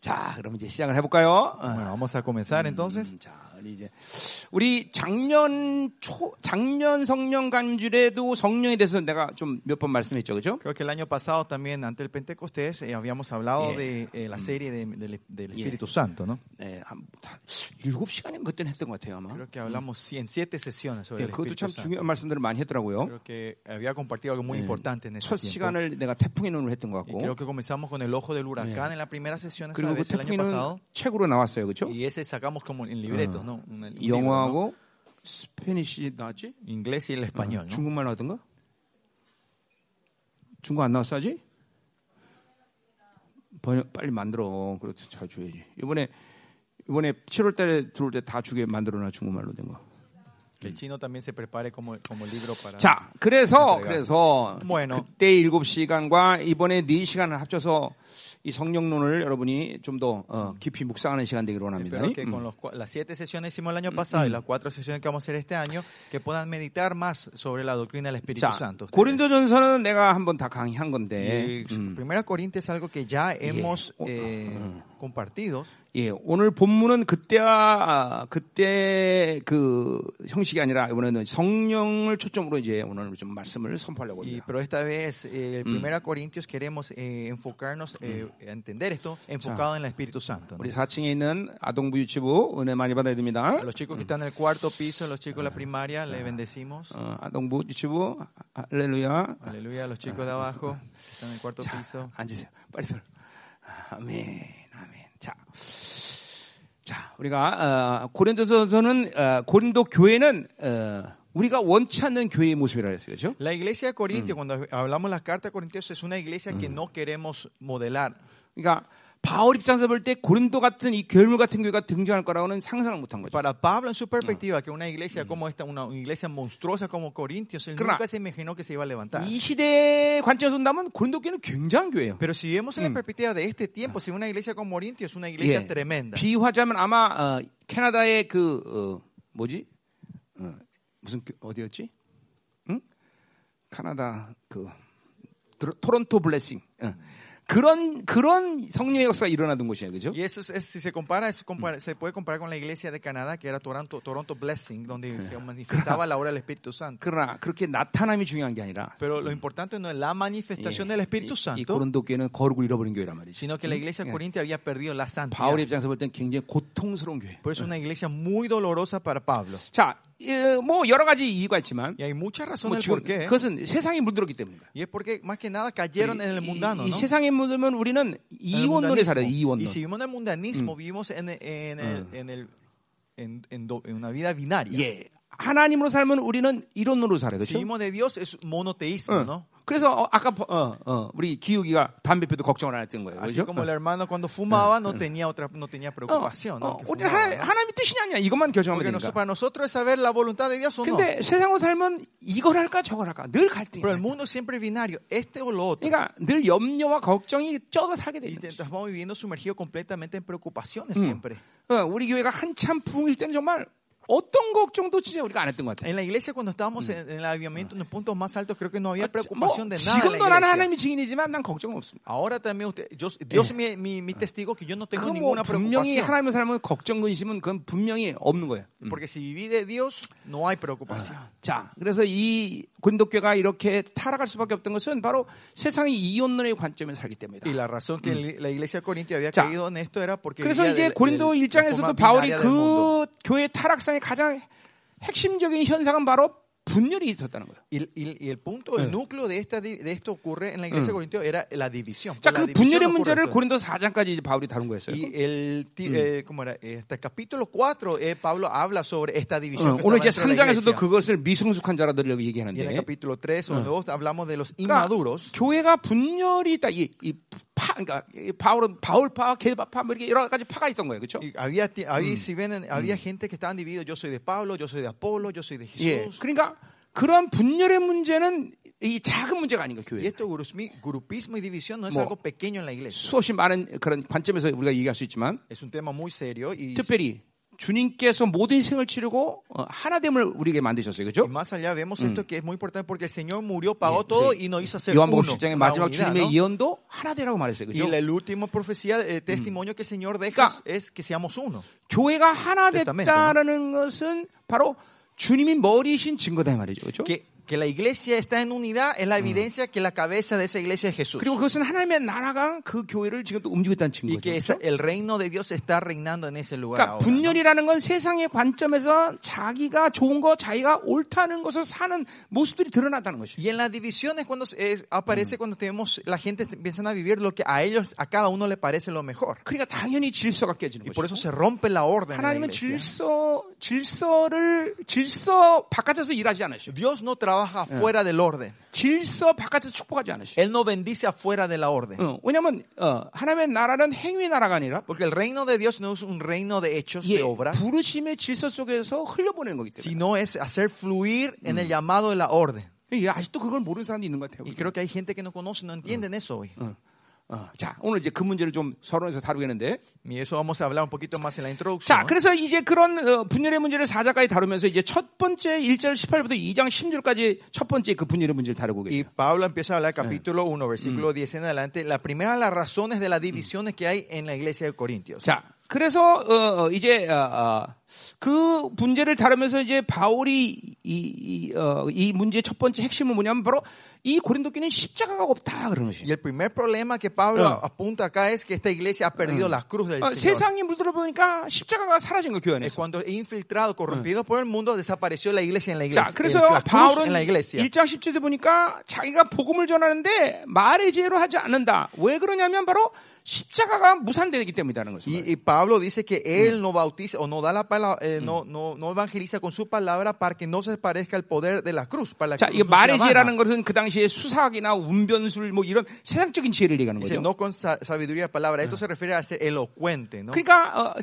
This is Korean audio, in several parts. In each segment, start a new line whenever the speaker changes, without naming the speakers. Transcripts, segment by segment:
자, 그럼 이제 시작을 해볼까요? 어.
Bueno, vamos a comenzar entonces.
음, 자, 우리 이제 우리 작년 초 작년 성령 간주에도 성령에 대해서 내가 좀 몇 번 말씀했죠, 그죠?
Creo que el año pasado también, ante el Pentecostés, eh, habíamos hablado
Yeah.
de eh, la serie de- del- del
Yeah.
Espíritu Santo, ¿no?
예, 한 다- 일곱 시간인가 그때는 했던 것 같아요, 아마.
Creo que hablamos sí, en siete sesiones sobre
예,
el
그렇죠. 그것도
Espíritu
참
Santo.
중요한 그렇죠. 말씀들을 많이 했더라고요.
Creo que había compartido algo muy importante en
첫
ese tiempo.
시간을 내가 태풍의 눈으로 했던 것
Y creo
같고,
que comenzamos con el ojo del huracán
Yeah.
en la primera sesión esa
그리고 그
vez, el año
태풍의 눈
pasado.
책으로 나왔어요, 그죠?
Y ese sacamos como en libreto, ¿no? Un- un libro, ¿no?
예, 영어하고 뭐 스페니시 나왔지?
Inglés y el español, ¿no?
중국말 나왔던가? 중국 안 나왔어 아직? 번역 빨리 만들어. 그렇게 잘 줘야지. 이번에 이번에 7월달에 들어올 때 다 주게 만들어놔 중국말로 된 거.
Que el chino también se prepare como, como libro para...
자, 그래서 그래서
뭐예요, 너?
그때 7시간과 이번에 4시간을 합쳐서 이 성령론을 여러분이 좀 더 어, 깊이 묵상하는 시간 되기를 원합니다.
Espero que
음.
con los cua- las siete sesiones que hicimos el año pasado y las cuatro sesiones que vamos a hacer este año, que puedan meditar más sobre la doctrina del Espíritu
자,
Santo. ustedes.
고린도전서는 내가 한번 다 강의한
Y
건데
Primera Corintios es algo que ya hemos
Oh,
eh, compartido.
예, 오늘 본문은 그때와 아, 그때 그 형식이 아니라 이번에는 성령을 초점으로 이제 오늘 좀 말씀을 선포하려고
Y,
합니다.
pero esta vez, eh, el Primera Corintios queremos eh, enfocarnos, eh, a entender esto, enfocado en el Espíritu Santo. ¿no?
우리 4층에 있는 아동부 유치부 은혜 많이 받아야 됩니다.
A los chicos que están en el cuarto piso, los chicos de la primaria, le bendecimos.
어, 아동부 유치부 아- 할렐루야.
Aleluya, los chicos de abajo, que están en el cuarto piso.
앉으세요. 빨리들. 아멘. 아멘. 자. 자, 우리가 어, 고린도서는 어, 고린도 교회는 어, 우리가 원치 않는 교회의 모습이라 했어요. 그렇죠?
La iglesia de Corintio, cuando hablamos la carta de Corintios, es una iglesia que no queremos modelar.
그러니까 바울 입장에서 볼 때 고린도 같은 이 괴물 같은 교회가 등장할 거라고는 상상을 못한 거죠.
Para Pablo, en su perspectiva, que una iglesia como esta, una iglesia monstruosa como Corintios, él
Claro.
nunca se imaginó que se iba a levantar.
이 시대의 관점에서 본다면 고린도 교회는 굉장한 교회예요.
Pero si vemos en la perspectiva de este tiempo, si una iglesia como Corintios es una iglesia
예.
tremenda.
비유하자면 아마 어, 캐나다의 그 어, 뭐지? 어, 무슨 교- 어디였지? 응? 캐나다 그 드로- 토론토 블레싱. 어. 그런 그런 성령의 역사가 일어나던 곳이에요. 그죠?
Y eso es, es- si se compara, es compar- se puede comparar con la iglesia de Canadá, que era Toronto, Toronto Blessing, donde se manifestaba la obra del Espíritu Santo.
그러나 그렇게 나타남이 중요한 게 아니라
Pero lo importante no es la manifestación del Espíritu
이, 이
Santo,
고린도 교회는 거룩을 잃어버린 교회란 말이지.
sino que la iglesia de Corintios había perdido la santidad.
바울의 입장에서 볼 땐 굉장히 고통스러운 교회.
Por eso es una iglesia muy dolorosa para Pablo.
자, 예, 뭐 여러 가지 이유가 있지만
Y hay muchas
뭐
razones
지금
por qué.
그것은 세상에 물들었기 때문입니다.
Y es porque más que nada cayeron en el mundano,
이, 이
¿no?
세상에 물들면 우리는
En el
이원론에 살아요.
mundanismo.
이원론.
Y si vivimos en el mundanismo, vivimos en, en el- en el- en- en do- en una vida binaria.
예, 하나님으로 살면 우리는 이론으로 살아요. 그렇죠?
Si vivimos de Dios es
Ah.
monoteísmo, ¿no?
그래서 어, 아까 어, 어, 우리 기욱이가 담배 피도 걱정을 안 했던 거예요.
Así
그렇죠?
como el hermano cuando fumaba no tenía otra no tenía
어,
preocupación,
어,
¿no? Que
우리는 하나,
fumaba, ¿no?
하나님의 뜻이냐 아니냐 이것만 결정하면
Porque
되니까.
nosotros, para nosotros es saber la voluntad de Dios o no.
근데 세상으로 살면 이걸 할까 저걸 할까 늘
Pero
갈등이에요.
el mundo es siempre binario, este o lo otro.
그러니까 늘 염려와 걱정이 쪄서 살게 돼
Y te-
있는 거죠.
estamos viviendo sumergidos completamente en preocupaciones siempre.
어, 우리 교회가 한참 부흥일 때는 정말 어떤 걱정도 진짜 우리가 안 했던 것 같아요.
En la iglesia cuando estábamos en, en el avivamiento en los puntos más altos creo que no había
뭐,
preocupación de nada. en la
지금도 나는
iglesia.
하나님이 증인이지만 난 걱정은 없습니다.
Ahora también usted, yo- Dios mi, mi, mi testigo que yo no tengo
그건 뭐
ninguna
분명히
preocupación.
하나님의 삶은 걱정 근심은 그건 분명히 없는 거예요.
Porque si viví de Dios, no hay preocupación.
자, 그래서 이 고린도교가 이렇게 타락할 수밖에 없던 것은 바로 세상의 이혼론의 관점에 살기 때문이다.
Y la razón que la iglesia de Corintio había
자,
caído en esto era porque.
그래서
vivía
이제
del-
고린도
del-
일
la
장에서도
forma
바울이
binaria del mundo.
그 교회 타락상의 가장 핵심적인 현상은 바로 분열이 있었다는 거예요.
Y, y- y el punto, el núcleo de, esta, di- de esto ocurre en la iglesia de Corintio era la división.
자,
La
그
división
분열의
ocurre
문제를
esto.
고린도 4장까지 이제 바울이 다룬 거였어요.
Y el, ti- eh, ¿cómo era? Hasta el capítulo 4, eh, Pablo habla sobre esta división.
어,
que
오늘 이제
estaba dentro de la
3장에서도
iglesia.
그것을 미성숙한 자라들이라고
Y en el
얘기하는데
capítulo 3 o 2 hablamos de los
예, 그러니까
inmaduros.
교회가 분열이 있다. 이, 이 파, 그러니까 이 바울은 바울파, 개바파 뭐 이렇게 여러 가지 파가 있던 거예요, 그렇죠?
Y había, ti- había- si ven, en- había gente que estaban divididos. Yo soy de Pablo, yo soy de Apolo, yo soy de
예.
Jesús.
그러니까 그런 분열의 문제는 이 작은 문제가 아닌 거예요,
Y
교회.
esto grupismi- grupismo y división no es
Mo-
algo pequeño en la iglesia.
수없이 많은 그런 관점에서 우리가 얘기할 수 있지만
Es un tema muy serio y
특별히 주님께서 모든 생을 치르고 어, 하나됨을 우리에게 만드셨어요.
Y
그렇죠?
más allá vemos esto que es muy importante porque el Señor murió, pagó todo y nos hizo ser
요한복음
uno.
10장의
una
마지막
unidad,
주님의
¿no?
예언도 하나 되라고 말했어요.
Y
그렇죠?
la, la última profecía, eh, testimonio que el Señor deja
그러니까-
es que seamos uno.
교회가 하나
Testamento,
됐다라는 것은 바로 주님이 머리이신 증거다 이 말이죠. 그렇죠?
Que, que la iglesia está en unidad es la evidencia que la cabeza de esa iglesia es Jesús.
그리고 그것은 하나님의 나라가 그 교회를 지금 또 움직였다는
Y
증거죠. 그렇죠?
que esa- el reino de Dios está reinando en ese lugar.
그러니까
Ahora, ¿no?
분열이라는 건 세상의 관점에서 자기가 좋은 거, 자기가 옳다는 것을 사는 모습들이 드러났다는 것이죠.
Y en las divisiones cuando se- es- aparece cuando tenemos la gente empiezan a vivir lo que a ellos a cada uno le parece lo mejor.
그러니까 당연히 질서가 깨지는
Y por
것이죠.
eso se rompe la orden. en la
하나님은
iglesia.
질서 질서를 질서 바깥에서 일하지 않으셔.
Dios no trabaja fuera del orden.
질서 바깥에서 축복하지 않으셔.
Él no bendice afuera de la orden.
어, 왜냐하면 어, 하나님의 나라는 행위 나라가 아니라
Porque el reino de Dios no es un reino de hechos,
예,
de obras,
부르심의 질서 속에서 흘려보내는 거기 때문에
sino es hacer fluir en el llamado de la orden.
예, 아직도 그걸 모르는 사람도 있는 것 같아요.
Y creo que hay gente que no conoce, no entienden eso hoy.
어, 어, 자 오늘 이제 그 문제를 좀 서론에서 다루겠는데
Y eso vamos a hablar un poquito más en la introducción.
자
¿no?
그래서 이제 그런 어, 분열의 문제를 사자까지 다루면서 이제 첫 번째 1절 18절부터 2장 16절까지 첫 번째 그 분열의 문제를 다루고
Y
계세요.
Pablo empieza a hablar capítulo 1, versículo 10 en adelante. La primera de las razones de las divisiones que hay en la iglesia de Corintios.
자, 그래서 어, 어, 이제 어, 어, 그 문제를 다루면서 이제 바울이 이, 이, 어, 이 문제의 첫 번째 핵심은 뭐냐면 바로 이 고린도교는 십자가가 없다 그런 것이에요.
Y el primer problema que Pablo apunta acá es que esta iglesia ha perdido la cruz del
어,
Señor.
세상이 물들어 보니까 십자가가 사라진 거 교회
Es
안에서.
cuando infiltrado, corrompido por el mundo, desapareció la iglesia en la
자,
iglesia. el-
네, 예, 그래서
la cruz en
바울은
la iglesia.
1장 10절에 보니까 자기가 복음을 전하는데 말의 지혜로 하지 않는다. 왜 그러냐면 바로 십자가가 무산되기 때문이라는 것입니다.
Y, y Pablo dice que él no bautiza o no da la palabra, eh, no, no, no evangeliza con su palabra para que no se parezca al poder de la cruz. Para la
자,
cruz
이
no sea
말의
vana.
지혜라는 것은 그 당시에 수사학이나 운변술 뭐 이런 세상적인 지혜를 얘기하는
Dice,
거죠.
no con sa- sabiduría de palabra. Esto se refiere a ser elocuente, ¿no?
그러니까 어,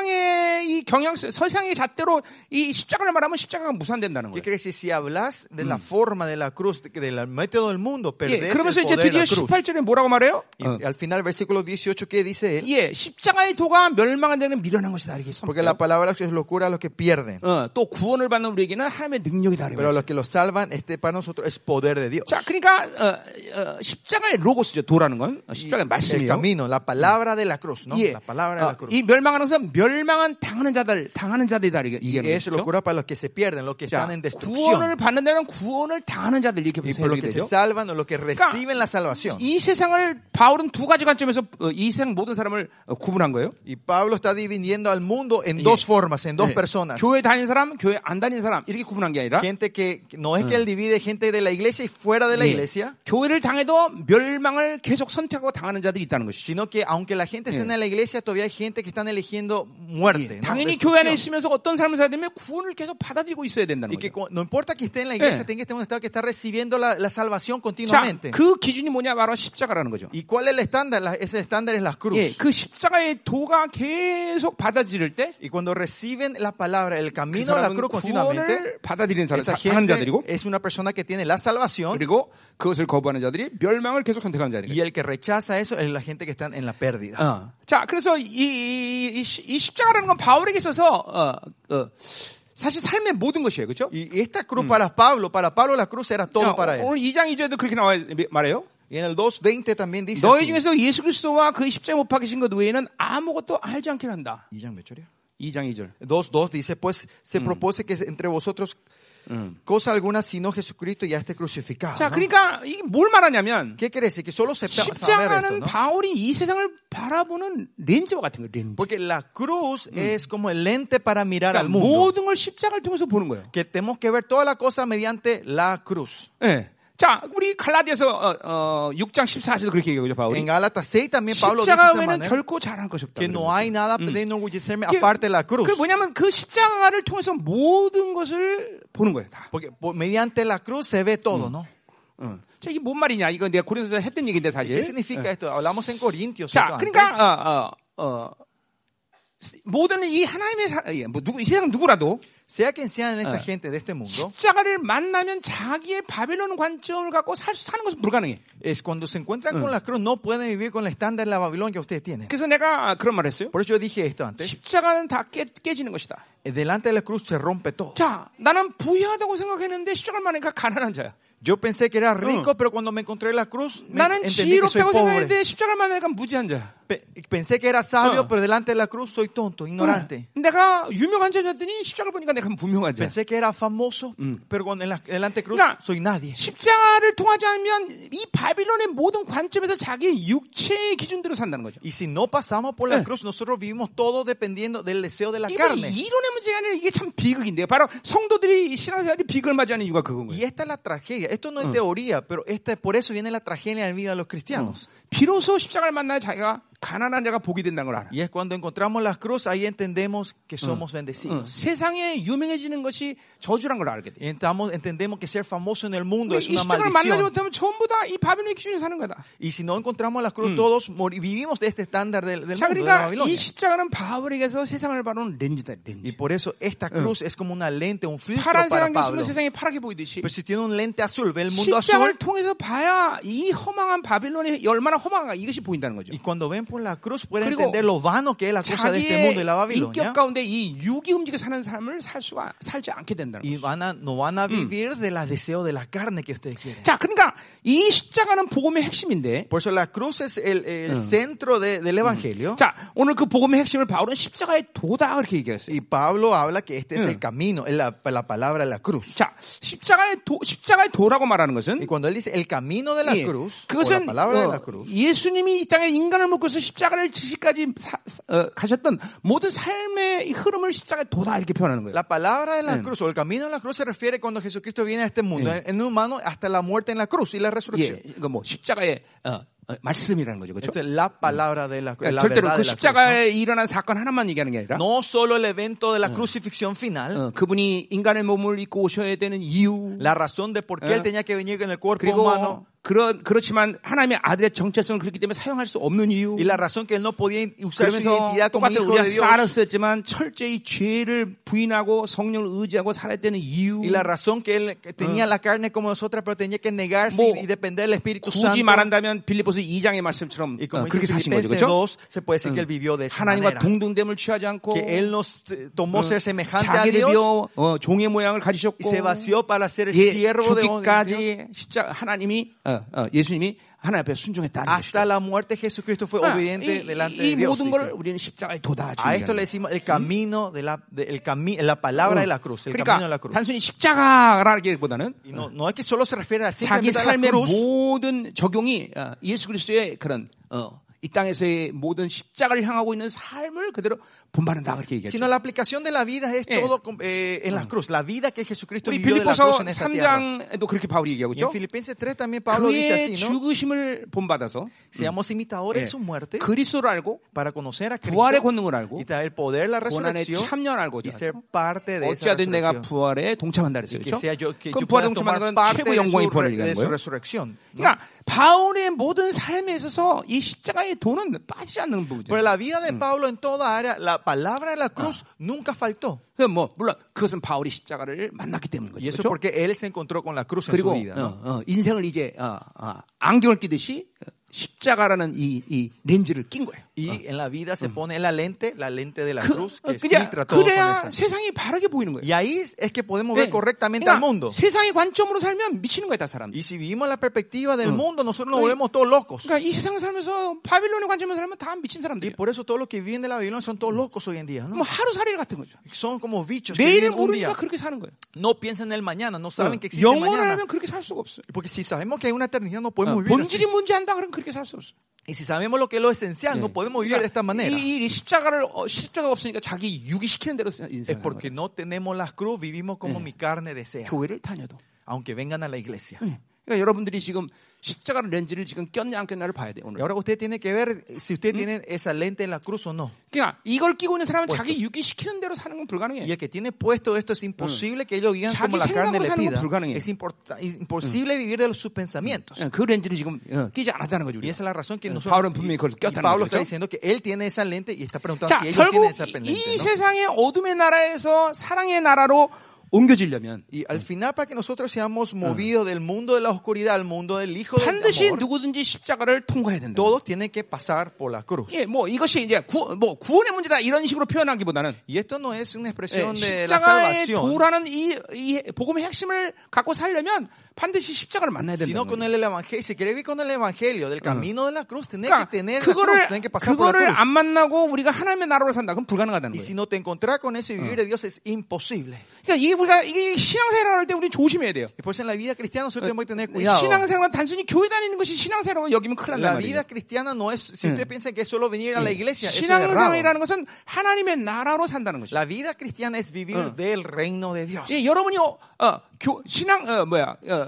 세상의 이 경향, 세상의 잣대로 이 십자가를 말하면 십자가가 무산된다는
¿Qué
거예요.
crees? Si hablas de la forma de la cruz, de- del método del mundo,
예,
perdés el
그러면서 이제
poder de
드디어
la cruz.
18절에 뭐라고 예. 말해요? 어.
Y al final, versículo 18, ¿qué dice él?
예, 십자가의 도가 멸망한 자는 미련한 것이다 이렇게
Porque
선포해요.
la palabra es locura a los que pierden,
어, 또 구원을 받는 우리에게는 하나님의 능력이다 이렇게
pero a
말해요.
los que los salvan, este para nosotros es poder de Dios.
자, 그러니까 어, 어, 십자가의 로고스죠. 도라는 건 어,
Y
십자가의
el
말씀이에요.
camino, la palabra de la cruz, ¿no?
예,
La palabra de
어,
la cruz.
이 멸망하는 것은 멸망한 당하는 자들, 당하는 자들이다 이렇게
Y
얘기하는
es
거죠.
locura para los que se pierden, los que
자,
están
구원을
en destrucción.
받는 자는 구원을 당하는 자들 이렇게
Y por los
해석이
que se
되죠.
salvan o los que reciben la salvación.
이 세상을 바울은 두 가지 관점에서 어, 이 세상 모든 사람을 어, 구분한 거예요.
Y Pablo está dividiendo al mundo en dos formas, en dos
네.
personas.
교회 다닌 사람, 교회 안 다닌 사람 이렇게 구분한 게 아니라
Gente que que no es que él divide gente de la iglesia y fuera de la
예,
iglesia,
교회를 당해도 멸망을 계속 선택하고 당하는 자들이 있다는 것이죠.
sino que aunque la gente esté en la iglesia, todavía hay gente que están eligiendo muerte. ¿no?
당연히
Destrucción.
교회 안에 있으면서 어떤 삶을 살야 되면 구원을 계속 받아들이고 있어야 된다는
Y que
거죠.
cu- no importa que esté en la iglesia,
예.
tiene que estar en un estado que está recibiendo la, la salvación
자,
continuamente.
그 gi준이 뭐냐 바로 십자가라는 거죠.
¿Y cuál es el estándar? La- ese estándar es la cruz.
예, 그 십자가의 도가 계속 받아들일 때 그
Y cuando reciben la palabra, el camino a la
사람은
cruz continuamente,
구원을 받아들이는 사람,
Esa
당하는
gente
자들이고
es una persona que tiene la salvación
그리고 그것을 거부하는 자들이 멸망을 계속 선택하는 자들이
y el que rechaza eso es la gente que está en la pérdida.
어. 자, 그래서 이, 이, 이, 시- 이 십자가라는 건 바울에게 있어서 어, 어, 사실 삶의 모든 것이에요, 그렇죠?
Y esta cruz para Pablo, para Pablo la cruz era todo para él.
오늘 2장 2절도 그렇게 나와 말해요.
Y en el 2.20 también dice...
너희
así.
중에서 예수 그리스도와 그의 십자가에 못 박히신 것 외에는 아무것도 알지 않기를 한다.
¿Y ya me chorea?
2장 2절.
2.2 dice, pues se propone que entre vosotros cosa alguna sino Jesucristo y a este crucificado.
자,
¿no?
그러니까 이게 뭘 말하냐면
¿Qué quiere decir? Que solo se saber esto,
십자가는
¿no?
바울이 이 세상을 바라보는 렌즈와 같은 거예요, 렌즈.
Porque la cruz es como el lente para mirar
그러니까
al mundo.
모든 걸 십자가를 통해서 보는 거예요.
Que tenemos que ver toda la cosa mediante la cruz.
예. 자, 우리 갈라디아서 어, 어, 6장 14절도 그렇게 얘기하죠, 바울이.
En Gálatas 6 también Pablo dice de
십자가
esa
외에는 그
manera.
결코 잘할 것이 없다.
que no hay nada de enorgullecerme
그게-
aparte de la cruz.
그 뭐냐면 그 십자가를 통해서 모든 것을 보는 거예요. 다.
Porque por- mediante la cruz se ve todo, ¿no?
어. 자, 이게 뭔 말이냐? 이거 내가 고린도서 했던 얘기인데
¿Qué
사실.
significa esto? Hablamos en Corintios.
자,
esto antes.
그러니까 어, 어, 어, 모든 이 하나님의 사, 예, 뭐 누구 이 세상 누구라도
sea quien sean esta gente de este mundo,
십자가를 만나면 자기의 바벨론 관점을 갖고 살 수- 사는 것은 불가능해.
es cuando se encuentran con la cruz, no pueden vivir con el estándar de la Babilonia que ustedes tienen.
그래서 내가 그런 말을 했어요.
Por eso yo dije esto antes.
십자가는 다 깨, 깨지는 것이다.
Delante de la cruz se rompe todo.
자, 나는 부유하다고 생각했는데 십자가를 만나니까 가난한 자야.
Yo pensé que era rico, pero cuando me encontré en la cruz, me
나는
entendí que soy
지혜롭다고
pobre.
생각했는데 십자가를 만나니까 무지한 자야.
Pe- pensé que era sabio,
Ah.
pero delante de la cruz soy tonto, ignorante.
내가 유명한 자였더니 십자가를 보니까 내가 분명한 자.
Pensé que era famoso, pero con- en la- delante de la cruz
Nah.
soy nadie.
십자가를 통하지 않으면 이 바빌론의 모든 관점에서 자기 육체의 기준대로 산다는 거죠.
Y si no pasamos por
Eh.
la cruz, nosotros vivimos todo dependiendo del deseo de la
이게
carne.
이론의 문제가 아니라 이게 참 비극인데요. 바로 성도들이 이 신앙생활이 비극을 맞이하는 이유가 그건 거예요.
Y esta es la tragedia. Esto no es teoría, pero esta, por eso viene la tragedia en la vida de los cristianos.
비로소 십자가를 만나야 자기가 가난한 자가 복이 된다는 걸 알아.
Y es cuando encontramos la cruz, ahí entendemos que somos
어,
bendecidos.
세상에 유명해지는 것이 저주란 걸 알게 돼.
Y entamos- entendemos que ser famoso en el
이
mundo es una
십자가를 만나지
maldición.
못하면 전부 다 이 바빌론의 기준에 사는 거다.
Y si no encontramos la cruz, todos mori- vivimos de este estándar del, del
자,
mundo, de
그러니까
la
이
Babilonia.
십자가는 바울에게서 세상을 바라보는 렌즈다,
Y
렌즈.
por eso esta cruz es como una lente, un filtro
파란색
Mm. para
안경 쓰면
Pablo.
세상이 파랗게 보이듯이
Pero si tiene un lente azul, ve el mundo
십자가를
azul.
통해서 봐야 이 허망한 바빌론이 얼마나 허망한가 이것이 보인다는 거죠.
Y cuando ven por la cruz, pueden
그리고
entender lo vano que es la cosa de este mundo y la
자기의 인격
Babilonia.
가운데 이 육이 움직여 사는 삶을 살 수가 살지 않게 된다는
Y
거죠.
van a, no van a vivir de los deseos de la carne que ustedes quieren.
자, 그러니까 이 십자가는 복음의 핵심인데,
Por eso la cruz es el, el centro de- del evangelio.
자, 오늘 그 복음의 핵심을 바울은 십자가에 도다 이렇게 얘기했어요.
Y Pablo habla que este es
Mm.
el camino, es la, la palabra de la cruz.
자, 십자가에 도, 십자가의 도라고 말하는 것은
Y cuando él dice el camino de la
예,
cruz, o la
그것은
palabra de
어,
la cruz,
예수님이 이 땅에 인간을 묶어서 십자가를 지시까지 사- 사- 어, 가셨던 모든 삶의 이 흐름을 십자가에 도다 이렇게 표현하는 거예요.
La palabra de la cruz o el camino de la cruz se refiere cuando Jesucristo viene a este mundo, en un humano, hasta la muerte en la cruz y la
예,
resurrección.
이거 뭐 십자가의 어, 어, 말씀이라는 거죠, 그렇죠?
Entonces, la palabra de la cruz, la
절대로
verdad
그
de la cruz.
십자가에 일어난 사건 하나만 얘기하는 게 아니라
¿no? No solo el evento de la crucifixión final,
어, 그분이 인간의 몸을 입고 오셔야 되는 이유
la razón de por qué él tenía que venir en el cuerpo
뭐,
humano.
그리고 그런 그렇지만 하나님의 아들의 정체성을 그렇기 때문에 사용할 수 없는 이유
Y la razón que él no podía usar su
그래서
identidad como
똑같은
hijo
우리가
de Dios.
사르스였지만 철저히 죄를 부인하고 성령을 의지하고 살아야 되는 이유
Y la razón que él que tenía la carne como nosotras, pero tenía que negarse
Mo-
y- y depender del Espíritu Santo.
굳이 말한다면 빌리포스 2장의 말씀처럼
Y
어,
como dice
그렇게 사신 거죠
Filipenses
그렇죠?
2, se puede decir que él vivió de esa
하나님과
manera.
동등됨을 취하지 않고
Que él nos eh, tomó ser semejante a
자기를
Dios
비워 어, 종의 모양을 가지셨고
y se vació para ser el
예,
siervo de Dios.
죽기까지 십자 하나님이 어, 어, 예수님이 하나님 앞에 순종했다는
Hasta
것이죠.
la muerte Jesucristo fue
아,
obediente delante
이, 이
de Dios.
모든 걸
dice.
우리는 십자가에 도다.
A esto le decimos el camino de la, de- el cami- la
Uh,
palabra de la cruz, el camino de
그러니까
la cruz.
단순히 십자가라기보다는
Y no, no es que solo se refiere a
자기
simplemente a la
삶의
cruz,
모든 적용이 어, 예수 그리스도의 그런 어, 이 땅에서의 모든 십자가를 향하고 있는 삶을 그대로 본받는다 그렇게 얘기하죠.
sino la aplicación de la vida es
예.
todo com- eh, en la cruz, la vida que Jesucristo
우리
vivió de la cruz
빌립보서
en esta tierra.
3장에도 그렇게 바울이 얘기하고
Y en
있죠.
Filipenses 3 también Pablo dice
그의
así, ¿no?
죽으심을 본받아서
Seamos imitadores de su
예,
muerte
그리스도를 알고
para conocer a
부활의
Cristo
권능을 알고
y traer poder la
고난의 참여를
resurrección
알고자
y ser
하죠. 네,
parte de esa
어찌하든 내가
resurrección.
부활에 동참한다 그랬어요. 그렇죠?
Que sea yo, que
그럼
yo
부활에
pueda
동참하는
tomar
건
parte
최고
de su,
영광의
re-
부활을
de
얘기하는
su
거예요.
resurrección. ¿no?
그러니까 바울의 모든 삶에 있어서 이 십자가의 돈은 빠지지 않는
Pero
부분이에요.
la vida de Pablo en toda área, la palabra de la cruz nunca faltó.
그 뭐, 물론 그것은 바울이 십자가를 만났기 때문인
Y
거죠.
eso
그렇죠?
porque él se encontró con la cruz en su
그리고
vida. ¿no?
어, 어, 인생을 이제 어, 어, 안경을 끼듯이 어, 십자가라는 이, 이 렌즈를 낀 거예요.
Y en la vida se pone la lente, la lente de la
그,
cruz
어,
que
그냥,
filtra todo con
그래야
esa.
세상이 바르게 보이는 거예요.
Y ahí es que podemos
네.
ver correctamente al
그러니까
mundo.
세상의 관점으로 살면 미치는 거예요, 다 사람들.
Y si vivimos la perspectiva del mundo, nosotros nos
Oye.
volvemos todos locos.
그러니까 이 세상을 살면서 바빌론의 관점으로 살면 다 미친
Y
사람들이에요.
por eso todos los que viven de la Babilonia son todos locos hoy en día.
뭐
¿no?
하루살이 같은 거죠.
Son como bichos que
내일을
viven un Ah.
모르니까
día.
그렇게 사는 거예요.
No piensan en el mañana, no saben que existe
영원을
mañana.
하면 그렇게 살 수가 없어요.
Porque si sabemos que hay una eternidad, no
어,
podemos vivir así.
본질이 문제한다 그러면 그렇게 살 수 없어요. 그러니까
Y si sabemos lo que es lo esencial,
뭐
no podemos vivir de esta manera.
이, 이 십자가를 어, 십자가 없으니까 자기 유기 시키는 대로
Es
인생
porque Eh. no tenemos la cruz, vivimos como mi carne desea,
교회를 다녀도
aunque vengan a la iglesia.
그러니까 여러분들이 지금 십자가 렌즈를 지금 꼈냐 안 꼈냐를 봐야 돼
Y
오늘.
ahora usted tiene que ver si usted tiene esa lente en la cruz o no.
그러니까 이걸 끼고 있는 사람은 자기 유기 시키는 대로 사는 건 불가능해.
Y el que tiene puesto esto es imposible que ellos vivan
Chagi
como la carne le
생각으로 사는
pida.
건 불가능해요.
Es importa- es imposible vivir de los- sus pensamientos.
예, 그 렌즈를 지금 어, 끼지 않았다는 거죠.
Y
우리가.
esa es la razón que
예,
nosotros.
바울은 분명히 그걸
y
꼈다는
Mm. Pablo pues,
거죠.
está diciendo que él tiene esa lente y está preguntando
자,
si ellos tienen
결국
esa lente.
이, 이
¿no?
세상의 어둠의 나라에서 사랑의 나라로 옮겨지려면
Y al final, para que nosotros seamos movidos del mundo de la oscuridad al mundo del Hijo del
반드시
amor,
누구든지 십자가를 통과해야 된다.
todos tienen que pasar por la cruz.
예, 뭐 이것이 이제 구, 뭐 구원의 문제다 이런 식으로 표현하기보다는
Y esto no es una
예,
expresión Eh, de la
십자가의
salvación,
도라는 이, 이 복음의 핵심을 갖고 살려면 반드시 십자가를 만나야 된다.
sino con el evangelio. Si quiere vivir con el evangelio del camino de la cruz, tenés que
그러니까
tener la cruz,
그거를
tenés que pasar por la
그거를
cruz.
안 만나고 우리가 하나님의 나라로 산다. 그럼 불가능하다는
Y si
거예요.
no te encontrás con eso y vivir de Dios es imposible.
그러니까 이게 우리가 이게 신앙생활 할때 우리 조심해야 돼요.
Y por eso en la vida cristiana nosotros tenemos que tener cuidado.
신앙생활은 단순히 교회 다니는 것이 신앙생활로 여기면 큰일
La
난단 말이에요.
vida cristiana no es, si usted piensa que es solo venir a la iglesia, eso Eh. es errado.
신앙생활이라는 것은 하나님의 나라로 산다는 것이죠.
La vida cristiana es vivir del reino de Dios.
예, 여러분이 어, 어, 교, 신앙 어, 뭐야 어,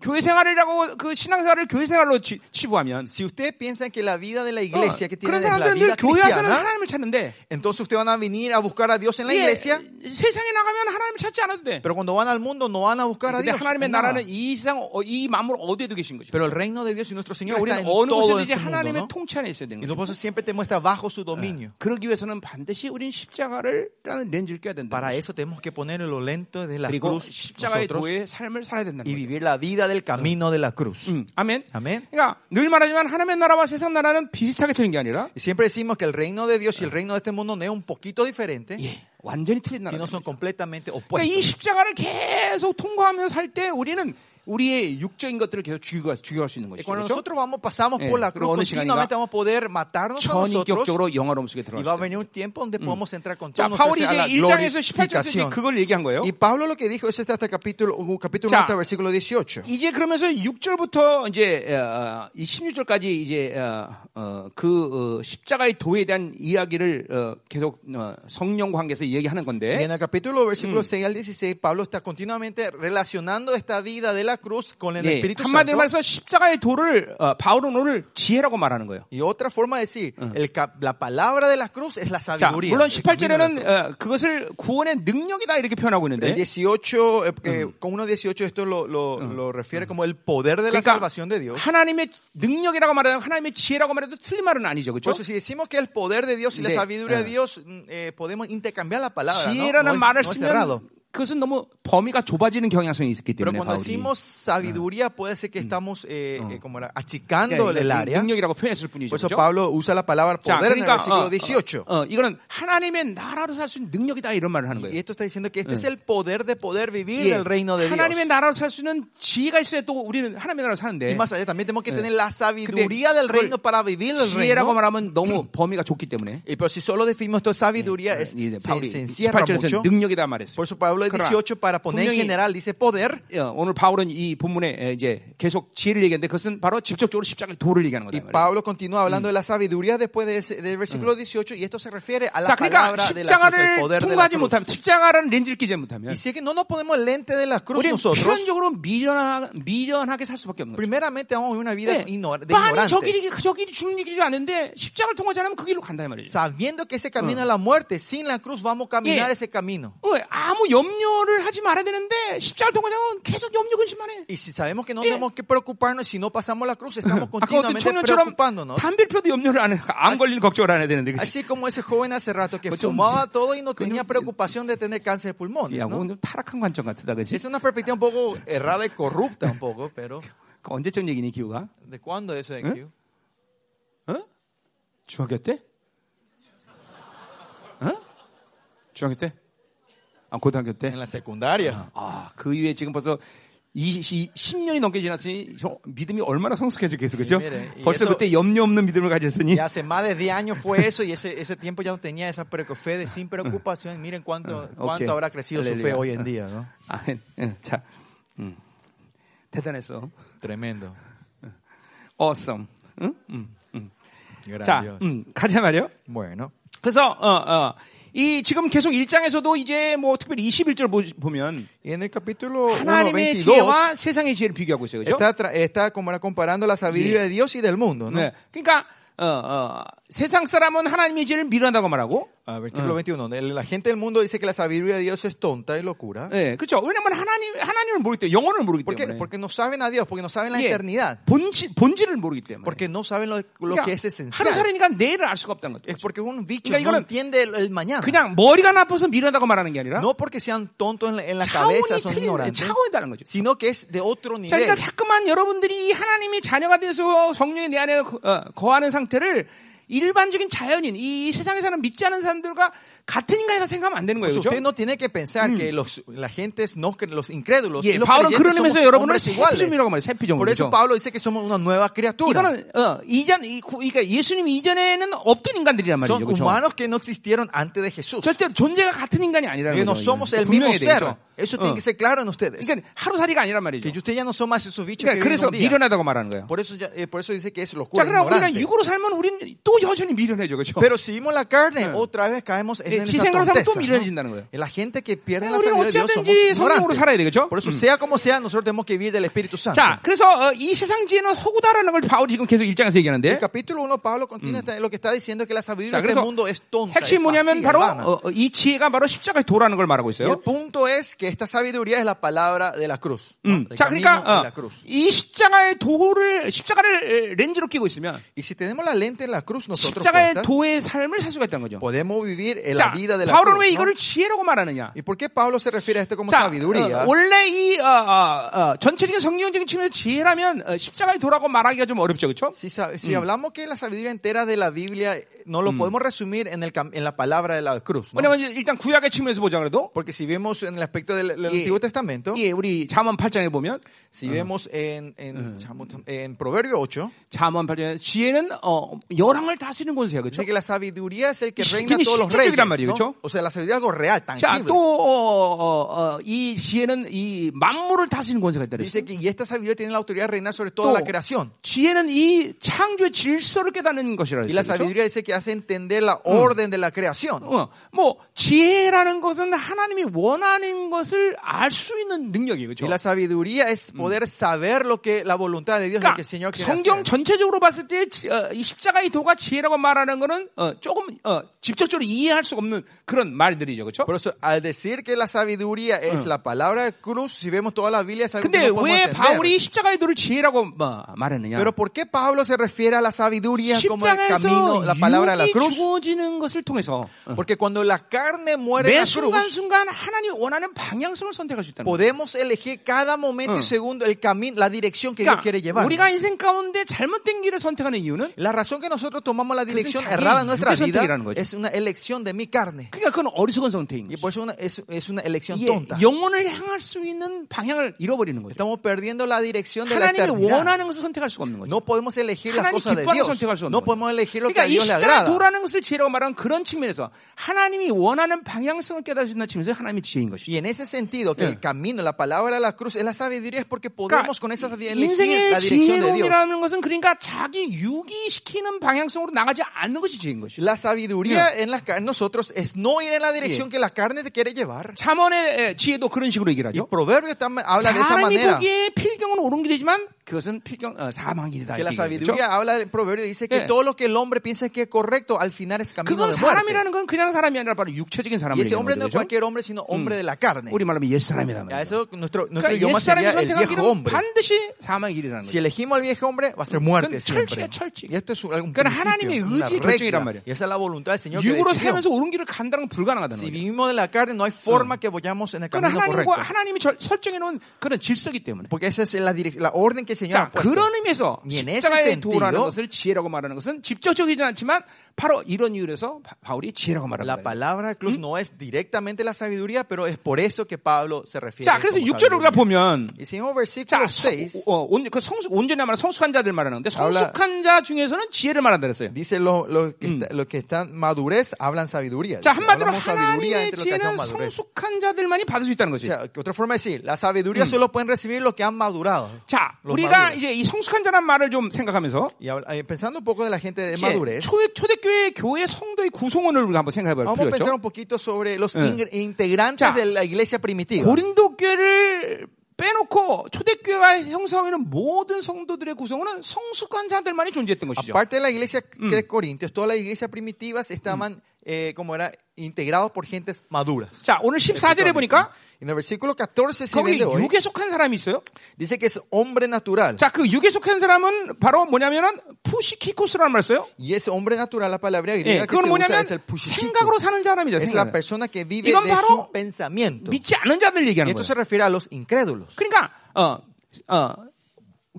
교, 회 생활이라고 그 신앙생활을 교회 생활로 치, 치부하면
Si usted piensa que la vida de la
어,
iglesia Ah. que tiene
그런
es la
사람들은 늘
vida
교회 와서는
cristiana,
하나님을 찾는데
entonces usted van a venir a buscar a Dios en la
예,
iglesia,
세상에 나가면 하나님을 찾지 않아도 돼.
pero cuando van al mundo no van a buscar a
근데
Dios.
그러니까 하나님의
en nada.
나라는 이 세상 어, 이 마음으로 어디에도 계신 거죠.
Pero el reino de Dios y nuestro Señor
우리는
está en
어느
todo
곳에든지
este mundo,
하나님의
¿no? Ah.
통치 안에 있어야
Y
되는 거죠.
entonces siempre te muestra bajo su dominio.
그러기 위해서는 반드시 우리는 십자가를라는 렌즈를 껴야 된다.
Para eso tenemos que poner en los lentos de la
그리고
cruz
십자가의
nosotros
도의 삶을 살아야 된다는
y
거예요.
vivir la vida del camino de la cruz.
음, 아멘.
아멘.
그러니까 늘 말하지만 하나님의 나라와 세상 나라는 비슷하게 틀린 게 아니라
Y siempre decimos que el reino de Dios y el reino de este mundo no es un poquito diferente,
예, 완전히 틀린 나라.
sino son completamente
그러니까
opuestos.
이 십자가를 계속 통과하면서 살 때 우리는 우리의 육적인 것들을 계속 죽여 죽여갈 수 있는
Y
것이죠.
cuando
그렇죠?
nosotros vamos, pasamos
Eh,
por la
luego
cruz,
어느 시간인가
continuamente vamos a poder matarnos a nosotros
전인격적으로 영화로움 속에
y va a
들어갔어요.
venir un tiempo donde podemos entrar con
자,
todos nosotros
파울이 이제
a la
1장에서 18절에서 이제
glorificación.
그걸 얘기한 거예요.
Y Pablo lo que dijo es hasta, hasta capítulo, uh, capítulo
자,
9, versículo 18.
이제 그러면서 6절부터 이제 어, 이 16절까지 이제 어, 어, 그 어, 십자가의 도에 대한 이야기를 어, 계속 어, 성령 관계에서 얘기하는
Y
건데
en el capítulo versículo 6 al 16, Pablo está continuamente relacionando esta vida de la cruz con el
예,
Espíritu
한마디로
Santo.
말해서 십자가의 도를 어, 바울은 오늘 지혜라고 말하는 거예요.
Y otra forma de decir, el cap- la palabra de la cruz es la
자,
sabiduría.
물론
el camino de
18절에는
la cruz.
어, 그것을 구원의 능력이다 이렇게 표현하고
El
있는데
18, eh, eh, con 1.18 esto lo, lo, lo refiere como el poder de la
그러니까
salvación de Dios.
하나님의 능력이라고 말하는 하나님의 지혜라고 말해도 틀린 말은 아니죠.
Por
그렇죠?
eso si decimos que el poder de Dios y la
네,
sabiduría
예.
de Dios, mm, eh, podemos intercambiar la palabra. ¿no? No,
지혜라는
es-
말을
no es cerrado.
쓰면 그것은 너무 범위가 좁아지는 경향성이 있기
Pero
때문에
cuando
바울이
decimos sabiduría puede ser que estamos eh, eh, como era, achicando
그러니까
el área.
능력이라고 표현했을 뿐이죠.
Por eso
그렇죠?
Pablo usa la palabra
자,
poder en el
그러니까
versículo
어,
18.
어, 어, 이거는 하나님의 나라로 살 수 있는 능력이다 이런 말을 하는
Y
거예요.
esto está diciendo que este es el poder de poder vivir
예,
el reino de Dios.
하나님의 나라로 살 수 있는 지혜가 있어야 또 우리는 하나님의 나라로
Y
사는데
más allá también tenemos que tener la sabiduría
근데
del
그걸
reino para vivir el
지혜라고
reino.
말하면 너무 범위가 좁기 때문에 예,
Y pero si solo definimos esto Eh, de sabiduría, es,
이제
se,
바울이
se encierra
18절에서
mucho.
능력이다
Por
말했어요.
eso Pablo
그러나
18, para poner en
분명히-
general, dice poder.
예, 오늘 바울은 이 본문에 예, 이제 계속 지혜를 얘기했는데 그것은 바로 직접적으로 십자가의 도를 얘기하는
Y
거다 말이에요.
Pablo continúa hablando de la sabiduría después de ese- del versículo 18, y esto Mm. se refiere a
자,
la
그러니까
palabra de la cruz, el
십자가를
poder de la
통과하지
cruz.
못하면 십자가라는 렌즈를 끼지 못하면
Y si es que no nos ponemos el lente de la cruz
우리는
nosotros,
필연적으로 미련하, 미련하게 살 수밖에 없는 거죠.
primeramente vamos a vivir una vida
네,
igno- de
빤히 저 길이
ignorantes.
저 길이 죽는 길인 줄 아는데 십자가를 통과하지 않으면 그 길로 간다 이 말이죠.
Sabiendo que ese camino a la muerte, sin la cruz vamos a caminar
예.
ese camino.
어, 아무 염려를 하지 말아야 되는데 십자가를 통과하지 않으면 계속 염려 근심만 해.
Y si sabemos que no
예.
tenemos que preocuparnos, si no pasamos la cruz,
아까
estamos
어떤 아,
continuamente
청년처럼
preocupándonos.
담배 펴도 염려를 안 해. 안 걸리는 걱정을 안 해야 되는데. 그치?
Así como ese joven hace rato que
Pues yo-
fumaba todo y no
que yo-
tenía preocupación de tener cáncer de pulmón.
야,
¿no?
그건 좀 타락한 관점 같다, 어? 그치?
Es una perspectiva un poco errada y corrupta un poco, pero
그 언제쯤 얘기니, 기우가?
¿de cuándo eso de aquí?
어? 중학교 때? 어? 중학교 때? 아, 고등학교 때?
En la secundaria.
아, 그 이후에 지금 벌써 20, 10년이 넘게 지났으니 저 믿음이 얼마나 성숙해졌겠어, 그죠?
예, 예, 예.
벌써
또-
그때 염려 없는 믿음을 가졌으니
Y hace más de 10 años fue eso y ese, ese tiempo ya no tenía esa preco- fe de sin preocupación. Miren cuánto,
ok.
cuánto habrá crecido su fe
Aleluya.
hoy en día, ¿no?
아, 예, 자, 음. 대단했어.
Tremendo.
Awesome. 응? 음.
Gran
자,
Dios.
음, 가자 말이요.
Bueno.
그래서 어, 어, 이 지금 계속 일장에서도 이제 뭐 특별히 21절 보면
Y en el capítulo
Ah,
1,
하나님의
22
지혜와 세상의 지혜를 비교하고 있어요. 그죠?
está, tra- está como era comparando la sabiduría de Dios y del mundo, ¿no?
네. 그러니까 어, 어, 세상 사람은 하나님의 지혜를 미련하다고 말하고
Ah, versículo 21. ¿no? La gente del mundo dice que la sabiduría de Dios es tonta y locura.
네, 그렇죠. 왜냐면 하나님 하나님을 모르기 때문에 영혼을 모르기
¿Por qué?
때문에
Porque no saben a Dios, porque no saben la
예,
eternidad,
본질 본질을 모르기 때문에
porque no saben lo, lo
그러니까
que es
하루
esencial.
살이니까 내일을 알 수가 없다는 거죠.
Es porque un bicho
그러니까 이거는
no entiende el, el mañana.
그냥 머리가 나빠서 미련하다고 말하는 게 아니라
No porque sean tontos en la, en la
차원이
cabeza, son
틀린
ignorantes,
차원이 다른 거죠.
sino que es de otro
자,
nivel.
그러니까 자꾸만 여러분들이 이 하나님의 자녀가 돼서 성령이 내 안에 거- 어, 거하는 상태를 일반적인 자연인 이 세상에 사는 믿지 않은 사람들과 같은 인간이라 생각하면 안 되는 거예요.
Pues Usted
그렇죠?
no tiene que pensar que los, la gente, es no, cre- los incrédulos,
예,
Mm. y los
바울은 그런
creyentes somos
의미에서 여러분을
hombres iguales.
세피종이라고 말해요. 세피종.
Por eso
그렇죠?
Pablo dice que somos una nueva criatura.
이거는 어, 이전 이, 구- 그러니까 예수님 이전에는 없던 인간들이란 말이죠.
Son
그렇죠?
humanos que no existieron antes de Jesús.
절대 존재가 같은 인간이 아니라는
Que no
거죠.
somos el mismo
분명히
ser.
되죠.
Eso tiene
어.
que ser claro en ustedes.
그러니까 하루살이가 아니란 말이죠.
Que ustedes ya no son más esos bichos que
그러니까
viven
그래서
un día.
미련하다고 말하는 거예요.
Por eso, ya- eh, por eso dice que es
자,
locura.
그러나 우리가
ignorante.
육으로 살면 우리는 또 여전히 미련해져. 그렇죠?
Pero si seguimos la carne, otra vez caemos en
예,
esa
지생으로 살면 또
torpeza, ¿no?
미련해진다는 거예요.
La gente que pierde
그러니까
la
우리는
sabiduría de Dios somos
어쩌든지 성령으로 살아야
ignorantes.
되겠죠?
Por eso, sea como sea, nosotros tenemos que vivir del Espíritu Santo.
자, 그래서 어, 이 세상 지혜는 허구다라는 걸 바울이 지금 계속 일장에서
El
얘기하는데
capítulo 1, Pablo continúa esta- lo que está diciendo es que la sabiduría
자,
de este
그래서
mundo es tonta. es
핵심이 뭐냐면
vacía,
바로
vana.
어, 어, 이 지혜가 바로 십자가에 도라는 걸 말하고
Y el
있어요.
punto es que esta sabiduría es la palabra de la cruz. ¿no?
음.
Del
자,
camino de
그러니까 어,
la cruz.
이 십자가의 도를 십자가를 에, 렌즈로 끼고 있으면
Y si tenemos la lente de la cruz, nosotros
십자가의
puestas,
도의 삶을 살 su가 있다는 거죠.
podemos vivir en la
자,
vida de la cruz.
바울은 왜
¿no?
이거를 지혜라고 말하느냐?
¿Y por qué Pablo se refiere a esto como
자, 어,
sabiduría?
원래 이 어, 어, 어, 전체적인 성경적인 측면에서 지혜라면 어, 십자가의 도라고 말하기가 좀 어렵죠, 그렇죠?
Si, sa- si hablamos que la sabiduría entera de la Biblia eh, no lo podemos resumir en, el, cam- en la palabra de la cruz. ¿no?
왜냐면 일단 구약의 측면에서 보자 그래도
Porque si vemos en el aspecto del, del
예,
Antiguo Testamento,
예, 우리 잠언 8장에 보면
si vemos en, en, chamo- en Proverbio 8,
잠언 8장에 지혜는 어, 열왕을 다스리는 권세야, 그렇죠?
dice que la sabiduría es el que
이
reina
시-
todos los
실질적이란
reyes.
말이에요,
¿no?
그렇죠?
O sea, la sabiduría es algo real,
자,
tangible.
또, 어, 어, 어, 이 지혜는 이 만물을 다스리는 권세가 있다 그랬어요.
Dice que y esta sabiduría tiene la autoridad de reinar sobre toda
Todo.
la creación.
지혜는 이 창조의 질서를 깨닫는 것이라
Y la
그랬어요. 그렇죠?
sabiduría dice que hace entender la orden de la creación.
어, 뭐, 지혜라는 것은 하나님이 원하는 것을 알 수 있는 능력이에요.
Y
그렇죠?
la sabiduría es poder saber lo que la voluntad de Dios, lo
그러니까
que el Señor quiere
성경
hacer.
전체적으로 봤을 때 지- 어, 이 십자가의 도가 지혜라고 말하는 것은 조금 어, 직접적으로 이해할 수 없는 그런 말들이죠. 그렇죠?
Por eso, al decir que la sabiduría es la palabra de cruz, si vemos toda la Biblia, es algo
근데
que no podemos
왜
entender.
바울이 십자가의 도를 지혜라고 뭐, 말했느냐?
Pero ¿por qué Pablo se refiere a la sabiduría como el camino,
십자가에서
la palabra de la
육이
cruz?
주어지는 것을 통해서 어,
Porque cuando la carne muere en
매
la cruz,
순간순간 하나님 원하는 방향성을 선택할 수 있다는 거예요.
podemos elegir cada momento y segundo el camino, la dirección que Dios quiere
그러니까
llevar.
우리가 인생 가운데 잘못된 길을 선택하는 이유는
La razón que nosotros tomamos la dirección
자기
errada en nuestra
육의
vida
선택이라는 거죠.
es una elección de mi carne.
그러니까 그건 어리석은 선택인
Y
거죠.
por eso una- es, es una elección
뭐 이게
tonta.
영혼을 향할 수 있는 방향을 잃어버리는 거죠.
Estamos perdiendo la dirección de la
하나님이
eternidad.
원하는 것을 선택할 수가 없는 거죠.
No podemos elegir las
하나님
cosas de
기뻐하는 것을 선택할
Dios.
수 없는
No
거죠.
podemos elegir lo que
그러니까
a
이
Dios
십자가
le agrada.
도라는 것을 지혜라고 말하는 그런 측면에서 하나님이 원하는 방향성을 깨달을 수 있는 측면에서 하나님이 지혜인 것이죠.
Y en ese sentido, que el camino, la palabra de la cruz es la sabiduría, es porque
그러니까
podemos con esa sabiduría elegir
인생의
la dirección de Dios.
지혜론이라는 것은 그러니까 자기 유기시키는 방향성으로 나가지 않는 것이 지혜인 것이죠.
La sabiduría en, la, en nosotros es no ir en la dirección que la carne te quiere llevar.
잠언의 지혜도 그런 식으로 얘기를
Y
하죠.
Proverbio también habla de esa
사람이
manera.
보기에 필경은 옳은 길이지만 그것은 필경 어, 사망 길이다.
Que
이렇게
la
얘기하죠.
sabiduría habla en Proverbio dice que
예.
todo lo que el hombre piensa que es correcto al final es camino
그건
de muerte.
사람이라는 건 그냥 사람이 아니라 바로 육체적인 사람을
Y ese hombre
얘기하는
no es
거죠.
cualquier hombre, sino hombre de la carne.
우리 말하면 옛 사람이란
A
말이죠.
eso nuestro, nuestro
그러니까 옛
idioma sería
사람이
el
선택한
viejo
길은
hombre.
반드시 사망의 길이라는 거죠.
Si elegimos al viejo hombre, va a ser muerte
그건
siempre.
철칙이야, 철칙.
Y esto es un, algún
그건
principio,
하나님의
una
의지의
regla.
결정이란 말이야.
Y esa es la voluntad del Señor. que
육으로
decidió.
살면서 옳은 길을 간다는 건 불가능하다는
Si
거죠.
vivimos de la carne, no hay forma que vayamos en el
그건
camino correcto.
하나님과 하나님이 절- 설정해놓은 그런 질서기 때문에.
Porque esa es la, direc- la orden que el Señor
자,
ha puesto.
그런 의미에서
예, in ese
십자가의 도라는
sentido-
것을 지혜라고 말하는 것은 직접적이지 않지만 바로 이런 이유에서 바- 바울이 지혜라고 말합니다.
La palabra de cruz no es directamente la sabiduría, pero es por eso que Pablo se refiere
자,
a
그래서 6절을 우리가 보면
Y si vemos
자,
versículo
서-
6,
어, 온, 그 성수, 온전히 말하는 성숙한 자들 말하는데
아울라-
성숙한 자 중에서는 지혜를 말한다 그랬어요.
dice los lo que, está- los que están madurez hablan sabiduría.
자,
Dice,
한마디로
hablamos sabiduría
하나님의
entre los que
지혜는
hacemos madurez.
성숙한 자들만이 받을 수 있다는
O
것이.
sea, que otra forma de decir, la sabiduría solo pueden recibir los que han madurado.
자,
los
우리가
madura.
이제 이 성숙한 자란 말을 좀 생각하면서
Y habla- eh, pensando un poco de la gente de
이제
madurez,
초, 초대교회 교회 성도의 구성원을 우리가 한번 생각해 볼
vamos a
필요
pensar
있죠.
un poquito sobre los
Eh.
ingre- integrantes
Ya.
de la iglesia primitiva.
고린도 교회를 빼놓고 초대교회가 형성하는 모든 성도들의 구성원은 성숙한 자들만이 존재했던 것이죠.
Aparte de la iglesia de Corintios, todas las iglesias primitivas estaban, eh, como era, integrados por gentes maduras.
자, 오늘 14절에 보니까
En el versículo 14, si ven
거기
de hoy,
육에 속한 사람이 있어요.
dice que es hombre natural.
자, 그 육에 속한 사람은 바로 뭐냐면은 푸시키코스라는 말을 써요.
Y ese hombre natural, la palabra griega
예,
que se
그건
usa
뭐냐면
es el pushikiko.
생각으로 사는 사람이죠.
Es la
생각.
persona que vive
I건
de
바로
su pensamiento. Y
믿지 않은 자들 얘기하는
esto se
거예요.
refiere a los incrédulos.
그러니까 어, 어,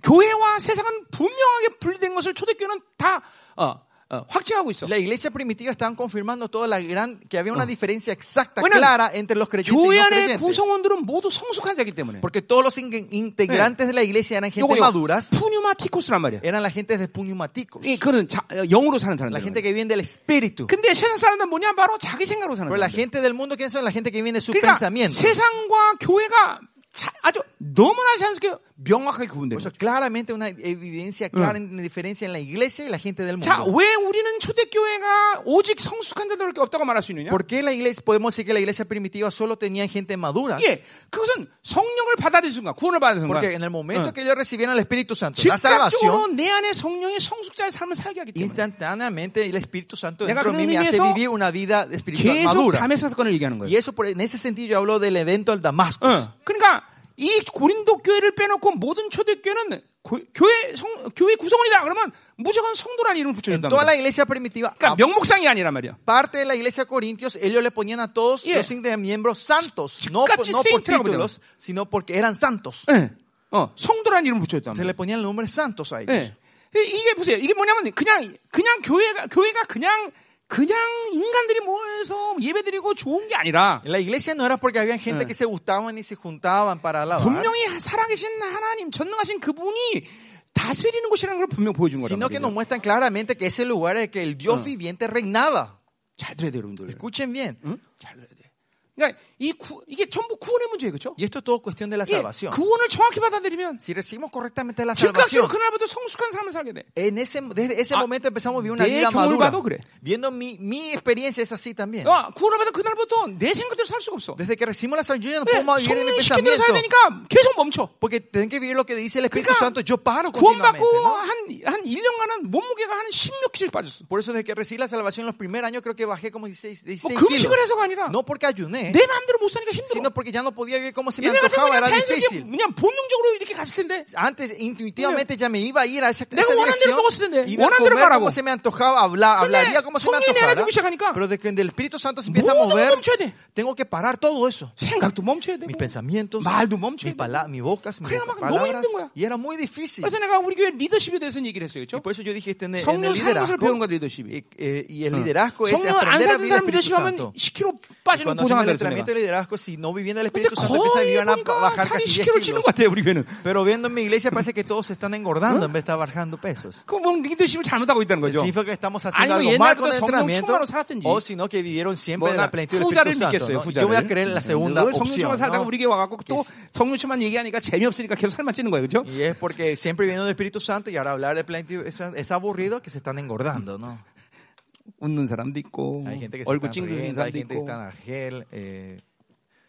교회와 세상은 분명하게 분리된 것을 초대교회는 다 어, 어, 확증하고 있어.
La iglesia primitiva estaban confirmando toda la gran que había una diferencia exacta,
Bueno,
clara entre los creyentes y
교회
no
안의
creyentes.
구성원들은 모두 성숙한 자기 때문에.
Porque todos los in- integrantes de la iglesia eran
요거 요거
gente maduras,
푸뉴마티코스란 말이야.
eran la gente de pneumáticos,
이 그런 자, 어, 영으로 사는
la
사람들.
gente que viene del espíritu.
근데 세상 사람들은 뭐냐? 바로 자기 생각으로 사는
Pero la
사람들.
gente del mundo, ¿quiénes son? La gente que viene de su
그러니까
pensamiento.
세상과 교회가 자- 아주 너무나 자연스럽게 명확하게 구분돼요.
Por eso claramente una evidencia clara en diferencia en la iglesia y la gente del
자,
mundo.
왜 우리는 초대교회가 오직 성숙한 자들밖에 없다고 말할 수 있느냐?
¿Por qué la iglesia podemos decir que la iglesia primitiva solo tenía gente madura?
예, 그것은 성령을 받아들인 순간, 구원을 받은 순간.
Porque en el momento
Ah.
que ellos recibieron el Espíritu Santo, la
즉각적으로
salvación,
내 안에 성령이 성숙자의 삶을 살게 하기 때문에
instantáneamente el Espíritu Santo
내가
dentro de mí
그런
me hace
의미에서
vivir una vida espiritual
계속
madura.
담의 사건을 얘기하는
Y
거예요.
eso, por, en ese sentido, yo hablo del evento al Damasco.
어, 그러니까 이 고린도 교회를 빼놓고 모든 초대교회는 고- 교회 성, 교회 구성원이다. 그러면 무조건 성도라는 이름을 붙여준다.
Toda la
그러니까
iglesia primitiva,
명목상이 아니란 말이야.
parte de la iglesia de Corintios, ellos le ponían a todos
Yeah.
los inte- miembros santos, no, por-
Chicachi
no por
saint이라고
títulos, sino porque eran santos.
예, 어, 성도라는 이름을 붙여줬단
Se
말이야.
le ponían el nombre santos a ellos.
예. 이- 이게 보세요. 이게 뭐냐면 그냥 그냥 교회가 교회가 그냥 그냥 인간들이 모여서 예배드리고 좋은 게 아니라
En la iglesia no era porque había
Ah.
gente que se gustaban y se juntaban para
아.
alabar.
분명히 살아계신 하나님 전능하신 그분이 다스리는 곳이라는 걸 분명 보여준 거란
sino que nos
말이에요.
muestran claramente que ese lugar es que el
Ah.
Dios viviente reinaba.
잘 들어야 돼요, 여러분들.
Escuchen bien.
잘 들어야 돼. 그러니까 이 구- 이게 전부 구원의 문제예요, 그렇죠?
Y esto es todo cuestión de la salvación.
구원을 정확히 받아들이면
Si recibimos correctamente la
즉각적으로
salvación,
그날부터 성숙한 삶을 살게 돼.
en ese, desde ese
Ah,
momento empezamos a vivir una
de
vida
que vuelva
madura.
a logre.
Viendo mi, mi experiencia es así también.
어, 구원을 받은 그날부터 내 생각대로 살 수가 없어.
Desde que recibimos la salvación, yo ya no
왜?
puedo más vivir en mi
성령 시키대로
pensamiento.
살야 되니까 계속 멈춰.
Porque tienen que vivir lo que dice el
그러니까
Espíritu Santo. Yo paro continuamente.
구원받고
¿no?
한, 한 1년간은 몸무게가 한 16kg 빠졌어.
Por eso, desde que recibí la salvación, los primeros años creo que bajé como 16, 16
금식을 해서가 아니라
kilos. No porque ayuné,
내 마음대로 못 사니까 힘들어.
sino porque ya no podía vivir como se me
얘네 예. 같은 그냥
antojaba. Era
자연스럽게
difícil.
그냥 본능적으로 이렇게 갔을 텐데
antes intuitivamente ya me iba a ir a esa, a esa
내가 원하는 대로
dirección
먹었을 텐데,
iba a
원하는 대로
comer
말하고.
como se me antojaba
근데
hablar, hablaría como se me
성령이 내가
antojaba
주기 시작하니까
pero desde que el Espíritu Santo se empieza a
모든 걸
mover
멈춰야 돼.
tengo que parar todo eso
생각도 멈춰야 되고
mis pensamientos
말도 멈춰야
mis,
되고
pala- mis bocas mis
그래야 막 너무
palabras
힘든 거야.
y era muy difícil
그래서 내가 우리 교회 리더십에 대해서는 얘기를 했어요
y
그렇죠?
por eso yo dije este, en, el- en
성령
el
사는 것을 배운
liderazgo
거야 리더십이
y, eh, y el liderazgo es
성령 안
aprender
사는
a vivir el
사람
Espíritu
리더십 하면
Santo
10kg
Y
빠지는 거
cuando hacemos el
보장한다 그랬어
entrenamiento
내가
de liderazgo si no viviendo el
근데
Espíritu Santo empieza a vivir
거의
van a
보니까
bajar
살이
casi 10
10kg 찌는
kilos
것 같아요 우리 교회는
pero viendo en mi iglesia parece que todos se están engordando en vez de estar bajando pesos
그럼 뭐 리더십을 잘못하고 있다는 거죠
significa que estamos
아니,
haciendo
뭐
algo mal con
옛날부터
el
성령
entrenamiento
충만으로 살았든지.
o sino que vivieron
뭐
siempre en
나
la plenitud del
후자를
Espíritu Santo.
믿겠어요
¿no?
후자를
Yo voy a creer en la segunda
늘 성령충만
opción.
살다가
¿no?
우리 교회 와갖고 또
Yes.
성령충만 얘기하니까 재미없으니까 계속 살만 찌는 거예요 그렇죠?
Y es porque siempre viene del Espíritu Santo y ahora hablar de plenitud es, es aburrido que se están engordando, ¿no?
웃는 사람도 있고
Hay gente que se
얼굴
están
찡그리는
riendo,
사람도
hay gente que
있고
están argel, eh,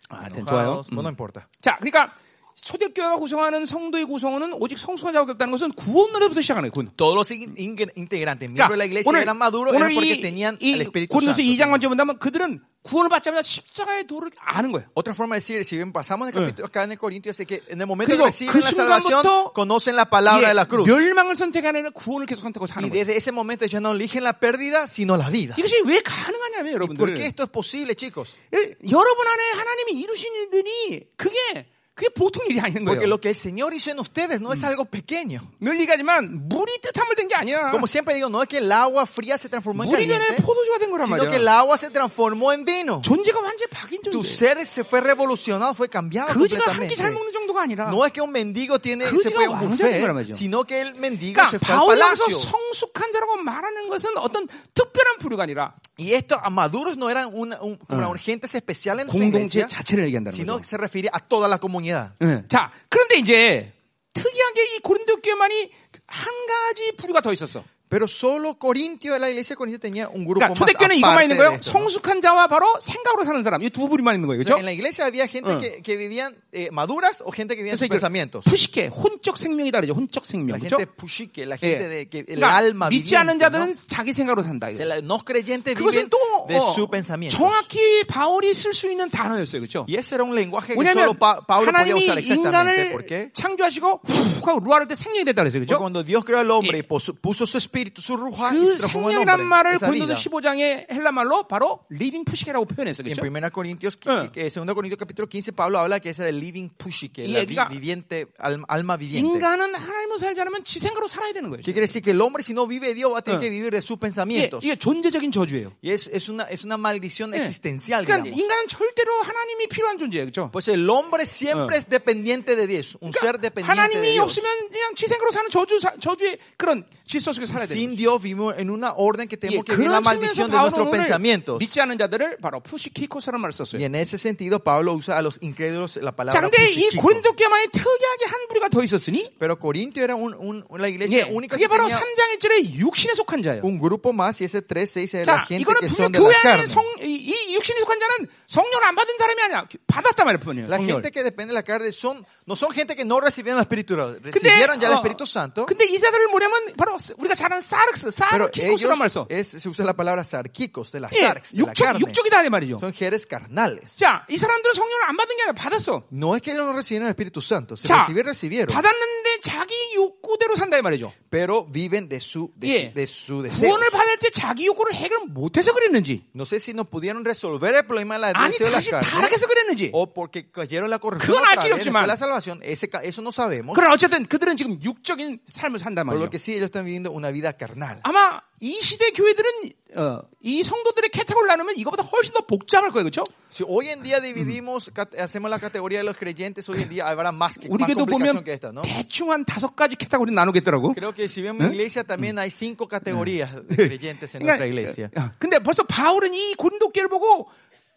아, 하여튼 좋아요
enojados. Bueno, no importa.
자, 그러니까 초대교회가 구성하는 성도의 구성원은 오직 성숙한 자밖에 없다는 것은 구원으로부터 시작하는 거예요. 구원.
Todos los in- in- integrantes, miembros de la
그러니까
iglesia eran maduros era
오늘
porque tenían el
이
Espíritu
고린도서
Santo.
2장만 좀 본다면 그들은 구원을 받자마자 십자가의 도를 아는 거예요.
Otra forma de decir, si bien pasamos en el capítulo acá en el Corintio, es que en el momento
그리고
que reciben
그
la salvación,
순간부터
conocen la palabra de la
이게
cruz. 네
멸망을 선택하는 아니라 구원을 계속 선택하고 사는
Y
거예요.
desde ese momento ellos no eligen la pérdida, sino la vida.
이것이 왜 가능하냐면
¿Por
여러분들
qué esto es posible, chicos?
예, 여러분 안에 하나님이 이루신 일들이 그게 그게 보통 일이 아닌
Porque
거예요.
lo que el Señor hizo en ustedes no es algo pequeño.
늘 얘기하지만 물이 뜻함을 된 게 아니야.
Como siempre digo, no es que el agua fría se transformó en
물이 전에
caliente,
포도주가 된 거란
sino que el
말이야.
agua se transformó en vino.
존재가 완전히 박인 존재.
Tu ser se fue revolucionado, fue cambiado
거지가 한 끼
completamente.
잘 먹는 정도가 아니라
No es que un mendigo tiene,
Kujira
se fue a un
완전히 그런 말이죠.
buffet, sino que el mendigo
그러니까
se fue al
바울에서
palacio.
성숙한 자라고 말하는 것은 어떤 특별한 부류가 아니라
Y estos a maduros no eran una, un, una urgentes especial en esa
공동체
iglesia,
자체를 얘기한다는
sino
거죠.
que se refiere a toda la comunidad.
예. 자, 그런데 이제 특이한 신기한 게 이 고린도 교회만이 한 가지 부류가 더 있었어.
Pero solo Corintio, la iglesia de Corintio tenía un grupo
그러니까
más
초대교회는 이것만
aparte
있는
de
거예요.
esto, ¿no?
성숙한 자와 바로 생각으로 사는 사람. 이 두 부류만 있는 거예요.
O
네.
sea,
그렇죠?
en la iglesia había gente que, que vivían eh, maduras o gente Ah. que vivía en
그래서
sus
이걸
pensamientos.
푸시케 혼적 생명이다 그러죠. 혼적 생명.
La
그렇죠?
gente pushike, la
예.
gente de que el
그러니까
alma
믿지
viviente,
않는
¿no?
자들은 자기 생각으로 산다.
O
이거.
sea, la- los creyentes
그것은
viven
또
de
어,
sus pensamientos.
정확히 바울이 쓸 수 있는 단어였어요. 그렇죠?
Y ese era un lenguaje que
왜냐하면
solo Pa- Pablo podía
하나님이
usar exactamente. ¿Por
인간을 네,
qué?
창조하시고 훅 하고 루아를 때 생명이 됐다 그랬어요.
Porque
그렇죠?
cuando Dios creó al
예.
hombre y puso, puso su espíritu, su ruja, y
그
se transformó en
생명이란
hombre.
말을
Esa vida.
고린도서 15장의 헬라 말로 바로 리빙 푸시케라고 표현했어요.
En
그렇죠?
1 Corintios,
예.
eh, 2 Corintios capítulo 15, Pablo habla que ese era el living pushike,
Y
la
그러니까
vi- viviente, alma, alma
네.
viviente.
인간은 하나님을 살지 않으면 지 생각으로 살아야 되는 거예요.
¿Qué quiere decir? Que el hombre, si no vive de Dios, va a tener
Eh.
que vivir de sus
이게,
pensamientos.
이게 존재적인 저주예요.
Y es, es, una, es una maldición
예.
existencial,
그러니까
digamos.
인간은 절대로 하나님이 필요한 존재예요. 그렇죠?
Pues el hombre siempre
Eh.
es dependiente de Dios, un ser
그러니까
dependiente de
하나님이
Dios.
없으면 그냥 지 생각으로 사는 저주 사- 저주의 그런 질서 속에 살아야 되는
Sin
거죠.
Dios vivimos en una orden que
예,
tenemos que vivir la
그런
maldición
측면에서 예,
de nuestros
바울은 오늘
pensamientos.
믿지 않은 자들을 바로 푸시키코스라는 말을 썼어요.
Y en ese sentido, Pablo usa a los incrédulos la
자,
palabra
근데 이
pusiquico.
고린도 교만이 특이하게 한 부류가 더 있었으니
Pero Corintio era un, un- la
예,
iglesia única
그게
que
바로
tenía
3장 1절의 육신에 속한 자예요.
un grupo más, y ese 3, 6 era la
자,
gente
이거는
que
분명
son de la
교회
carne.
성이 육신에 속한 자는 성령을 안 받은 사람이 아니야. 받았단 말이에요, 분명히.
La
성령을.
gente que depende de la carne son, no son gente que no recibieron el Espíritu,
근데,
recibieron ya el
어,
Espíritu Santo.
근데 이 자들을 뭐냐면 바로 우리가 잘 아는 사르스,
Pero
사르키코스란 말
ellos
써.
es- se usa la palabra sarquicos, de la
예,
sarx, de la
육적,
carne.
육적이다 이 말이죠.
Son jeres carnales.
자, 이 사람들은 성령을 안 받은 게 아니라 받았어.
No es que ellos no recibieron el Espíritu Santo, se
자,
recibieron, recibieron,
받았는데 자기 욕구대로 산다 이 말이죠.
pero viven de su, de
예.
su, de su deseo.
구원을 받을 때 자기 욕구를 해결 못해서 그랬는지,
No sé si no pudieron resolver el problema de la
아니
deseo de la
다시
carne
타락해서 그랬는지.
o porque cayeron en la corrupción
그건
otra
알 필요
vez
없지만.
después de la salvación. Ese, ca- eso no sabemos.
그러나 어쨌든 그들은 지금 육적인 삶을 산단
Por
말이죠.
lo que sí, ellos están viviendo una vida carnal.
아마 이 시대 교회들은 어, 이 성도들의 캐테고리를 나누면 이거보다 훨씬 더 복잡할 거예요, 그렇죠?
Si hoy en día dividimos, cat- hacemos la categoría de los creyentes, hoy en día habrá más, que,
우리
más
교도
complicación
보면
que esta, ¿no?
대충 한 다섯 가지 캐테고리 나누겠더라고.
Creo que si vemos en iglesia también hay cinco categorías de creyentes en nuestra iglesia.
어, 근데 벌써 바울은 이 고린도 교회를 보고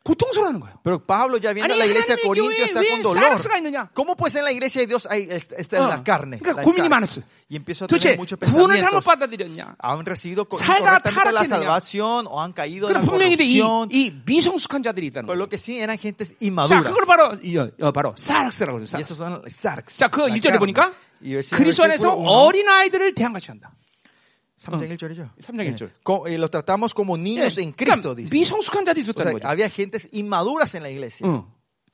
고통스러워하는 거예요.
Pero Pablo Ah, ya viendo
Ani,
la iglesia de
ha나님의
Corintio
교회
está
왜
con dolor.
sarx가 있느냐?
¿Cómo pues en la iglesia de Dios hay, es- está
어,
en la carne?
그러니까
la
고민이
sarx?
많았어요.
Y empiezo a
도대체
tener muchos
구원을 잘못
pensamientos.
받아들였냐?
¿Han recibido co-
살다가
correctamente la
타락했느냐?
salvación o han caído en la
그럼 분명히 이,
corrupción?
이 미성숙한 자들이 있다는
Por
거예요.
lo que sí eran gentes
자,
inmaduras.
그걸 바로 이, 어, 어, 바로 사락스라고 해요.
Y
사락스.
esos son los sarx.
자, 그
la
1절에
carne.
보니까
Y el
그리스도 안에서
versículo uno,
어린 아이들을 대항같이 한다.
3장 1절이죠.
삼장 일절.
Co- eh, Los tratamos como niños en
그러니까
Cristo, dice. Mm.
미성숙한 자들이
O
있었다는
sea,
거죠.
había gentes inmaduras en la iglesia.
응.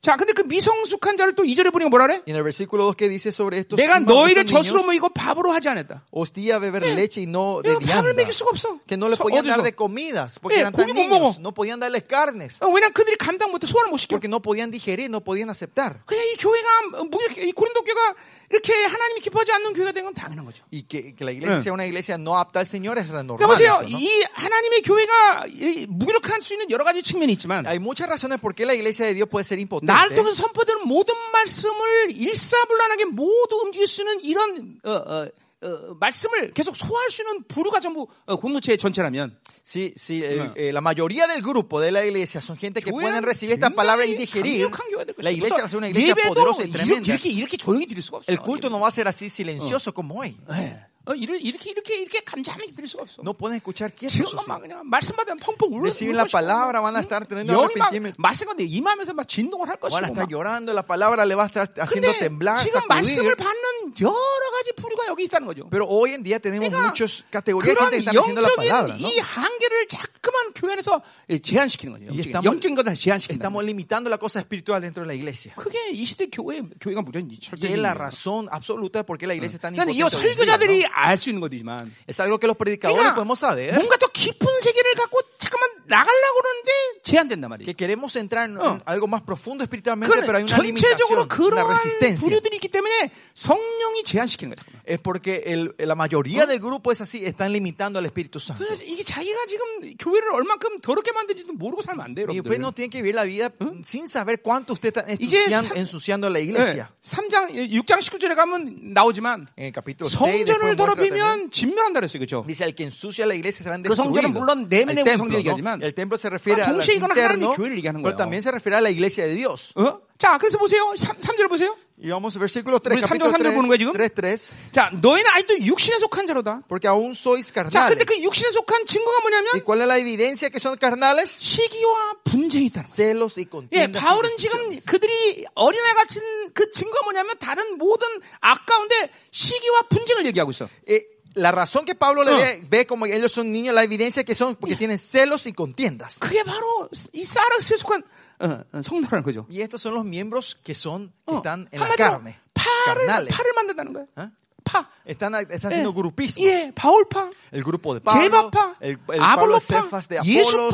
자, 근데 그 미성숙한 자를 또 2절에 보니까 뭐라 그래?
Y en el versículo 2 que dice sobre estos
내가
inmaduros
너희를
niños,
젖으로 먹이고 밥으로 하지 않았다.
os di a beber leche y no de
내가 밥을
vianda.
먹일 수가 없어.
Que no le
서-
podían dar
어디서?
de comidas, porque
Eh,
eran tan
고기 못 먹어.
niños. No podían darles carnes,
어, 왜냐면 그들이 감당 못해 소화를 못 시켜.
porque no podían digerir, no podían aceptar.
그냥 이 교회가 어, 무력, 이 고린도 교회가 이렇게 하나님이 기뻐하지 않는 교회가 된 건 당연한 거죠.
Y que, que la iglesia
Eh.
sea una iglesia no apta al Señor es normal.
그러니까 보세요,
esto, ¿no?
이 하나님의 교회가 이 무력할 수 있는 여러 가지 측면이 있지만
Hay muchas razones por qué la iglesia de Dios puede ser
나를
impotente.
통해서 선포되는 모든 말씀을 일사불란하게 모두 움직일 수 있는 이런 어, 어, 어, 말씀을 계속 소화할 수 있는 부류가 전부 어, 공동체 전체라면
Sí, sí, el- eh, la mayoría del grupo de la iglesia son gente que
교회는
pueden recibir esta palabra y digerir.
강력한 교회가 될
La
것이다.
iglesia va a ser una
그래서
iglesia poderosa
예배도
y
이렇게,
tremenda.
이렇게 이렇게 조용히 드릴 수가 없어요.
El culto no va a ser así silencioso como hoy.
예. 어, 이렇게 이렇게 이렇게, 이렇게 감자하게 드릴 수가 없어.
No pueden escuchar
지금
quietos así.
막 그냥 말씀 받으면 펑펑 울고
Reciben la palabra, van a estar teniendo
영이 막
arrepentimiento.
말씀 가운데 임하면서 막 진동을 할 것이고
Van a estar
막.
llorando, la palabra le va a estar haciendo
근데
temblar,
지금
sacudir.
말씀을 받는 여러 가지 부류가 여기 있다는 거죠.
Pero hoy en día tenemos
그러니까
muchas categorías de
그런
gente que están haciendo la palabra,
영적인
¿no?
이 한계를 자꾸만 교회 안에서 예, 제한시키는 거죠. 영적인,
estamos-
영적인 것을 제한시키는
Estamos
거죠.
limitando la cosa espiritual dentro de la iglesia.
그게 이 시대 교회 교회가 무조건
Y
철저히
es la razón absoluta de por qué la iglesia está
그러니까 이 설교자들이 알 수 있는 거지만
Es algo que los predicadores
그러니까
podemos saber,
뭔가 더 깊은 세계를 갖고 잠깐만 나가려고 그러는데 제한된단
que
말이에요.
queremos entrar en
어.
algo más profundo espiritualmente, pero hay
그건
una
전체적으로
limitación, una
그러한
resistencia.
부류들이 있기 때문에 성령이 제한시키는 거예요.
Es porque el- la mayoría del grupo es así, están limitando al Espíritu Santo.
그래서 이게 자기가 지금 교회를 얼만큼 더럽게 만든지도 모르고 살면 안 돼요,
Y usted
여러분들. 네.
no tiene que vivir la vida sin saber cuánto usted está
이제
ensucian-
삼-
ensuciando la
네,
iglesia.
3장 6장 19절에 가면 나오지만
En el capítulo 6
성전을
después muestra también,
더럽히면 진멸한다 그랬어요. 그렇죠?
dice el que ensucia la iglesia serán
그 성전은
destruidos.
물론 내면의
El templo,
성전
¿no?
얘기하지만
El templo Ah, se refiere
아,
al
동시에 이거는
interno,
하나님의 교회를 얘기하는
pero
거예요.
también se refiere a la iglesia de Dios.
어? 자, 그래서 보세요. 3, 절 보세요.
Y vamos al versículo 3,
우리
capítulo
3절, 3절 보는 거야,
3,
지금?
3, 3.
자, 너희는 아직도 육신에 속한 자로다.
Porque aún sois
자,
carnales.
근데 그 육신에 속한 증거가
¿Y
뭐냐면
cuál es la evidencia que son carnales?
시기와 분쟁이 있다.
Celos y
예,
contiendas.
바울은
y
지금
divisiones.
그들이 어린애 같은 그 증거가 뭐냐면 다른 모든 악 가운데 시기와 분쟁을 얘기하고 있어.
Eh, la razón que Pablo le
Ah.
ve, ve como ellos son niños, la evidencia que son porque tienen celos y contiendas.
그게 바로 이 사락스에 속한 어, 어, 성도라는 거죠.
Y estos son los miembros que son que
어,
están en la
한마디로
carne,
파를,
carnales.
파를 만든다는 거야.
¿Eh?
파.
Están, están
예,
haciendo grupismos.
예, 바울파.
El grupo de Pablo,
개바파,
el, el Pablo de
아볼로파,
Cefas, de Apolos,
예수파,
el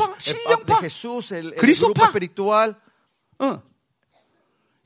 신령파,
pa- de Jesús, el, el
그리스도파.
grupo espiritual.
어.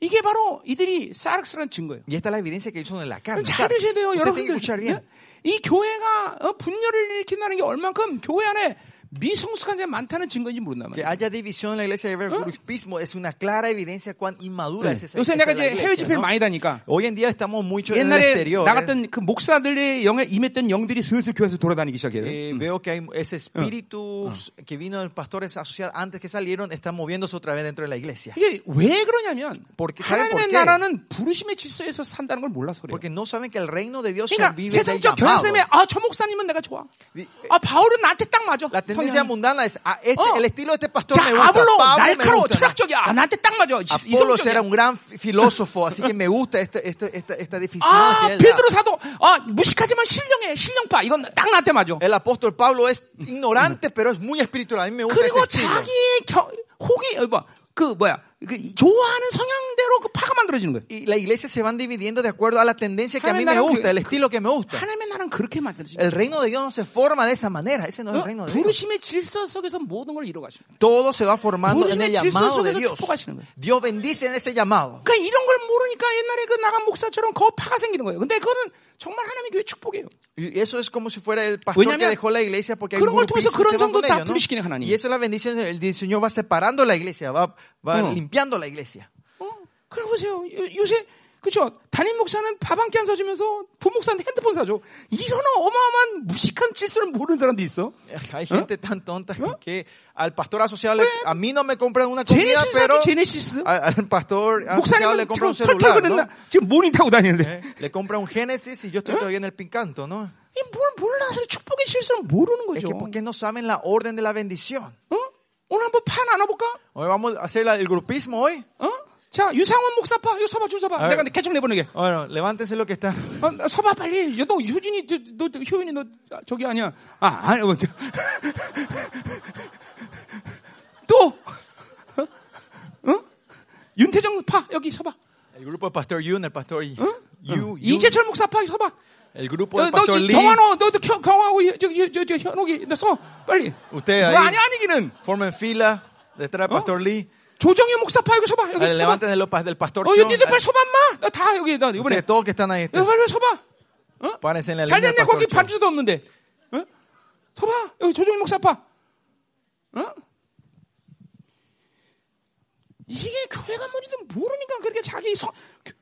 이게 바로 이들이 사락스라는 증거예요.
Y esta es la evidencia que ellos son en la carne.
잘
¿sabes?
들으셔야 돼요,
Usted tiene que
여러분들.
escuchar
예?
bien.
이 교회가 어, 분열을 일으킨다는 게 얼만큼 교회 안에 미성숙한 자 많다는 증거인지 모른단
Que
말이에요.
haya división en la iglesia y ver grupismo es una clara evidencia cuán inmadura es esa
네. 요새 그
esta
내가
es la
이제 해외
iglesia,
집회를
¿no?
많이 다니까
Hoy en día estamos mucho en el
옛날에
exterior. ¿eh?
나갔던 그 목사들의 영에 임했던 영들이 슬슬 교회에서 돌아다니기
Eh,
시작해요.
Veo que hay ese espíritu que vino de pastores asociados antes que salieron, están moviéndose otra vez dentro de la iglesia.
이게 왜 그러냐면
Porque- ¿saben por
하나님의
qué?
나라는 부르심의 질서에서 산다는 걸 몰라서 그래요.
Porque no saben que el reino de Dios se
그러니까
vive del
세상적
llamado.
경선에 아저 목사님은 내가 좋아.
이-
아 바울은 나한테 딱 맞아.
La tendencia
성향이.
mundana es ah, este-
Oh.
el estilo de este pastor
자
me gusta.
아볼로
Pablo me
날카로워
gusta.
철학적이야. 아, 나한테 딱 맞아. 이-
Apolos
이성적이야.
era un gran fi- filósofo, así que me gusta este- este- esta, esta definición.
아
que él da.
베드로 사도 아 무식하지만 신령해 신령파 이건 딱 나한테 맞아.
El apóstol Pablo es ignorante, pero es muy espiritual. A mí me gusta ese
그리고
estilo.
자기의 겨, 혹이 어, 뭐, 그 뭐야 그 좋아하는 성향대로 그 파가 만들어지는 거예요.
Y la iglesia se van dividiendo de acuerdo a la tendencia que a mí
Haram의
me
나라는
gusta,
그-
el estilo que me gusta.
하나님의 나라는 그렇게 만들어지.
El reino de Dios no se forma de esa manera. Ese no
Oh,
es el reino de Dios.
부르심의 질서 속에서 모든 걸 이뤄가시.
Todo se va formando en el
부르심의 질서
llamado de
속에서
Dios.
축복하시는 거예요.
Dios bendice en ese llamado.
그러니까 이런 걸 모르니까 옛날에 그 나간 목사처럼 거 파가 생기는 거예요. 근데 그거는 정말 하나님의 교회 축복이에요.
Y eso es como si fuera el pastor
왜냐면
que dejó la iglesia porque hay
그런 걸 통해서
grupismo,
그런
se van con
정도 다
ellos, ¿no?
분리시키는 하나님.
Y eso es la bendición. El Señor va separando la iglesia, va, va
어.
limpiando la iglesia.
어? 그래 보세요. 요, 새 그죠? 담임 목사는 밥 한 끼 안 사주면서 부목사한테 핸드폰 사줘. 이런 어마어마한 무식한 질서를 모르는 사람들이 있어.
Hay gente tan tonta que al pastor asociado, le- a mí no me compran una comida,
제네시스
pero
사줘, 제네시스.
al, al pastor asociado le
목사님은
compran
지금
un
털털
celular,
거는
¿no?
나 지금 모닝 하고 다니는데.
¿Eh? Le compra un Génesis y yo estoy todavía en el pincanto, ¿no?
이 뭘 몰라서 축복의 실수를 모르는
Es
거죠.
que porque no saben la orden de la bendición.
어? 오늘 한번 파 나눠볼까?
Hoy vamos a hacer la- el grupismo hoy.
어? 자, 유상원 목사 파, 이거 서봐, 줄 서봐.
아,
내가 개척 내보내게.
Bueno, levántense lo que está.
어, 나 서봐, 빨리. 야, 너 효진이, 너, 너, 효진이 너, 아, 저기 아니야. 아, 아니, 뭐, 또! 어? 어? 윤태정 파, 여기 서봐.
El grupo del pastor Yun, el pastor
¿Eh?
Yu, Yu,
이재철 목사 파, 여기 서봐. 어,
el grupo
너,
del
너
pastor
이-
Lee.
경환호, 너도 경- 경환하고, 이- 저기, 저, 저, 현옥이, 너 서, 빨리.
우태,
뭐,
아이.
아니, 아니기는.
Formen fila
¿Ah?
detrás del pastor Lee.
조정현 목사 파, 여기 서봐. 여기 서봐.
Dale, levántense los pa- del pastor
어,
Chon.
니들 빨리 서봐, 인마. 나 다, 여기, 나 이번에.
Ustedes todos que están
야,
ahí. estén.
빨리 서봐. 어?
Párense en la
잘
línea
됐네
del
거기
pastor Chon.
반주도 없는데 어? 서봐 여기 조정희 목사 봐 어? 이게 교회가 뭔지도 모르니까 그렇게 자기 성,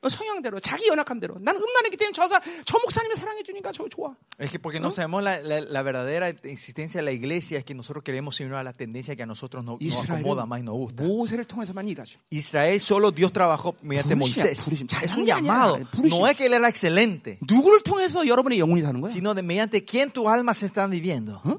어, 성향대로 자기 연약함대로 나는 음란했기 때문에 저, 사, 저 목사님을 사랑해 주니까 저 좋아
Es que
¿Eh?
porque no sabemos la, la- la verdadera existencia de la iglesia, es que nosotros queremos irnos a la tendencia que a nosotros no- nos
뭐
acomoda más y nos gusta.
모세를 통해서만 일하죠
Israel solo Dios trabajó mediante
Purísima,
Moisés.
purísima.
Es
Purísima.
un llamado.
Purísima.
No es que él era excelente,
누구를 통해서 여러분의 영혼이 사는 거야?
sino de mediante quién tu alma se está viviendo.
¿Eh?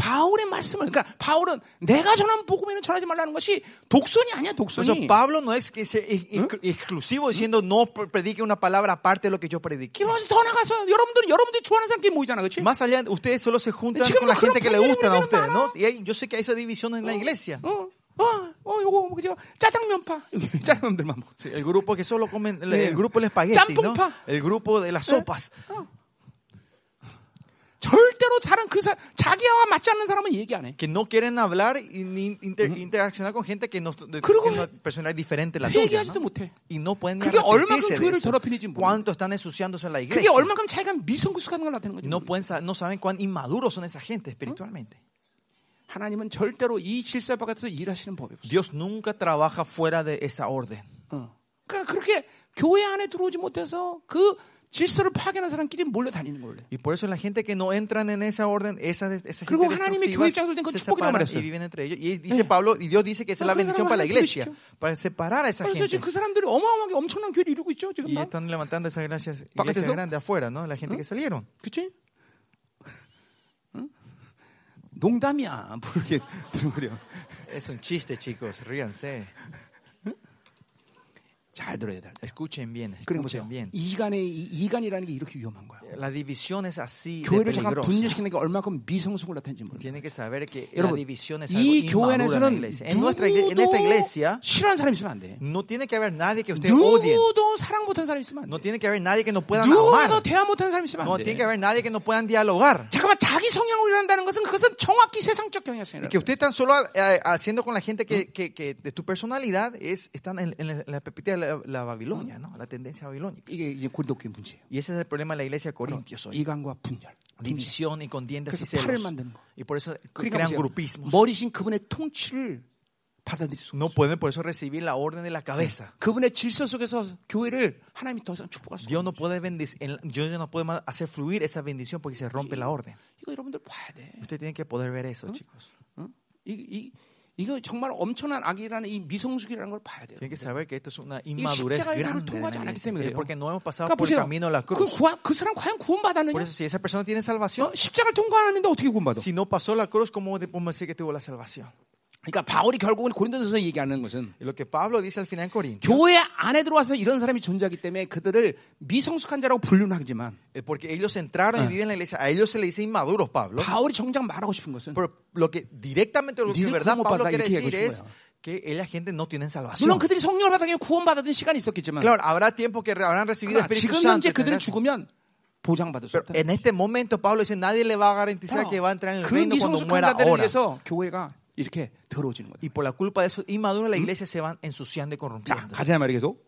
바울의 말씀을 그러니까 바울은 내가 전한 복음에는 전하지 말라는 것이 독선이 아니야
Por eso
독선이
Pablo no es que sea ex-
¿Eh?
ex- exclusivo diciendo no pr- predique una palabra aparte de lo que yo prediqué.
이러면서 더 나가서 여러분들이 여러분들이 좋아하는 사람끼리 모이잖아 그렇지?
Más allá, ustedes solo se juntan
Chicos,
con la
no,
gente
no,
que le
no, no,
gustan a
no, no,
ustedes,
no,
¿no? Y hay- yo sé que hay esa división en la iglesia.
어, 어, 어, 요거 그죠? 짜장면파. 짜장면들만 먹어.
Sí, El grupo que solo comen, el,
Eh.
el grupo del espagueti, ¿no?
Champungpa.
El grupo de las
¿Eh?
sopas.
절대로 다른 그 사, 자기와 맞지 않는 사람은 얘기 안 해.
Que no quieren hablar y ni
Mm.
inter- interaccionar con gente que no de-
Creo
que
que-
una personalidad diferente a la tuya.
회개하지도
¿no?
못해.
Y no pueden ni
그게 얼만큼
arrepentirse de
교회를
eso.
더럽히는지 모르겠어요.
Cuánto están ensuciándose en la
그게
iglesia.
얼만큼 자기가 미성숙한 걸 나타내는 거죠.
No, pueden, sa- no saben cuán inmaduros son esa gente
¿Mm?
espiritualmente.
하나님은 절대로 이 질서 바깥에서 일하시는 법이 없어.
Dios nunca trabaja fuera de esa orden.
어. 그러니까 그렇게 교회 안에 들어오지 못해서 그 질서를 파괴하는 사람끼리 몰려 다니는 거예요. 원래.
Y por eso la gente que no entran en esa orden, esas esa
그리고
gente
하나님이
destructivas,
교회 입장에서 된
se
건 축복이란
separan
말이었어요.
y viven entre ellos. Y dice Pablo, y Dios dice que esa es la
그래서 그
bendición para la
사람을
iglesia,
하나님
para separar a esa
그래서
gente.
지금 그 사람들이 어마어마하게 엄청난 교회를 이루고 있죠. 지금
Y
막.
están levantando esas gracias, iglesias
바깥에서?
grandes afuera, ¿no? La gente que salieron.
그치? 응? 농담이야. 모르게 들어버려.
Es un chiste, chicos, ríanse.
잘 들어야 돼.
Escuchen bien,
그러니까 보세요.
escuchen bien.
이간의 예. 이- 이간이라는 게 이렇게 위험한 거야.
La división es así de
교회를 잠깐
peligrosa.
분열시키는 게 얼마큼 미성숙을 나타낸지 모르.
Tienen que saber que la
여러분,
división es algo
이
inmaduro en la
교회에서는
iglesia. En, nuestra, igle- en
누구도
esta iglesia
싫어하는 사람 있으면 안 돼.
no tiene que haber nadie que usted odie.
누구도 사랑 못하는 사람 있으면 안
No
돼.
tiene que haber nadie que no pueda
누구도
amar.
대화 못하는 사람 있으면
No
안
tiene que
돼.
haber nadie que no puedan dialogar.
잠깐만 자기 성향으로 일한다는 것은 그것은 정확히 세상적 경향성이라.
Que usted tan solo eh, haciendo con la gente que, que- que de tu personalidad es, están en, en la- en la perspectiva de la, la Babilonia, ¿no? La tendencia babilónica.
이게 이제 고린도교의 문제예요.
Y ese es el problema de la iglesia de Corintios hoy.
이간과 분열. 분쟁.
División y contiendas y
그래서 팔을
celos.
만드는 거.
Y por eso
그 그러니까
crean
보세요.
grupismos.
머리신 그분의 통치를 받아들일 수. 없어요.
No pueden por eso recibir la orden de la cabeza.
그분의 질서 속에서 교회를 하나님이 더 이상 축복할 수. 없어요.
Dios no puede bendecir, Dios no puede más hacer fluir esa bendición porque se rompe la orden.
이거 여러분들 봐야 돼.
Usted tiene que poder ver eso, chicos.
응? 이, 이, 이거 정말 엄청난 악이라는 이 미성숙이라는 걸 봐야 돼요.
Tiene que saber que esto es una
그 이게
inmadurez
십자가의 도를
grande. de la
통과하지 않았기
iglesia.
때문에
Es
그래요.
porque no hemos pasado
그러니까
por el
보세요.
camino de la
그,
cruz.
구하- 그 사람 과연 구원받았느냐?
Por eso, si esa persona tiene salvación,
어? 십자가를 통과하는데 어떻게 구원받아?
si no pasó la cruz, ¿cómo te podemos decir que tuvo la salvación?
그러니까 바울이 결국은 고린도전서 얘기하는 것은
Y lo que Pablo dice al final en Corintios,
교회 안에 들어와서 이런 사람이 존재하기 때문에 그들을 미성숙한 자라고 분류는 하지만
eh, porque ellos
Ah.
entraron y viven en la iglesia, a ellos se le dice inmaduros, Pablo.
바울이 정작 말하고 싶은 것은
Pero lo que directamente lo que
Dios
en verdad
como
Pablo
para
quiere
que
decir
ellos
es
puedan.
que la gente no tiene
물론
salvación.
그들이 성령을 받았기 구원받았던 시간이 있었겠지만
Claro, habrá tiempo que habrán recibido
그러나
Espíritu
지금
Santo.
현재 그들이
tendrán-
죽으면 보장받을 수
Pero
없다.
en este momento Pablo dice, nadie le va a garantizar que va a entrar en el
그
reino cuando
미성숙한
muera
자들에
ahora.
의해서 교회가 이렇게 더러워지는 거다.
Y por la culpa de esos inmaduros la
¿Mm?
iglesia se van ensuciando y
자,
corrompiendo.
가자 말이 계속.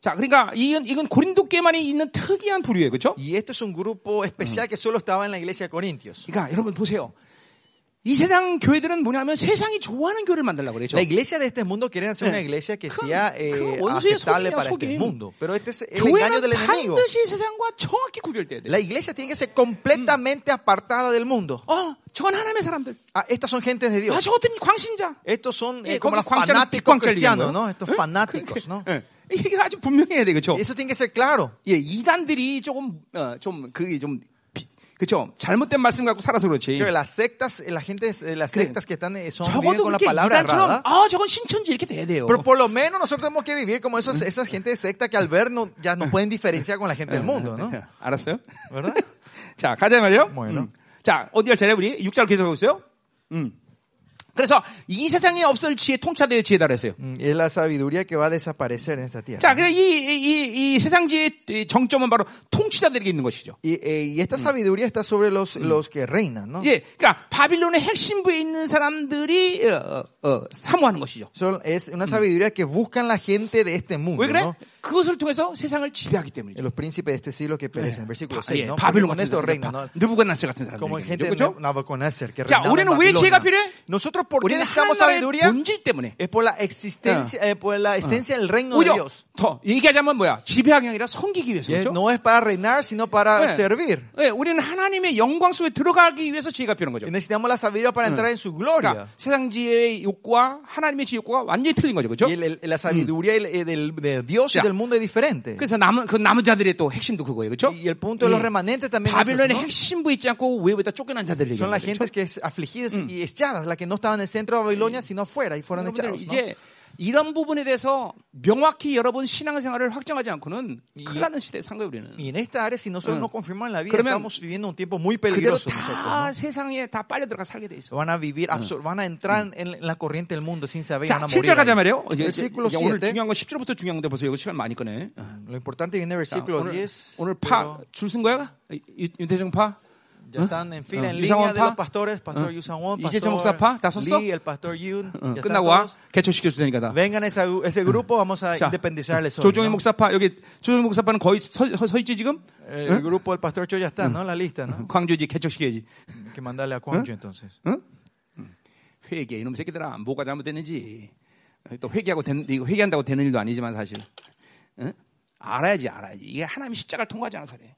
자, 그러니까 이건 이건 고린도교만이 있는 특이한 부류예요. 그렇죠?
Y este es un grupo especial
Mm.
que solo estaba en la iglesia de Corintios.
그러니까 여러분 보세요. 이 세상 교회들은 뭐냐면 세상이 좋아하는 교회를 만들려고 그렇죠? 그러죠.
La iglesia de este mundo quiere hacer una iglesia que
그-
sea eh,
그 원수의
aceptable
속임이야,
para este
속임.
mundo. Pero este es el engaño
교회는
del
네.
enemigo.
반드시 세상과 정확히 구별돼야 돼.
La iglesia tiene que ser completamente apartada del mundo.
어, 저건 하나님의 사람들.
Ah, estas son gentes
아,
de Dios.
저것들은 광신자.
Estos son eh,
예,
como
거기
los
광자는
fanáticos
빛광자를 얘기하는
cristianos, ¿no?
거예요.
Estos
응?
fanáticos, ¿no?
예, 이게 아주 분명해야 돼, 그렇죠?
Eso tiene que ser claro.
예, 이단들이 조금 어, 좀 그게 좀 비- 그렇죠? 잘못된 말씀 갖고 살아서 그렇지.
Pero las sectas, eh, la gente, eh, las
Creo.
sectas que están eh, son viven
적어도
con la
그렇게
palabra
이단처럼
errada.
아, 저건 신천지 이렇게 돼야 돼요.
Pero por lo menos nosotros tenemos que vivir como esos, esa gente de secta que al ver no, ya no pueden diferenciar con la gente del mundo, ¿no?
네. 알았어요?
¿Verdad?
자, 가자 말이요. 음.
뭐예요?
자, 어디 할 차례 우리 6절 계속하고 있어요. 음. 그래서 이 세상에 없을 지혜 통찰의 지혜다 그랬어요.
Mm, Es la sabiduría que va a desaparecer en esta tierra.
자, 그래서 이, 이, 이, 이 세상 지혜의 이 정점은 바로 통치자들에게 있는 것이죠.
Y, eh, y esta sabiduría está sobre los, los que reinan, ¿no?
예, 그러니까 바빌론의 핵심부에 있는 사람들이 어, 어, 어, 사모하는 것이죠.
Son- es una sabiduría que buscan la gente de este mundo,
왜 그래?
¿no?
그것을 통해서 세상을 지배하기 때문이죠.
Y Los príncipes de este siglo que perecen, versículo 6,
예,
¿no?
바빌론
Con
같은
estos
사람들,
reinan, ¿no?
느부갓네살 같은 사람들,
Como gente de
그렇죠?
Nabucodonosor que
자,
reinaba en
우리는 왜
Babilonia.
지혜가 필요해?
Nosotros, ¿por qué
우리는
necesitamos
하나님의
sabiduría?
본질 때문에.
Es por la existencia, eh, por la esencia del reino de
오히려
Dios.
더 얘기하자면 뭐야? 지배하기 아니라 섬기기 위해서
Y es-
그렇죠?
No es para reinar, sino para
네.
servir.
네, 우리는 하나님의 영광 속에 들어가기 위해서 지혜가 필요한 거죠.
Y necesitamos la sabiduría para entrar en su
그러니까
gloria.
세상 지혜의 욕구와 하나님의 지혜 욕구가 완전히 틀린 거죠, 그렇죠?
Y el- el- la sabiduría el- eh, del- de Dios y
자.
del mundo es diferente.
그래서 남은 그 남은 자들의 또 핵심도 그거예요, 그렇죠?
Y el punto de los remanentes también es eso,
바빌론의
¿no?
핵심부에 있지 않고 외부에다 쫓겨난 그렇죠? 자들 얘기하는
son las
거죠.
gentes que es afligidas y echadas, las que no estaban en el centro de Babilonia, sino afuera Mm. y fueron
여러분들
echados. ¿no?
이제 이런 부분에 대해서 명확히 여러분 신앙생활을 확정하지 않고는 큰일 나는 시대에 산 거예요, 우리는.
Y en esta área, si nosotros no confirmamos la vida,
그러면
estamos viviendo un tiempo muy
그대로
peligroso. nosotros, ¿no?
다 어? 세상에 다 빨려 들어가 살게 돼 있어.
Van a vivir, absor- van a entrar en la corriente del mundo sin saber. y
자,
Van a morir
7절 가자
ahí.
말이에요. 이제- 예, 이제
versículo
오늘
7.
중요한 건 10절부터 중요한 건데 벌써 여기 시간 많이 꺼네. 어.
Lo importante viene el versículo
오늘,
10.
오늘
pero
파줄쓴 거야? 유- 윤태정 파?
ya están en
어,
fila, en
유상원
línea de
파?
los pastores.
어.
Pastor Yusan Won,
이제 저 목사 파? 다
pastor
썼어?
Lee, el pastor Yun.
어,
ya están
끝나고 와.
todos.
개척시켜 줄 테니까 다.
Vengan ese, ese grupo, vamos a independizarles hoy,
조종의
¿no?
목사파 여기 조종의 목사파는 거의 서, 서- 서 있지 지금?
El grupo del pastor Cho ya está, ¿no? La lista, ¿no?
광주지 개척시켜야지.
Hay Que mandarle
¿Eh?
a Kwangju entonces.
회개 이놈 새끼들아 뭐가 어, 잘못됐는지 또 회개하고 된, 이거 회개한다고 되는 일도 아니지만 사실 응? 어? 알아야지 알아야지. 이게 하나님이 십자가를 통과하지 않아서 그래.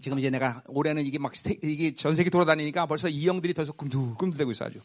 지금 이제 내가 올해는 이게 막 스테- 이게 전 세계 돌아다니니까 벌써 이 형들이 더서 꿈틀꿈틀대고 있어 아주.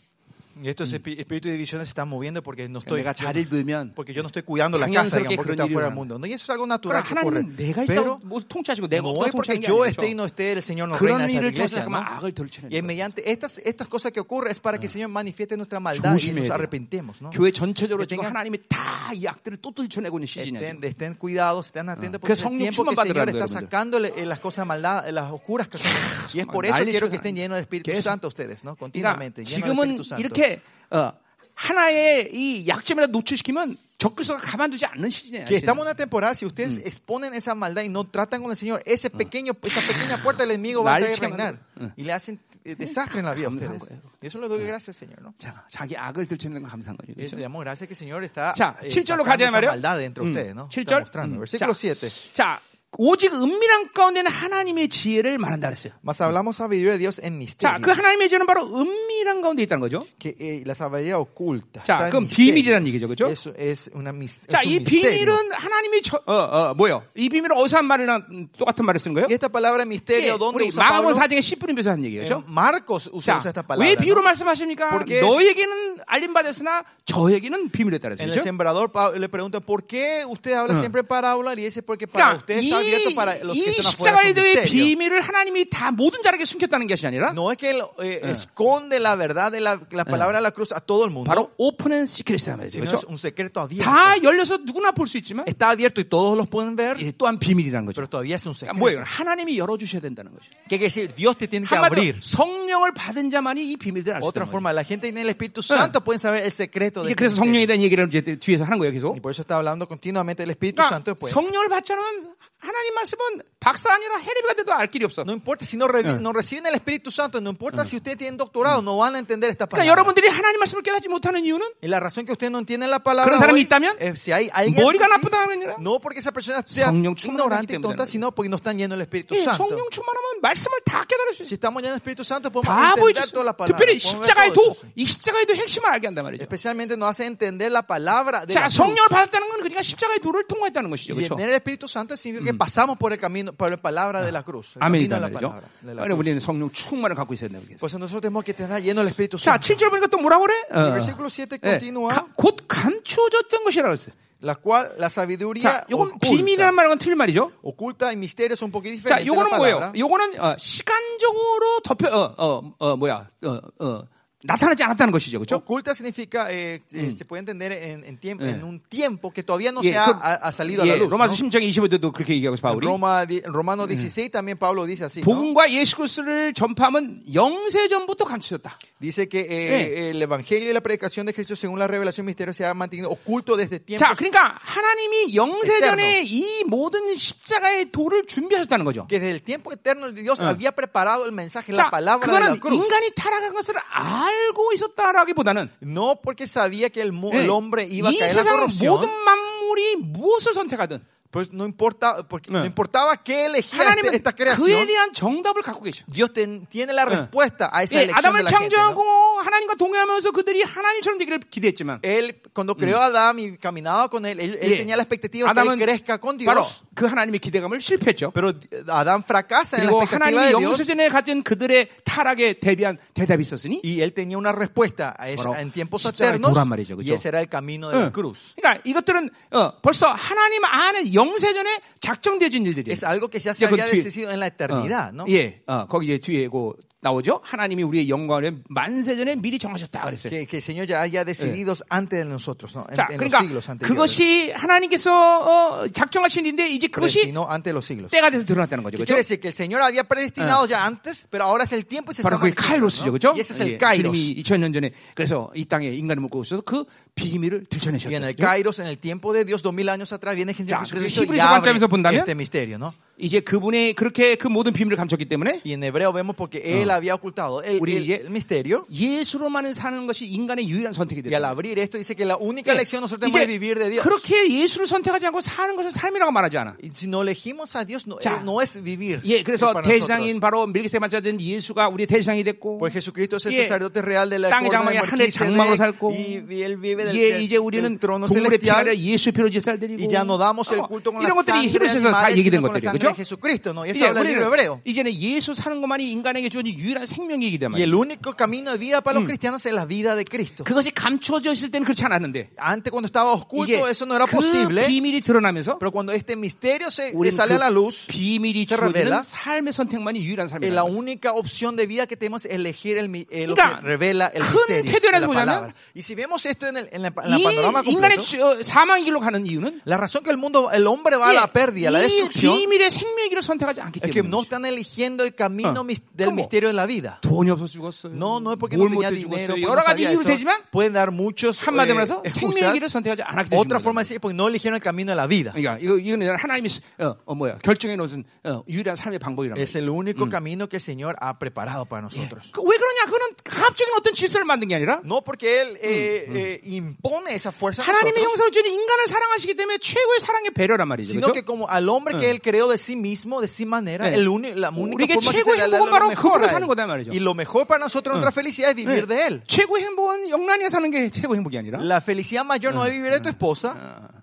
Y estos
Mm.
espi- espíritus de división se están moviendo porque no estoy,
그러니까 내가 자리를 비우면
porque yo no estoy cuidando la casa,
당연스럽게
digamos, porque
그런
está
일이
fuera del
일어나는
mundo. ¿no? Y eso es algo
그러나
natural que ocurre.
하나님 내가 있어
Pero
뭐 통치하시고 내가
no
없어
es porque
통치하는 게
yo
아니죠.
esté y no esté, el Señor nos reina
그런
en esta
일을 통해서
iglesia. ¿no?
잠깐만 악을 떨치는
Y es
거예요.
mediante estas, estas cosas que ocurren
Ah.
es para que el Señor manifieste nuestra maldad y
조심해야
nos
돼요.
arrepentemos. ¿no?
교회 전체적으로
Que
지금
tengan-
하나님이 다 이 악들을 또 떨쳐내고 있는 시즌이야. 지금.
Estén, estén cuidados, estén atentos,
Ah. Que
porque es
son
el tiempo
mucho
que el
más
Señor
padre,
está
hermano.
sacándole eh, las cosas maldad, las oscuras que son. Y es por
Mal-
eso
mal hecho,
quiero que estén
hermano.
llenos del Espíritu
Que eso-
Santo ustedes, ¿no?
그러니까
Continuamente, llenos del
지금은
Espíritu Santo.
이렇게 어, 하나의 이 약점이라 노출시키면 적그리스도가 가만두지 않는 시즌이야.
Que estamos en una temporada, si ustedes exponen esa maldad y no tratan con el Señor, ese pequeño, esa pequeña puerta del enemigo va a
Mal
traer
hecho, hermano.
reinar. Y le hacen eh, desastre en la vida a
Hamdan,
ustedes.
güey.
Y eso le doy gracias, Señor, ¿no?
자, 자기 악을 들치는 건 감사한 거죠.
Es,
그렇죠?
le damos gracias que el Señor está
자,
eh,
7절로
sacando
가자
esa
예, 말이요. 음,
maldad dentro de ustedes, ¿no? Está
7절.
mostrando. Versículo 7.
자, 오직 은밀한 가운데는 하나님의 지혜를 말한다 그랬어요.
Mas hablamos sabiduría de Dios
자,
en misterio.
그 하나님의 지혜는 바로 은밀한 가운데 있다는 거죠.
que eh, la sabiduría oculta.
자,
está en
그럼
misterios.
비밀이라는 얘기죠, 그죠?
Es, es una mis,
자,
es un
이
misterio.
비밀은 하나님이 저, 어, 어, 뭐요? 이 비밀은 어디서 한 말이나 음, 똑같은 말을 쓴 거예요?
Y esta palabra
이게
misterio, ¿dónde
우리 예,
usa Pablo?
마가복음 사장의 10분의 묘사한
En
얘기죠.
Marcos usa,
자,
usa esta palabra.
왜 비유로
¿no?
말씀하십니까?
Porque-
너에게는 알림 받았으나 저에게는 비밀이었다
En el
그랬죠.
sembrador Pablo le preguntan por qué usted habla siempre en parábola y dice porque para
그러니까
usted está abierto para los que
이, 이
están afuera
십자가에
es un
대해
misterio.
비밀을 하나님이 다 모든 자에게 숨겼다는 것이 아니라
No es que él eh, esconde la verdad de la, la palabra de la cruz a todo el mundo,
바로 오픈 앤 시크릿이란 말이죠.
sino
그렇죠?
es un secreto abierto.
다 열려서 누구나 볼 수 있지만
Está abierto y todos los pueden ver,
예, 또한 비밀이라는 거죠.
pero todavía es un
그러니까 뭐예요?
secreto.
하나님이 열어주셔야 된다는 거죠.
¿Qué quiere decir? Dios te tiene que abrir.
한마디로 성령을 받은 자만이 이 비밀들을 알수
Otra
있다는 거죠.
forma, la gente en el Espíritu Santo pueden saber Ah. el secreto
이제
de
그래서 성령에 대한 얘기를 이제 뒤에서 하는 거예요. 계속.
Y por eso está hablando continuamente del Espíritu Santo
그러니까
después.
성령을 받지 않으면 하나님 말씀은 박사 아니라 해리비가 돼도 알 길이 없어.
No importa si no, revi- no reciben el Espíritu Santo, no importa si ustedes tienen doctorado, no van a entender esta
그러니까
palabra.
여러분들이 하나님 말씀을 깨닫지 못하는 이유는
Y la razón que ustedes no entienden la
¿Creen
palabra
saber
hoy,
también?
eh, si hay alguien
¿Morigan
así,
apuntadas mañana?
no porque esa persona sea
Songyeong 충만하기
ignorante y
때문에
tonta,
그래요.
sino porque no están llenos del Espíritu
예,
Santo.
성령 충만하면 말씀을 다 깨달을 수 있어.
Si estamos llenos del Espíritu Santo, podemos
다
entender
보여줬어.
toda la palabra.
특별히 네,
podemos
그
ver
십자가의
todo
도,
eso.
이 십자가의 도 핵심을 알게 한단 말이죠.
Especialmente nos hace entender la palabra de la
자,
cruz.
성령을 받았다는 건 그러니까 십자가의 도를 통과했다는 것이죠.
Y
그렇죠?
tener el Espíritu Santo significa que pasamos por el camino, por la palabra de la cruz. El camino
아멘이란
de la
말이죠.
palabra. de la
그러니까
cruz.
우리는 성령 충만을 갖고 있어야 된다고
Por eso nosotros tenemos que estar llenos del Espíritu
자,
Santo.
7절 보니까 또 뭐라고 그래?
El
어.
versículo 7
예,
continúa,
가- 곧 감추어졌던 것이라고 했어요.
la cual la
자,
sabiduría
요건
oculta,
비밀이라는 말과는 틀린 말이죠.
oculta y misterio son un poquito
자,
diferentes. la
요거는 뭐예요?
palabra.
요거는 어, 시간적으로 덮여 어, 어, 어, 뭐야? 어, 어, 나타나지 않았다는 것이죠. 그렇죠?
Oculta significa, eh, eh, se puede entender en, en tiempo,
Mm. Eh.
en un tiempo que todavía no
예,
se ha,
그럼-
ha- ha salido a
예,
la luz.
로마서
¿no?
10장 25절도 그렇게 얘기하고 있어
En
바울이.
Roma, di- en
Eh.
Romano 16 también Pablo dice así. ¿no?
복음과 예수 그리스도를 전파하면 영세 전부터 감추셨다.
Dice que eh, el evangelio y la predicación de Cristo según la revelación misterio se ha mantenido oculto desde tiempo.
자, 그러니까 하나님이 영세 전에 이 모든 십자가의 도를 준비하셨다는 거죠.
Que desde el tiempo eterno Dios
Ah.
había preparado el mensaje,
자,
la palabra de
예, 그거는
la cruz.
인간이 타락한 것을 알고 있었다라기보다는
No porque sabía que el, mo-
예,
el hombre iba a
이
caer en la
세상
corrupción.
모든 만물이 무엇을 선택하든
Pues no importa, porque
Eh.
no importaba qué elegía este-
하나님은
esta
예, 그에
creación.
대한 정답을 갖고 계셔.
Dios ten- tiene
Eh.
la respuesta a esa
예,
elección de
아담을
la gente. ¿no?
창조하고 하나님과 동행하면서 그들이 하나님처럼 되기를 기대했지만
Él, cuando creó a Adán y caminaba con él, él, él
예,
tenía la expectativa de que
아담은
él crezca con Dios.
바로 그 하나님의 기대감을 실패했죠.
pero Adán fracasa en la
그리고
expectativa de
하나님이
Dios.
영수전에 가진 그들의 타락에 대비한 대답이 있었으니
Y él tenía una respuesta a esa,
바로
en tiempos
십자가의
eternos.
도란 말이죠, 그죠?
Y ese era el camino de la
응.
cruz.
그러니까 이것들은 어, 벌써 하나님 안에 영세전에 작정되어진 일들이에요.
Es algo que ya se
Ya con
había
tu-
decidido en la eternidad, ¿no?
어, 예, 어, 거기 이제 뒤에 고 나오죠. 하나님이 우리의 영광을 만세전에 미리 정하셨다 그랬어요.
Que, que el Señor ya haya decidido antes de nosotros, ¿no? En,
자,
en
그러니까
los siglos anteriores.
그것이 하나님께서 어, 작정하신 일인데 이제 그것이
Predestinó antes de los siglos.
때가 돼서 드러났다는 거죠.
¿Qué
그렇죠?
quiere decir? Que el Señor había predestinado ya antes, pero ahora es el tiempo y se está
바로 그게
manifestando,
카이로스죠.
¿no?
그렇죠?
Y ese es el
예,
Kairos.
주님이 2000년 전에 그래서 이 땅에 인간을 묶고 있어서 그 비밀을
Y en
들춰내셨다.
el
그죠?
Kairos, en el tiempo de Dios, dos mil años atrás, viene
Ya, 그래서
Jesucristo y
히브리서
abre
관점에서 본다면
este misterio, ¿no?
이제 그분의 그렇게 그 모든 비밀을 감췄기 때문에
Y en hebreo vemos porque él había ocultado el,
Uri,
el-
ye-
el misterio.
예수로만 사는 것이 인간의 유일한 선택이
Y al
됐다.
abrir esto dice que la única
예,
elección nosotros tenemos es vivir de
이제
Dios.
그렇게 예수를 선택하지 않고 사는 것은 삶이라고 말하지 않아.
Y si no elegimos a Dios, no,
자.
eh, no es vivir.
예,
es
그래서
para
대장인
nosotros.
바로 밀기세 맞자된 예수가 우리의 대장이 됐고,
Pues Jesucristo es el
예,
sacerdote real de la
땅의
corona de
장막에 하늘의 장막으로
Melquisedec,
살고,
y, y él vive del,
예,
del-
이제 우리는
del trono
동물의 피가 아니라
celestial.
예수 피로 짓살되리고 어,
Y ya no damos el culto con la
이런 것들이
sangre de
히브리서에서 다
animales,
얘기된
sino con
것들이에요,
la sangre
그렇죠?
de Jesucristo. No, y eso
이제
habla el libro
우리는
hebreo.
이제는 예수 사는 것만이 인간에게 주어진 유일한 생명이기
Y
때문에
el único camino de vida para los cristianos es la vida de Cristo.
그것이 감춰져 있을 때는 그렇지 않았는데
Antes cuando estaba
이제
oculto eso no era
그
posible,
비밀이 드러나면서
pero cuando este misterio se
우리는
sale a la luz,
그 비밀이
se
주어지는
revela.
삶의 선택만이 유일한
eh, la
삶이다.
única opción de vida que tenemos es elegir el, mi- eh, lo
그러니까
que revela el
큰
misterio de
태도에서
la
보자면
palabra. Y si vemos esto en el, en la, en la panorama
이 인간의
completo,
어, 사망 길로 가는 이유는 예,
la razón que el mundo, el hombre va a la pérdida, a la
이
destrucción,
비밀의 생명의 길을 선택하지 않기
es que
때문에
no están eligiendo el camino
Ah.
mis- del
¿Cómo?
misterio de la vida.
돈이 없어 죽었어요.
No, no es porque no
뭘
tenía
못해
dinero.
죽었어요.
porque
여러
no
가지
sabía
이유로
eso.
되지만
Pueden dar muchos
한마디로
eh,
말해서 생명의 길을
excusas.
선택하지 않았기 때문에
Otra
죽는
forma
거예요.
de decir, porque no eligieron el camino de la vida.
그러니까 이거 이거는 하나님이 어, 어 뭐야 결정해 놓은 어, 유일한 삶의 방법이라는 거예요.
Es el único camino que el Señor ha preparado para nosotros.
그, 왜 그러냐? 그거는 합적인 어떤 질서를 만든 게 아니라
No porque Él eh, eh, impone esa fuerza a
하나님의
nosotros,
형상을 주는 인간을 사랑하시기 때문에 최고의 사랑의 배려란 말이죠.
sino
그렇죠?
que como al hombre que Él creó de sí mismo, de sí manera,
네.
el uni- la única
우리에게
forma que
최고의
se le da
행복은
lo
바로
mejor
그분을
a
사는 거다
él.
말이죠.
Y lo mejor para nosotros, nuestra felicidad es vivir de Él.
최고의 행복은 영란이에 사는 게 최고의 행복이 아니라
La felicidad mayor no es vivir de tu esposa.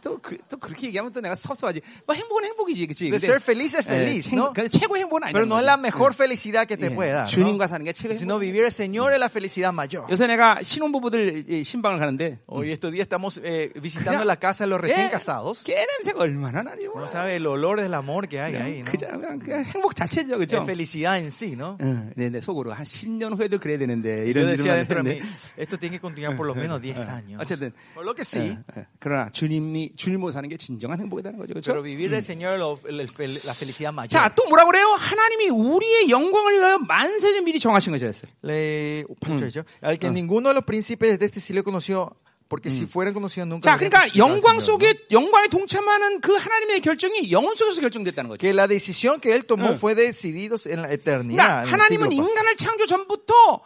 또또 그, 또 그렇게 얘기하면 또 내가 섭섭하지. 뭐 행복은 행복이지, 그렇지?
De ser feliz es feliz, ¿no?
근데 최고의 행복은
Pero no Eh. es
아니야.
la mejor felicidad que te puede dar. ¿no?
주님과 사는 게 최고의
Sino
행복.
vivir el Señor es la felicidad mayor.
요새 내가 신혼부부들 이 신방을 가는데
Hoy estos días estamos eh,
그냥
visitando la casa de los
깨-
recién casados.
깨 냄새가 얼마나 나니?
No sabe el olor del amor que hay ahí, ¿no?
그
네,
냥 그냥, 그냥 행복 자체죠,
Es
그죠?
felicidad en sí, ¿no?
응, 네, 네, 속으로 한 10년 후에도 그래야 되는데
Yo Ah,
이런
decía
일을
dentro de mí,
했는데.
esto tiene que continuar por lo menos 10 años.
어쨌든.
Por lo que sí,
예, 예. 그러나 주님이 주님으로 사는 게 진정한 행복이라는 거죠, 그렇죠?
pero vivir el Señor lo- el- el- la felicidad mayor.
자, 또 뭐라 그래요? 하나님이 우리의 영광을 위하여 만세를 미리 정하신 것이었어요.
Le- oh, pancho, yo. al que ninguno de los príncipes de este siglo conoció, porque si fueran conocidos nunca.
자,
habrían
그러니까
crucificado al
영광
Señor, ¿no?
속에 영광에 동참하는 그 하나님의 결정이 영혼 속에서 결정됐다는 거죠.
Que la decisión que él tomó fue decidida en la
그러니까
eternidad. en el
하나님은
siglo pasado.
인간을 창조 전부터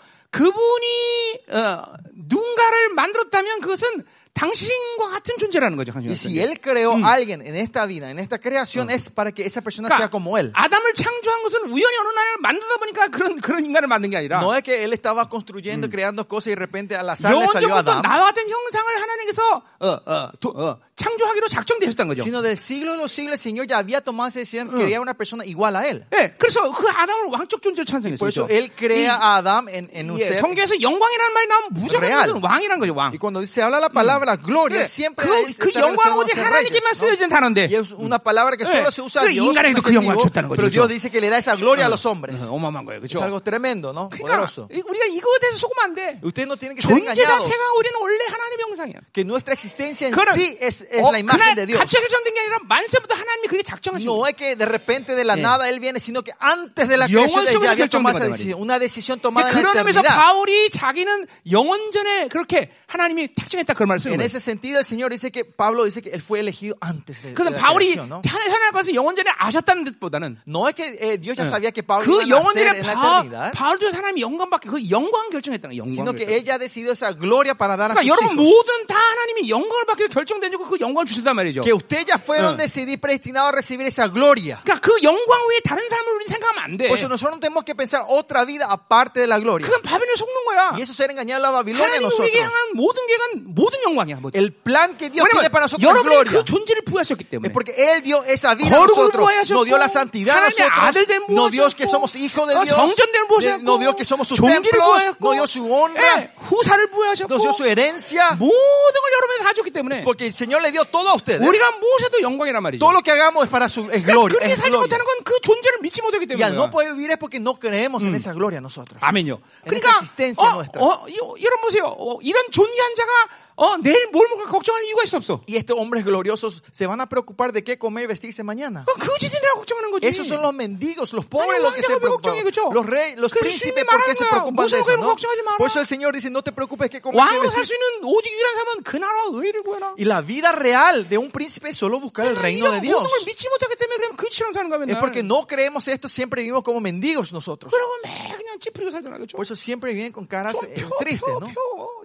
그분이 어, 누군가를 만들었다면 그것은 당신과 같은 존재라는 거죠.
Y
한신학생.
si él creó a alguien en esta vida, en esta creación, es para que esa persona sea como él.
그러니까 아담을 창조한 것은 우연히 어느 날 만들다 보니까 그런 그런 인간을 만든 게 아니라
No es que él estaba construyendo, creando cosas y de repente al azar le salió a
영원전부터
Adán,
나와 같은 형상을 하나님께서 어, 어, 도- 어, 창조하기로 작정되셨다는 거죠.
sino del siglo de los siglos el Señor ya había tomado esa decisión, crear una persona igual a él.
예, 그래서 그 아담을 왕적 존재로
Por
찬성했죠.
eso él crea a Adam en, en un
예,
ser.
성경에서 영광이라는 말이 나오면 무조건
Real.
그것은 왕이라는 거죠, 왕.
Y cuando se habla la
그래,
palabra gloria, siempre hay-
그,
está
그 영광은
relacionado a
오직
ser reyes,
하나님께만
¿no?
쓰여지는 단어인데
Y es una palabra que solo se usa a
그래,
Dios, un
인간에게도 그 영광을
adjetivo,
줬다는 거죠,
pero
그렇죠?
Dios dice que le da esa gloria a los hombres.
어, 어마어마한 거예요,
Es
그렇죠?
algo tremendo, ¿no?
그러니까
Poderoso.
이- 우리가 이거에 대해서 속으면 안 돼.
Ustedes no tienen que ser
존재
engañados.
자체가 우리는 원래 하나님의 형상이야.
Que nuestra existencia en
그거는
sí es, es
어,
la imagen
그날
de Dios.
갑자기 결정된 게 아니라 만세부터 하나님이 그렇게 작정하신 거예요.
No es que de repente de la
예.
nada él viene, sino que antes de la
영원
creación él
속에서
ya había tomado
결정된
esa decisión. Una decisión tomada en la
그러니까 그런 의미에서
eternidad.
바울이 자기는 영원전에 그렇게 하나님이 탁정했다 그런 말을 쓰는
En
거예요.
ese sentido, el Señor dice que Pablo dice que él fue elegido antes de, de
그런데
la
바울이
creación, ¿no?
하늘 현할 것을 영원전에 아셨다는 뜻보다는
No es que eh, Dios ya sabía que Pablo
그
iba a nacer
영원전에
en la
바,
eternidad,
바울도 사람이 영광밖에 그 영광 결정했다는 거예요.
sino
영광
que
결정.
ella decidió esa gloria para dar a sus
그러니까 여러분
hijos.
모든 다 하나님이 영광을 받기로 결정되고 그 영광을 주셨단 말이죠.
Que ustedes ya fueron
응.
decididos, predestinados a recibir esa gloria.
그러니까 그 영광 외에 다른 사람을 우리 생각하면 안 돼.
Por eso nosotros no tenemos que pensar otra vida aparte de la gloria.
그건 바벨에 속는 거야.
Y eso será engañar a la Babilonia a
하나님 우리에게
nosotros.
향한 모든 계획은 모든 영광이야. 뭐.
El plan que Dios tiene
왜냐면
para nosotros es
여러분이
gloria.
그 존재를 부여하셨기
Es
때문에.
porque Él dio esa vida a
거룩을
nosotros,
부여하셨고,
nos dio la santidad a
하나님의 아들 된
nosotros, nos dio
부여하셨고,
que somos hijos de
어,
Dios,
성전된
de-
부여하셨고,
nos dio que somos sus
종기를
templos,
부여하셨고,
nos dio su honra,
예, 후사를 부여하셨고,
nos dio su herencia,
모든 걸 여러분이 다 줬기 때문에
porque el Señor le dio todo a ustedes.
우리가 무엇에도 영광이란 말이죠.
Todo lo que hagamos es para su es
그러니까
gloria.
그렇게
es
살지
gloria.
못하는 건 그 존재를 믿지 못하기
Y al
때문에.
no poder vivir es porque no creemos en esa
Ah.
gloria nosotros.
아멘요.
En esa
그러니까
existencia
어,
nuestra.
어, 이- 여러분 보세요. 어, 이런 존귀한 자가 어, 내일 뭘 먹을까 걱정하는 이유가 있어 없어.
Y estos hombres gloriosos se van a preocupar de qué comer y vestirse mañana.
어, 거지들이라 걱정하는 거지.
Esos son los mendigos, los pobres
Ay,
los que se
왕자가 왜
preocupan.
걱정해, 그죠?
Los reyes, los
그래서
príncipes,
주님이
¿por qué
말하는
se
거야.
preocupan de
무서워서
eso? ¿no?
걱정하지 마라.
Por eso el Señor dice, no te preocupes qué comer. qué
왕으로 살
vestir.
수 있는 오직 유일한 삶은 그 나라와 의를 구해라.
Y la vida real de un príncipe es solo buscar el
그러니까
reino
이런 모든
de Dios.
걸 믿지 못하기 때문에 그냥 그처럼 사는 거야 맨날.
Es porque no creemos esto, siempre vivimos como mendigos nosotros.
그러고 매 그냥 찌푸리고 살잖아 그죠?
Por eso siempre viven con caras
좀
eh,
펴,
tristes,
펴,
¿no?
펴,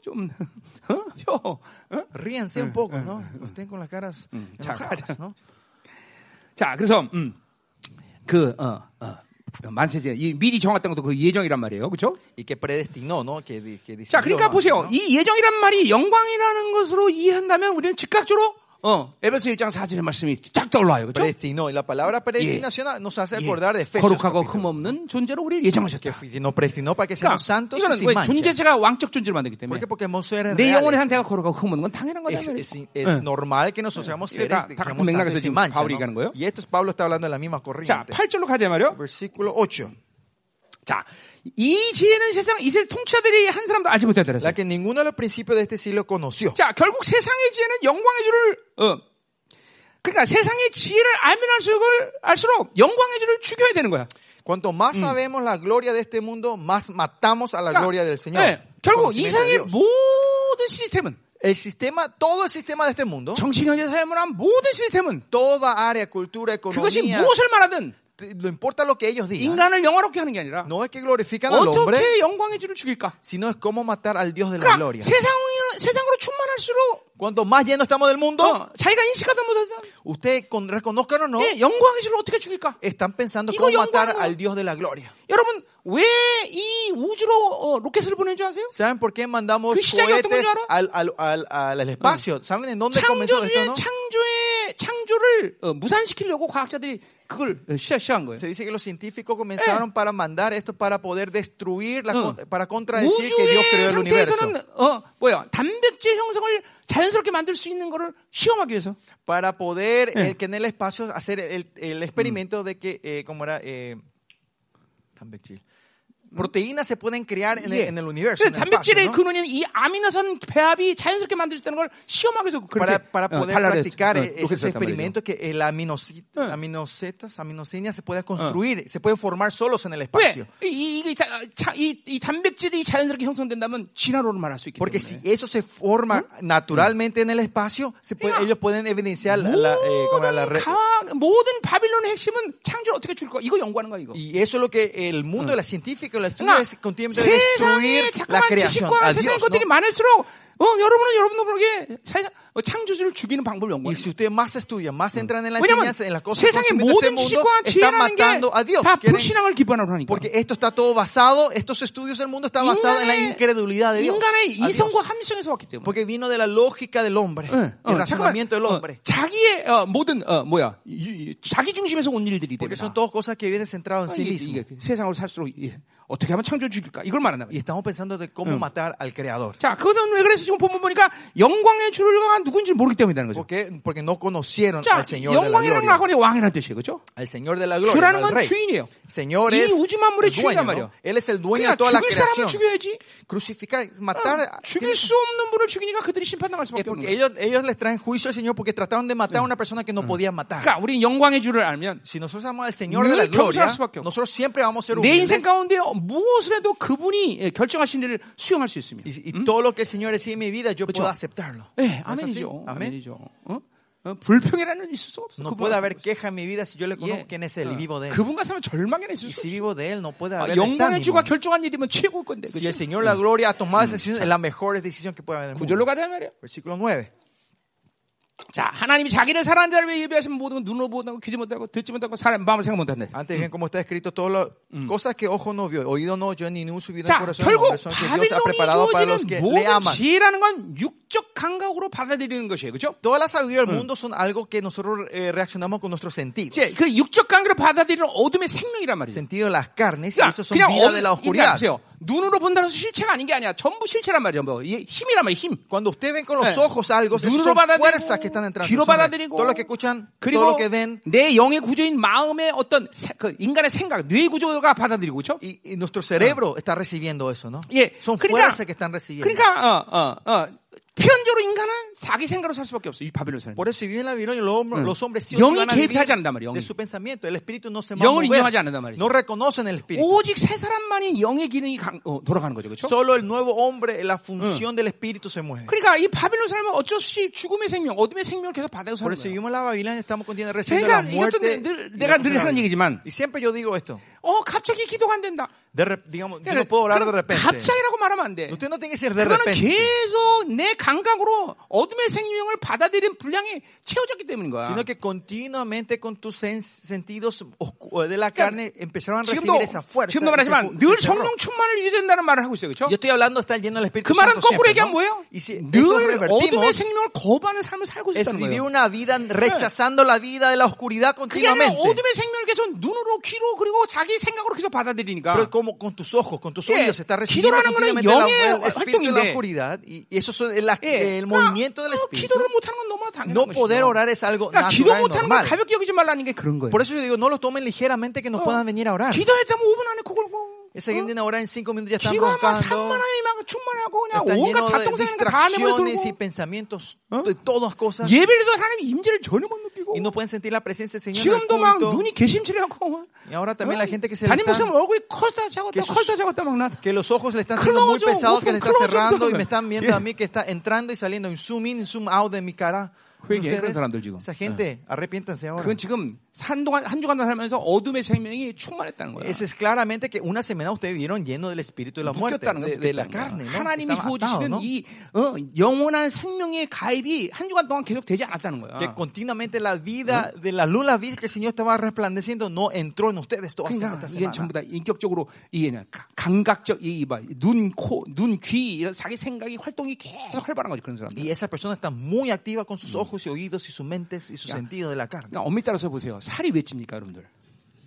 좀 어? 펴. 어?
Ríanse un poco, ¿no? Estén con las caras enojadas, ¿no?
자, 그래서 음, 그 어, 어, 만세제 이 미리 정했던 것도 그 예정이란 말이에요, 그렇죠?
Y que predestinó, ¿no? Que, di- que
자,
decidió,
그러니까
¿no?
보세요.
¿no?
이 예정이란 말이 영광이라는 것으로 이해한다면 우리는 즉각적으로 어, 에베소 1장 4절의 말씀이 쫙 떠올라요, 그렇죠?
Predestinó. Y la palabra predestinación nos hace acordar de Efesios.
거룩하고
capítulo
흠없는 존재로 우리를 그 예정하셨다.
que nos predestinó para que
그러니까
seamos santos y
이거는
sin
왜
mancha.
존재체가 왕적 존재로 만들기
¿Por
때문에
qué? Porque hemos sido reales.
내 영혼의 상태가 거룩하고 흠없는 건 당연한
Es,
거잖아요.
es- es normal que nosotros seamos
예,
seres
다-
que
다
seamos
같은
santos
맥락에서
y sin
지금
mancha.
바울이
¿no?
얘기하는 거예요?
Y esto es- Pablo está hablando de la misma
자,
corriente.
8절로 가자 말이요.
Versículo 8.
자, 이 지혜는 세상 이세 통치자들이 한 사람도 알지 못했다 그랬어요.
La que ninguno de los principios de este siglo conoció.
자, 결국 세상의 지혜는 영광의 주를 어, 그러니까 세상의 지혜를 알면 할수록 알수록 영광의 주를 죽여야 되는 거야.
Cuanto más sabemos la gloria de este mundo, más matamos a la
그러니까,
gloria del Señor.
예, 결국 이
Conocimiento de
세상의
Dios.
모든 시스템은
El sistema, todo el sistema de este mundo,
정치 경제 사회문화 모든 시스템은
toda área, cultura,
그것이
economía,
무엇을 말하든
te- no importa lo que ellos digan,
인간을 영화롭게 하는 게 아니라
no es que glorifican al hombre,
어떻게 영광의 주를 죽일까?
sino es cómo matar al Dios de la
그러니까
gloria.
세상 세상으로 충만할수록
Cuanto más llenos estamos del mundo,
어, 자기가 인식하던 못하던
ustedes con- reconozcan o no,
예, 영광의 주를 어떻게 죽일까?
están pensando
Digo,
cómo
yo
matar
guardo.
al Dios de la gloria.
여러분 왜 이 우주로 어, 로켓을 보낸 줄 아세요?
¿Saben por qué mandamos
¿Que 시작이 어떤
cohetes
건지 알아?
al, al, al, al- al espacio? ¿Saben en dónde comenzó esto?
창조주의
No?
창조의 창조를 어, 무산시키려고 과학자들이 그걸 어, 시작, 시작한 거예요.
Se dice que los científicos
Eh.
comenzaron para mandar esto para poder destruir,
어,
la, con- para contradecir que Dios creó
우주의
el universo.
상태에서는 어 뭐야 단백질 형성을 자연스럽게 만들 수 있는 거를 시험하기 위해서.
Para poder eh, que en el espacio hacer el, el experimento de que, eh, ¿cómo era? Eh, Tambechil. Proteínas se pueden crear en, el,
예.
en el universo.
그래서
en el espacio,
단백질의
¿no?
근원인 이 아미노산 배합이 자연스럽게 만들 수 있다는 걸 시험하기 위해서 그렇게
para, para
어,
poder
달라졌-
practicar
어,
eh,
로켓을
esos
쐈단 말이죠.
experimentos que el aminoci- aminocetas, aminoseñas se puede construir, se pueden formar solos en el
왜?
espacio.
이, 이, 이, 다- 자- 이, 이 단백질이 자연스럽게 형성된다면 진화론을 말할 수 있기 때문에.
Porque si eso se forma naturalmente en el espacio, se puede-
Mira.
ellos pueden evidenciar la, la, eh, ¿cómo era? La
모든
re-
과학, 모든 바빌론의 핵심은 창조를 어떻게 줄 거야? 이거 연구하는 거야, 이거.
y eso es lo que el mundo, la científica, la estudia
그러니까
es contempla de
세상에
destruir la
자꾸만
creación
지식과
a
세상의
Dios. ¿no?
것들이 많을수록 어, 여러분은 여러분도 모르게 세상- 어, 창조주를 죽이는 방법을
Y
연구하는
si ustedes más estudian, más entran en la
왜냐면
enseñanza, en las cosas que
세상의
consumen de este
모든
mundo,
지식과
están
지혜라는
matando a Dios.
게다
Quieren-
불신앙을 기반으로 하니까
Porque esto está todo basado, estos estudios del mundo están basados en la incredulidad de Dios.
인간의
a Dios.
이성과 함성에서 왔기 때문에
Porque vino de la lógica del hombre,
응, 어,
el razonamiento del
잠깐만,
hombre.
어, 자기의 어, 모든 어, 뭐야 이- 이- 자기 중심에서 온 일들이
Porque
됩니다.
son todas cosas que vienen centradas en sí
아, 이게-
mismo.
이게 세상으로 살수록 이게 어떻게 하면 창조를 죽일까 이걸 말한다 말이야.
Y estamos pensando de cómo matar al creador.
자, 그것은 왜 그래서 지금 본문 보니까 영광의 주를 강한 누군지 모르기 때문이라는 거죠.
Porque, porque no conocieron
자,
al Señor de la
영광이라는
gloria.
건 왕이라는 뜻이에요, 그렇죠?
Al Señor de la gloria.
주라는
al
건
Rey.
주인이에요.
Señor
이
es
우주 만물의
el dueño,
주인이란 말이야.
¿no? Él es el dueño de
그러니까
toda la
죽일 사람은
creación.
죽여야지.
Crucificar,
어,
matar.
죽일
tiene-
수 없는 분을 죽이니까 그들이 심판당할
es
수밖에 없는
porque
거예요.
ellos, ellos les traen juicio al Señor porque trataron de matar a una persona que no podían matar.
그러니까 우리는 영광의 주를 알면
Si nosotros amamos al Señor de
늘
la gloria,
겸손할 수밖에 없고.
nosotros siempre vamos a ser
내 인생
humildes.
가운데 무엇을 해도 그분이 예, 결정하신 일을 수용할 수 있습니다.
Y, y todo lo que el Señor decide en mi vida, yo puedo aceptarlo.
예,
¿No es
아멘이죠.
así? ¿Mm? Eh,
뭐
Amén.
아멘이죠. 어? 어, 불평이라는 있을 수 없어.
No
그분
puede haber queja en mi vida si yo le
어?
conozco quién es él y vivo de él.
그분 같으면 절망이라 있을
Y
수
si
없어.
vivo de él, no puede
아,
haber
영광의
desánimo.
주가 결정한 일이면 최고일 건데.
Si el
그치?
Señor la gloria ha tomado esa decisión, es la mejor decisión que puede haber en el
구절로
mundo.
가자 말이야.
Versículo 9.
자, 하나님이 자기를 사랑하는 자를 위해 예배하시면 모든 건 눈으로 보고 귀지 못하고 듣지 못하고 사람 마음을 생각 못한다.
Antes bien, como está escrito, todas las cosas que ojo no vio, oído no oyó, ni ningún subido en el
자,
corazón del
결국
hombre, son que Dios ha preparado para
바빌론이
los que
주어지는
le
모든
aman.
지혜라는 건 육적 감각으로 받아들이는 것이에요. 그렇죠?
Todas las sabidurías del mundo son algo que nosotros eh, reaccionamos con nuestros sentidos.
이제 그 육적 감각으로 받아들이는 어둠의 생명이란 말이죠.
Sentido de las carnes, y
그러니까
eso son
그냥
vida de la
어둠, 그러니까
oscuridad.
보세요. 눈으로 본다고 해서 실체가 아닌 게 아니야. 전부 실체란 말이죠. 뭐 이게 힘이란 말이에요. 힘.
Cuando usted ven con
Eh.
los ojos algo, esas
Duro
son
받아들이고,
fuerzas que están entrando. en
귀로
su mente.
받아들이고,
Todo lo que escuchan, todo
그리고
lo que ven,
내 영의 구조인 마음의 어떤 세- 그 인간의 생각, 뇌 구조가 받아들이고 그렇죠?
y, y nuestro cerebro está recibiendo eso, ¿no?
예.
Son
그러니까
fuerzas que están recibiendo.
그러니까 어, 어, 어, 필연적으로 인간은 자기 생각으로 살 수밖에 없어. 이 바벨론 사람.
Por eso, si viven en la Babilonia, los, hombres- los hombres sí o sí
영이
van a vivir
개입하지 않는단 말이에요,
de
영이.
su pensamiento. El espíritu no se va a
영을
mover.
인정하지 않는단 말이죠.
No reconocen el espíritu.
오직 세 사람만이 영의 기능이 강- 어, 돌아가는 거죠. 그렇죠?
Solo el nuevo hombre, la función del espíritu se mueve.
그러니까 이 바벨론 사람은 어쩔 수 없이 죽음의 생명, 어둠의 생명을 계속 받아서 사는
Por eso, si
거예요.
vivimos en la Babilonia, estamos contiendo recién la
그러니까 이것도
muerte.
늘, 늘-
y la
내가 늘 하는
crucifixión.
얘기지만
Y siempre yo digo esto.
어 갑자기 기도가 안 된다.
De rep- digamos, yo
그러니까
no puedo orar de
그럼
repente.
갑자기라고 말하면 안 돼.
Usted no tiene que ser de
그거는
repente,
계속 내 감각으로 어둠의 생명을 받아들인 분량이 채워졌기 때문인 거야.
sino que continuamente con tus sen- sentidos oscu- de la
그러니까
carne empezaron a recibir esa
지금도
fuerza.
지금도 말하지만
ese fu-
늘
ese fervor.
성령 충만을 유지된다는 말을 하고 있어요, 그렇죠?
Yo estoy hablando de estar lleno del Espíritu
그 말은
Santo
거꾸로
siempre,
얘기하면
¿no?
뭐예요?
Y si esto
늘 어둠의
revertimos,
생명을 뭐 거부하는 삶을 살고
es
있다는
vivir
거예요.
una vida rechazando la vida de la oscuridad
그게 아니라
continuamente.
어둠의 생명을 계속 눈으로, 귀로, 그리고 자기 생각으로 계속 받아들이니까
Pero como con tus ojos, con tus
예,
oídos, se está recibiendo
기도라는 거는
continuamente la,
영의
el espíritu de la
활동인데.
oscuridad. Y y eso es la-
예,
el
그러니까
movimiento del
어,
espíritu.
기도를 못하는 건 너무나 당연한
No
것이죠.
poder orar es algo
그러니까 기도
natural,
못하는 걸
normal.
가볍게 여기지 말라는 게 그런 거예요. 어.
Por eso yo digo, no lo tomen ligeramente
Oh.
que nos puedan venir a orar.
기도했다면 5분 안에 그걸 뭐
Esa gente en orar en cinco minutos ya están
기가 막
roncando.
산만함이 막 충만하고 그냥 온갖
Están llenos de
잡동사는 거다 내버려
distracciones y
두고
pensamientos de todas cosas.
예배를도 하나님 임재를 전혀 못 느끼고
Y no pueden sentir la presencia del Señor. en el
지금도 막
culto.
눈이 개심치려고
Y ahora también la gente que se le
담임 목사님
están-
얼굴이 컸다 작았다
que sus-
컸다 작았다 막 나다
que los ojos le están siendo muy
Close,
pesados,
open,
que le está
close,
cerrando y
open.
me están viendo a mí que está entrando y saliendo en zoom in, zoom out de mi cara.
Juegue,
Ustedes,
그런 사람들 지금.
esa gente, arrepiéntanse ahora.
그건 지금 한 동안 한 주간 살면서 어둠의 생명이 충만했다는 거야.
Ese es claramente que una semana ustedes vieron lleno del espíritu de la muerte,
묶였다는 거야.
de, de la carne, ¿no?
하나님이
Estaban atados,
부어주시는
¿no?
이 어, 영원한 생명의 가입이 한 주간 동안 계속 되지 않았다는 거야.
Que continuamente la vida de la luz, la vida que el Señor estaba resplandeciendo, no entró en ustedes toda
그러니까
esta
이게
semana.
전부 다 인격적으로 이게 그냥 가- 감각적 이눈코눈귀 이런 자기 생각이 활동이 계속 활발한 거지 그런 사람들.
Y esa persona está muy activa con
Mm.
sus ojos y oídos y sus mentes y su sentido de la carne.
그러니까 엄밀 따라서 보세요. 살이 왜 찝니까 여러분들?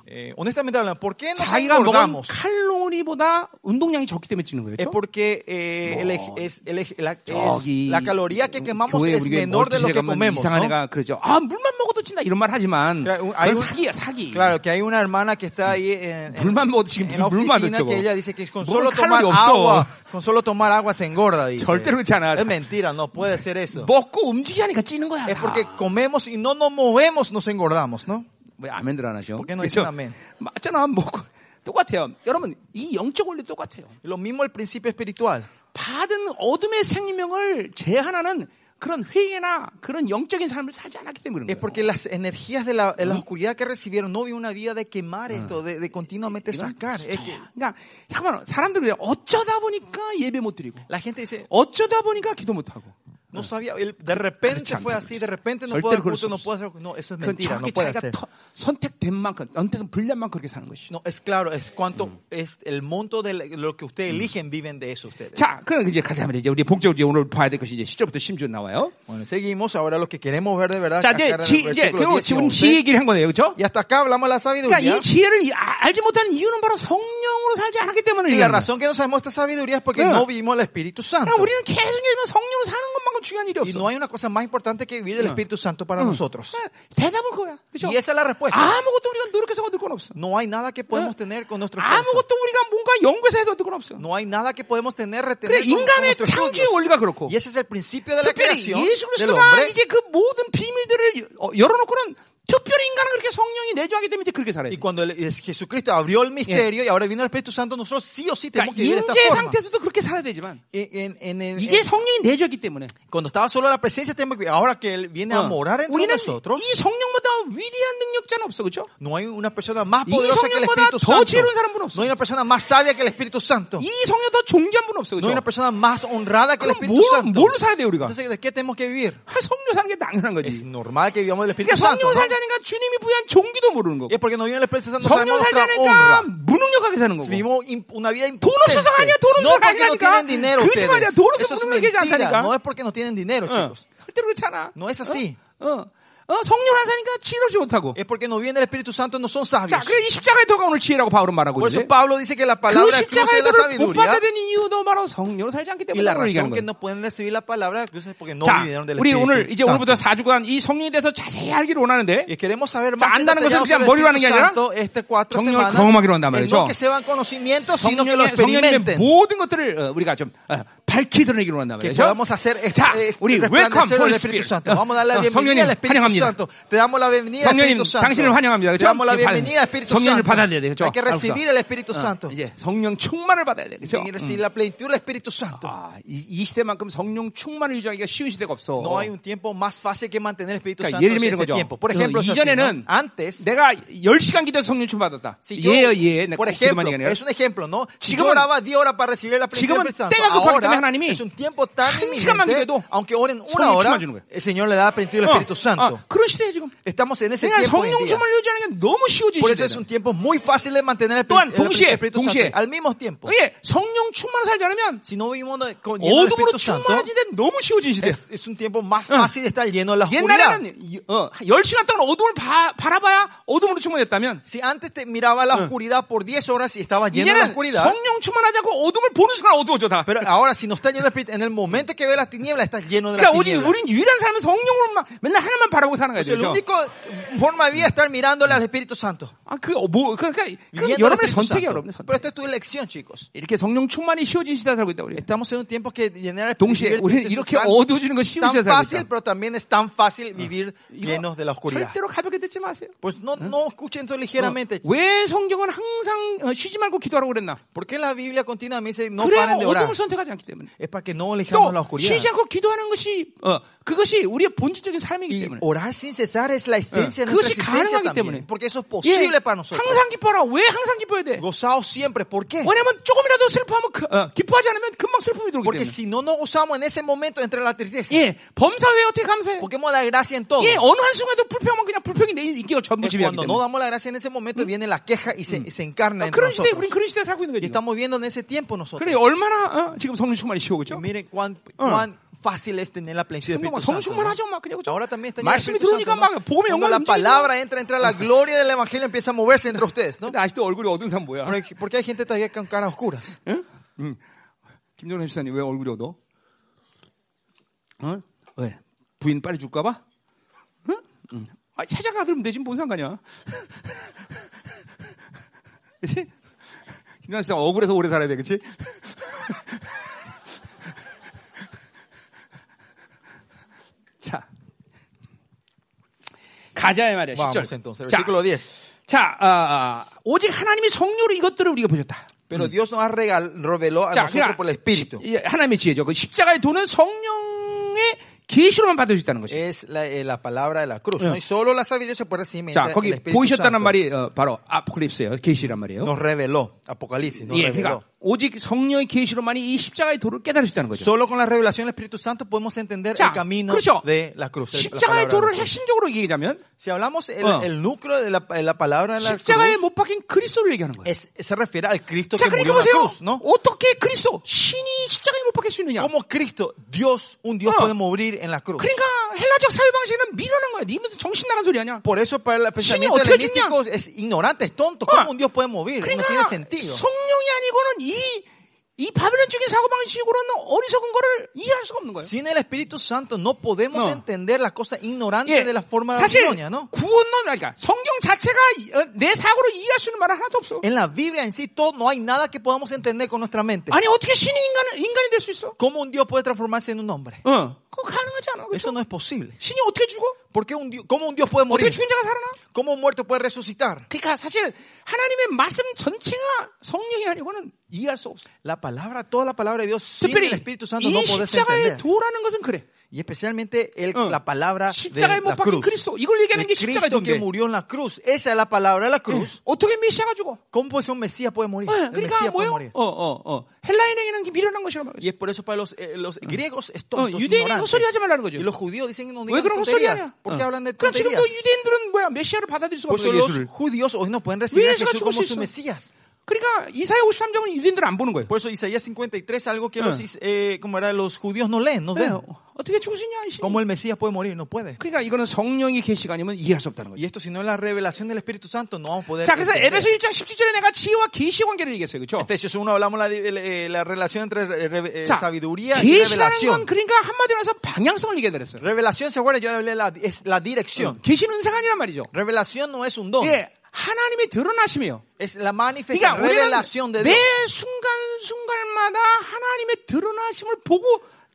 Eh, honestamente hablando, ¿por qué nos
자기가 먹은
engordamos?
칼로리보다 운동량이 적기 때문에 찌는 거예요.
Es
그렇죠?
porque eh, el ej- es, el ej- la, es-
저기
la caloría que quemamos
교회
es
우리가
menor de lo
멀티시에
que
가면
comemos.
이상한
¿no?
애가 그러죠. 아 물만 먹어도 찐다 이런 말 하지만
Claro, un-
그건
un-
사기야 사기.
claro, que hay una hermana que está ahí en, en-
물만 먹어도 지금
en la
무슨 물만
oficina
먹죠,
que
뭐.
ella dice que con
먹을
solo tomar
칼로리 없어.
agua, con solo tomar agua se engorda. Dice.
절대로 그렇지 않아.
Es mentira, no puede ser eso.
먹고 움직이니까 찌는 거야.
Es
다.
예, porque comemos y no nos movemos, nos engordamos, ¿no?
왜 아멘들 안 하죠?
그렇게는
그렇죠?
일단 아멘.
맞잖아 먹고 똑같아요. 여러분 이 영적 원리 똑같아요.
Lo mismo el principio espiritual.
받은 어둠의 생명을 제한하는 그런 회개나 그런 영적인 삶을 살지 않았기 때문에 그런
Es
거예요.
porque las energías de la, en la oscuridad que recibieron no vi una vida de quemar esto, de, de continuamente sacar. Es que
그러니까 잠깐만 사람들이 그래요. 어쩌다 보니까 예배 못 드리고
la gente dice,
어쩌다 보니까 기도 못 하고
No sabía, él de repente fue así, de repente no puedo
절대로
dar
그럴 수
culto, no
없어.
puedo hacer. No, eso es
그건
mentira, no
네, 자기
puede
자기가
ser.
터- 선택된 만큼 선택은 불리한 만큼 그렇게 사는 것이죠.
No, es claro, es cuánto es el monto de lo que ustedes eligen, viven de eso ustedes.
자, 그럼 이제 가자 말이죠. 이제 우리 본격적으로 이제 오늘 봐야 될 것이 이제 10절부터 심지어 나와요.
Bueno, seguimos. Ahora lo que queremos ver de verdad
자,
acá
이제
en el
지, 이제
versículo
결국
10 y
지금
11.
지 얘기를 한 거네요. 그렇죠?
Y hasta acá hablamos de la
그러니까
sabiduría.
이 지혜를 이- 아- 알지 못하는 이유는 바로 성령으로 살지 않았기 때문에
Y la
얘기하는 거예요.
razón que no sabemos esta sabiduría es porque
Yeah.
no vivimos el Espíritu Santo.
그러니까 우리는 계속 얘기하면 성령으로 사는 것만큼 중요한 일이
Y
없어.
no hay una cosa más importante que vivir el Espíritu Santo para nosotros.
그러니까 대답은 그거야. 그렇죠?
Y esa es la respuesta.
아무것도 우리가 노력해서 얻을 건 없어.
No hay nada que podemos tener con nuestro esfuerzo.
아무것도 우리가 뭔가 연구해서 해도 얻을 건 없어.
No hay nada que podemos tener retener
그래
con, con
인간의
nuestros
창조의
estudios.
원리가 그렇고
Y ese es el principio de la
특별히
creación
예수
del
그리스도가
hombre.
이제 그 모든 비밀들을 어, 열어놓고는 특별히 인간은 그렇게 성령이 내주하기 때문에 이제 그렇게 살아야
Y
돼.
cuando el- es- Jesucristo abrió el misterio y ahora viene el Espíritu Santo, nosotros sí o sí tenemos
그러니까
que vivir de
인재
esta forma.
상태에서도 네. 그렇게 살아야 되지만
En- en- en- en-
이제 성령이 내주었기 때문에
cuando estaba solo la presencia, tenemos que vivir. ahora que Él Ah. viene a
어,
morar entre
우리는
nosotros,
이 성령보다 위대한 능력자는 없어 그렇죠?
no hay una persona más
이
poderosa que
성령보다
el
더
Espíritu Santo.
지혜로운 사람은 없어.
No hay una persona más sabia que el Espíritu Santo.
이 성령 더 존귀한 분 없어 그렇죠?
No hay una persona más honrada que el
그럼
Espíritu
뭘,
Santo.
뭘로 살아야 돼 우리가?
Entonces, ¿de qué tenemos que vivir?
아, 성령 사는 게 당연한
Es
거지.
normal que vivamos del Espíritu
그러니까
Santo.
성령
¿no?
살자니까 주님이 부여한 종기도 모르는 거고.
Es porque no vive el Espíritu Santo, no
성령
sabemos nuestra
살자니까
honra.
무능력하게 사는 거고.
Vivimos im- una vida
돈
impotente.
없어서가 아니야, 돈 없어서가
No porque no
아니라니까.
tienen dinero
그렇지
ustedes.
말이야, 돈 없어서
Eso es
부르는 게
mentira.
아니라니까.
Ah. No es porque no tienen dinero,
어,
chicos.
절대로 그렇지 않아.
No es así.
어? 어. 어, 성령 안 사니까 지혜롭지 못하고.
Es porque no viene el Espíritu Santo, no son
자,
sabios.
그래서 이 십자가의 도가 오늘 지혜라고 바울은 말하고
Por eso
있는데
Pablo dice que la
그
palabra es cruce
십자가의
de la
도를 못
sabiduría.
받아들인 이유도 바로 성령을 살지 않기
Y
때문에
la
그걸
razón
얘기하는
que
거예요.
no pueden recibir la palabra de Dios es porque no
자,
vivieron del
우리
Espíritu
오늘 이제
Santo.
오늘부터 4주간 이 성령에 대해서 자세히 알기를 원하는데
Y queremos saber
자,
más
안다는 것은
detallado
그냥
sobre
머리로
el
하는 게
Espíritu
아니라
Santo estas cuatro
성령을
semanas.
경험하기로 한단
Es
말이죠.
no que se van conocimientos, sino que lo
성령의, 성령님의
experimenten.
모든 것들을 어, 우리가 좀 어, 밝히 드러내기로 한단
Que
말이죠.
podamos hacer es-
자,
eh,
우리
resplandecer
welcome
el
Holy
Espíritu
Spirit.
Santo. Vamos a dar la
어,
bienvenida
성령님
al Espíritu
환영합니다.
Santo. Te damos la bienvenida al
성령님
Espíritu
당신을 환영합니다.
Santo. Te
그렇죠?
damos la
받-
bienvenida al Espíritu
성령을 받아들여야 돼. 그렇죠?
Santo. Hay que recibir el Espíritu Santo.
이제 성령 충만을 받아야 돼. 그렇죠?
Tiene que recibir la plenitud del Espíritu Santo.
아, 이, 이 시대만큼 성령 충만을 유지하기가 쉬운 시대가 없어.
No hay un tiempo más fácil que mantener el Espíritu
그러니까
Santo en
예를 들면 이런
este
거죠.
tiempo. Por
그래서
ejemplo, es así,
이전에는
¿no? antes,
내가 10시간 기도해서 성령 충만받았다.
si yo,
예요, 예. 내가
por
꼭 기도만
ejemplo,
얘기하는
es
거야.
un ejemplo, ¿no? Si yo
지금은-
oraba 10 horas para recibir la plenitud del
지금은
Espíritu Santo,
때가 급하기 때문에
ahora
하나님이
es un tiempo tan
한 시간만
inminente,
기도해도
aunque oren una
성령
hora,
충만 주는 거예요.
el Señor le da la plenitud del
어,
Espíritu Santo.
어, 그런 시대에 지금.
Estamos en ese
그러니까
tiempo hoy en
성령
día.
충만을 유지하는 게 너무 쉬워진
Por eso es
시대다.
un tiempo muy fácil de mantener el,
또한
el- el
동시에,
Espíritu
동시에.
Santo. Al mismo tiempo,
예, 성령 충만을 살지 않으면
si no vivimos con lleno del
어둠으로
Espíritu Santo,
충만해진 데 너무 쉬워진 시대야.
es, es un tiempo más fácil de estar Ah. lleno de
아,
la oscuridad.
옛날에는 어, 10시간 동안 어둠을 바, 바라봐야 어둠으로 충만했다면
Si antes te miraba la oscuridad por 10 horas y estaba lleno de la
이제는
oscuridad,
성령 충만하지 않고 어둠을 보는 순간 어두워져 다.
pero ahora si no está lleno de espíritu, en el momento que ve las tinieblas, estás lleno de la
그러니까 오직
tinieblas.
우린 유일한 사람은 성령으로만 맨날 하나만 바라보고 사는 거죠.
Entonces, la
그죠?
única forma de vida es estar mirándole al Espíritu Santo.
아, 그, 어, 뭐, 그러니까, 그
Viviendo al
여러분의
Espíritu
선택이에요,
Santo.
여러분의
Pero
선택.
esta es tu elección, chicos.
이렇게 성령 충만이 쉬워진 시대에 살고 있다, 우리.
Estamos en un tiempo que llenar el
동시에,
vivir el
우리는
Espíritu
이렇게
Santo
어두워지는 건
es Ah.
쉬운 시대에
tan
살고
fácil,
있다.
pero también es tan fácil vivir
예,
llenos de la oscuridad.
절대로 가볍게 듣지 마세요.
Pues no, no escuchen eso
어,
ligeramente.
왜 성경은 항상 어, 쉬지 말고 기도하라고 그랬나?
¿Por qué la Biblia continuamente dice no
그래야
paren de orar?
어둠을 선택하지 않기 때문에.
Es para que no alejamos la
또, 쉬지
oscuridad.
않고 기도하는 것이, 어, 그것이 우리의 본질적인 삶이기 어,
Y
때문에.
orar sin cesar es la esencia
어,
de
그것이
nuestra existencia
가능하기
también.
때문에.
Porque eso es
예,
posible para nosotros.
항상 기뻐라. 왜 항상 기뻐야 돼?
Gozaos siempre. ¿Por qué?
왜냐면 조금이라도 슬퍼하면, 그- 어, 기뻐하지 않으면 금방 슬픔이 들어오기
Porque
때문에.
si no nos gozamos en ese momento entre la tristeza,
예, 범사회에 어떻게 감사해?
porque hemos dado gracia en todo.
예, 어느 한순간에도 불평하면 그냥 불평이 내 인격을 전부
Es
지배하기
Cuando no
때문에.
damos la gracia en ese momento, viene la queja y se, y se encarna en
그런 시대에
nosotros.
우린 그런 시대에 살고 있는 거지.
Y estamos viendo en ese tiempo nosotros.
그래 얼마나 어, 지금 성령 충만이 쉬워
Y
그죠?
miren cuán, cuán fácil es tener la plenitud del
뭐 성령
Espíritu Santo. ¿no?
충만하죠 막 그냥 그죠?
Ahora también está lleno del
말씀이
Espíritu Santo,
들어오니까
¿no?
막 보험의
Cuando
영광이
la
움직이죠.
palabra entra, entra la gloria del Evangelio empieza a moverse entre ustedes, ¿no?
근데 아직도 얼굴이 어두운 사람 뭐야?
Ahora, ¿Por qué hay gente todavía con caras oscuras?
김정은 집사님 왜 얼굴이 어두워? 어? 왜? 부인 빨리 줄까 봐? 응? 응. 아, 찾아가 들면 되지 뭔 상관이야. 그치? 김정은 집사님 억울해서 오래 살아야 돼 그치? 자 가자야 말이야 10절
Vamos entonces,
자,
versículo 10.
자 아, 아, 오직 하나님이 성령으로 이것들을 우리가 보셨다
Pero Dios nos ha regal- reveló a
자, 그러니까
nosotros por el Espíritu.
예, 하나님의 지혜죠. 그 십자가의 도는 성령의 계시로만 받을 수 있다는 것이.
Es la, eh, la palabra de la cruz. ¿no? Y solo la sabiduría se puede recibir
자,
mediante el
거기
Espíritu
보이셨다는
Santo.
말이 어, 바로 아포칼립스예요. 계시란 말이에요.
Nos reveló. Apocalipsis nos
예,
reveló.
그러니까 오직 성령의 계시로만이 이 십자가의 도를 깨달을 수 있다는 거죠.
Solo con la revelación del Espíritu Santo podemos entender
자,
el camino
그렇죠.
de la cruz. el- la
십자가의
palabra de la
도를
cruz.
핵심적으로 얘기하자면
Si hablamos el,
어.
el núcleo de la, la palabra de la cruz,
십자가에 못 박힌 그리스도를 얘기하는 거예요.
es- se refiere al Cristo
자,
que
그러니까
murió en la
보세요.
cruz, ¿no?
어떻게 그리스도 신이 십자가에 못 박힐 수 있느냐?
Como Cristo, Dios, un Dios
어.
puede morir en la cruz.
그러니까 헬라적 사회 방식은 미련한 거야. 니 무슨 정신 나간 소리 하냐?
Por eso para el pensamiento
어떻게
helenístico es ignorante, es tonto.
어.
¿Cómo un Dios puede mover? No
그러니까
tiene sentido.
성령이 아니고는 이, 이 바벨론적인 사고방식으로는 어리석은 거를 이해할 수가 없는 거예요.
Sin el Espíritu Santo no podemos
어.
entender las cosas ignorantes
예,
de la forma
사실
babilonia, ¿no?
구원론 그러니까 성경 자체가 이- 어, 내 사고로 이해할 수 있는 말은 하나도 없어.
En la Biblia en sí todo, no hay nada que podamos entender con nuestra mente.
아니 어떻게 신이 인간을 인간이 될 수 있어?
¿Cómo un Dios puede transformarse en un hombre?
어, 그거 가능하지 않아. 그쵸?
Eso no es posible.
신이 어떻게 죽어?
¿Por qué un Dios, ¿Cómo un Dios puede
어떻게
morir?
죽은 자가 살아나?
¿Cómo un muerto puede resucitar?
네. 그러니까 사실 하나님의 말씀 전체가 성령이 아니고는 이해할 수 없어.
La palabra, toda la palabra de Dios sin
특별히
el Espíritu Santo no
이
podés
십자가의
entender.
도라는 것은 그래.
Y especialmente el-
어.
la palabra
십자가에
de
못
la
박힌 네.
cruz.
아, 그리스도 이걸 얘기하는
El
게 십자가의
Cristo que Ah.
도인데
murió en la cruz. Esa es la palabra de la
예.
cruz.
어떻게 메시아가 죽어?
¿Cómo pues un Mesías puede morir?
예,
El
그러니까
Mesías
뭐요?
puede morir.
어, 어, 어. 헬라인에게는 미련한 것이란 말이죠.
Y es por eso para los, eh, los griegos es
어,
tontos,
유대인이
ignorantes.
헛소리 하지 말라는 거죠.
Y los judíos dicen que no
왜
digan
그런 헛소리
tonterías.
하냐?
¿Por qué hablan de
그러니까 지금도
tonterías?
유대인들은 뭐야? 메시아를 받아들일 수가
Por eso
없어요,
los
예수를.
judíos hoy no pueden recibir a
왜 예수가
Jesús como
죽을 수
su
있어?
Mesías.
그러니까 이사야 53장은 유대인들을 안 보는 거예요.
Por eso Isaías 53 algo que
Eh.
Ah. los, is- eh, como era, los judíos no leen, no
예,
ven.
어떻게 죽으시냐 이 신.
¿Cómo el Mesías puede morir? No puede.
그러니까 이거는 성령이 계시가 아니면 이해할 수 없다는
Y
거죠.
esto, si no es la revelación del Espíritu Santo, no vamos a poder.
자, 그래서
entender.
에베소 1장 17절에 내가 지혜와 계시 관계를 얘기했어요. 네, 그렇죠?
Efesios 1 hablamos la, di- el- eh, la relación entre eh, re- eh,
자,
sabiduría y
계시라는 건
revelación.
그러니까 한마디로 해서 방향성을 얘기해야 그랬어요. 어,
Revelación, se acuerda, yo hablé la, es la dirección.
계시는 은사가 아니란 말이죠.
Revelación no es un don,
예, 하나님이 드러나심이에요.
es la
그러니까
manifestación, revelación de
우리는 매
Dios.
순간 순간마다 하나님의 드러나심을 보고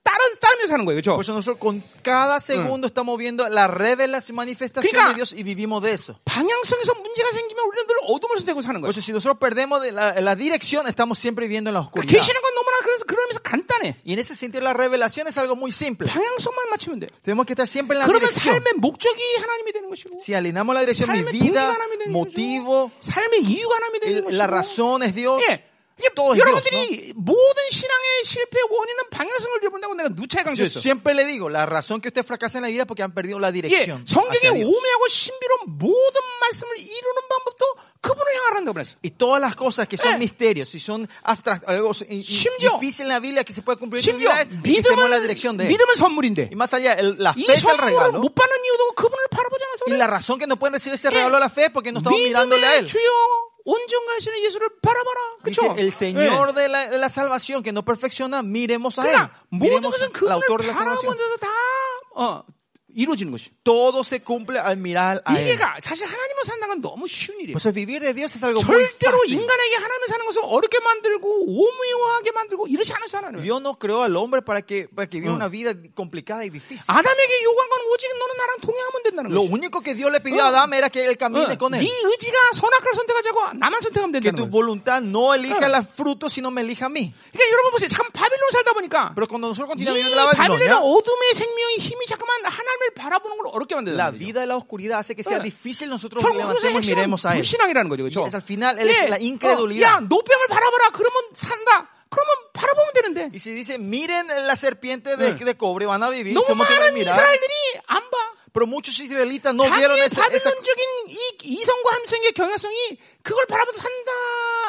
따라 따르면서 사는 거예요, 그렇죠?
Por eso nosotros con cada segundo estamos viendo la revelación, manifestación
Kika.
de Dios y vivimos de eso.
방향성에서 문제가 생기면 우리는 늘 어둠을 선택하고 사는
Por
거예요.
eso si nosotros perdemos de la, la dirección, estamos siempre viviendo en la
그
oscuridad.
계시는 건 너무나 그래서 그러면서 간단해.
Y en ese sentido la revelación es algo muy simple.
방향성만 맞추면 돼요.
Tenemos que estar siempre en la
그러면
dirección.
삶의 목적이 하나님이 되는 것이고
Si alineamos la dirección, mi
삶의 동기가
vida,
하나님이 되는
motivo,
것이고 삶의 이유가 하나님이 되는
el- la
것이고
razón es Dios.
예. 이게
todo es Dios.
여러분들이 모든 신앙의 실패 원인은 방향성을 잃어본다고 내가 누차에
¿no? Yo
강조했어.
siempre le digo, la razón que usted fracasa en la vida es porque han perdido la
예,
dirección. hacia
성경의
Dios.
오묘하고 신비로운 모든 말씀을 이루는 방법도 그분을 향하란다고 그랬어.
Y todas las cosas que son
Eh.
misterios, si son abstractas, algo i- i-
Simyo.
difícil en la Biblia que se puede cumplir en tu
심지어
vida, es que estemos en la dirección
믿음은,
de Él.
믿음은 선물인데
Y más allá, el- la fe
이
es el
선물을
regalo.
못 받는 이유도 그분을 바라보지 않아서
Y
그래.
la razón que no pueden recibir ese regalo de la fe es porque no estamos mirándole a
믿음의
Él.
주여 온전하시는 예수를 바라봐라.
Dice,
그렇죠?
el Señor de la, de la salvación que no perfecciona, miremos a Él.
그러니까 모든
Miremos
것은
al
그분을
autor de la
바라보는
salvación.
데서 다 어, 이루어지는 것이.
Todo se cumple al mirar a Él.
이게가 사실 하나님으로 산다는 건 너무 쉬운 아, 예. 일이에요.
Por eso vivir de Dios es algo muy
절대로
fácil.
인간에게 하나님을 사는 것을 어렵게 만들고 오묘하게 만들고 이러지 않으셔 하나님.
Dios no creó al hombre para que, para que viva
Ah.
una vida complicada y difícil.
아담에게 요구한 건 오직 너는 나랑 동행하면 된다는
Lo
거지.
único que Dios le pidió
Ah.
a Adán era que él camine
어,
con
네
él.
의지가 선악을 선택하자고 나만 선택하면
Que tu
된다는 거예요.
voluntad no elija
Ah.
los frutos, sino me elija a mí.
그러니까 여러분 보세요. 잠깐 바빌론 살다 보니까
Pero cuando nosotros
이
continuamos viviendo en la
바빌론의
Babilonia,
어둠의 생명의 힘이 잠깐만 하나님을 바라보는 걸 어렵게
la
만든다는 거죠.
vida de la oscuridad hace que sea
Ah.
difícil nosotros
결국 그것의
levantemos y
핵심은
miremos a él.
불신앙이라는 거죠. 그렇죠?
Y es al final, él es la incredulidad.
야, 노병을 바라봐라. 그러면 산다. 그러면 바라보면 되는데.
Y si dice, miren la serpiente
Ah.
de, de cobre, van a vivir,
너무
¿cómo te van a
많은
mirar?
이스라엘들이 안 봐.
Pero muchos israelitas no vieron
자기의
esa, esa-
바빌론적인 이 이성과 함성의 경향성이 그걸 바라봐도 산다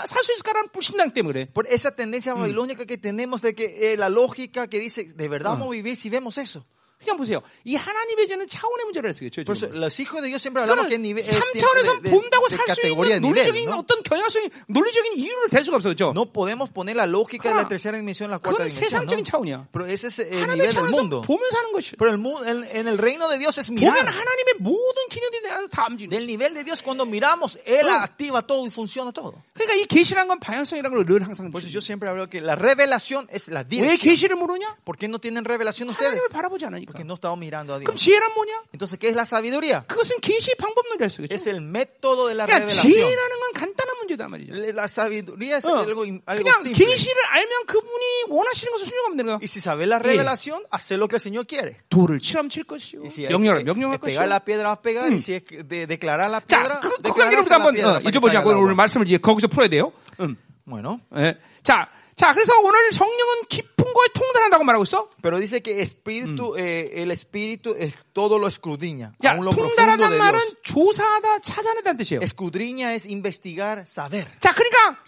살 수 있을까라는 불신앙 때문에 그래.
por esa tendencia babilónica que tenemos de que eh, la lógica que dice, de verdad vamos a vivir si vemos eso.
그냥 보세요. 이 하나님의 죄는 차원의 문제를 했어요.
Por eso, los hijos de Dios siempre hablamos que nivel, eh, de-
3차원에서
de-
본다고
de
살 수
categoría
있는
de
논리적인
nivel, ¿no?
어떤 경향성이 논리적인 이유를 댈 수가 없어 그렇죠?
No podemos poner la lógica de
Claro.
la tercera dimensión en la cuarta
Claro,
dimensión.
세상적인
¿no?
차원이야.
Pero ese es el
하나님의
nivel del
차원에서
mundo.
보면 사는 것이.
Pero el mu- en, en el reino de Dios es mirar.
보면 하나님의 모든 기능들이 내 안에서 다 움직이는 거야.
Del nivel de Dios, cuando miramos, Él
Mm.
activa todo y funciona todo.
그러니까 이 계시란 건 방향성이라는 걸 늘 항상
Por eso
보시죠.
yo siempre hablo que la revelación es la
왜
dirección.
계시를 모르냐?
¿Por qué no tienen revelación ustedes?
하나님을 바라보지 않으니까.
Porque no estamos mirando a Dios.
그럼 지혜란 뭐냐?
Entonces, ¿qué es la sabiduría?
그것은 계시 방법론이라 했어요.
Es
그렇죠?
el método de la
그러니까
revelación.
지혜라는 건 간단한 문제다 말이죠.
La sabiduría es
어,
algo, algo
그냥
simple.
계시를 알면 그분이 원하시는 것을 순종하면 되는
Y
거야.
si sabes la
예.
revelación, hace lo que el Señor quiere.
돌을 치람 칠 것이요.
Y si hay
명령을
que- que
명령할 것이요.
pegar la piedra, vas a pegar. Y si es que de- declarar la
자,
piedra,
그, 그 관계를
declararse
우리가
la
한번
piedra
어,
para que
잊어보지
salga
않고
el
오늘
agua.
말씀을 이제 거기서 풀어야 돼요. 음.
Bueno,
예. 자, 자, 그래서 오늘 성령은 깊은 거에 통달한다고 말하고 있어.
pero dice que espíritu, eh, el espíritu es, todo lo escudriña.
자,
aún lo profundo de
통달하다는 말은
Dios.
조사하다, 찾아내다는 뜻이에요.
Escudriña es investigar, saber.
자, 그러니까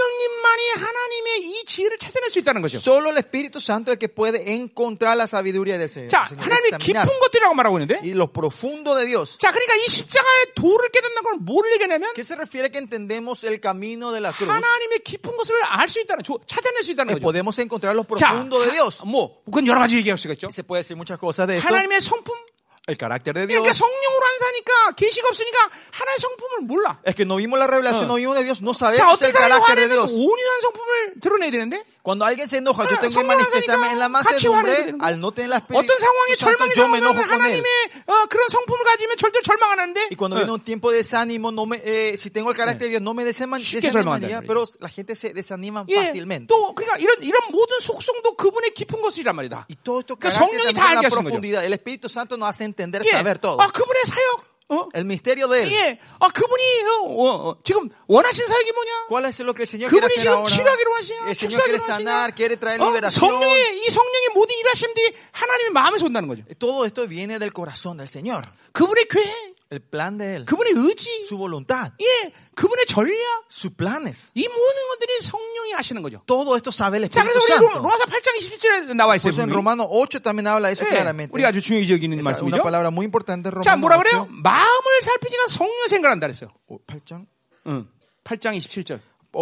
성령님만이 하나님의 이 지혜를 찾아낼 수 있다는 거죠.
Solo el Espíritu Santo es el que puede encontrar la sabiduría del Señor.
자,
Señor,
하나님의
examinar.
깊은 것들이라고 말하고 있는데.
Y lo profundo de Dios.
자, 그러니까 이 십자가의 도를 깨닫는 건 뭘 얘기냐면
¿Qué se refiere que entendemos el camino de la cruz?
하나님의 깊은 것을 알 수 있다는, 조- 찾아낼 수 있다는
Que
거죠.
podemos encontrar lo
자,
profundo de Dios.
하- 뭐, 그건 여러 가지 얘기할 수가 있죠.
Se puede decir muchas cosas de esto.
하나님의 성품.
El carácter de
그러니까
Dios.
성령으로 안 사니까 계시가 없으니까 하나의 성품을 몰라.
Es que no vimos la
Ah.
revelación, no vimos de Dios, no
자,
sabemos
어떤
el
사람이
carácter de
화내면
Dios.
온유한 성품을 드러내야 되는데
Cuando alguien se enoja,
Ah,
yo tengo que
son orgánicas,
manifestarme en la
같이 화내게
mansedumbre.
되는 거야.
Al no tener la Espíritu
어떤 상황에
Santo,
절망이
yo me
나오면
enojo con él.
하나님의 어, 그런 성품을 가지면 절대 절망 안 하는데 어.
Y cuando viene un tiempo de desánimo, no me, eh, si tengo
Ah.
el carácter de Dios, no me desaniman-
쉽게 절망한다는
desanimaría,
말이야.
pero la gente se desanima
예,
fácilmente.
또 그러니까 이런 이런 모든 속성도 그분의 깊은 것이란 말이다.
Y todo esto
Que
carácter
성령이 다
también con
알게
la
하시는
profundidad. El Espíritu Santo nos hace entender,
예,
saber todo.
아 그분의 사역, 어?
El misterio de Él.
예, 아 그분이 어, 어, 어, 지금 원하신 사역이 뭐냐?
¿Cuál es lo que el Señor quiere
그분이
hacer
지금
ahora?
치료하기로 어, 하시냐?
El Señor Oh, quiere
축사하기로
sanar,
하시냐?
quiere traer
어?
liberación.
성령의 이 성령의 모든 일하심들이 하나님의 마음에서 온다는 거죠.
Todo esto viene del corazón del Señor,
그분의 계획,
el plan de Él,
그분의 의지,
su voluntad,
예, 그분의 전략,
sus planes.
이 모든 것들이 성령이 아시는 거죠.
Todo esto sabe el
자,
Espíritu
그래서 우리 로-
Santo.
로마서 8장 27절에 나와 있어요.
Por eso en
분명히.
Romanos 8 también habla eso
예,
claramente.
우리 아주 중요적인
Esa es una
말씀이죠.
palabra muy importante,
자, 뭐라
Romanos Oh,
그래요? 마음을 살피니까 성령 생각한다 그랬어요.
8. 8.
응. 8장 27절.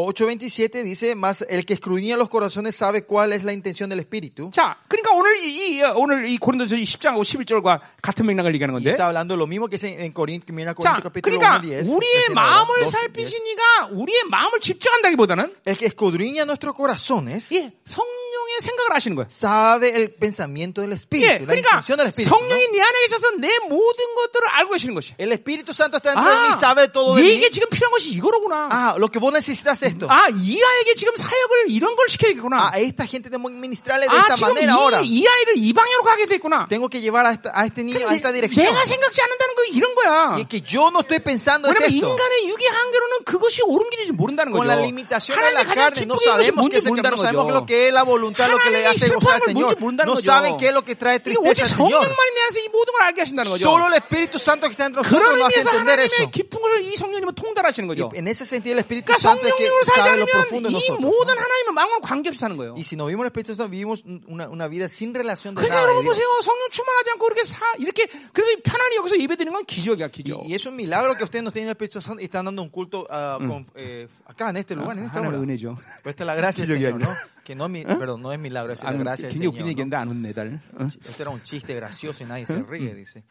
8.27 dice, más el que escruñía los corazones sabe cuál es la intención del Espíritu.
자, 그러니까 오늘 이, 이, 어, 오늘 이 고린도서 10장하고 11절과 같은 맥락을 얘기하는
Y
건데.
está hablando lo mismo que dice en Corinto, mira,
자,
Corinto capítulo
그러니까
1, 10.
우리의 마음을 살피시니가 우리의 마음을 집중한다기보다는
El que escudriña nuestros corazones
예, 성령의 생각을 하시는 거예요.
sabe el pensamiento del Espíritu,
예,
la
그러니까
intención del Espíritu. ¿no?
성령이 내 안에 계셔서 내 모든 것들을 알고 계시는 것이.
El Espíritu Santo está dentro de mí,
아,
sabe todo de mí.
얘에게 지금 필요한 것이 아, 이거로구나.
Ah, lo que vos necesitas es esto.
아, 이 아이에게 지금 사역을 아, 이런 걸 시켜야겠구나.
A esta gente tengo que ministrarle de
아,
esta
지금
manera ahora.
이, 이 아이를 이 방향으로 가게 됐구나.
Tengo que llevar a, esta- a este niño a esta
근데
dirección.
내가 생각지 않는다는 거 이런
Y
거야.
es que yo no estoy pensando es
왜냐면
esto.
인간의 육의 한계로는 그것이 옳은 길인지 모른다는 거죠.
Con la limitación de la
하나님 가장
carne,
기쁘게
no
하는 것이
sabemos,
뭔지
que no
모른다는
sabemos
거죠.
lo que es la voluntad, lo que le
하나님이
hace gozar al
슬퍼하는 걸 뭔지
Señor.
모른다는
No
거죠.
saben qué es lo que trae
이게 오직
tristeza al Señor.
성령만이 내 안에서 이 모든 걸 알게 하신다는 거죠.
Solo el Espíritu Santo que está dentro de
그런
nosotros nos hace
의미에서
entender
하나님의
eso.
깊은 걸이 성령님은 통달하시는 거죠.
En ese sentido, el Espíritu
그러니까
Santo es que
성령님으로 살지
sabe lo profundo
않으면
de
이
nosotros. ¿no?
모든 하나님의 마음과 관계없이 사는 거예요.
Y si no vimos el Espíritu Santo, vivimos una, una vida sin relación de
그러니까
nada. de
여러분
Dios.
보세요. 성령 충만하지 않고 이렇게 사 이렇게 그래서 편안히 여기서 예배 드리는 건 기적이야 기적.
Y, y es un milagro que ustedes nos tienen el Espíritu Santo y están dando un culto ah,
Mm.
con, eh, acá en este lugar, en esta hora.
하나는 은혜죠.
Pues esta es la gracia del
Sí, yo ¿Ah?
Señor,
quiero.
¿no? Que no es mi- perdón, no es milagro, es la
안,
gracia del
굉장히 웃긴
Señor. ¿no?
얘기인데 안 웃네 달. 어?
Esto era un chiste gracioso y nadie se
Mm,
ríe, dice.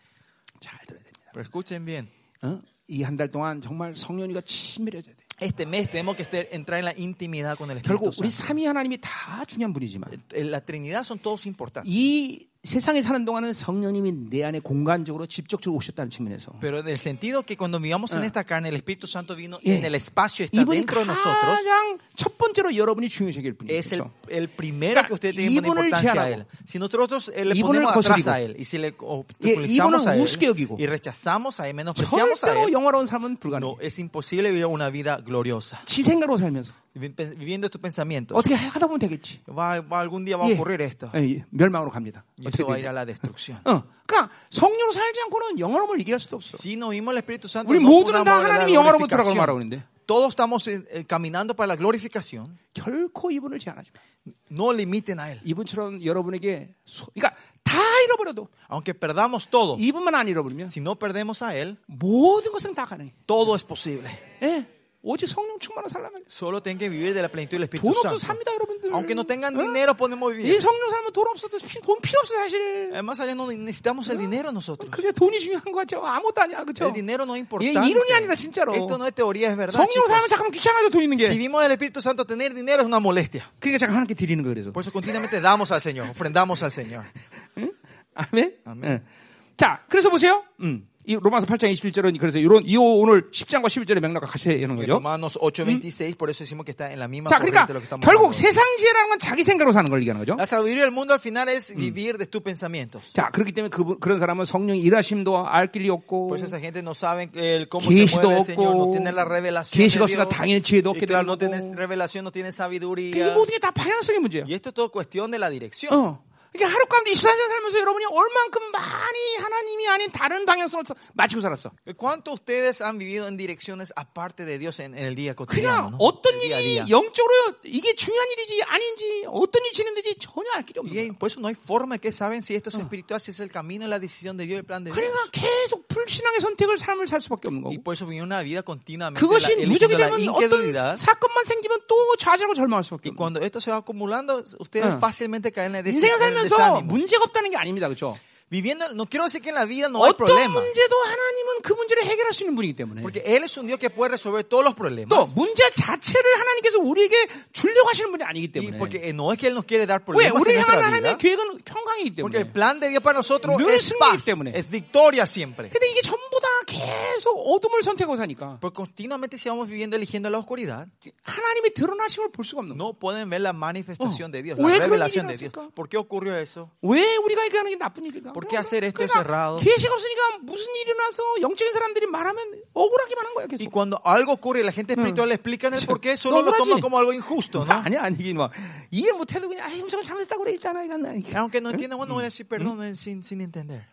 잘 들어야 됩니다.
Pero escuchen bien.
어? 이 한 달 동안 정말 성령이가 친밀해져야 돼.
Este mes tenemos que estar- entrar en la intimidad con el Espíritu
결국 우리
Santo.
삼위 하나님이 다 중요한 분이지만
Eh, La Trinidad son todos importantes.
이 세상에 사는 동안은 성령님이 내 안에 공간적으로 직접적으로 오셨다는 측면에서
Pero en el sentido que cuando vivamos
Ah.
en esta carne, el Espíritu Santo vino
예.
en el espacio, está
이분이
dentro de nosotros.
가장 첫 번째로 여러분이 중요시할 분이에요.
Es el,
그렇죠?
el primero que usted tiene
이분을
importancia a
제한하고,
él. Si nosotros eh, le
이분을
ponemos atrás
거스리고,
a él y si le obstaculizamos
예, 이분을
a él
우습게 여기고,
y rechazamos a él, menospreciamos a
절대로
él,
영화로운 삶은 불가능.
no,
해
es imposible vivir una vida gloriosa.
지 생각으로 살면서
Vivi- pe- Viviendo estos pensamientos,
어떻게 하다 보면 되겠지.
va, va- algún día va a
예.
ocurrir esto.
예, 예. 멸망으로 갑니다.
Y
어떻게
eso va a ir
됩니다.
a la destrucción.
어, 그러니까 성령으로 살지 않고는 영화로움을 얘기할 수도 없어.
Si no vimos el Espíritu Santo,
우리
no
모두는 다
podamos hablar de
하나님이 영화로부터 들어가고 말하고
glorificación.
있는데
Todos estamos eh, eh, caminando para la glorificación.
결코 이분을 제한하지 마.
No limiten a él.
이분처럼 여러분에게 소- 그러니까 다 잃어버려도
Aunque perdamos todo,
이분만 안 잃어버리면
si no perdemos a él,
모든 것은 다 가능해.
todo es posible.
예. 오직 성령 충만으로 살라는 거예요.
Solo tienen que vivir de la plenitud del
돈
Espíritu
없어
Santo.
삽니다, 여러분들.
Aunque no tengan
어?
dinero, podemos
이
vivir.
성령 살면 돈 없어도 피- 돈 필요 없어 사실.
Eh, Más allá no necesitamos el dinero nosotros.
음, 그게 돈이 중요한 거 같죠. 아무것도 아니야, 그렇죠?
El dinero no es
예,
importante.
이론이 아니라 진짜로.
Esto no es teoría, es verdad.
성령 살면
chicos.
잠깐만 귀찮아져 돈 있는 게.
Si vimos el Espíritu Santo, tener dinero es una molestia.
그러니까 잠깐 하나님께 드리는 거 그래서.
Por eso continuamente damos al Señor, ofrendamos al Señor.
아멘.
아멘.
예. 자, 그래서 보세요. 음. 이 로마서 8장 21절은 그래서 이런 이 오늘 10장과 11절의 맥락과 같이 하는
En
거죠.
Romanos 8:26, por eso decimos que está en la misma
자,
corriente
그러니까
de lo que estamos
결국
hablando.
세상 지혜라는 건 자기 생각으로 사는 걸 얘기하는 거죠.
La sabiduría del mundo al final es vivir de tus pensamientos.
자, 그렇기 때문에 그, 그런 사람은 성령 일하심도 알 길이 없고
Por eso esa gente no sabe el cómo se
계시도
mueve el Señor, no
없고
tiene la revelación. de
계시가 없으니까
Dios.
당연히 지혜도
Y
없게
claro,
되는
no tiene
거고
revelación, no tiene
그러니까
sabiduría.
이 모든 게 다 방향성의 문제예요.
Y esto es todo cuestión de la dirección.
어. 그러니까 하룻밤도 24시간 살면서 여러분이 얼만큼 많이 하나님이 아닌 다른 방향성을 써- 맞추고 살았어.
¿Cuánto ustedes han vivido en direcciones aparte de Dios en, en el día
그냥
cotidiano? ¿no?
어떤
El día a
일이
día.
영적으로 이게 중요한 일이지 아닌지 어떤 일이 진행되지 전혀 알 길이 없는
Y
거야.
hay- por eso no hay forma que saben si esto es espiritual, si es el camino, la decisión de Dios, el plan de Dios.
그러니까 계속 불신앙의 선택을 삶을 살 수밖에 없는
Y
거고.
por eso vive una vida continuamente la,
그것이 누적이
eligiendo la
되면 어떤
incredulidad.
사건만 생기면 또 좌절하고 절망할 수밖에
Y
없는 거예요.
cuando esto se va acumulando, ustedes
Ah.
fácilmente caen en la des-
인생을
en el
살면서
desánimo.
문제가 없다는 게 아닙니다. 그렇죠?
Viviendo, no quiero decir que en la vida no hay
어떤
problemas.
문제도 하나님은 그 문제를 해결할 수 있는 분이기 때문에
Porque Él es un Dios que puede resolver todos los problemas.
또 문제 자체를 하나님께서 우리에게 주려고 하시는 분이 아니기
Y
때문에
porque eh, no es que Él nos quiere dar
왜
problemas en
우리를 향한
nuestra vida.
하나님의 계획은 평강이기
Porque el
때문에
plan de Dios para nosotros
No es
es
un
paz,
temune.
es victoria siempre.
근데 이게 전부 다 계속 어둠을 선택하고 사니까
Pero continuamente si vamos viviendo eligiendo la oscuridad,
하나님이 드러나심을 볼 수가 없는 거예요.
no pueden ver la
Oh.
manifestación de Dios,
¿Por qué
la revelación
그런
de
일이
Dios.
일어났을까?
¿Por qué ocurrió eso?
왜 우리가 이렇게 하는 게 나쁜 일일까?
¿Por qué hacer esto
그러니까
encerrado?
계시가 없으니까 무슨 일이 나서 영적인 사람들이 말하면 억울하기만 한 거야
Y
계속.
cuando algo ocurre y la gente espiritual le explica el por qué, solo
No,
lo
Brasil.
toman como algo injusto, ¿no?
아니 아니긴 뭐 이해 못해도 그냥 아 형성을 잘못했다고 그래 일단 아이가 나 이게
Aunque no entiendan, bueno, voy a decir perdón eh, sin, sin entender.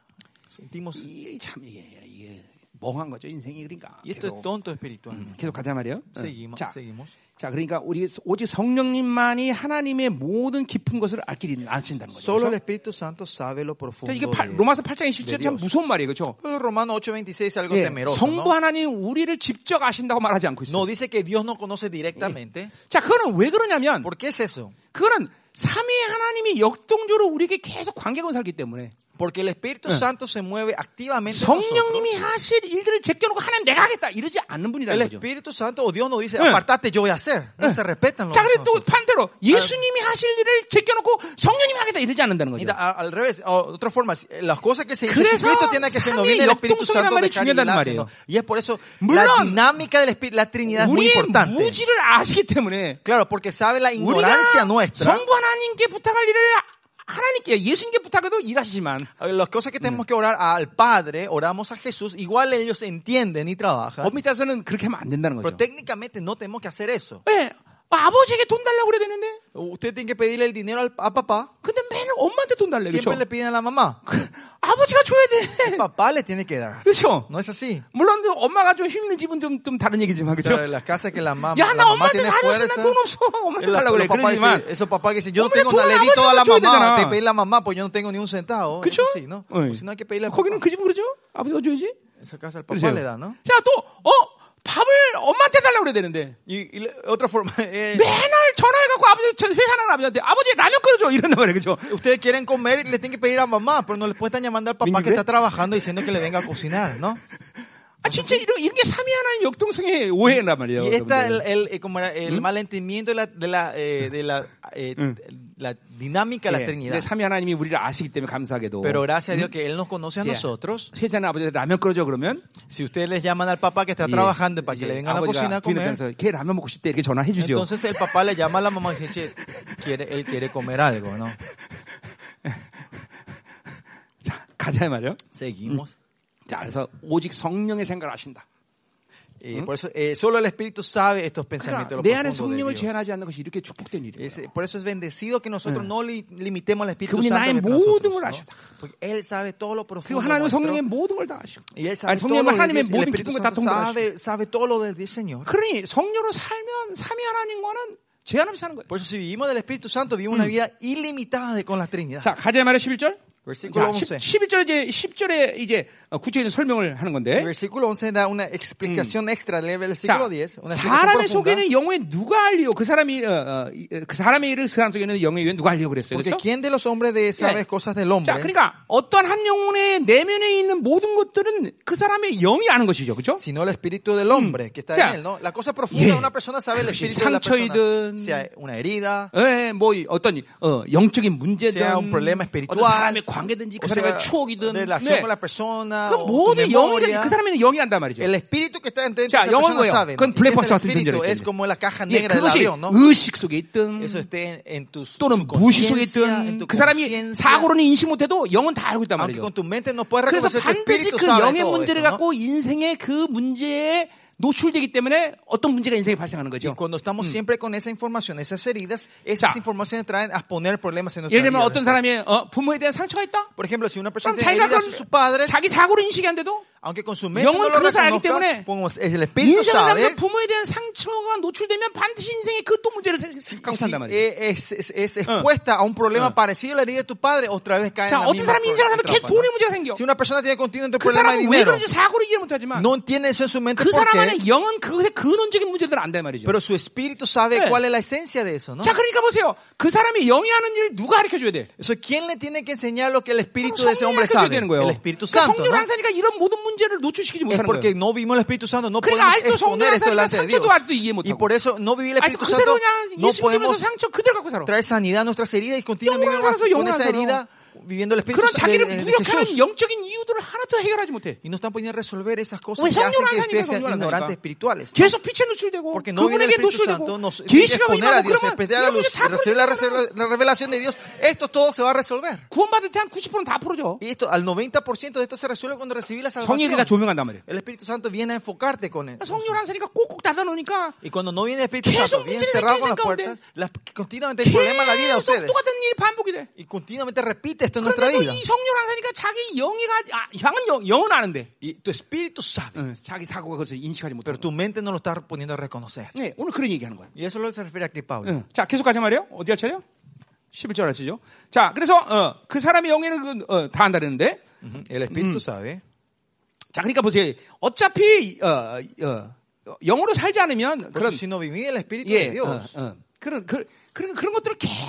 Sentimos. Y
이게 참 이게 이게 멍한 거죠 인생이 그러니까.
esto es
계속,
tonto espiritualmente.
계속 가자 말이요. 어.
Seguimos,
자,
seguimos.
자 그러니까 우리 오직 성령님만이 하나님의 모든 깊은 것을 알길 아신다는 거죠.
Solo el
그렇죠?
Espíritu Santo sabe lo profundo.
그러니까 이게
de-
팔- 로마서 8장의 실제 참
Dios.
무서운 말이에요, 그렇죠?
Pero Romano 8:26 algo
예,
temeroso.
성부
¿no?
하나님 우리를 직접 아신다고 말하지 않고 있어요.
no dice que Dios no conoce directamente.
자, 그거는 왜 그러냐면
¿Por qué es eso?
그거는 삼위 하나님이 역동적으로 우리에게 계속 관계가 살기 때문에
Porque el Espíritu Santo se mueve activamente. en nosotros.
성령님이 하실 일들을 제껴놓고 하나님 내가 하겠다 이러지 않는
El
분이라는 거죠.
Espíritu Santo o Dios no dice, apartate, yo voy a hacer. No se respetan los
자, 그래 또
nosotros.
반대로 예수님이 하실 일을 제껴놓고 성령님이 하겠다 이러지 않는다는 거죠.
Mira, a- al revés, o- otra forma, si- eh, las cosas que se dice
그래서
Jesucristo tiene que ser no
삼위
viene del Espíritu
역동성이란
Santo
말이
de Cali
중요하단
Lace,
말이에요.
¿no? Y es por eso la
물론
dinámica del Espíritu, la Trinidad es muy
우리의
importante.
무지를 아시기 때문에
Claro, porque sabe la
음, 우리가
ignorancia nuestra.
성부 하나님께 부탁할 일을 하나님께 예수님께 부탁해도 일하시지만
Eh, Las cosas que tenemos que orar al Padre, oramos a Jesús, igual ellos entienden y trabajan.
법밑에서는 그렇게 하면 안 된다는
Pero
거죠.
técnicamente no tenemos que hacer eso.
예, 아, 아버지에게 돈 달라고 그래야 되는데
Usted tiene que pedirle el dinero al, a papá,
근데 맨날 엄마한테 돈 달래 그렇죠?
siempre le piden a la mamá.
아버지가 줘야 돼
Papá le tiene que dar.
그러니까. 그렇죠?
No es así.
물론 좀 엄마가 좀 힘 있는 집은 좀, 좀 다른 얘기지만 그렇죠?
Claro, en las casas que la mamá,
야
la
나
mamá
엄마한테
tiene
다 줬어
fuerza.
나돈 없어 엄마한테
El-
달라고 그래
los papás dicen-
그러지만
esos papás que dicen, yo no
Hombre,
tengo
tú
nada,
la
le di toda
abuela
la
no te
mamá,
ayuda.
te pedí la mamá, pues yo no tengo ni un centavo.
그렇죠?
Eso sí, ¿no?
예.
Pues si no hay que pedirle al
거기는
papá.
그 집은 그러죠? 아버지가 줘야지
Esa casa al papá
그렇죠?
le da, ¿no?
자또어 밥을 엄마한테 달라고 그래야 되는데
Y, y la- otra forma, eh,
맨날 전화해갖고 아버지 저 회사 나는 아버지한테 아버지 라면 끓여줘 이런단 말이에요 그렇죠?
ustedes quieren comer y le tienen que pedir a mamá, pero no les pueden estar llamando al papá
Mini
que
bread.
está trabajando diciendo que le venga a cocinar, ¿no?
아 진짜 이런, 이런 게 삼위 하나님 역동성의 오해란 말이에요
Y esta el,
여러분들.
el, eh, como era, el malentendimiento de la, de la, eh, de la, eh, la dinámica de
예, 근데
la Trinidad.
삼위 하나님이 우리를 아시기 때문에 감사하게도
Pero gracias a Dios que Él nos conoce a
Yeah.
nosotros.
회사는 아버지한테 라면 끓여줘 그러면
Si ustedes les llaman al papá que está
예,
trabajando para que
이제
le vengan a cocinar
아버지가
a
뒤늦게
comer,
하면서 네, 걔 라면 먹고 싶대 이렇게 전화해 주죠.
Entonces el papá le llama a la mamá y dice, che, quiere, él quiere comer algo, ¿no?
자 가자 말이요.
Seguimos.
자 그래서 오직 성령의 생각을 하신다.
Eh, Por eso, eh, solo el Espíritu sabe estos
그러니까
pensamientos. lo
내 안에
profundo de
성령을
Dios.
제한하지 않는 것이 이렇게 축복된 일이에요.
Es, eh, por eso es bendecido que nosotros no li- limitemos al Espíritu
그분이
Santo.
나의
Ah. que está en nosotros,
모든 걸
¿no?
아시다.
Porque Él sabe todo lo
그리고
profundo.
하나님은
nuestro.
성령의 모든 걸 다 아시고,
y Él
아니
sabe todo
성령은
lo de
하나님의
Dios. y El
모든
Espíritu
기쁜 걸다
Santo
통달하시고.
sabe, sabe todo lo del Dios, Señor.
그러니 성령으로 살면 삼위 하나님과는 제한 없이 사는 거예요.
Por eso si vivimos del Espíritu Santo, vivimos una vida ilimitada de- con la Trinidad.
자 가자 말이요 11절. 자,
Versículo
10,
11.
11절에 이제 10절에 이제 어, 구체적인 설명을 하는
El
건데.
versículo 11 da una explicación extra del
자,
versículo 10. Una explicación
사람의 속에
profunda.
있는 영혼이 누가 알리요? 그 사람이 어, 어, 이, 어, 그 사람의 일을 그 사람 속에 있는 영혼이 왜 누가 알리요? 그랬어요.
Porque
그렇죠?
¿quién de los hombres de
예.
sabe cosas del
자,
hombre?
그러니까 어떤 한 영혼의 내면에 있는 모든 것들은 그 사람의 영이 아는 것이죠, 그렇죠?
Sino el espíritu del hombre que está
자.
en él, ¿no? La cosa profunda de una persona sabe el
그것이
espíritu de la persona.
상처이든,
Sea una herida,
예, 뭐이 어떤 어, 영적인 문제든
sea un problema
어떤
espiritual,
사람의 관계든지 그
o
사람의
sea,
추억이든
relación
네.
con la persona,
그
o tu
모든 영이
memoria.
그 사람의 영이 안단 말이죠. 예,
El espíritu que está dentro de
자,
esa
영은
persona
뭐예요?
sabe.
그건
¿no? Y ese
블랙박스 같은
espíritu
존재를
es como la caja
예,
negra del
그것이
avión, ¿no?
의식 속에 있든
Eso esté en, en tu
또는 무의식 속에
subconsciencia, en
있든
tu
그 사람이
conciencia.
사고로는 인식 못해도 영은 다 알고 있단 말이죠.
Aunque con tu mente no
아,
puedes
그래서
reconocer tu
반드시
espíritu
그
sabe
영의
todo
문제를
esto, ¿no?
갖고 인생의 그 문제에 노출되기 때문에 어떤 문제가 인생에 발생하는 거죠.
Cuando estamos siempre con esa información, esas heridas, esas
자.
informaciones traen a poner problemas en nuestra
예를 들면
vida.
어떤 사람이 어, 부모에 대한 상처가 있다.
Por ejemplo, si una persona
그럼
tiene
자기가
heridas de sus
그런
padres,
자기 사고로 인식이 안 돼도
aunque con su mente no
영은
lo
그것을 알기
reconozca,
때문에
como el Espíritu
인생을 살면서
sabe,
부모에 대한 상처가 노출되면 반드시 인생에 그 또 문제를
si
생각한단 말이에요.
eh, es, es- es expuesta a un problema parecido a la herida de tu padre, Ah. otra vez cae en
자,
la
어떤
misma
사람이 인생을 살면
trampa,
계속
¿no?
돈의 문제가 생겨.
Si una persona tiene continuamente
그
problema de
사람은 왜
dinero,
그런지 사고를 이해 못하지만
no entiende eso en su mente
그
por
사람
qué,
안에 영은 그것의 근원적인 문제들을 안다 이 말이죠.
pero su espíritu sabe
네.
cuál es la esencia de eso, ¿no?
자, 그러니까 보세요. 그 사람이 영이 하는 일 누가 가르쳐 줘야 돼?
Eso, ¿quién le tiene que enseñar lo que el espíritu
성령이
de ese hombre
가르쳐 줘야
sabe?
되는 거예요.
El Espíritu
그러니까
Santo,
성령을
¿no?
안 사니까 이런 모든 문제를 노출시키지
Es
못하는 거예요.
porque no vivimos el Espíritu Santo, no
그러니까
podemos
아직도 성령
exponer
안
esto
사니까
delante de
상처도
Dios.
아직도 이해
Y
못하고
por eso no vivir el
아니 또
Espíritu
그대로
Santo,
그냥
no
예수님께서
podemos
상처 그대로 갖고 살아.
traer sanidad a nuestras heridas y
영을
continuamente
안 살아서
con
영을 안
esa
살아.
herida viviendo el Espíritu
그런
Santo de,
자기를
de- de Jesús.
무력하는 영적인 이유들을 하나도 해결하지 못해.
Y no están poniendo a resolver esas
왜
cosas que hacen
성령
que ustedes
하나님께서
sean
놀라나니까?
ignorantes espirituales.
계속 빛에 노출되고
Porque no viene el
그분에게
Espíritu Santo,
노출되고
nos tiene que
계시가
exponer a
임하고
Dios,
그러면
exponer a la
이런
luz,
문제 다
recibir la,
풀어져.
reserva- la revelación de Dios. Esto todo se va a resolver.
구원받을 때 한 90%다 풀어져.
Y esto, al 90% de esto se resuelve cuando recibí la
성령이 다
salvación.
조명한단 말이에요.
El Espíritu Santo viene a enfocarte con él.
성령 한 사니까 꼭꼭 닫아 놓으니까
Y cuando no viene el Espíritu
Jesús,
Santo, bien
ustedes
cerrado
que
con
dicen
las
que
puertas, las- continuamente hay 그 problema en la vida
계속
de ustedes.
똑같은 일이 반복이 돼.
Y continuamente repite esto en nuestra
그런데도
vida.
이 성령 안 사니까 자기 영이 가 아, 향은 영, 영은 아는데
Y tu espíritu sabe,
어, 자기 사고가 그래서 인식하지 못해.
pero tu mente no lo está poniendo a reconocer.
네, 오늘 그런 얘기하는 거야.
Y eso es lo que se refiere aquí Pablo.
응. 자, 계속 가자 말이에요. 어디 할 차례요? 11절 할 차죠. 자, 그래서 어, 그 사람의 영에는 그, 어, 다 한다는데.
Ujú. El espíritu sabe.
자, 그러니까 보세요. 어차피 어, 어, 어, 영으로 살지 않으면
Por eso,
그런
si no viví el espíritu de
예, 그렇죠. 어,
Dios,
어, 그런 그, 그런 그런 것들을 계속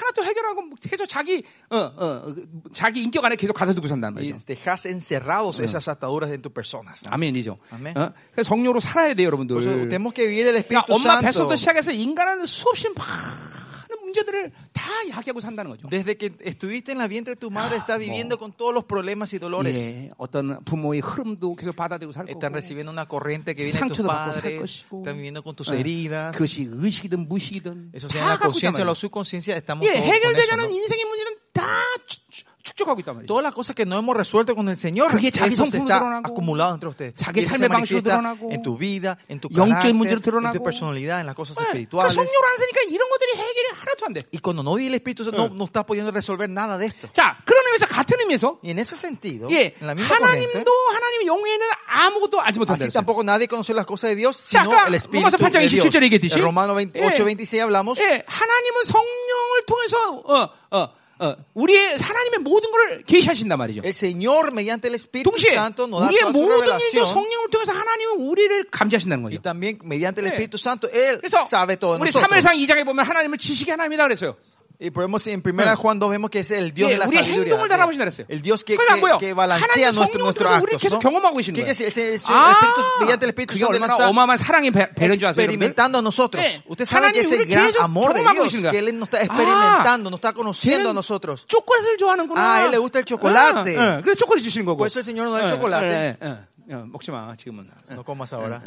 하나도 해결하고 뭐 계속 자기 어, 어, 그, 자기 인격 안에 계속 가둬두고 산단
y
말이죠.
dejas encerrados esas ataduras en tus personas.
예. 아멘이죠.
아멘.
어? 그래서 성령으로 살아야 돼요,
Por eso,
여러분들.
tenemos que vivir el
그러니까
espíritu
엄마
santo.
뱃속부터 시작해서 인간은 수없이 많은 문제들을 다 야기하고 산다는 거죠. 예,
Desde que estuviste en la vientre de tu madre, está viviendo con todos los problemas y dolores.
예, 어떤 부모의 흐름도 계속 받아들이고 어, 살 거고
Están recibiendo una corriente que viene de tus
상처도 받고 살
padres,
것이고
están viviendo con tus
예,
heridas.
그것이 의식이든 무식이든
Eso sea en
다
la
갖고 있단
conciencia o
말이에요.
la subconsciencia, estamos
예,
todos con
해결되지
eso, ¿no?
않은 인생의 문제는 다 축- 축- 축적하고 있단 말이에요.
Todas las cosas que no hemos resuelto con el Señor,
그게
esto
자기
se
성품으로
está
드러나고,
acumulado entre ustedes.
자기
Y eso se
삶의 방식으로
manifiesta
드러나고,
en tu vida, en tu
영적인
carácter,
문제로
en
드러나고.
tu personalidad, en las cosas
예, 그러니까
espirituales.
성령을 안 쓰니까 이런 것들이 해결이 하나도 안 돼.
Y cuando no vive el Espíritu Santo, no, no está pudiendo resolver nada de esto.
자, 그런 의미에서 같은 의미에서
Y en ese sentido,
예,
en la misma corriente,
하나님도 하나님 영에는 아무것도 알지 못한다. 뭐,
así
그랬어요.
tampoco nadie conoce las cosas de Dios,
자,
sino
아까
el
로마서
Espíritu de
8장
Dios.
27절에 얘기했듯이
En Romanos 28,
예.
26 hablamos,
예, 하나님은 성령을 통해서 어, 어, 어, 우리의 하나님의 모든 걸 계시하신단 말이죠.
el Señor mediante el Espíritu
동시에
Santo nos da
우리의
toda su
모든 일도
revelación
성령을 통해서 하나님은 우리를 감지하신다는
y
거죠.
también mediante el
예.
Espíritu Santo Él
그래서
sabe todo de
우리
nosotros.
3회상 2장에 보면 하나님을 지식의 하나님이다 그랬어요.
Y podemos en
예.
primera Juan 2 vemos que es el Dios
예,
de la
우리의
sabiduría.
행동을 달아보신다 그랬어요.
El Dios que,
그러니까
que-
뭐요?
que
하나님
balancea nuestro,
성령
nuestros
통해서 우리를
actos.
계속
¿no?
경험하고 계시는
Que
거예요.
es el, el- el- el Espíritu,
아,
mediante el Espíritu
그게
Santo Él
얼마나
está
어마어마한 사랑의 배- 배려인 줄 아세요? 여러분들?
experimentando a nosotros.
예.
Usted sabe que
하나님
ese
우리를
gran
계속
amor de
경험하고
Dios
계시는 거야.
que Él nos está experimentando, nos está conociendo a
쟤는 예?
nosotros.
초콜릿을 좋아하는구나.
아, él le gusta el chocolate.
어, 어, 그래서 초콜릿 주시는 거고.
Por eso el Señor nos da
어,
el chocolate.
어, 어, 어, 어, 먹지 마 지금은.
No Ah, comas ahora.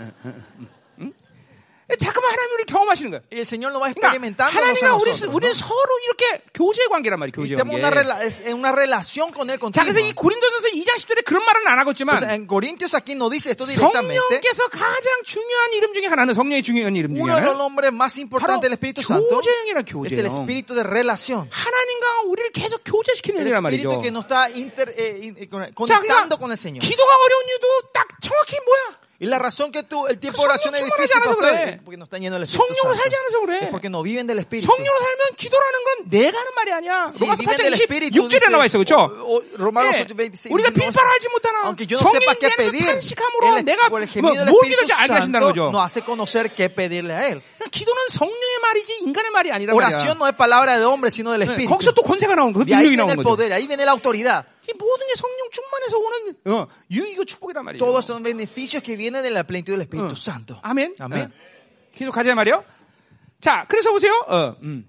예, 잠깐만 하나님 우리를 경험하시는 거예요.
Y el Señor nos va
그러니까
experimentando a
하나님과 우리
nosotros.
우리
¿no?
서로 이렇게 교제 관계란 말이에요.
Y
교제
tenemos una,
관계.
rela- es- es una relación con Él
자, 그래서
continua.
이 고린도전서 2장 10절에 그런 말은 안
O
하겠지만
sea, en Corintios aquí nos dice esto directamente.
성령께서 가장 중요한 이름 중에 하나는 성령의 중요한 이름 중에
Uno de los
하나
nombres más importantes del Espíritu
바로
Santo
교제형이라
es el
교제형.
espíritu de relación.
하나님과 우리를 계속 교제시키는
El
일이란
espíritu
말이죠.
que nos está inter- eh, in- eh,
자, 그러니까
conectando con el Señor.
기도가 어려운 이유도 딱 정확히 뭐야?
Y la razón que tú, el tiempo
Que
de oración es
성령 충만하지
difícil,
않아서
pastor,
그래.
es porque no están yendo el Espíritu
성령으로 살지
Santo.
않아서
Es
그래.
porque no viven del Espíritu.
성령으로 살면 기도라는 건 내가 하는 말이 아니야.
Si
로마서
viven del
8장
Espíritu,
26절에 나와 있어, 그렇죠?
o- o- Romanos
예.
8, 26,
우리가
19,
빈발 알지 못하나
Aunque yo no sepa
성령이
qué
내 안에서
pedir,
탄식함으로
el-
내가
por
뭐,
el gemido del
뭘
Espíritu
기도할지 알게 하신다는
Santo
거죠.
nos hace conocer qué pedirle a Él.
그러니까 기도는 성령의 말이지 인간의 말이 아니라
Oración no es palabra de hombre, sino
네,
del Espíritu.
거기서 또 권세가 나오는 거그
Y
능력이
ahí viene
나오는
el
거죠.
poder, ahí viene la autoridad.
이 모든 게 성령 충만해서 오는 어, 유익이고 축복이란 말이죠.
Todos son beneficios que vienen de la plenitud del
어.
Espíritu Santo.
아멘.
Amén.
어. 계속 가자 말이요. 자, 그래서 보세요. 어, 음.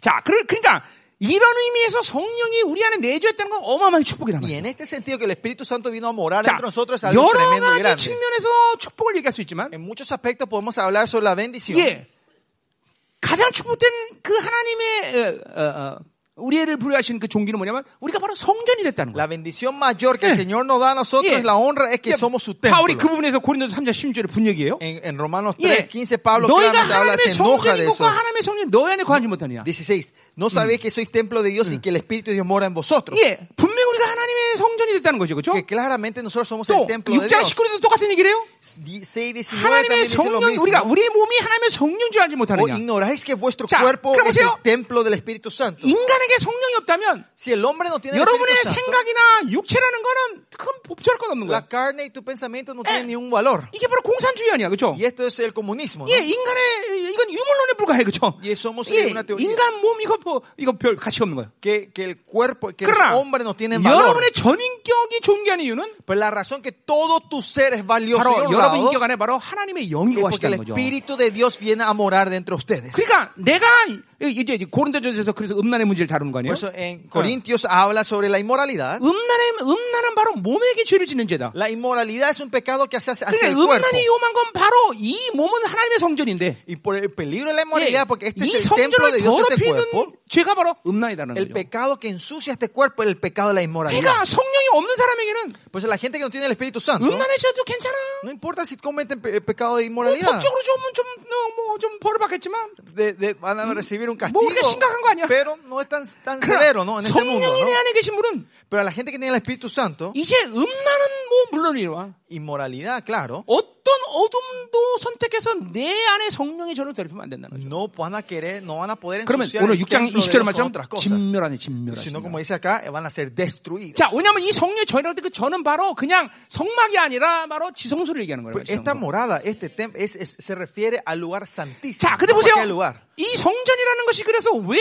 자, 그, 그러니까 이런 의미에서 성령이 우리 안에 내주했다는 건 어마어마한 축복이란
Y
말이에요.
en este sentido que el Espíritu Santo vino a morar
자,
entre nosotros es algo
여러
tremendo y
가지
grande.
측면에서 축복을 얘기할 수 있지만,
En muchos aspectos podemos hablar sobre la bendición.
예, 가장 축복된 그 하나님의 어, 어, 어, 우리를 부여하신 그 종기는 뭐냐면 우리가 바로 성전이 됐다는 거예요.
La bendición mayor que el Señor nos da a nosotros
예.
es la honra, es que
예,
somos su
바울이 그
templo.
부분에서 고린도서 3장 16절의 분얘기예요.
En, en Romanos
예.
3, 15, Pablo
너희가
claramente habla, se
하나님의 성전인 것과
enoja de eso.
하나님의 성령이 너희 안에 거하지 못하느냐.
16. No sabéis que sois templo de Dios y que el Espíritu de Dios mora en vosotros.
예, 분명히 우리가 하나님의 성전이 됐다는 거죠, 그렇죠?
Que claramente nosotros somos el
또
templo de
6장
Dios.
19절도 똑같은 얘기를 해요.
6, 19 también
하나님의
dice lo
성령,
mismo. 어,
우리가 우리의 몸이 하나님의 성령 줄 알지
O
못하느냐.
ignoráis que vuestro
자,
cuerpo
그럼
es el
보세요.
templo del Espíritu Santo.
인간에게 성령이 없다면
Si el hombre no tiene el Espíritu
여러분의
Santo,
생각이나 육체라는 거는 큰 법절 건 없는 거야.
la carne y tu pensamiento no
Eh.
tienen ningún valor.
이게 바로 공산주의 아니야, 그렇죠?
Y esto es el comunismo. ¿no?
예, 인간의 이건 유물론에 불과해, 그렇죠?
예, somos
예,
una teoría.
인간 몸 이거 뭐, 이거 별 가치 없는 거야.
Que, que el cuerpo, que el
그러나
hombre no tiene valor.
여러분의 전인격이 존귀한 이유는
Pero la razón que todo tu ser es valioso y
바로 여러분
honrado
인격 안에 바로 하나님의
es
영이
porque el
거하시다는 거죠.
Espíritu de Dios viene a morar dentro de ustedes.
그러니까 내가 이제 이제 고린도전서에서 그래서 음란의 문제를 다루는 거 아니에요? 그러니까
Por eso en Corintios habla sobre la inmoralidad.
음란의 음란은 바로 몸에게 죄를 짓는 죄다.
La inmoralidad es un pecado que hace hacia hacia el
그러니까
cuerpo.
음란이 위험한 건 바로 이 몸은 하나님의 성전인데
Y por el peligro de la
예,
inmoralidad, porque este
이
es el templo de
성전을
Dios, este cuerpo,
더럽히는 죄가 바로 음란이라는
el
거죠.
pecado que ensucia este cuerpo es el pecado de la inmoralidad.
그러니까 성령이 없는 사람에게는
Por eso la gente que no tiene el Espíritu Santo,
음란에 져도 괜찮아.
no importa si cometen pe- pecado de
뭐
inmoralidad,
법적으로 어, 좀좀뭐좀 벌을 받겠지만
de- de- van a recibir un castigo,
뭐 그렇게 심각한 거 아니야.
pero no es tan, tan severo ¿no?
그러나
en este mundo.
성령이
¿no?
내 안에 계신 분은
Pero a la gente que tiene el Espíritu Santo,
이제 음란은 뭐
어?
물론이와
inmoralidad, claro,
어떤 어둠도 선택해서 내 안에 성령의 전을 더럽히면 안 된다는 거죠.
no van a querer, no van a poder
그러면
ensuciar
오늘
el
6장
templo de Dios
20절
con
말처럼
otras cosas.
진멸하니 진멸하니.
Sino, como dice acá, eh, van a ser destruidos.
자, 왜냐면 이 성령의 전이라고 할때그 전은 바로 그냥 성막이 아니라 바로 지성소를 얘기하는 거예요.
Pues esta
지성소.
morada, este templo, es, es- se refiere al lugar santísimo.
자,
no
근데
cualquier
보세요.
lugar.
이 성전이라는 것이 그래서 왜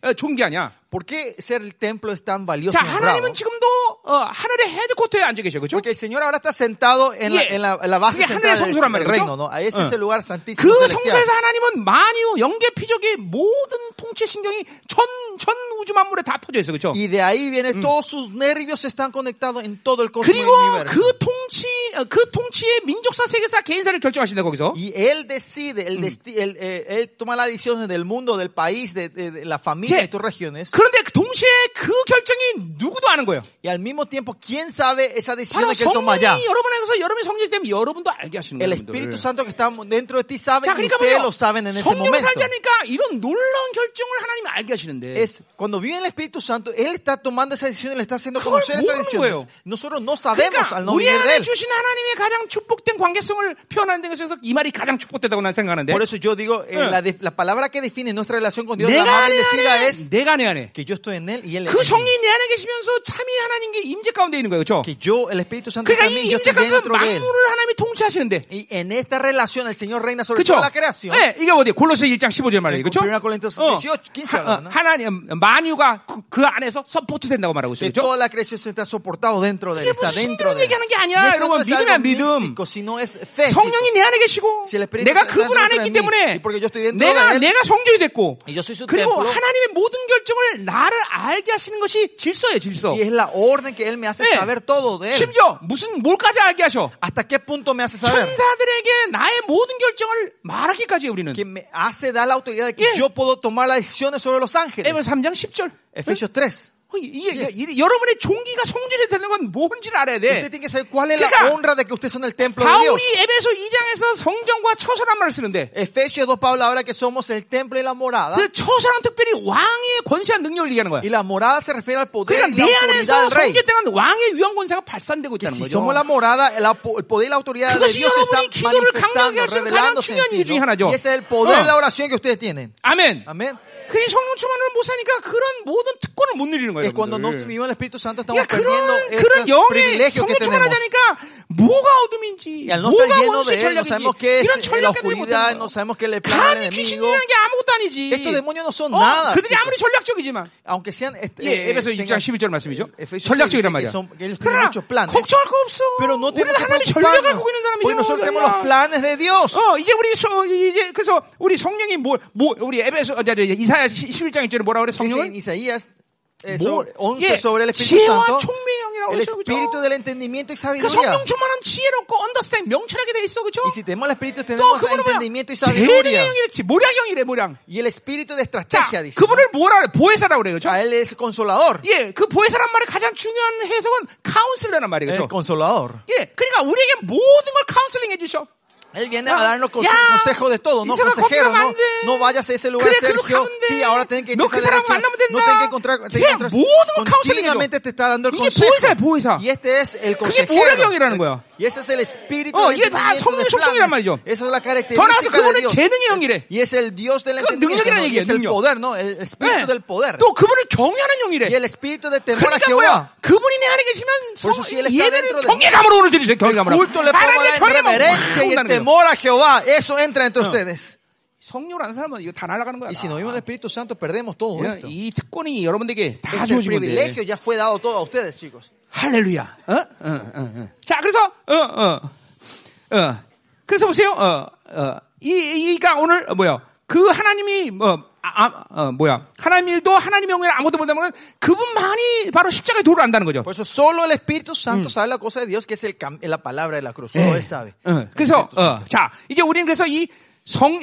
어, 존귀하냐?
¿Por qué ser el templo es tan valioso?
자,
y honrado?
하나님은 지금도 어, 하늘의 헤드코트에 앉아 계셔. 그죠?
Porque el Señor ahora está sentado en la,
Yeah.
en la- en la base
Yeah, 하늘의
central del,
성소란
del
말이죠?
reino, ¿no? Ese
어.
es el lugar santísimo.
그
celestial.
성소에서 하나님은 만유, 영계, 피조계 모든 통치 신경이 전, 전 우주 만물에 다 퍼져 있어. 그죠?
Y de ahí viene
Mm.
todos sus nervios están conectados en todo el cosmos y
그리고
universo.
그 통치, 어, 그 통치의 민족사, 세계사, 개인사를 결정하신다. 거기서.
Y él decide,
Mm.
él, desti- él, eh, él toma las decisiones del mundo, del país, de, de- de la familia
Sí.
y tus regiones.
그런데 그 동시에 그 결정이 누구도 아는 거예요.
Y al mismo tiempo, ¿quién sabe esa decisión
바로
que él toma ya?
성령이 여러분에게서 여러분이 성령이 때문에 여러분도 알게 하시는
El
거예요.
Espíritu
여러분들.
Santo que está dentro de ti sabe
자,
y
그러니까
ustedes
보세요.
lo saben en ese
성령
momento.
살자니까 이런 놀라운 결정을 하나님이 알게 하시는데
Es cuando vive el Espíritu Santo, Él está tomando esa decisión, Él está haciendo
그걸
conocer esas
모르는
decisiones.
거예요.
Nosotros no sabemos
그러니까
al no
우리
vivir de
안에
Él.
주신 하나님의 가장 축복된 관계성을 표현하는 데서 이 말이 가장 축복되다고 난 생각하는데
Por eso yo digo, eh,
Eh.
la, de- la palabra que define nuestra relación con Dios, la
내가
más
내
bendecida
안에
es
내가 내 안에
que yo estoy en Él y Él en
그
mí.
성령이 내 안에 계시면서 참이 하나님께 임재 가운데 있는 거예요 그렇죠?
Que yo, el Espíritu Santo
그러니까
también,
이
yo
임재
estoy
가운데
dentro de Él.
만물을 하나님이 통치하시는데
Y en esta relación el Señor reina sobre
그렇죠?
toda la creación. 네,
네, 이게 어디 골로새 1장 15절 말이에요 그렇죠?
Primera Corintios 18, 15
하,
habla, ¿no?
나님 만유가 그, 그 안에서 서포트 된다고 말하고 있어요
Que
그렇죠?
toda la creación se está soportado dentro de él,
이게
está
무슨
dentro
신비로운
de él.
얘기하는 게 아니야,
No es que
여러분.
no es algo
믿음이야, 믿음.
místico, sino es fe.
성령이 내 안에 계시고
네, Si el Espíritu
내가
está
그분
dentro
안에
de
있기
mí,
때문에
y porque yo estoy dentro de
내가
él,
내가 성전이 됐고
y yo soy su
그리고
templo.
하나님의 모든 결정을 나를 알게 하시는 것이 질서예요 질서
Y es la orden que él me hace
네.
saber todo de él.
심지어 무슨 뭘까지 알게 하셔
¿Hasta qué punto me hace saber?
천사들에게 나의 모든 결정을 말하기까지 해, 우리는
Que me hace dar la autoridad de que
Yeah.
yo puedo tomar las decisiones sobre los ángeles.
에베소 3장 10절 어,
Efesios 3.
여러분의 종기가 성전이 되는 건 뭔지를 알아야
Usted
돼
tiene que saber cuál es la
그러니까
honra de que usted son el templo de Dios.
바울이 에베소 2장에서 성전과 처소란 말을 쓰는데
Efesios 2, Pablo habla que somos el templo y la morada.
그 처소랑 특별히 왕의 권세와 능력을 얘기하는 거야
Y la morada se refiere al poder
그러니까 내
y la autoridad
안에서
del rey.
성전때는 왕의 위험 권세가 발산되고 있다는
Si
거죠.
somos la morada, el, apo- el poder y la autoridad de
그것이
Dios
여러분이
están
기도를 강하게
manifestando,
하시는 가장
revelándose
중요한
en
이유
ti,
중에
¿no?
하나죠.
Y ese es el poder
어.
de la oración que ustedes tienen.
아멘.
Amén.
그게 성령 충만을 못 사니까 그런 모든 특권을 못 누리는 거예요.
Es cuando no
여러분들.
vivimos el Espíritu Santo estamos
그러니까 그런
perdiendo
그런
estos
영의
privilegios que
성령
tenemos.
충만하자니까 뭐가 어둠인지
Y al no estar
뭐가
lleno de
원시
él, no sabemos
전략인지
qué
이런
es la
전략가들이
oscuridad,
못하는
no
거예요.
sabemos qué es el plan del
감히
enemigo.
귀신이라는 게 아무것도 아니지.
Estos demonios no son
어,
nada,
그들이
chicos.
아무리 전략적이지만
Aunque sean este,
예,
eh,
에베소 6장
tengan-
11절 말씀이죠.
Efesios 6 dice
전략적이란
que
말이야.
son- que ellos tienen
그러나
muchos planes.
걱정할 거 없어.
Pero no
우리는
tenemos que
하나님의 전략을
preocuparnos,
갖고 있는
porque nosotros
사람이죠.
tenemos los
전략.
planes de Dios.
어, 이제 우리 소, 이제 그래서 우리 성령이 뭐, 뭐 우리 에베소 어, 저, 저, 이사야 11장 1절에 뭐라 그래
Dice en
성령을
Isaías eh,
뭐-
sobre- 11
예,
sobre el Espíritu
지혜와
Santo,
총명의 영이라고
el
그러죠, 그죠?
Espíritu del entendimiento y
그
sabiduría.
성령 충만함 지혜롭고 언더스탠 명철하게 돼 있어 그렇죠?
Y si tenemos el Espíritu,
또
tenemos
그분은 뭐야?
entendimiento y
재능의
sabiduría.
영이랬지 모량형이래 모량.
Y el espíritu de
자,
estrategia, dice.
그분을 뭐라 그래? 보혜사라고 그래 그렇죠?
A él es consolador.
예, 그 보혜사란 말의 가장 중요한 해석은 카운슬러란 말이죠.
El consolador.
예, 그러니까 우리에게 모든 걸 카운슬링 해주셔.
Él viene
Ah,
a darnos conse-
ya.
consejo de todo, no
Isaac,
consejero,
compra
no,
mande.
no vayas a ese lugar,
Cree que lo
Sergio.
mande.
Sí, ahora tienen que
No, que
echarse a
esa
la
era
derecha.
mandamos de
No tienen
nada.
que encontrar,
Que
te encuentras-
burro, counseling
continuamente
hecho.
te está dando el
Iye,
consejo.
보혜사야, 보혜사.
Y este es el
뭐라고
consejero.
이러는 거야?
Y ese es el espíritu
Oh,
del
이게 다
entendimiento
성령
de
속성이란
planes.
말이죠.
Esa es
더
la
나아가서
característica
그분은
de Dios.
재능의 영이래.
Y es el Dios del
그건
entendimiento,
능력이라는
¿no? y es el
얘기예요, 능력.
poder, ¿no? El, el espíritu
예,
del poder.
또 그분을 경외하는
Y
용이래.
el espíritu de temor a
그러니까
Jehová.
뭐야? 그분이 내 안에 그 계시면 성-
Por eso si él está
얘를
dentro de-
경외감으로 오늘 드리세요. 경외감으로. 뭐
Culto le
하나님의
pongo
경외감.
en reverencia y el temor a Jehová. Eso entra entre ustedes.
성료라는 사람은 이거 뭐 다 날아가는 거야.
Y si
다.
no vimos el Espíritu Santo, perdemos todo
그냥
esto.
이 특권이 여러분에게 다
Este
주어진 건데.
privilegio ya fue dado todo a ustedes, chicos.
할렐루야. 어? 어, 어, 어. 자, 그래서 어, 어, 어. 그래서 보세요. 어, 어. 이, 이가 오늘 어, 뭐야? 그 하나님이 뭐 아, 어, 뭐야 하나님 일도 하나님 영광 아무것도 못하면 그분만이 바로 십자가의 도를 안다는 거죠.
Por eso solo el Espíritu
Mm.
Santo sabe la cosa de Dios, que es el cam- la palabra de la cruz.
Eh.
Solo él sabe.
어, 그래서 어, 자 이제 우리는 그래서 이 성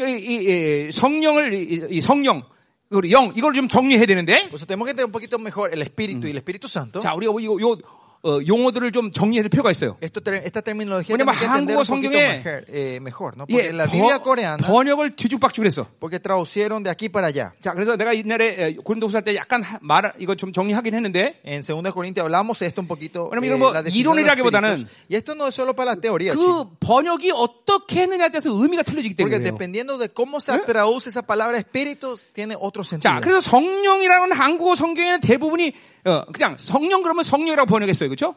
성령을 이, 이 성령 그리고 영 이걸 좀 정리해야 되는데
Por eso tenemos que entender un poquito mejor el
Mm.
Espíritu y el Espíritu Santo.
자 우리가 이 요, 어, 용어들을 좀 정리해야 될 필요가 있어요.
Esto, ter- esta terminología
Bueno,
tenemos que entender un
한국어
poquito
성경에-
mejor, eh, mejor, ¿no? Porque
예,
la Biblia
번-
coreana,
번역을 뒤죽박죽했어.
porque traducieron de aquí para allá.
자 그래서 내가 옛날에 에, 고린도후서 할 때 약간 하- 말 이거 좀 정리하긴 했는데
En 2 Corintios hablamos de esto un poquito. eh,
Bueno, mira, como
la definición de los
이론이라기보다는
espíritus. y esto no es solo para la teoría, chicos.
그 번역이 어떻게 했느냐에 따라서 의미가 틀려지기
porque
때문에 그래요.
dependiendo de cómo
¿Eh?
se traduce esa palabra espíritu, tiene otro
자,
sentido.
그래서 성령이라는 건 한국어 성경에는 대부분이 어, 그냥 성령 그러면 성령이라고 번역했어요. 그렇죠?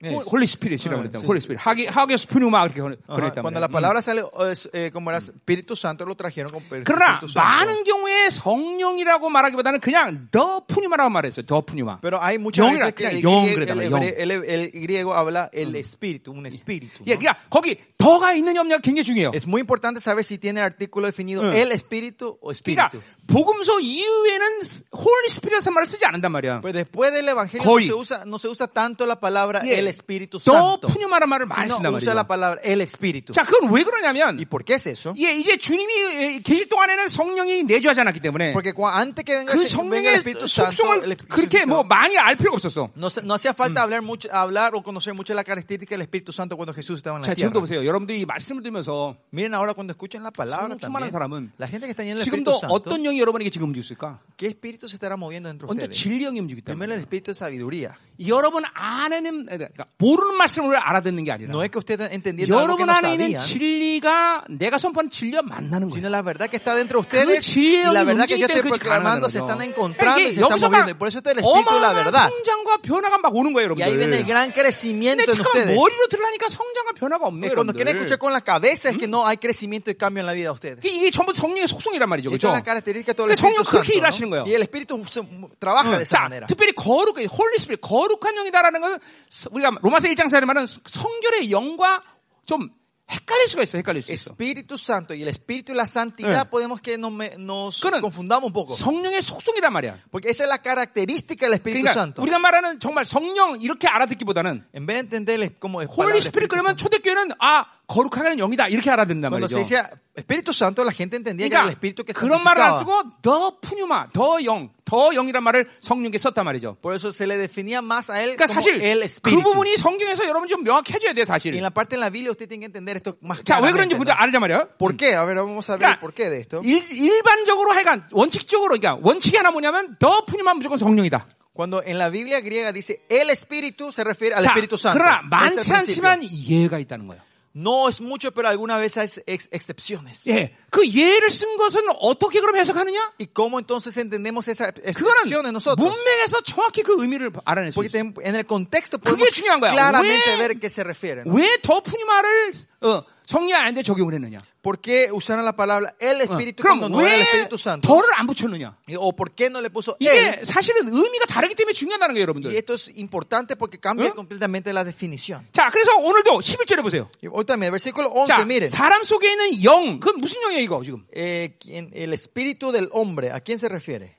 네.
홀리 스피릿이라고 그랬다.
네.
홀리 스피릿. 하기 하기 스피누마 그렇게 번역-
Ajá,
번역했단
Ah, Cuando
말이에요.
la
음.
palabra sale eh, es, eh, como era Espíritu Santo, lo trajeron con per-
그러나
Espíritu Santo.
많은 경우에 성령이라고 말하기보다는 그냥 더 푸니마라고 말했어요. 더 푸니마.
Pero hay muchas
영이라,
veces que el,
그냥 영
grie-
그랬단 말이에요,
el hebre- el- el griego habla el espíritu, un espíritu.
예,
¿no?
그러니까 거기 더가 있느냐 없냐가 굉장히 중요해요.
Es muy importante saber si tiene el artículo definido
Mm.
el espíritu
그러니까
o espíritu.
복음서 이후에는 홀리 스피릿이라는 말을 쓰지 않는단 말이야.
Pero Pues después del evangelio no
Coy.
se, usa, no se usa tanto la palabra
예,
el espíritu
더
santo.
푸니마라는 말을 많이
Sino
쓴단
usa la
말이야.
palabra el espíritu.
자, 그건 왜 그러냐면
¿Y por qué es eso?
예, 이제 주님이 계실 동안에는 성령이 내주하지 않았기 때문에
Porque cua- antes que venga,
그
ese- venga
성령의
el espíritu santo, el
속성을
Espíritu
그렇게 뭐 많이 알 필요가 없었어.
No, se- no hacía falta hablar mucho, hablar o conocer mucho la característica del Espíritu Santo cuando Jesús estaba en la
자, 지금도
tierra.
보세요. 여러분들이 이 말씀을 들으면서
Miren ahora cuando escuchan la
성령
palabra
충만한
también.
사람은
La gente que está llena del
지금도
Espíritu Santo,
어떤 영이 여러분에게 지금 움직일까?
¿qué espíritu se estará moviendo dentro de
먼저
ustedes?
진리 영이 움직이기 때문에
Primero el espíritu de sabiduría.
여러분 안에는 그러니까 모르는 말씀을 알아듣는 게 아니라
No es que ustedes entendiendo algo que
여러분
no
안에 있는
sabían,
진리가 내가 선포한 진리와 만나는 거예요.
sino la verdad que está dentro de ustedes
그
y
진리의
la
영이
verdad que
움직이기
Ah, yo
때문에
estoy
그게 가능한
proclamando
거죠.
se están encontrando
그러니까
y se están
여기서 막
moviendo. Y por eso está el espíritu de la
어마어마한
verdad.
성장과 변화가 막 오는 거예요,
Y ahí viene el
여러분들.
gran
근데
crecimiento en
잠깐만
ustedes.
머리로 들으려니까 성장과 변화가 없는
Eh,
거예요.
Cuando quieren
여러분들.
escuchar con la cabeza es que no hay crecimiento y cambio en la vida de ustedes.
그 이게 이게 전부 성령의 속성이란 말이죠.
Y esta es
그렇죠?
la característica de todo el
근데 성령
Espíritu
그렇게
Santo,
일하시는
¿no?
거예요.
Y el Espíritu se- trabaja de esa
자,
manera.
특별히 거룩, 홀리 스피릿, 거룩한 영이다라는 것은 서- 우리가 로마서 1장에서 말하는 성결의 영과 좀 헷갈릴 수가 있어, 헷갈릴 수 있어.
Espíritu Santo y el Espíritu de la Santidad
Eh.
podemos que nos, me- nos
그는
confundamos un poco.
성령의 속성이란 말이야.
Porque esa es la característica del Espíritu
그러니까
Santo.
우리가 말하는 정말 성령 이렇게 알아듣기보다는
En vez de entenderles como es palabra
홀리
del
스피릿
Espíritu
그러면
Santo.
초대교회는 아, 거룩하는 영이다 이렇게 알아듣는단
Cuando se
말이죠.
decía Espíritu Santo, la gente entendía que era el Espíritu
그러니까
que
그런 말을 안
santificaba.
쓰고 더 푸뉴마, 더 영, 더 영이란 말을 성령께 썼단 말이죠.
Por eso se le definía más a él
그러니까
como
사실
el
그
Espíritu.
부분이 성경에서 여러분 좀 명확해져야 돼
Y en
사실.
la parte de la Biblia usted tiene que entender esto más
자 왜 그런지
claramente,
먼저
¿no?
알자 말이야. 음.
¿Por qué? A ver, vamos a ver el
그러니까
por qué de esto.
일, 일반적으로 하여간 원칙적으로 그러니까 원칙이 하나 뭐냐면 더 푸념한 무조건 성령이다.
Cuando en la Biblia griega dice el Espíritu, se refiere al
자,
Espíritu Santo.
그러나
Este es
많지
el principio.
않지만 예가 있다는 거예요.
No es mucho, pero alguna vez hay ex- excepciones.
예, 그 예를 쓴 것은 어떻게 그럼 해석하느냐?
¿Y cómo entonces entendemos esas excepciones
그거는
nosotros?
문맥에서 정확히 그 의미를 알아낼 수
Porque
있어요.
tem- en el contexto
그게
podemos
중요한 거야.
claramente
왜-
ver qué se refiere. ¿no?
왜더 푸념화를 어, 성령 안에 적용을 했느냐?
¿Por qué usaron la palabra el
어,
Espíritu cuando
그럼
no era el
왜
Espíritu Santo? Eh.
덜을 안 붙였느냐?
Y- ¿O por qué no le puso
이게
él?
사실은 의미가 다르기 때문에 중요하다는 거예요,
Y
여러분들.
esto es importante porque cambia
¿Eh?
completamente la definición.
자, 그래서 오늘도 11절에 보세요.
Y hoy también, versículo 11,
자,
miren.
사람 속에 있는 영. 그 무슨 영이에요, 이거 지금?
Eh, ¿quién- el Espíritu del hombre, ¿a quién se refiere?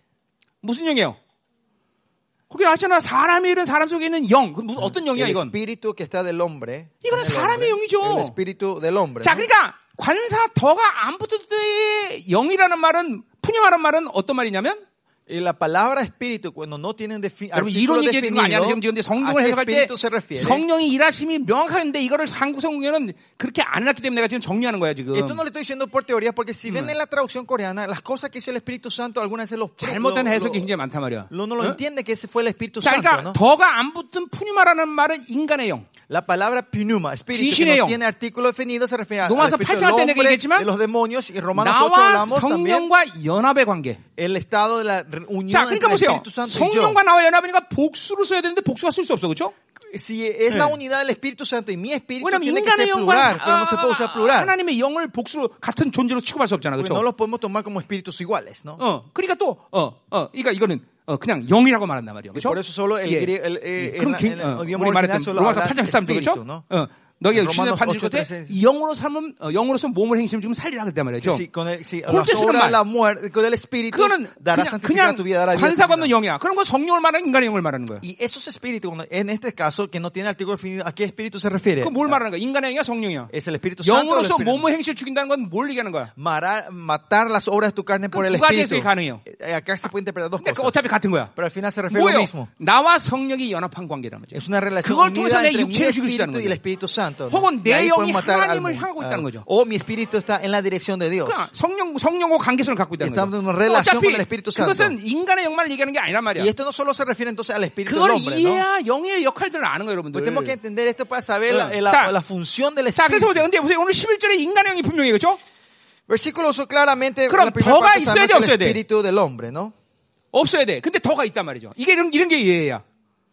무슨 영이에요? 거기 나왔잖아. 사람이 이런 사람 속에 있는 영. 그 무슨 어떤 영이야
el
이건?
espíritu que está del hombre.
이거는
en el
사람의
hombre,
영이죠.
El espíritu del hombre.
자,
¿no?
그러니까 관사 더가 안 붙을 때의 영이라는 말은 푸념하는 말은 어떤 말이냐면
Y la palabra espíritu, cuando no tienen defi-
여러분
artículo
이론 얘기해 주는 거 아니야.
definido,
지금 지금 근데
¿a
성경을
qué
해석할 때
espíritu se refiere?
성령이 일하심이 명확한데 이거를 한국 성경에는 그렇게 안 해놨기 때문에 내가 지금 정리하는 거야 지금.
Esto no le estoy diciendo por teoría, porque si ven en la traducción coreana, las cosas que hizo el Espíritu Santo, algunas veces los
잘못된 해석이 굉장히 많단 말이야.
lo- no lo
응?
entiende que ese fue el Espíritu
자,
Santo.
그러니까
¿no?
더가 안 붙은 푸니마라는 말은 인간의 영.
La palabra pneuma, espíritu, que
귀신의
no
영.
tiene artículo definido, se refiere al
로마서 8
espíritu del
할 때는
hombre,
얘기했지만,
de los demonios, y Romanos 8
나와
hablamos también
성령과 연합의 관계.
el estado de la re-
자,
unión entre
그러니까
el
보세요.
Espíritu Santo y yo.
성령과 나와 연합이니까 복수로 써야 되는데 복수가 쓸 수 없어, 그렇죠?
Si es la unidad del Espíritu Santo y mi espíritu
왜냐면
tiene que ser
인간의
plural, pero
영과
no se puede usar
아,
plural.
하나님의 영을 복수로 같은 존재로 취급할 수 없잖아,
Porque no
그렇죠?
los podemos tomar como espíritus iguales, ¿no?
어, 그러니까 또 어, 어, 그러니까 이거는 어, 그냥 영이라고 말한단 말이에요, 그렇죠?
Por eso solo el
예.
griego- el- eh,
그럼
en la-
굉-
en el
어,
idioma
우리
original
말했던
solo
로마서
habla
8장 13도
espíritu,
그렇죠?
¿no?
어, 너에게
로마노스
육신을 판줄 것에
8:13.
영으로 삶은 어, 영으로서 몸을 행심을 지금 살리라 그랬단 말이죠.
Sí, con el, sí,
Culto
las
es una
obras,
mal.
la muerte, con el espíritu
그거는
dará
그냥,
santificar tu vida, dará
그냥
vida. a tu
관사가
vida.
없는 영이야. 그런 건 성령을 말하는 인간의 영을 말하는 거야.
Y esos espíritus, cuando- en este caso, que no tiene artículo definido, ¿a qué espíritu se refiere?
그 뭘 말하는 거야? 인간의 영이야, 성령이야.
Es el Espíritu Santo. o el
영으로서
espíritu?
몸의 행실 죽인다는 건 뭘 얘기하는 거야?
Marar- matar las obras de tu carne por
두
el
가지 해석이
espíritu.
가능해요.
Eh, Acá se puede interpretar dos
근데 그
cosas.
어차피 같은 거야.
Pero al final se refiere a lo
뭐예요?
mismo.
나와 성령이 연합한 관계라는 거죠.
Es una relación
그걸 통해서
unida
내
entre mi
육체를 죽일 수
espíritu
있다는
y el
거죠.
Espíritu Santo.
혹은
Y
내
ahí podemos
영이
matar al
하나님을
mundo.
향하고 있다는 거죠.
O mi espíritu está en la dirección de Dios.
그러니까 성령 성령과 관계성을 갖고 있다는
Estamos en
거죠.
una relación
어차피
con el Espíritu Santo.
그것은 인간의 영만을 얘기하는 게 아니란 말이야.
Y esto no solo se refiere entonces al espíritu del
그걸
hombre, ¿no?
이해야 영의 역할들을 아는 거예요,
Pues tenemos que
여러분들.
entender esto para saber la,
Eh.
la-
자.
la función del
자, 그래서
espíritu.
보세요. 근데 보세요. 오늘 11절에 인간의 영이 분명히 그렇죠?
Versículo usó claramente
Claro,
la primera
¿더가
parte
있어야
sabemos
돼,
que
없어야
el
돼?
espíritu del hombre, ¿no?
없어야 돼. 근데 더가 있단 말이죠. 이게 이런 이런 게 이해야.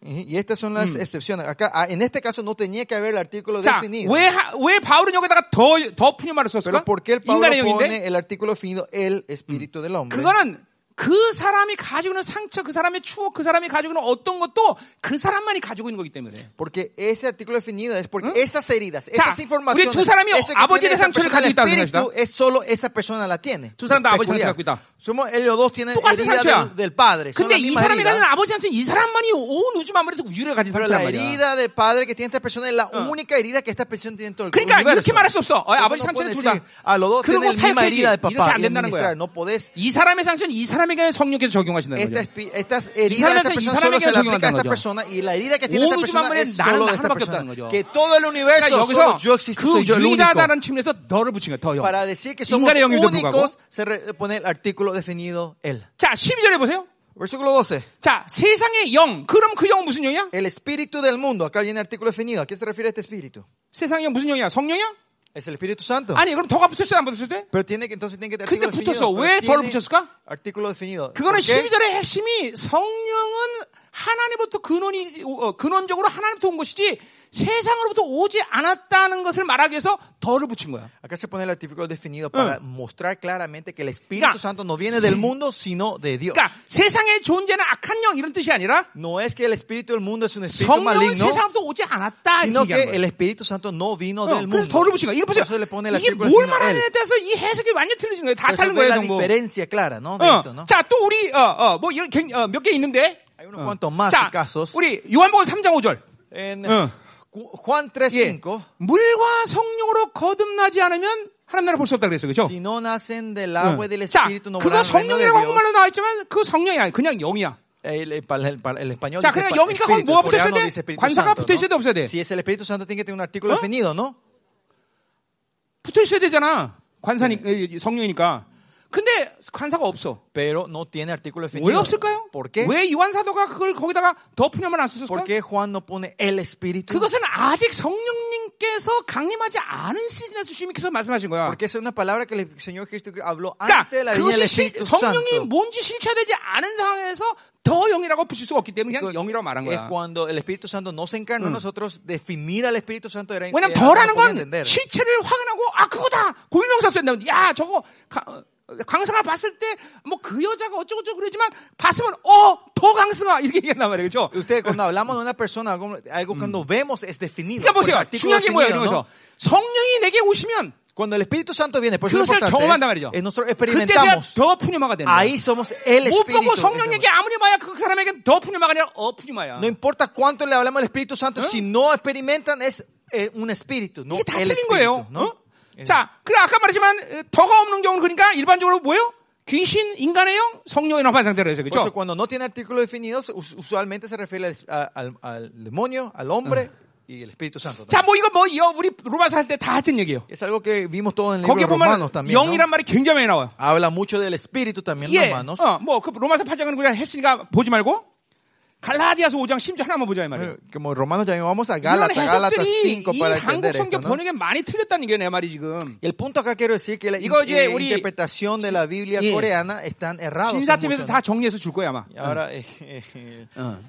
Y y estas son las excepciones. Acá, ah, en este caso no tenía que haber el artículo
자,
definido.
왜, 하- 왜 바울은 여기다가 더, 더 푸념말을 썼을까?
Pero ¿por qué el Pablo
인간의 영인데?
pone el artículo definido el espíritu del hombre?
그거는 그 사람이 가지고 있는 상처, 그 사람의 추억, 그 사람이 가지고 있는 어떤 것도 그 사람만이 가지고 있는 거기 때문에. 그래요.
Porque ese artículo definido es porque esas heridas,
자,
esas informaciones,
우리 두 사람이
ese que
아버지의
tiene esa
상처를
persona, el
가지고 있다고
espíritu
생각합시다.
es solo esa persona la tiene.
두 사람 다
Es
아버지 상처를
peculiar.
갖고 있다.
Somos ellos dos tienen
똑같은
herida
상처야.
del, del padre. Son
근데
la
이
misma
네, 사람이 가진
herida.
아버지한테 이 사람만이 온 우주 만물에서 유래를 가진
Pero
상처란
la
그러니까 말이야.
herida del padre que tiene esta persona es la única herida que esta persona tiene en todo el
그러니까
universo.
이렇게 말할 수 없어. 어, 아버지
Entonces no
상처는
puedes
둘 다.
decir, "Ah, los dos
그리고
tienen la misma
사역했지.
herida del
이렇게
papá.
안
y
된다는 거야.
administrar. No podés
이 사람의 상처는 이 사람에게 성령께서 적용하신다는
Esta,
거죠.
espi- estas heridas de
사람한테- 이
esta persona solo
사람에게
se le aplica a
적용한다는
esta
거죠.
persona y la herida que tiene
온
esta
우주
persona
만물에
es solo
나는
de esta
하나밖에
persona.
없다는 거죠.
Que todo el
그러니까
universo, solo
여기서
yo existo,
그
soy yo el único.
유일하다는 측면에서 너를 붙인 거야. 더 영.
Para decir que somos
인간의 영에도 불구하고.
únicos, se re- eh, pone el artículo definido él.
자, 12절에 보세요.
Versículo 12.
자, 세상의 영. 그럼 그 영은 무슨 영이야?
El espíritu del mundo. Acá viene el artículo definido. ¿A qué se refiere este espíritu?
세상의 영 무슨 영이야? 성령이야?
Es el Espíritu Santo.
아니, 그럼 더가 붙였을 때 안 붙였을 때?
Pero tiene que entonces tiene que tener
근데
artículo
붙었어.
definido.
왜
Pero
덜
tiene
붙였을까?
Artículo definido.
그거는
¿Por qué?
12절의 핵심이 성령은 하나님부터 근원이 어, 근원적으로 하나님부터 온 것이지 세상으로부터 오지 않았다는 것을 말하기 위해서 더를 붙인 거야.
Acá se pone el artículo definido para mostrar claramente que el
Claro.
Espíritu Santo no viene del mundo, sino de Dios.
그러니까 세상의 존재는 악한 영 이런 뜻이 아니라
No es que el Espíritu del mundo es un espíritu
성령은
maligno,
세상부터 오지 않았다 이렇게
sino
얘기한
que
거예요.
el Espíritu Santo no vino
어,
del
그래서
mundo.
더를 붙인 거야. 이거
Por
보세요.
eso le pone el
이게
artículo
뭘
definido a él.
말하느냐에 따라서 이 he석이 완전 틀려진 거예요. 다
Por eso
다른
ve
거예요,
la
정보.
diferencia clara, ¿no? De esto,
뭐.
¿no?
어. 자, 또 우리 어, 뭐 몇 개 있는데.
Hay unos cuantos más
자,
casos.
우리 요한복음 3장 5절.
En
어.
Ju- Juan 3.5,
예. 물과 성령으로 거듭나지 않으면 하나님 나라 볼 수 없다 그랬어요. 그죠?
si no nacen del
Ah.
agua y del
자,
Espíritu, no
그거
podrán reino de
성령이라고
Dios.
한국말로 나와 있지만 그 성령이 아니 그냥 영이야.
El, el- para- el- para- el español
자,
dice
그러니까
pa-
영이니까 거기
espíritu,
뭐가
el coreano
붙어야 돼?
dice espíritu
관사가
santo,
붙어있어야 돼,
¿no?
없어야 돼?
Si es el Espíritu Santo, tiene que tener un artículo
어?
definido, ¿no?
붙어 있어야 되잖아. 관사니 에, 성령이니까. 근데 관사가 없어.
Pero no tiene artículo
왜
definido.
없을까요?
¿Por qué?
왜 요한 사도가 그걸 거기다가 더 푸념을 안
¿Por
썼을까?
qué Juan no pone el Espíritu?
그것은 아직 성령님께서 강림하지 않은 시즌에서 주님께서 말씀하신 거야.
Porque esa es una palabra que el Señor Jesucristo habló
그러니까
antes de la venida
그것이
del
실-
Espíritu
성령이
Santo.
뭔지 실체되지 않은 상황에서 더 영이라고 붙일 수가 없기 때문에 그냥 영이라고 말한
Es
거야.
cuando el Espíritu Santo no se encarnó en nosotros, definir al Espíritu Santo era
왜냐면
era- no
더라는
podía
건
entender.
실체를 확인하고 아 그거다 고유명사 쓴다면 야 저거 가- 어, 강승아 봤을 때 뭐 그 여자가 어쩌고 저쩌고 그러지만 봤으면 어 더 강승아 이렇게 얘기한단 말이에요 그죠?
Ustedes, cuando hablamos de una persona, algo, algo cuando vemos es definido.
그러니까
por
보세요
artículo
중요한 게 뭐예요
definido,
이러면서
¿no?
성령이 내게 오시면
Cuando el Espíritu Santo viene, por eso lo
그것을 경험한단
importante
말이죠
es, es nosotros
그때 내가
experimentamos.
더 푸념화가 되는 거예요
Ahí somos el
못 보고
Espíritu.
성령 얘기 아무리 봐야 그 사람에게 더 푸념화가 아니라 어 푸념화야
No importa cuánto le hablamos al Espíritu Santo, si no experimentan es eh, un espíritu, no
이게 다
el
틀린
espíritu.
거예요.
¿no?
어? 자, 그래 아까 말했지만 어, 더가 없는 경우는 그러니까 일반적으로 뭐예요? 귀신, 인간의 영, 성령의 영한 상태로 해서
Por eso
그죠?
cuando no tiene artículos definidos, us- usualmente se refiere al, a- al- al demonio, al hombre y el Espíritu Santo.
자,
también.
뭐 이거 뭐 이거 우리 로마서 할 때 다 했던 얘기예요.
Es algo que vimos todo en el libro
거기
de
보면
Romanos también. ¿no?
영이란 말이 굉장히 많이 나와요.
Habla mucho del espíritu también,
예,
hermanos.
어, 뭐그 로마서 8장은 그냥 했으니까 보지 말고 갈라디아서 5장 심지어 하나만 보자 이 말이에요.
Eh, Como romanos ya vamos a
이런
Gálatas, Gálatas
해석들이
5
이
para
한국
entender esto.
성경
¿no?
번역에 많이 틀렸다는 게 내 말이 지금.
Y el punto acá quiero decir que la
Digo, oye,
eh,
Uri,
interpretación de la Biblia
sí.
coreana están errados. son
신사팀에서
muchos, ¿no?
다 정리해서 줄 아, 거야 아마.
Y ahora eh, eh,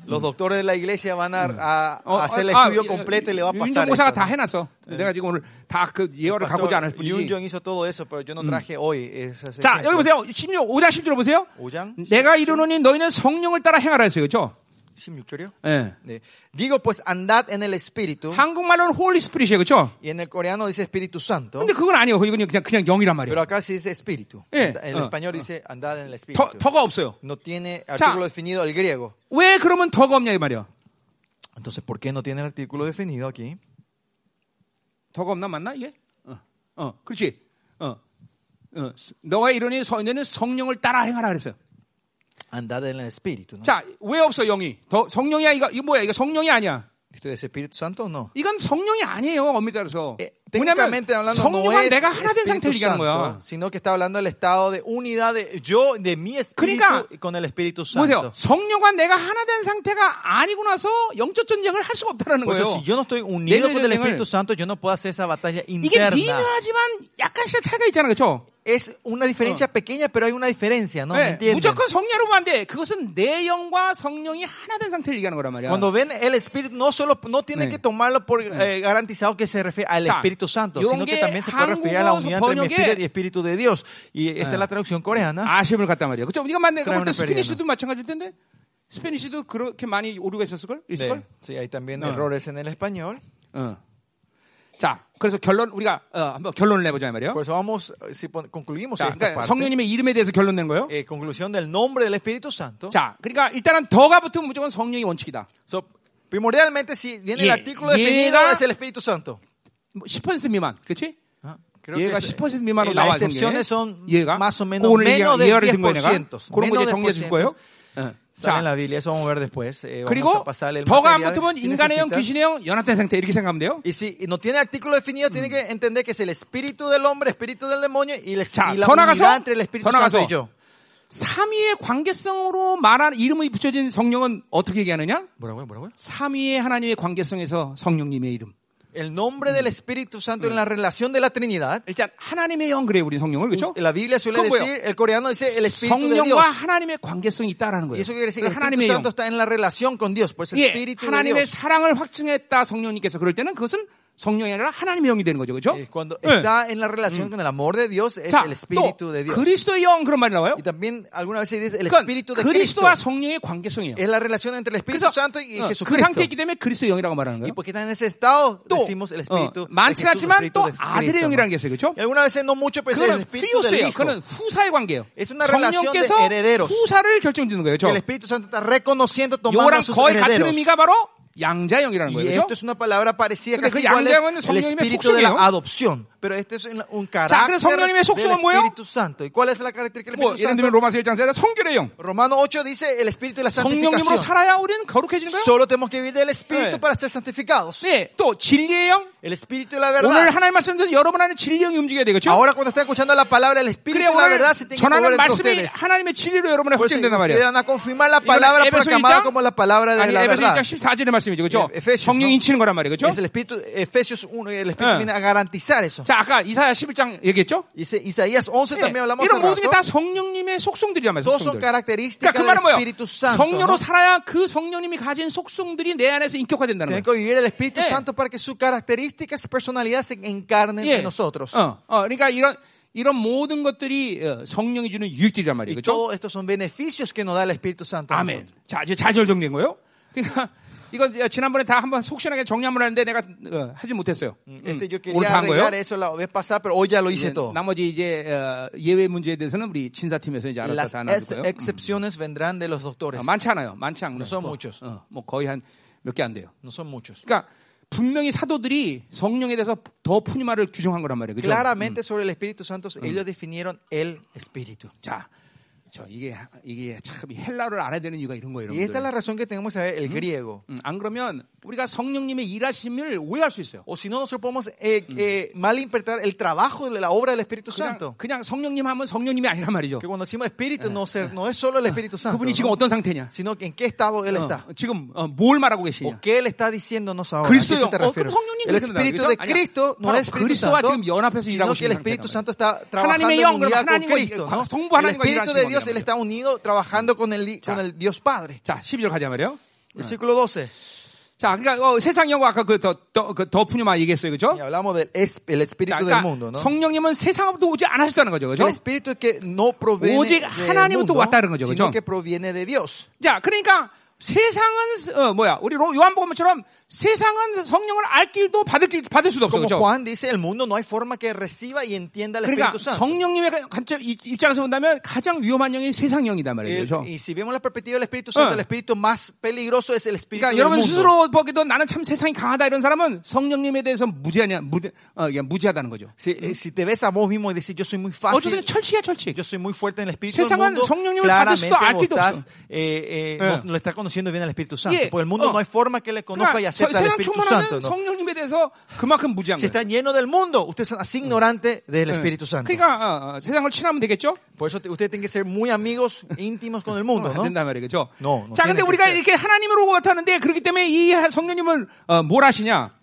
los doctores de la iglesia van a, a-
어,
a hacer el
아,
estudio
아,
completo y le va a pasar.
윤정고사가
esto,
다 네.
¿no?
해놨어. 내가 지금 오늘 다 그 예화를 갖고 오지 않을
Pastor
뿐이지. 그
Yun-jong hizo todo eso, pero yo
Mm.
no traje hoy. ese ejemplo.
자 여기 보세요. 16, 5장 10절 보세요.
오장?
내가 이르노니 너희는 성령을 따라 행하라 했어요. 그렇죠?
16절이요?
예.
네. Digo pues andad en el espíritu
한국말로는 Holy Spirit이에요, 그렇죠?
y en el coreano dice Espíritu Santo,
근데 그건 아니에요. 이건 그냥 그냥 영이란
pero
말이에요.
acá se dice espíritu.
Eh,
En
ah,
el español dice andad en el
더,
espíritu.
더가 없어요.
No tiene artículo definido el griego.
왜 그러면 더가 없냐 이 말이야.
Entonces, ¿por qué no tiene el artículo definido aquí?
더가 없나 맞나 이게? 어, 어, 그렇지. 어, 어, 너가 이러니 너는 성령을 따라 행하라 그랬어요.
Andad en el espíritu, ¿no?
자, 왜 없어 영이? 더 성령이야 이거 이거 뭐야? 이거 성령이 아니야.
¿Esto es Espíritu Santo o no?
이건 성령이 아니에요, 엄밀히 따라서.
Eh,
왜냐면
técnicamente hablando, no
성령은
es
내가 하나 된
Espíritu
상태를 얘기하는
Santo,
거야.
sino que está hablando del estado de unidad de yo, de mi espíritu
Kiriga.
y con el Espíritu Santo.
보세요. 성령과 내가 하나 된 상태가 아니고 나서 영적 전쟁을 할 수가 없다는
Por
거예요.
eso, si yo no estoy
Dentro
unido
del
con el
lenguaje.
Espíritu Santo, yo no puedo hacer esa batalla
이게
interna.
미묘하지만 약간씩 차이가 있잖아, 그렇죠?
Es una diferencia pequeña, pero hay una diferencia, ¿no? ¿Me
네,
entienden?
무조건 성령으로 보면 안 돼. 그것은 내 영과 성령이 하나 된 상태를 얘기하는 거란 말이야.
Cuando ven el Espíritu, no solo no tienen
Eh.
que tomarlo por eh, garantizado que se refiere al
자,
Espíritu Santo,
이런
sino que
게
también se puede referir a la
한국어
unidad entre mi
번역에-
Espíritu y Espíritu de Dios. Y esta
Ah.
es la traducción coreana.
아쉬움을 갖단 말이야. 그렇죠? 네가 만약에 볼때
그러면은
스페니쉬도 마찬가지일 텐데 스페니쉬도 그렇게 많이 오류가 있었을 걸? 있을
Sí,
걸?
sí, hay también
No.
errores en el español.
어. 자, 그래서 결론 우리가 어, 한번 결론을 내보자 이 말이에요.
Por eso vamos, eh, si pon- concluimos
자,
esta
그러니까
parte,
성령님의 이름에 대해서 결론 낸 거예요.
eh, conclusión del nombre del Espíritu Santo.
자, 그러니까 일단은 더가 붙으면 무조건 성령이 원칙이다.
So, primordialmente, si viene el
Ye-
artículo definido,
llega-
es el Espíritu Santo.
뭐10% 미만, 그렇지?
Creo
얘가
es-
10% 미만으로
eh, las
나와
excepciones son
얘가
más o menos
오늘
menos del
예화를 든 거예요, 내가.
10%.
그런 거
menos
이제 정리해 줄
del
거예요.
10%.
예.
Sale en la
자,
Biblia, eso vamos a ver después. Eh, vamos
그리고
a pasarle el
더가 안
material
붙으면
si
인간의 영,
necesitan.
귀신의 영, 연합된 상태 이렇게 생각하면 돼요.
Y si no tiene artículo definido, tiene que entender que es el espíritu del hombre, espíritu del demonio y, el-
자,
y la
더 나가서-
unidad entre el Espíritu
더 나가서.
Santo y yo.
삼위의 관계성으로 말한 이름이 붙여진 성령은 어떻게 얘기하느냐? 삼위의 하나님의 관계성에서 성령님의 이름.
El nombre del Espíritu Santo en la relación de la Trinidad.
일단 하나님의 영 그래 우리 성령을 그렇죠?
La Biblia suele
그건 뭐예요?
decir, el coreano dice el Espíritu de Dios.
성령과 하나님의 관계성이 있다라는
Y
거예요.
eso quiere decir que el
그래서 하나님의
Espíritu
영.
Santo está en la relación con Dios, pues
예,
Espíritu de
하나님의
Dios.
사랑을 확증했다 성령님께서 그럴 때는 그것은 성령이 아니라 하나님의 영이 되는 거죠, 그렇죠?
Eh, Mm. Cuando
예.
está en la relación con el amor de Dios, es
자, 또
el Espíritu de Dios.
그리스도의 영 그런 말이 나와요.
Y también alguna vez se dice el
그건
Espíritu de Cristo.
그리스도와 성령의 관계성이에요.
Es la relación entre el
그래서
Espíritu Santo y
어, 그
Jesucristo.
상태 있기 때문에 그리스도 영이라고 말하는 거예요.
Y porque está en ese estado,
또
decimos el
어,
Espíritu de
많진
Jesús,
않지만 또
Espíritu de
아들의
Cristo,
영이라는
¿no?
게 있어요, 그렇죠?
Y alguna vez no mucho, pero es
그거는
el Espíritu del
피오스예요.
Hijo.
그거는 후사의 관계예요.
Es una relación de
성령께서
herederos.
후사를 결정짓는 거예요,
Que el
그렇죠?
Espíritu Santo está reconociendo, tomando a
요거랑
sus
거의 같은
herederos.
의미가 바로 양자 영이라는
Y
거예요,
esto
그렇죠?
es una palabra parecida
근데
casi
그
igual es
양자형은
el
성령님의
espíritu de la
속성이에요.
adopción. Pero este es un- un
자,
carácter
그래서 성령님의
del
속성은 뭐예요?
Espíritu Santo. ¿Y cuál es la característica del
뭐
Espíritu
예를 들면
Santo?
로마서 1장에서 성결의 영.
Romano 8 dice el espíritu de la
성령님으로
santificación.
살아야 우리는 거룩해지는 거예요.
Solo tenemos que vivir del espíritu
네.
para ser santificados.
네, 또 진리의 영.
El espíritu de la
오늘
verdad.
하나님 말씀대로 여러분 안에 진리의 영이 움직여야 되겠죠?
Ahora cuando están escuchando la palabra del espíritu
그래
de la
오늘
verdad se tiene que
전하는
mover entre
말씀이
ustedes.
하나님의 진리로 여러분에
Por eso
확증된단
ustedes
말이에요.
van Pues a confirmar la
이거는
palabra
에베소
proclamada
1장?
como la palabra de
아니
la
에베소 1장
verdad.
14절의 말씀이죠. 그죠?
예, Efesios,
성령
no?
인치는 거란 말이에요. 그렇죠? 그죠?
Es el espíritu, Efesios 1, el espíritu
네.
viene a garantizar eso.
자, 아까 이사야 11장 얘기했죠?
Dice Isaías
예,
11 también hablamos
이런
hace
모든
rato.
게 다 성령님의 속성들이란 말이에요.
Todos
속성들.
son
그러니까
características
그
del
말은
Espíritu
뭐예요?
Santo.
성령으로
¿no?
살아야 그 성령님이 가진 속성들이 내 안에서 인격화된다는 거예요.
Tienen que vivir el Espíritu
Eh.
Santo para que sus características y personalidad se encarnen
예.
en nosotros.
어, 어, 그러니까 이런 이런 모든 것들이 어, 성령이 주는 유익들이란
Y
말이에요. 그렇죠?
todos estos son beneficios que nos da el Espíritu Santo. a
아멘.
nosotros.
자, 이제 잘 절정된 거예요. 그러니까 이거 지난번에 다 한번 속시원하게 정리 한번 했는데 내가 어, 하지 못했어요. 음,
Este, yo
오늘
quería
다한 거예요.
arreglar eso la vez pasada, pero hoy ya lo hice
이제
todo.
나머지 이제 어, 예외 문제에 대해서는 우리 진사팀에서 이제 알아서
Las
다 나눌
ex-
거예요.
excepciones vendrán de los doctores.
어, 많지 않아요. 많지 않아요.
son
뭐,
muchos.
어, 뭐 거의 한 몇 개 안 돼요.
No son muchos.
그러니까 분명히 사도들이 성령에 대해서 더 푸니마를 규정한 거란 말이에요. 그죠?
Claramente sobre el Espíritu Santo, ellos definieron el Espíritu.
자, 저 이게 이게 참이 헬라를 알아야 되는 이유가 이런 거예요.
Y esta es la
여러분들.
razón que tenemos que saber el griego.
음, 안 그러면 우리가 성령님의 일하심을 오해할 수 있어요.
O si no, nosotros podemos eh, eh, malinterpretar el trabajo de la obra del Espíritu
그냥,
Santo.
그냥 성령님 하면 성령님이 아니란 말이죠.
Que cuando decimos Espíritu, no, ser- no es solo el Espíritu Santo,
그분이 지금
¿no?
어떤 상태냐?
sino que en qué estado Él está.
어, 지금 어, 뭘 말하고
¿O
계시냐?
qué Él está diciéndonos ahora? ¿A qué
그리스도
se
영,
te
어,
refiere?
그럼 성령님
El
그렇게 된다는
Espíritu
거죠?
de
아니야.
Cristo no
바로
es Espíritu
그리스도와
Santo,
지금 연합해서
sino
일하고
que el
계시는
Espíritu
상태란
Santo está trabajando
하나님의
en
영, 그럼
unidad con
하나님과
Cristo.
이-
¿no?
성부
El
하나님과
Espíritu
일하시는
de Dios
거란
Él está unido trabajando con el, con el Dios Padre.
자, 12절 가자 말이에요.
Versículo 12.
자, 그러니까 어, 세상 영과 아까 그더더 푸니마 얘기했어요. 그죠?
Y hablamos del es- el
자,
Espíritu del
그러니까
mundo. ¿no?
성령님은 세상으로부터 오지 않으셨다는 거죠. 그죠?
El Espíritu que no proviene
오직
del
하나님부터
mundo,
왔다는 거죠,
sino
그죠?
que proviene de Dios.
자, 그러니까 세상은 어, 뭐야 우리 로- 요한복음처럼 세상은 성령을 알 길도 받을 길 받을 수도 없어
Como
그렇죠?
Juan dice, el mundo no hay forma que reciba y entienda el
그러니까
Espíritu Santo.
성령님의 가- 관점 이- 입장에서 본다면 가장 위험한 영이 세상 영이다 말이에요.
El-
그렇죠?
y si vemos la perspectiva del Espíritu
Eh.
Santo, el espíritu más peligroso es el espíritu
그러니까
del
여러분
mundo.
스스로 보기도 나는 참 세상이 강하다 이런 사람은 성령님에 대해서 무지하냐 무지, 어, 그냥 무지하다는 거죠.
Si, eh, si te ves a vos mismo y decís, yo soy muy
어쨌든
fácil,
철칙이야 철칙.
yo soy muy fuerte en el espíritu del
세상은
mundo,
성령님을 받을
claramente
수도
vos
알 필요도
estás, eh, eh,
Eh.
no, no estás conociendo bien al Espíritu Santo.
Yeah.
Porque el
Oh.
mundo no hay forma que le conozca y
그러니까 서-
acepte al
세상
Espíritu
충만하면
Santo. ¿no?
성령님에 대해서 그만큼 무지한
Si
거예요.
están llenos del mundo, ustedes son así ignorantes del Espíritu Santo.
그러니까 어, 어, 세상을 친하면 되겠죠?
Por eso te- ustedes tienen que ser muy amigos íntimos con el mundo,
안
¿no?
된단 말이죠.
No, no
자, 근데
tiene
우리가
criterio.
이렇게 하나님으로 왔다는데 그렇기 때문에 이 성령님을 어, 뭘 하시냐?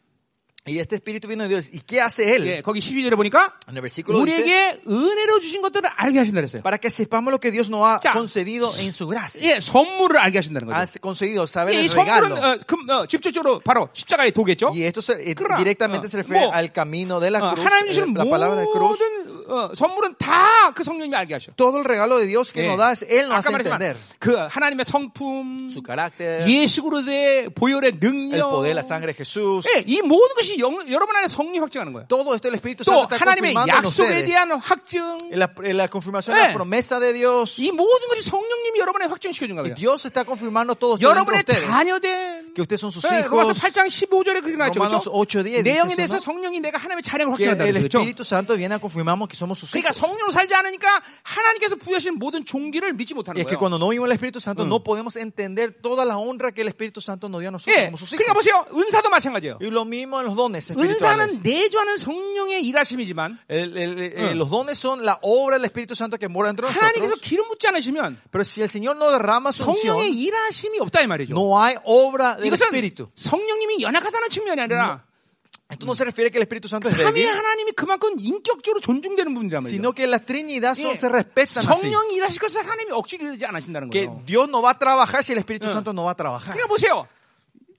Y este Espíritu viene de Dios. ¿Y qué hace Él?
예, 거기 12절에 보니까
En el versículo dice,
우리에게 은혜로 주신 것들을 알게 하신다 그랬어요.
para que sepamos lo que Dios nos ha
Ya.
concedido en su gracia.
예, 선물을 알게 하신다는
Ha
거죠.
concedido saber
이
el
선물은
regalo.
어, 금, 어, 직접적으로 바로 십자가의 도겠죠.
Y esto se- eh,
Claro.
directamente
Ah,
se refiere
bueno.
al camino de la
어,
cruz,
하나님
eh,
주시는
la palabra de cruz.
모든 어, 선물은 다 그 성령님이 알게 하셔.
Todo el regalo de Dios que
예.
nos da, es- Él nos
아까
hace
말했지만
entender.
그 하나님의 성품,
Su carácter,
예수 그리스도의 보혈의
el
능력,
poder, la sangre de Jesús.
예, 이 모든 것이 영- 여러분 안에 성령 확증하는 거예요.
Todo esto el Espíritu
또
Santo está
하나님의
confirmando en
약속에
ustedes.
대한 확증,
En La, en la confirmación de
Eh.
la promesa de Dios.
이 모든 것이 성령님이 여러분에 확증시켜 준
Y
거예요.
Dios está confirmando todo esto dentro de
여러분의
ustedes.
자녀된
Que ustedes son sus
예, 로마서
hijos.
8장 15절에 그렇게 나왔죠.
로마노스 8, 10,
그렇죠? 내 영에
dice
대해서
eso,
성령이 내가 하나님의 자량을
Que
확증한다
el
그랬죠.
Espíritu Santo viene a confirmarnos que somos sus
그러니까
hijos.
성령으로 살지 않으니까 하나님께서 부여하신 모든 종기를 믿지
Y
못하는
es que
거예요.
cuando no vimos el Espíritu Santo, no podemos entender toda la honra que el Espíritu Santo nos dio Eh, a nosotros
예,
como sus
그러니까
hijos.
보세요. 은사도 마찬가지예요.
Y lo mismo en los dones espirituales.
은사는 내주하는 성령의 일하심이지만
El- el- el- eh, los dones son la obra del Espíritu Santo que mora dentro de
하나님께서
nosotros.
기름 붓지 않으시면
Pero si el Señor no derrama su
성령의
unción,
일하심이 없다 이 말이죠.
그렇죠. no hay obra del
이것은
Espíritu.
성령님이 연약하다는 측면이 아니라
Esto no se refiere a que el Espíritu Santo es
삼위
débil,
하나님 이 그만큼 인격적으로 존중되는 분이란 말이죠.
sino que la Trinidad son-
예,
se respetan así.
성령이 일하실 것을 하나님이 억지로 이러지 않으신다는
Que
거예요.
Dios no va a trabajar si el Espíritu Santo no va a trabajar.
그러니까 보세요.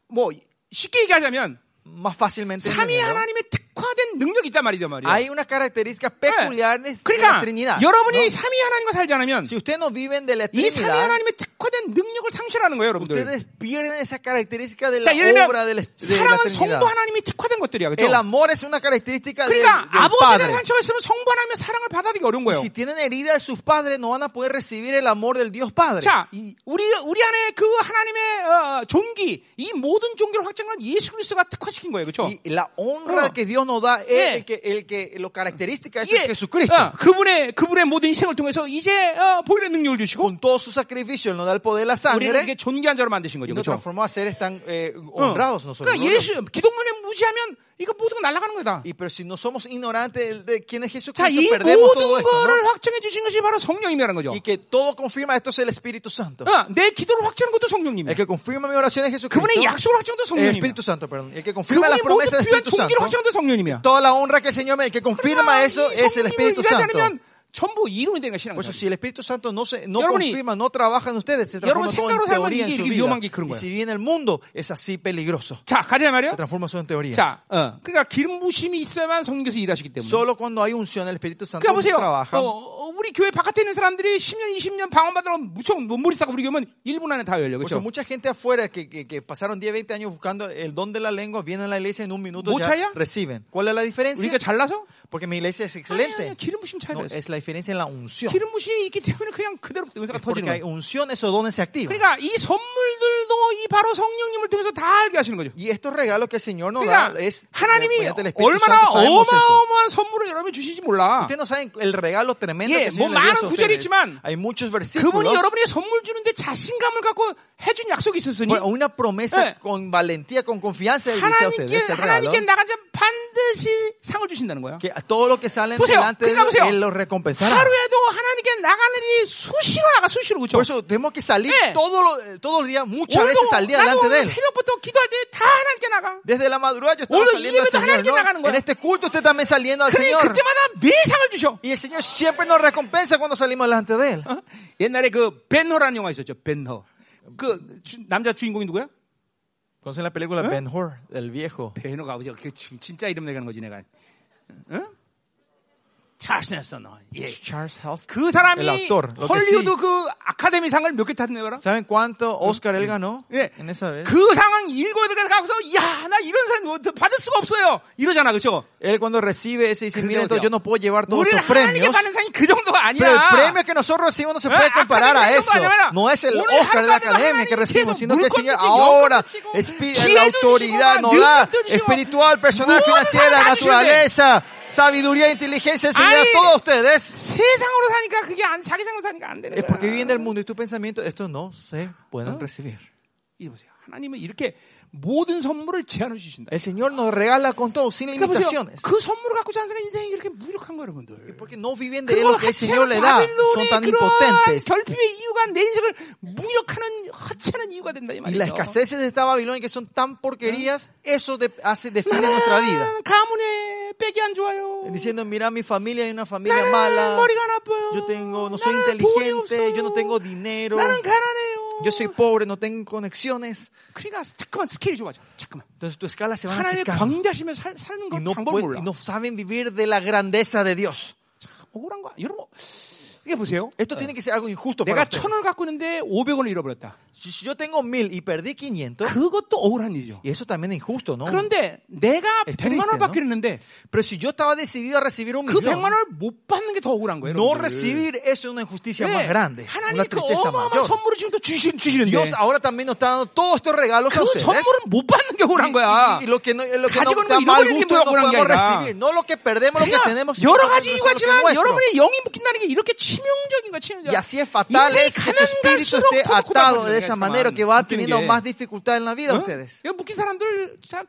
뭐 쉽게 얘기하자면
Más fácilmente.
삼위
entenderlo.
하나님의 특화된 능력이 있단 말이죠 말이에요.
Hay unas características
네.
peculiares de la
그러니까
Trinidad.
여러분이
¿no?
삼위 하나님과 살지 않으면
Si ustedes no viven de la
이 삼위
Trinidad,
하나님의 특화된 능력을 상실하는 거예요, 여러분들.
ustedes pierden esa característica de
자, 예를
la obra del
들면
es- de la
사랑은
Trinidad.
성부 하나님이 특화된 것들이야,
El
그렇죠?
amor es una característica del,
그러니까
del
아버지에 대한
Padre.
상처가 있으면 성부 하나님의 사랑을 받아들이기 어려운
Y
거예요.
si tienen herida de sus padres, no van a poder recibir el amor del Dios Padre.
자,
Y
우리 우리 안에 그 하나님의 어, 종기, 이 모든 종기를 확장한 예수 그리스도가 특화시킨 거예요, 그렇죠?
Y la honra
Ah.
que Dios nos da es
Yeah. Ah.
el que, el que lo caracteriza es
이게,
Jesucristo.
어, 그분의 그분의 모든 희생을 통해서 이제 어, 보일의 능력을 주시고
Con todo su sacrificio, Él nos da el poder de la
우리를 이렇게
sangre
존귀한 자로 만드신 거죠,
y nos
그렇죠?
transformó a seres tan eh, honrados nosotros.
그러니까 예수 기독론에 무지하면 이거 모든 거 날아가는 거다.
Y pero si no somos ignorantes de quién es
자,
Jesucristo,
이
perdemos
모든
todo esto.
거를
¿no?
확정해 주신 것이 바로 성령님이라는 거죠.
Y que todo confirma esto es el Espíritu Santo.
어, 내 기도를 확정하는 것도
El
성령님이에요. 그
que confirma mi oración es Jesucristo.
그분의 약속을 확정한 것도
El
성령님이에요.
Espíritu Santo, perdón. El que confirma las
그분이 모든
promesas del
필요한
Espíritu
종기를
Santo.
확정한 것도 성령님이야.
Toda la honra que el Señor me, el que confirma
이
eso es
성령님을
el Espíritu
유지하지
Santo.
않으면 전부 이론이 되는 것이 아니라
Por eso, si el Espíritu Santo no, se, no
여러분이-
confirma, no trabaja en ustedes, se
여러분
transforma todo
생각으로
en
살면
teoría
이게
en su
이렇게 위험한 게 그런
vida. Y
거야.
si vive en el mundo, es así peligroso.
자, 가자 말이요.
Se transforma solo en teorías.
자, 어, 그러니까 기름 부심이 있어야만 성령께서 일하시기 때문에.
Solo cuando hay unción, el Espíritu Santo
그러니까 보세요.
trabaja.
어, 어, 우리 교회 바깥에 있는 사람들이 10년, 20년 방언받으러 무척 몸부림 싸고 우리 교회는 1분 안에 다 열려.
Por
그렇죠?
eso, Pues mucha gente afuera que, que, que pasaron 10, 20 años buscando el don de la lengua, vienen a la iglesia y en un minuto
¿Vos
ya
chaya?
reciben. ¿Cuál es la diferencia?
우리가 잘나서?
Porque mi iglesia es
아니, 아니,
excelente.
기름 부심 차이가
No,
있어.
es la diferencia en la unción.
기름 부심이 있기 때문에 그냥 그대로 은사가 터지는
Porque hay
거예요.
unción, esos dones se activan.
그러니까 이 선물들도 이 바로 성령님을 통해서 다 알게 하시는 거죠.
Y estos regalos que el Señor nos da
그러니까
es
하나님이
mediante el Espíritu
얼마나
Santo sabemos esto.
어마어마한 선물을 여러분 주시지 몰라.
Ustedes no saben el regalo tremendo
예,
que el Señor
뭐
les dio a
많은
ustedes.
구절이지만
Hay muchos
그분이
versículos.
여러분에게 선물 주는데 자신감을 갖고 해준 약속이 있었으니
Bueno, una promesa
예.
con valentía, con confianza, él dice a
하나님께
ustedes el regalo.
하나님께 나가자 반드시 상을 주신다는 거야.
Que a todo lo que sale
보세요.
delante de él,
그러니까 보세요.
él lo recompensará.
하루에도 하나님께 나가는 일이 수시로 나가 수시로 그죠?
Por eso tenemos que salir
예.
todo lo- eh, todos los días, muchas veces al
오늘도
día
나도
delante de
오늘
él.
새벽부터 기도할 때 다 하나님께 나가.
Desde la madrugada yo estaba
오늘도
saliendo
이
al
예배도
Señor.
하나님께
¿no?
나가는 거야.
En este culto usted también saliendo al
그래
Señor.
그때마다 매일 상을 주셔.
Y el Señor siempre nos recompensa cuando salimos delante de él.
어? 옛날에 그 벤허라는 영화 있었죠. 벤허. 그 주- 남자 주인공이 누구야?
Conocen la película
¿Eh?
Ben Hur, el viejo.
벤허가 어디? 그 진- 진짜 이름 내가는 거지 내가. 응? 찰스 넬슨 어, 예.
Charles Helston,
그
el
사람이
autor. Lo que sí.
헐리우드 그 아카데미상을 몇 개 탔네 봐라.
¿Saben cuánto Oscar él ganó
예.
en esa vez?
그 상황 일곱 여덟 개 가서 야, 나 이런 사람 뭐 받을 수가 없어요. 이러잖아. 그렇죠?
Él cuando recibe ese dice,
Creo
mira, entonces
yo.
yo no puedo llevar todos
우리는
estos
하나님께
premios.
받는 상이 그 정도가
Pero el
아니야.
premio que nosotros recibimos no se
Ah,
puede comparar a
academia,
eso.
compañera.
No es el
Uno
Oscar de
dejando
la
a cada
academia
uno
que
en queso,
recibimos, sino que el
burkot
Señor
chico,
ahora
burkot chico,
espi-
chile
la
de un chico,
autoridad nos
burkot
da
de un chico.
espiritual, personal,
Burkot de
financiera,
saca, chile.
naturaleza, sabiduría, e inteligencia, el Señor
Ay.
a todos ustedes.
세상으로 사니까 그게 안 자기 상으로 사니까 안 되는
Es
거야.
porque viven del mundo y tu pensamiento, esto no se pueden recibir.
이 보세요. 하나님은 이렇게 모든 선물을 제한을 주신다.
El Señor nos regala con todo, sin
그러니까 보세요.
limitaciones.
그 선물을 갖고 사는 인생이 이렇게 무력한 거예요, 여러분들.
Porque no viven de
그리고
lo que el Señor
하찮은
le da, son tan
바빌론의 그런
impotentes.
결핍의 이유가 내 인생을 무력하는 하찮은 이유가 된다 이
Y las
말이죠.
escaseces de esta Babilonia que son tan porquerías,
¿Ah?
eso de- hace, define nuestra vida.
나는 가문에 빽이 안 좋아요.
diciendo, mira, mi familia es una familia
나는
mala.
머리가 안 아파요.
Yo tengo, no soy
나는 돈이
inteligente,
없어요.
yo no tengo dinero,
나는 가난해요.
yo soy pobre, no tengo conexiones.
그러니까 자꾸만 스케일이 좁아져. 자꾸만.
Entonces tu escala se va a
하나님의
achicar
광대하심에 살, 사는
아, y
건
no,
방법
pueden-
몰라.
y no saben vivir de la grandeza de Dios.
참 억울한 거야. 여러분 이게 보세요.
Esto tiene que ser algo injusto para
내가
ustedes.
천 원을 갖고 있는데 500원을 잃어버렸다.
Si si yo tengo mil y perdí 500,
그것도 억울한 일이죠.
y eso también es injusto, ¿no?
그런데 내가
Es
100만
triste,
원을 받기로 했는데
Pero si yo estaba decidido a recibir un
그 100만
millón,
원을 못 받는 게 더 억울한 거예요.
no
여러분들.
recibir eso es una injusticia
네,
más grande, una
하나님 그
tristeza
어마어마한
mayor.
선물을 지금 또 주시, 주시는데
Dios ahora también nos está dando todos estos regalos a
그
ustedes.
선물은 못 받는 게 억울한 거야.
Y, y- y lo que no, lo que
가지고
no
있는
da
거
mal
잃어버리는 게
gusto no
억울한 게
podemos
아니라.
recibir. No lo que perdemos, lo que
그러니까
tenemos.
여러
sino
가지
lo
이유가
que
있지만
nuestro.
여러분의 영이 묶인다는 게 이렇게 치명적인 거야. 치명적.
Y así es fatal es que tu
가면
espíritu
갈수록
esté
더
atado
고달파지는
de esa
거야,
manera
가만.
que va
묶이는
teniendo
게.
más dificultad en la vida a
어?
ustedes.
이거 묶인 사람들 참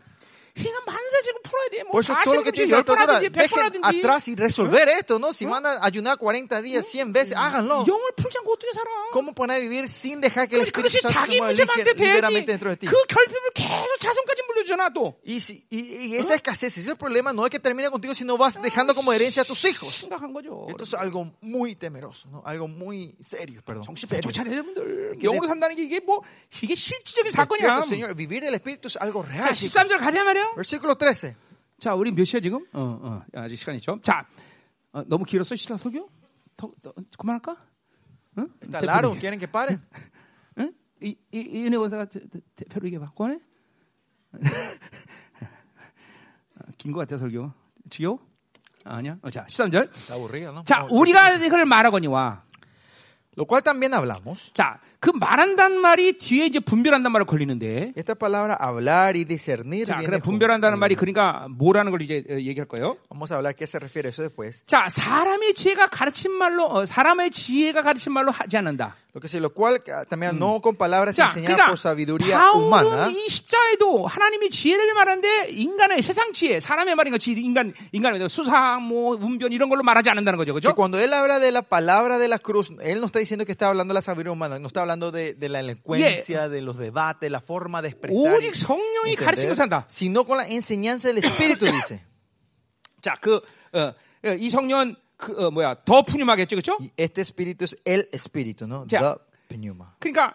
그냥 만세 지금 풀어야 돼. 뭐
Por eso todo lo que
40이든지
tiene esta altura,
10번이든지
dejen
100번이든지
atrás y resolver esto, ¿no? Si van a ayunar 40 días, 100 veces, háganlo.
영을 풀지 않고 어떻게 살아?
¿Cómo poner a vivir sin dejar que el
그러니까 그것이 그것이
Espíritu Santo se
자기
mueva
문제가 안돼
liger-
돼야지
ligeramente dentro de ti?
그 결핍을 계속 자손까지 물려주잖아 또
Y, si- y, y esa escasez, ese problema no es que termine contigo, sino vas dejando
뭐
como herencia a tus hijos.
심각한 거죠.
Esto es algo muy temeroso, ¿no? algo muy serio, perdón.
정신
serio.
바짝 차려야 여러분들.
이게
영으로 산다는 게 이게 뭐 이게 실질적인 사건이야.
Espíritu, Señor, vivir del Espíritu es algo
자,
real. chicos.
13절 가자 말이야.
Versículo 13.
자, 우리 몇 시야 지금? 어, 어. 아직 시간 있죠. 자, 어, 너무 길었어 시라 속여? 더, 더, 그만할까? 응?
¿Está largo? ¿Quieren que pare?
응? 이, 이, 이 은혜 원사가 대- 대- 대표로 이게 바꿔네? 긴것 같아 설교. 지겨워? 아니야. 어, 자, 13절.
Está aburrido, ¿no?
자, 우리가 이걸 말하거니와.
Lo cual también hablamos.
자, 그 말한다는 말이 뒤에 이제 분별한다는 말을 걸리는데.
Esta palabra hablar y discernir.
자,
viene
그래
junto.
분별한다는 말이 그러니까 뭐라는 걸 이제 어, 얘기할 거예요.
Vamos a hablar qué se refiere eso después.
자, 사람의 지혜가 가르친 말로 어, 사람의 지혜가 가르친 말로 하지 않는다.
Lo que sí, lo cual ah, también no con palabras
자,
enseñadas
그러니까
por sabiduría humana.
바울은 이 십자에도 하나님의 지혜를 말하는데 인간의 세상 지혜, 사람의 말인 것이 인간 인간의 수상, 뭐 운변 이런 걸로 말하지 않는다는 거죠,
Que
그렇죠?
cuando él habla de la palabra de la cruz, él no está diciendo que está hablando de la sabiduría humana, no está hablando de, de la elocuencia, de los debates, la forma de expresar. y
오직 성령이
entender,
가르치고 산다.
Sino con la enseñanza del Espíritu, dice.
자, 그 어, 어, 이성년 그 어, 뭐야 더 푸념하겠죠, 그렇죠?
Y este espíritu es el espíritu, ¿no?
Ya.
The pneuma.
그러니까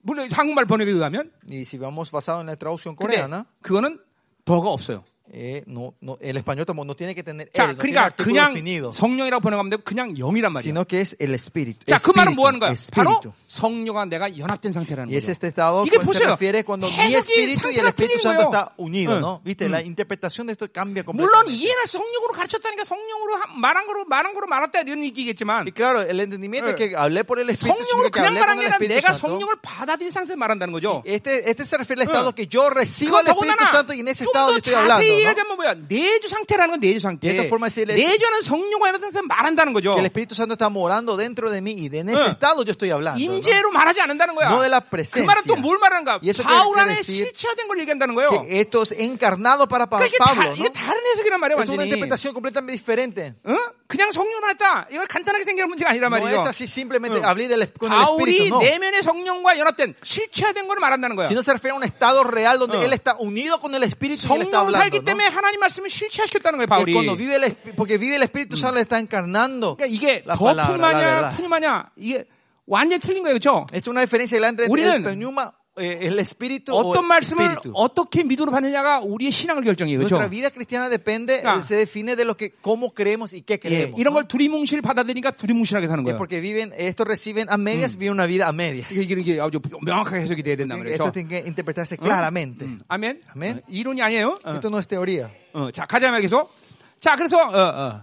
물론 한국말 번역에 의하면
Y si vamos basado en la traducción
근데
coreana,
그거는 더가 없어요.
eh, no, no, el español tampoco no tiene que tener el,
자,
no tiene
그러니까
artículo
그냥
definido,
성령이라고 번역하면 되고 그냥 영이란 말이에요.
sino que es el espíritu.
자, 그 말은 뭐 하는 거야?
espíritu,
바로
espíritu.
성령과 내가 연합된 상태라는
Y es
거죠.
este estado
이게
cual se
보세요.
refiere cuando mi
해석이
espíritu y el
상태가
Espíritu
틀린 거예요.
Santo está unido,
응.
¿no? Viste,
Mm.
la interpretación de esto cambia
물론
completamente.
이해나 성령으로 가르쳤다니까 성령으로 하- 말한 거로 말한 거로 말았다 이런 얘기겠지만
Y claro, el entendimiento
Eh.
es que hablé por el Espíritu
성령으로
significa
그냥
que hablé
말한
con
게
el
아니라
Espíritu
내가
Santo.
성령을 받아들인 상태에서 말한다는 거죠.
Este, este se refiere al
Eh.
estado que yo recibo
그건
el Espíritu
더군다나
Santo y en ese
좀
estado
더
yo estoy hablando.
자세히
¿no?
얘기하자면 뭐야? 내주 상태라는 건 내주 상태.
De esta forma decirle-
내주는 성령과 연합된 상태에서 말한다는 거죠.
que el Espíritu Santo está morando dentro de mí y de en
Eh.
ese estado yo estoy hablando. ¿no?
임재로 말하지 않는다는 거야.
No de la
그 말은 또
presencia.
뭘 말하는가?
Y eso
바울
quiere
안에
decir
실체화된 걸 얘기한다는 거예요.
Que esto es encarnado para Pa-
그러니까 이게, 다,
Pablo. ¿no?
이게 다른 해석이란 말이야
Es una
완전히.
interpretación completamente diferente.
어? 그냥 성령으로 했다. 이거 간단하게 생기는 문제가 아니란
No es
말이죠.
así simplemente
Eh.
hablé del, con el
바울이
Espíritu, no.
내면의 성령과 연합된 실체화된 걸 말한다는 거야.
Si no se refiere a un estado real donde
Eh.
él está unido con el Espíritu y él está
성령으로
hablando.
살기
¿no?
때문에 하나님 말씀을 실체화시켰다는 거예요, 바울이.
Que cuando vive el, Esp- porque vive el Espíritu Santo, le está encarnando
그러니까 이게
la
더
palabra, la
푸마냐,
verdad.
푸마냐 이게 완전 히 틀린 거예요, 그렇죠?
Esto es una diferencia grande entre el
우리는
pneuma eh, el espíritu o
어떤 말씀을
espíritu.
어떻게 믿음으로 받느냐가 우리의 신앙을 결정해요. 그렇죠?
Nuestra vida cristiana depende, eh,
Ah.
se define de lo que, cómo creemos y qué
예,
creemos.
이런
¿no?
걸 두리뭉실 받아들이니까 두리뭉실하게 사는
Es
거예요.
porque viven, estos reciben a medias, viven una vida a medias.
이게, 이게 아주 명확하게 해석이 돼야 된다
Esto
그래요. 음.
tiene que interpretarse claramente.
아멘.
아멘.
어, 이론이 아니에요. 어,
Esto no es teoría.
어, 자 가자면 계속. 자 그래서 어, 어,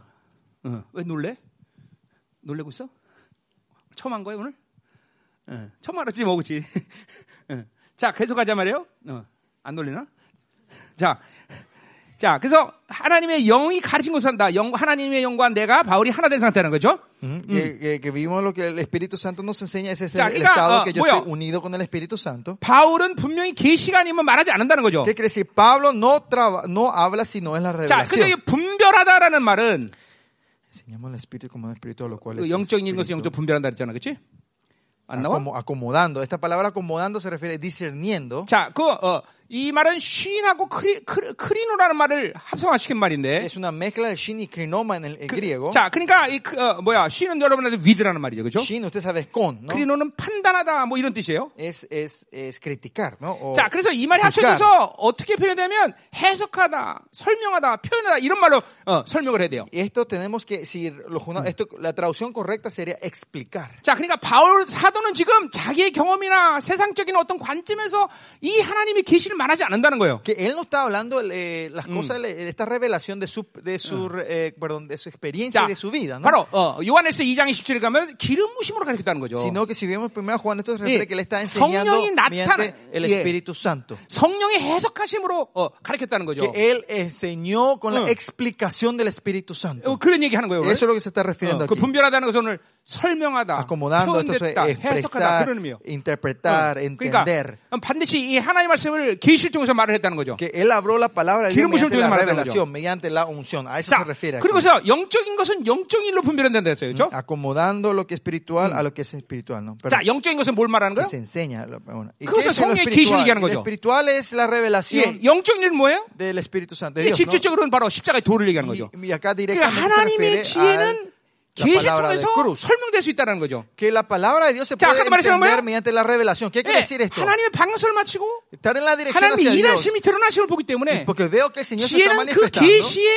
어. 왜 놀래? 놀래고 있어? 처음 한 거예요 오늘? 어, 처음 알았지 뭐 그치? 어. 자 계속 가자 말이에요. 어, 안 놀리나? 자. 자, 그래서 하나님의 영이 가르친 곳을 산다. 영, 하나님의 영과 내가 바울이 하나 된 상태라는 거죠.
Ujú. Que, que- que vivimos lo que el Espíritu Santo nos enseña, ese es
Ya,
el
diga,
estado
ah,
que yo
뭐야?
estoy unido con el Espíritu Santo.
바울은 분명히 계시가 아니면 말하지 않는다는 거죠.
¿Qué quiere decir? Pablo no, traba- no habla si no es la
자, 그래서 이
revelación.
분별하다라는 말은
Enseñamos al Espíritu como un Espíritu, lo cual
그
es
영적인 것을
espíritu.
영적 분별한다 그랬잖아, 그렇지? 안 나와?
Acomo- acomodando. Esta palabra acomodando se refiere discerniendo.
자, 그, 어, 이 말은 쉰하고 크리, 크리, 크리노라는 말을 합성화시킨 말인데.
Es una mezcla del shin y crinoma en el, el
그-
griego.
자, 그러니까, 이, 그, 어, 뭐야, 쉰은 여러분한테 위드라는 말이죠, 그죠?
Shin, usted sabe, es con, ¿no?
크리노는 판단하다, 뭐 이런 뜻이에요.
Es, es, es criticar, ¿no? O
자, 어. 그래서 이 말이
juzgar.
합쳐져서 어떻게 표현되면 해석하다, 설명하다, 표현하다, 이런 말로 어, 설명을 해야 돼요.
Esto tenemos que, si lo juna- esto, la traducción correcta sería explicar.
자, 그러니까 바울 사도는 지금 자기의 경험이나 세상적인 어떤 관점에서 이 하나님의 계시를 말하지 않는다는 거예요.
Que él no está hablando eh, las cosas, eh, esta revelación de su, de su, eh, perdón, de su experiencia
자,
y de su vida, ¿no?
바로 어, 요한에서 2장 27에 가면 기름 부심으로 가르쳤다는 거죠.
Sino que si vemos primero a Juan, esto se refiere
예,
que le está enseñando
성령이 나타나-
mediante el
예.
Espíritu Santo.
성령의 해석하심으로 어, 가르쳤다는 거죠.
Que él enseñó con
Mm.
la explicación del Espíritu Santo.
어, 그런 얘기 하는 거예요. 오늘.
Eso es lo que se está refiriendo
어, 그
aquí.
분별하다는 뭐 것은 오늘 설명하다,
acomodando, esto es
표현됐다, 해석하다
expresar,
그런 의미예요.
interpretar,
어, 그러니까
entender.
반드시 이 하나님 말씀을 계시를 통해서 말을 했다는 거죠.
Que él habló la palabra de Dios
기름 부심을
mediante la
통해서 말하는
revelación, mediante la unción. A eso se
자,
refiere. aquí.
그리고서 영적인 것은 영적인 일로 분별된다 했어요. 그렇죠?
Acomodando lo que es espiritual a lo que es espiritual. ¿no? Pero
자, 영적인 것은 뭘 말하는
que
거예요?
se enseña. lo- bueno. ¿Y
그것을
qué es lo
성령의 계시를
espiritual?
얘기하는
Lo
거죠.
espiritual es la revelación
예, 영적인 일은 뭐예요?
del Espíritu Santo. de
근데
Dios, ¿no?
직접적으로는 바로 십자가의 도를 얘기하는 거죠.
Y, y acá
그러니까
directamente se
하나님의
refiere a
지혜는
la
계시를
palabra de
통해서
cruz.
설명될 수 있다는 거죠.
Que la palabra de Dios se
자,
puede
하나님 말씀은
entender
뭐예요?
mediante la revelación. ¿Qué quiere
예,
decir esto?
하나님의 방설을 마치고
Estar en la dirección hacia
하나님의
Dios.
네, 일하심이 드러나심을 보기 때문에
Porque veo que el Señor se está
지혜는 그
manifestando.
계시의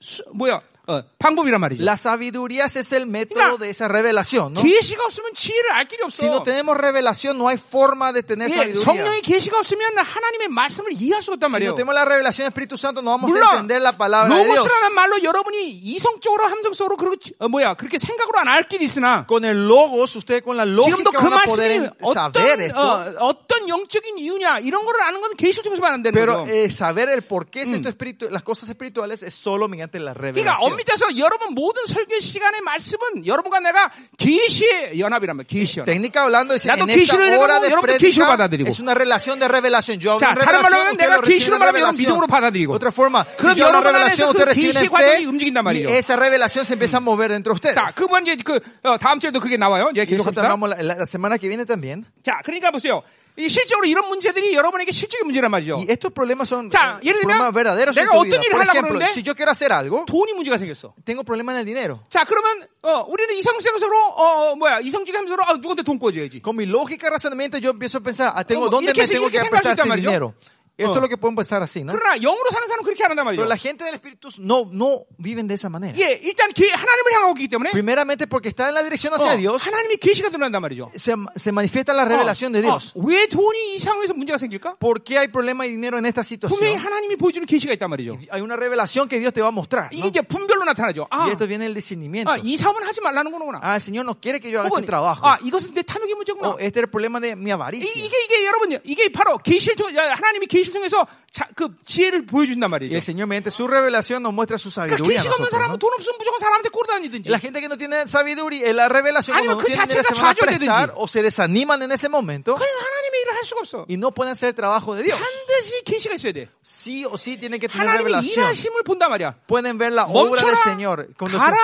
수- 뭐야 어, 방법이란 말이죠.
La sabiduría ese es el método
Mira.
de esa revelación, ¿no?
계시가 없으면 지혜를 알 길이 없어.
Si no tenemos revelación, no hay forma de tener
예,
sabiduría.
성령의 계시가 없으면 하나님의 말씀을 이해할 수가 없단
Si no
말이에요.
tenemos la revelación del Espíritu Santo, no vamos a
물론
entender la palabra de Dios.
로고스라는 말로 여러분이 이성적으로 함성적으로 그리고 지- 어, 뭐야 그렇게 생각으로 안 알 길이 있으나
Con el logos, ustedes con la
지금도
lógica
그
van a
말씀이
poder en- saber
어떤
esto.
어, 어떤 영적인 이유냐 이런 거를 아는 건 계시를 통해서만 안 되는
Pero
거죠.
eh, saber el por qué es esto espiritu- las cosas espirituales es solo mediante la
그러니까
revelación.
엄밀해서 여러분 모든 설교 시간의 말씀은 여러분과 내가 계시의 연합이란 말이에요. 계시 연합.
Técnica hablando, dice,
나도
en esta
계시를 해야
hora
되고,
de
여러분도 계시를
prédica
받아들이고.
es una relación de revelación. Yo hablo
자,
en
다른 말로
revelación,
하면
usted
내가
lo recibe
계시로
en la
말하면 여러분 믿음으로
revelación.
받아들이고.
Otra forma,
그럼
si yo hablo
여러분 안에서
revelación, usted
그
recibe
계시의
en
활동이 움직인단
fe y Mm.
말이죠.
esa revelación se empieza a mover dentro de ustedes.
자, 그분 이제 그 어, 다음 주에도 그게 나와요. 이제
Y eso
계속합시다.
hablamos la, la- la semana que viene también.
자, 그러니까 보세요. 이 실적으로 이런 문제들이 여러분에게 실적인 문제란 말이죠.
Y estos problemas son
자,
eh,
예를 들면
problemas verdaderos en
내가
tu
어떤
vida.
일을
Por
하려고
ejemplo,
그러는데
si yo quiero hacer algo,
돈이 문제가 생겼어.
tengo problemas en el dinero.
자, 그러면 어, 우리는 이성적으로 어, 어, 뭐야 이성적인 감정으로 아, 누구한테 돈 꿔줘야지.
Con mi lógica y razonamiento yo empiezo a pensar, ah, tengo,
Como,
¿dónde
이렇게
me
해서
tengo que
이렇게 생각할 수 있단
apretar este
말이죠.
dinero? Esto
어.
es lo que pueden pensar así, ¿no?
그러나 영으로 사는 사람은 그렇게 안 한단 말이죠.
Pero la gente del Espíritu no, no viven de esa manera.
예, 일단 기- 하나님을 향하고 있기 때문에
Primeramente porque está en la dirección
어,
hacia Dios,
하나님의 계시가 드러난단 말이죠.
se, se manifiesta la revelación de
어,
Dios.
어, 왜 돈이 이 상황에서 문제가 생길까?
¿Por qué hay problema de dinero en esta
분명히
situación?
하나님이 보여주는 계시가 있단 말이죠.
Hay una revelación que Dios te va a mostrar. ¿no?
이게 이제 분별로 나타나죠. 아,
Y esto viene el discernimiento.
아, 이 사업은 하지 말라는 거구나. 어,
Ah, el Señor no quiere que yo haga
혹은,
este trabajo.
아, 이것은 내 탐욕의 문제구나.
Oh, este es el problema de mi
이,
avaricia.
게 이게 여러분 이게 바로 계시를 통 하나님이 계시를 통해서 자, 그 지혜를 보여준단
Y
말이죠.
el Señor mediante su revelación nos muestra su
그러니까
sabiduría. a
계시가 없는
nosotros,
사람은
¿no?
돈 없으면 무조건 사람한테 꼬르 다니든지.
La gente que no tiene sabiduría, eh, la revelación,
Ay,
cuando no
그
tiene
자체가
dinero, se van a
좌절되든지.
prestar o se desaniman en ese momento
그래서 하나님의 일을 할 수가 없어.
y no pueden hacer el trabajo de Dios.
반드시 계시가 있어야 돼.
Sí o sí tienen que tener
하나님의
revelación.
일하심을 본단 말이야.
Pueden ver la
멈춰라,
obra del Señor. Cuando se-
가라.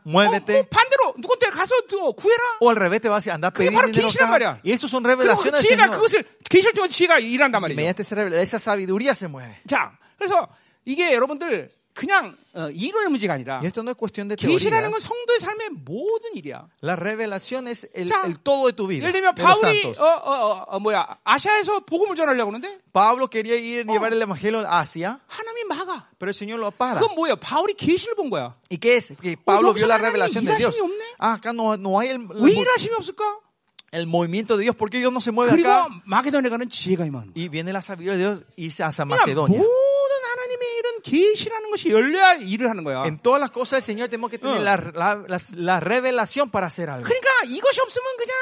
어, 어,
muévete.
반대로 누구한테 가서 어, 구해라.
O al revés te vas a decir, anda a
그게
pedir
바로
dinero
계시란
acá.
말이야.
Y estos son
그리고 그
revelaciones del
지혜가
Señor.
그것을 계시를 통해서 지혜가 일한단
Y
말이죠.
mediante esa revela- esa sabiduría se mueve.
자, 그래서 이게 여러분들 그냥 어, 이론의 문제가 아니라
Y esto no es cuestión de teoría.
계시라는 건 성도의 삶의 모든 일이야.
La revelación es el,
자,
el todo de tu vida.
예를
de
들면
los
바울이
santos.
어, 어, 어, 어, 뭐야 아시아에서 복음을 전하려고 하는데
Pablo quería ir y llevar el evangelio a Asia,
하나님이 막아.
pero el Señor lo para.
그건 뭐예요? 바울이 계시를 본 거야.
¿Y qué es? Que Pablo
yo
vio la
sabía,
revelación
y
de
la
Dios.
señora, ¿no?
Ah, acá no, no hay el, la
왜
mo-
일하심이 없을까?
el movimiento de Dios. ¿Por qué Dios no se mueve
그리고
acá?
마게도네 가는 지혜가 임하는 거야.
Y viene la sabiduría de Dios irse hacia
그러니까
Macedonia.
모든 하나님의 일은 계시라는 것이 열려야 일을 하는 거야.
En todas las cosas del Señor tenemos que tener
Ah.
la, la- la- la revelación para hacer algo.
그러니까 이것이 없으면 그냥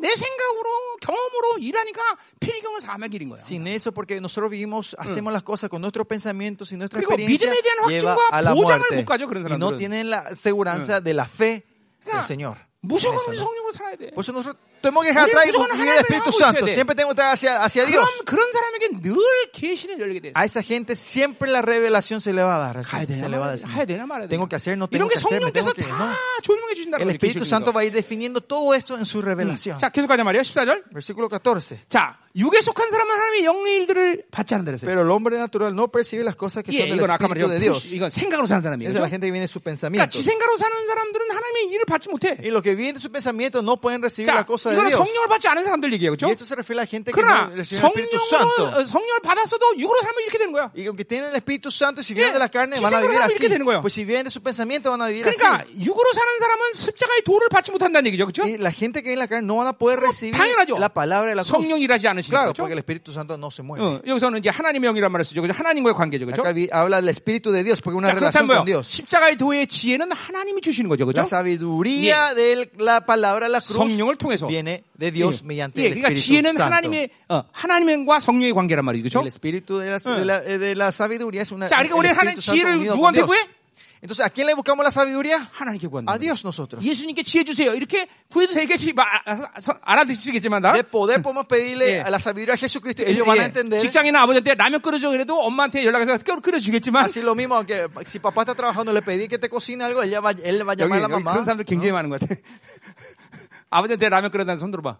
내 생각으로 경험으로 일하니까 필경은 사막의 길인 거야.
Sin eso, porque nosotros vivimos, hacemos las cosas con nuestros pensamientos y nuestra
그리고
experiencia
믿음에 대한
lleva
확증과
a la
보장을
muerte.
못 가져, 그런
Y no
사람들은.
tienen la seguridad de la fe del
그러니까
Señor.
무조건
Eso,
우리
¿no?
성령으로 살아야 돼.
Por eso nosotros tenemos que
Ustedes
dejar atrás y
muchos van a
vivir el
ganar, pero
Espíritu
no
Santo.
ustedes.
Siempre tenemos que estar hacia, hacia
그럼
Dios.
그런 사람에게 늘 계시는 열리게 돼.
A esa gente siempre la revelación se le va a dar.
가야
se
되냐
le va
말아야
a dar.
돼. 해야 되냐 말아야 돼.
Tengo que hacer, no
이런
tengo
게
que hacer, me
성령께서
tengo que no.
다 조명해 주신다는
El
거예요.
Espíritu
계시를
Santo
통해서.
va a ir definiendo todo esto en su revelación.
자, 계속 가자 말이야. 14절.
Versículo 14.
자, 육에 속한 사람은 하나님의 영의 일들을 받지 않는다 그랬어요.
Pero el hombre natural no percibe las cosas que
예,
son del
이건 아까
Espíritu de
말했죠.
Dios.
이건 생각으로 사는 사람이에요.
Esa
그죠?
es la gente que viene de su
그러니까
pensamiento.
지 생각으로 사는 사람들은 하나님의 일을 받지 못해.
Y los que vienen de su pensamiento no pueden recibir
자,
la cosa de
이거는
Dios.
성령을 받지 않은 사람들 얘기예요.
Y
그렇죠?
eso se refiere a la gente que
그러나
no recibe el Espíritu
성령으로 어,
Santo.
성령을 받았어도 육으로 살면 이렇게 되는 거야.
Y aunque tienen el Espíritu Santo, si vienen de la carne,
지
van a vivir
생각으로 하면
así.
이렇게 되는 거예요.
Pues si vienen de su pensamiento, van a vivir
그러니까
así.
육으로 사는 사람은 십자가의 도를 받지 못한다는 얘기죠. 그렇죠?
Y la gente que viene de la carne no van a poder recibir
당연하죠.
la palabra de la cruz.
성령 일하지 않으시니까.
Claro,
그렇죠?
porque el Espíritu Santo no se mueve.
어, 여기서는 이제 하나님의 영이란 말을 쓰죠. 그죠? 하나님과의 관계죠. 그렇죠?
Acá vi- habla del Espíritu de Dios, porque una
자,
relación
그렇다면 뭐요?
con Dios.
십자가의 도의 지혜는 하나님이 주시는 거죠. 그렇죠?
La sabiduría de la palabra de la cruz
성령을 통해서.
viene de Dios
예.
mediante
예,
el
그러니까
Espíritu
지혜는
Santo.
하나님의 어, 하나님과 성령의 관계란 말이죠.
El
그렇죠?
espíritu de la, de la- eh, de la sabiduría es una.
자, 그러니까
el pues?
우리는 하나님
Espíritu Santo
지혜를
unido con
누구한테
Dios.
구해?
Entonces, ¿a quién le buscamos la sabiduría?
하나님께 구한다.
A Dios nosotros.
예수님께 지혜 주세요. 이렇게 구해도 되겠지, 마- 아, 서- 알아듣시겠지만 나.
De poder podemos pedirle
네, 예.
a la sabiduría a Jesucristo. Ellos van a entender.
직장이나 아버지한테 라면 끓여줘 그래도 엄마한테 연락해서 끓- 끓여주겠지만
Así lo mismo, aunque si papá está trabajando, le pedí que te cocine algo, ella va- él va a
여기,
llamar a la
여기
mamá.
그런 사람들 굉장히 많은 것 같아. 아버지한테 라면 끓여달라는 손 들어봐.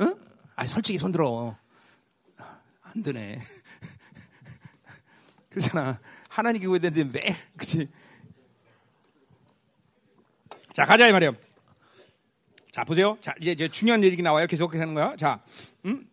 응? 아니 솔직히 손 들어. 안 되네. 그렇잖아. 하나님께 구해야 되는데 매일 그치. 자 가자 이 말이야. 자 보세요. 자 이제, 이제 중요한 얘기 나와요. 계속 하는 거야. 자, 음?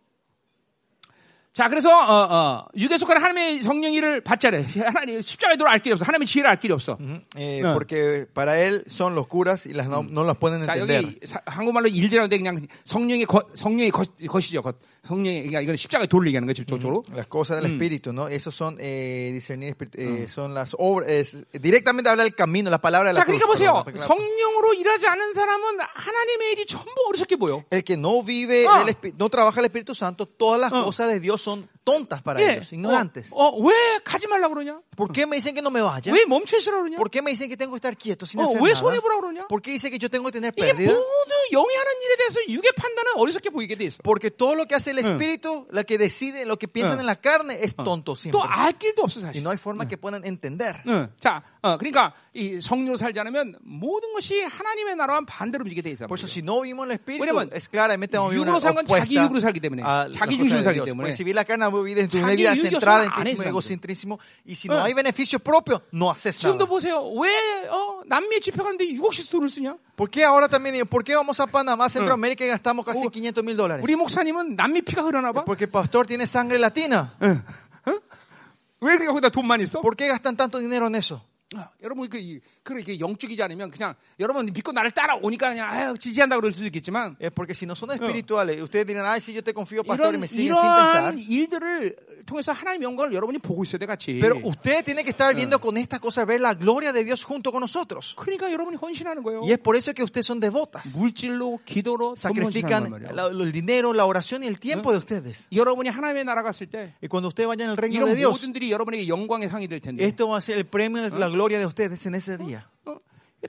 자 그래서 어, 어, 육에 속한 하나님의 성령 일을 받자래. 하나님 십자가에 돌아 알 길이 없어. 하나님의 지혜를 알 길이 없어.
Eh,
Ah.
Porque para él son locuras y las no,
Mm.
no las pueden
자
entender.
여기 사- 한국말로 일대라는데 그냥 성령의 거, 성령의 것, 것이죠. 것. 성령의 그러니까 이건 십자가에 돌리게 하는 거죠. 저쪽으로.
Las cosas del espíritu, ¿no? Esos son eh, discernir, espiritu- eh, son las obras. es- directamente habla del camino, la palabra de la
자
cruz.
그러니까 보세요.
perdón, la-
성령으로 일하지 않은 사람은 하나님의 일이 전부 어리석게 보여.
El que no vive,
Ah.
del Espí- no trabaja el Espíritu Santo, todas las
Ah. Oh,
cosas de Dios son tontas para
예.
ellos, ignorantes.
어, 예? 어, 왜 가지 말라 그러냐?
¿Por qué me dicen que no me vaya?
왜 멈춰 있으라 그러냐?
¿Por qué me dicen que tengo que estar quieto sin
어,
hacer
왜
nada?
손해 보라 그러냐?
¿Por qué dice que yo tengo que tener
이게
pérdida?
모두 영이 하는 일에 대해서 육의 판단은 어리석게 보이게 돼 있어.
Porque todo lo que hace el Espíritu, lo que decide, lo que piensan
Ah.
en la carne, es tonto siempre.
또 알 길도 없어
Y
사실.
no hay forma que puedan entender.
응. 자, 어, 그러니까 이 성령으로 살지 않으면 모든 것이 하나님의 나라와 반대로 움직이게 돼 있어.
Por eso, si no vivimos el Espíritu,
왜냐면
es claramente vamos a vivir
육으로
una
산 건 자기
opuesta
육으로 살기 때문에,
a las
자기 중심으로
cosas de
살기
Dios.
때문에.
Porque si bien la carne vive en una
자기
vida
육이
centrada
없으면
en
안
ti mismo,
해,
egocentrismo, y si
응.
no hay beneficios propios, no haces nada.
지금도 보세요. 왜 어, 남미에 집회 가는데 6억씩 돈을 쓰냐?
¿Por qué ahora también? ¿Por qué vamos a Panamá, Centroamérica y gastamos casi
Uh,
500 mil dólares?
우리 목사님은 남미 피가 흐르나 봐.
Porque el pastor tiene sangre latina.
왜 그렇게 거기다 돈만 있어?
¿Por qué gastan tanto dinero en eso?
아, 여러분 그 이- 그렇게 영적이지 않으면 그냥 여러분 믿고 나를 따라오니까 그냥 아유, 지지한다 그럴 수도 있겠지만
Es porque si no son espirituales, ustedes dirán, ay, sí, yo te confío, pastor, y
이런
me siguen sin pensar.
이러한 일들을 통해서 하나님의 영광을 여러분이 보고 있어야 돼 같이.
Pero usted tiene que estar viendo con estas cosas, ver la gloria de Dios junto con nosotros.
그러니까 여러분이 헌신하는 거예요.
Y es por eso que ustedes son devotas.
물질로 기도로 돈 헌신하는
Sacrifican
거란
la- ¿Ah?
말이에요.
el dinero, la oración y el tiempo de ustedes.
여러분이 하나님의 나라 갔을 때
Y cuando usted vaya en el reino de
이런 예.
Dios,
모든들이 여러분에게 영광의 상이 될 텐데.
esto va a ser el premio de la gloria de ustedes en ese día.
어,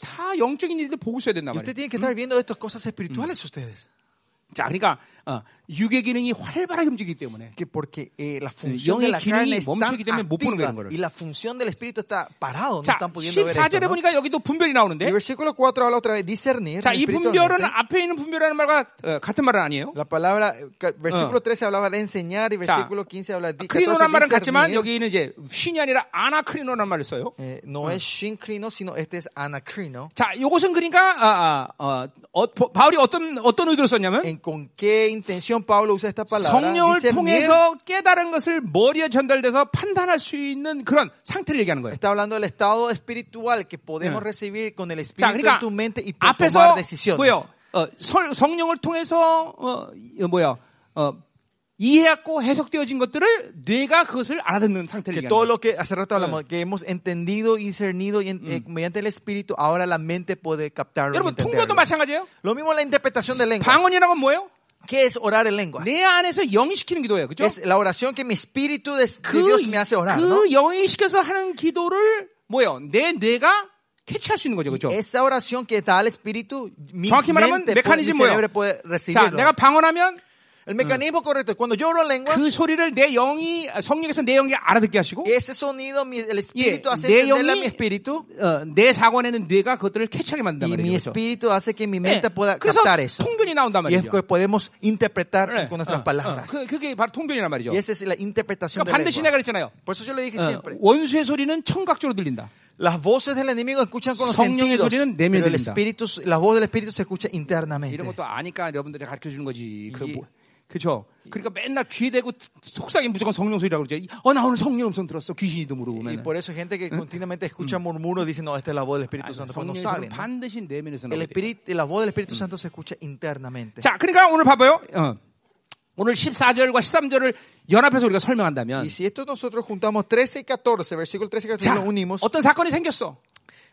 다 영적인 일들 보고 있어야 된단 말이에요.
Y ¿Mm? usted tiene que estar viendo estas cosas espirituales ustedes.
자, 그러니까 아, 육의 기능이 활발하게 움직이기 때문에
que porque eh, la función de la
영의 기능이
carne es tan
멈추기 때문에 못 보는
activa
거예요, 이거를.
y la función del espíritu está parado, no
자,
están pudiendo ver
14절에
esto, ¿no?
보니까 여기도 분별이
Y
나오는데
el versículo 4 habla otra vez, discernir
자, 이 분별은
espiritualmente.
앞에 있는 분별이라는 말과 어, 같은 말은 아니에요.
La palabra, eh, ca- versículo 13 hablaba de enseñar y versículo 15 habla de 14,
크리노란 말은 같지만
discernir.
여기는 이제 예. 신이 아니라 아나크리노란 말을 써요.
Eh, no es shincrino, sino este es anacrino.
자, 이것은 그러니까 아, 아, 어, 어, 보- 바울이 어떤 어떤 의도로 썼냐면
¿En con qué intención Pablo usa esta palabra?
성령을
Discernir.
통해서 깨달은 것을 머리에 전달돼서 판단할 수 있는 그런 상태를 얘기하는 거예요.
Está hablando del estado espiritual que podemos
Yeah.
recibir con el espíritu
자,
en
그러니까
tu mente y po-
앞에서
tomar decisiones.
뭐요? 어, 설- 성령을 통해서 어, 이- 뭐야? 어, 이해하고 해석되어진 것들을 뇌가 그것을 알아듣는 상태를
Que
얘기하는
todo
거예요.
lo que hace rato hablamos, que hemos entendido y discernido y en- eh, mediante el espíritu, ahora la mente puede captarlo. y
여러분 통로도
entenderlo.
마찬가지예요.
Lo mismo la interpretación de lenguas.
방언이라는 건 뭐예요?
¿Qué es orar en lenguas?
내 안에서 영시키는 기도예요. 그죠?
Es la oración que mi espíritu de, de
그,
Dios me hace orar. ¿no?
그 영위시켜서 하는 기도를 뭐예요? 내 뇌가 캐치할 수 있는 거죠. 그죠?
Esa oración que da al espíritu, mi
정확히 말하면
mente puede, mi
메커니즘 뭐예요?
cerebro puede
자,
recibirlo.
내가 방언하면
El mecanismo correcto es cuando yo oro en lenguas,
그 소리를 내 영이 성령에서 내 영이 알아듣게 하시고
ese sonido, mi- el espíritu
예,
hace
내
entenderle a
영이-
mi espíritu
어, 내 사관에는 뇌가 그것들을 캐치하게 만든단
y
말이에요.
mi
그렇죠?
espíritu hace que mi
예,
mente pueda
그래서
captar Eh, eso. Eh,
통변이 나온단
Y es
말이죠.
que podemos interpretar
예, 어,
con nuestras
어,
palabras.
그, 그게 바로 통변이란 말이죠.
Y esa es la interpretación
그러니까
de
반드시 내가
lengua.
그랬잖아요.
Por eso yo le dije
어,
siempre,
원수의 소리는 청각적으로 들린다.
las voces del enemigo escuchan con los
성령의
sentidos,
소리는 내면에
pero el
들린다.
espíritu, la voz del espíritu se escucha
이런
internamente.
것도 아니까 여러분들이 가르쳐 주는 거지. 그
이게-
뭐, 그죠? 그러니까 맨날 귀 대고 속상해 무조건 성령 소리라고 그러지. 어, 나 오늘 성령 음성 들었어. 귀신이도 모르고
Y
맨날.
por eso hay gente
Mm.
que continuamente escucha murmuros dicen, no, esta es la voz del Espíritu
아니,
Santo, pero no
성령의
saben.
소리는
¿no?
반드시 내면에서
El
나오게 돼.
espíritu, la voz del
Mm.
Espíritu Santo se escucha internamente.
자, 그러니까 오늘 봐봐요. 어. 오늘 14절과 13절을 연합해서 우리가 설명한다면
Y si esto nosotros juntamos 13 y 14, versículo 13 y 14,
자,
lo unimos,
어떤 사건이 생겼어.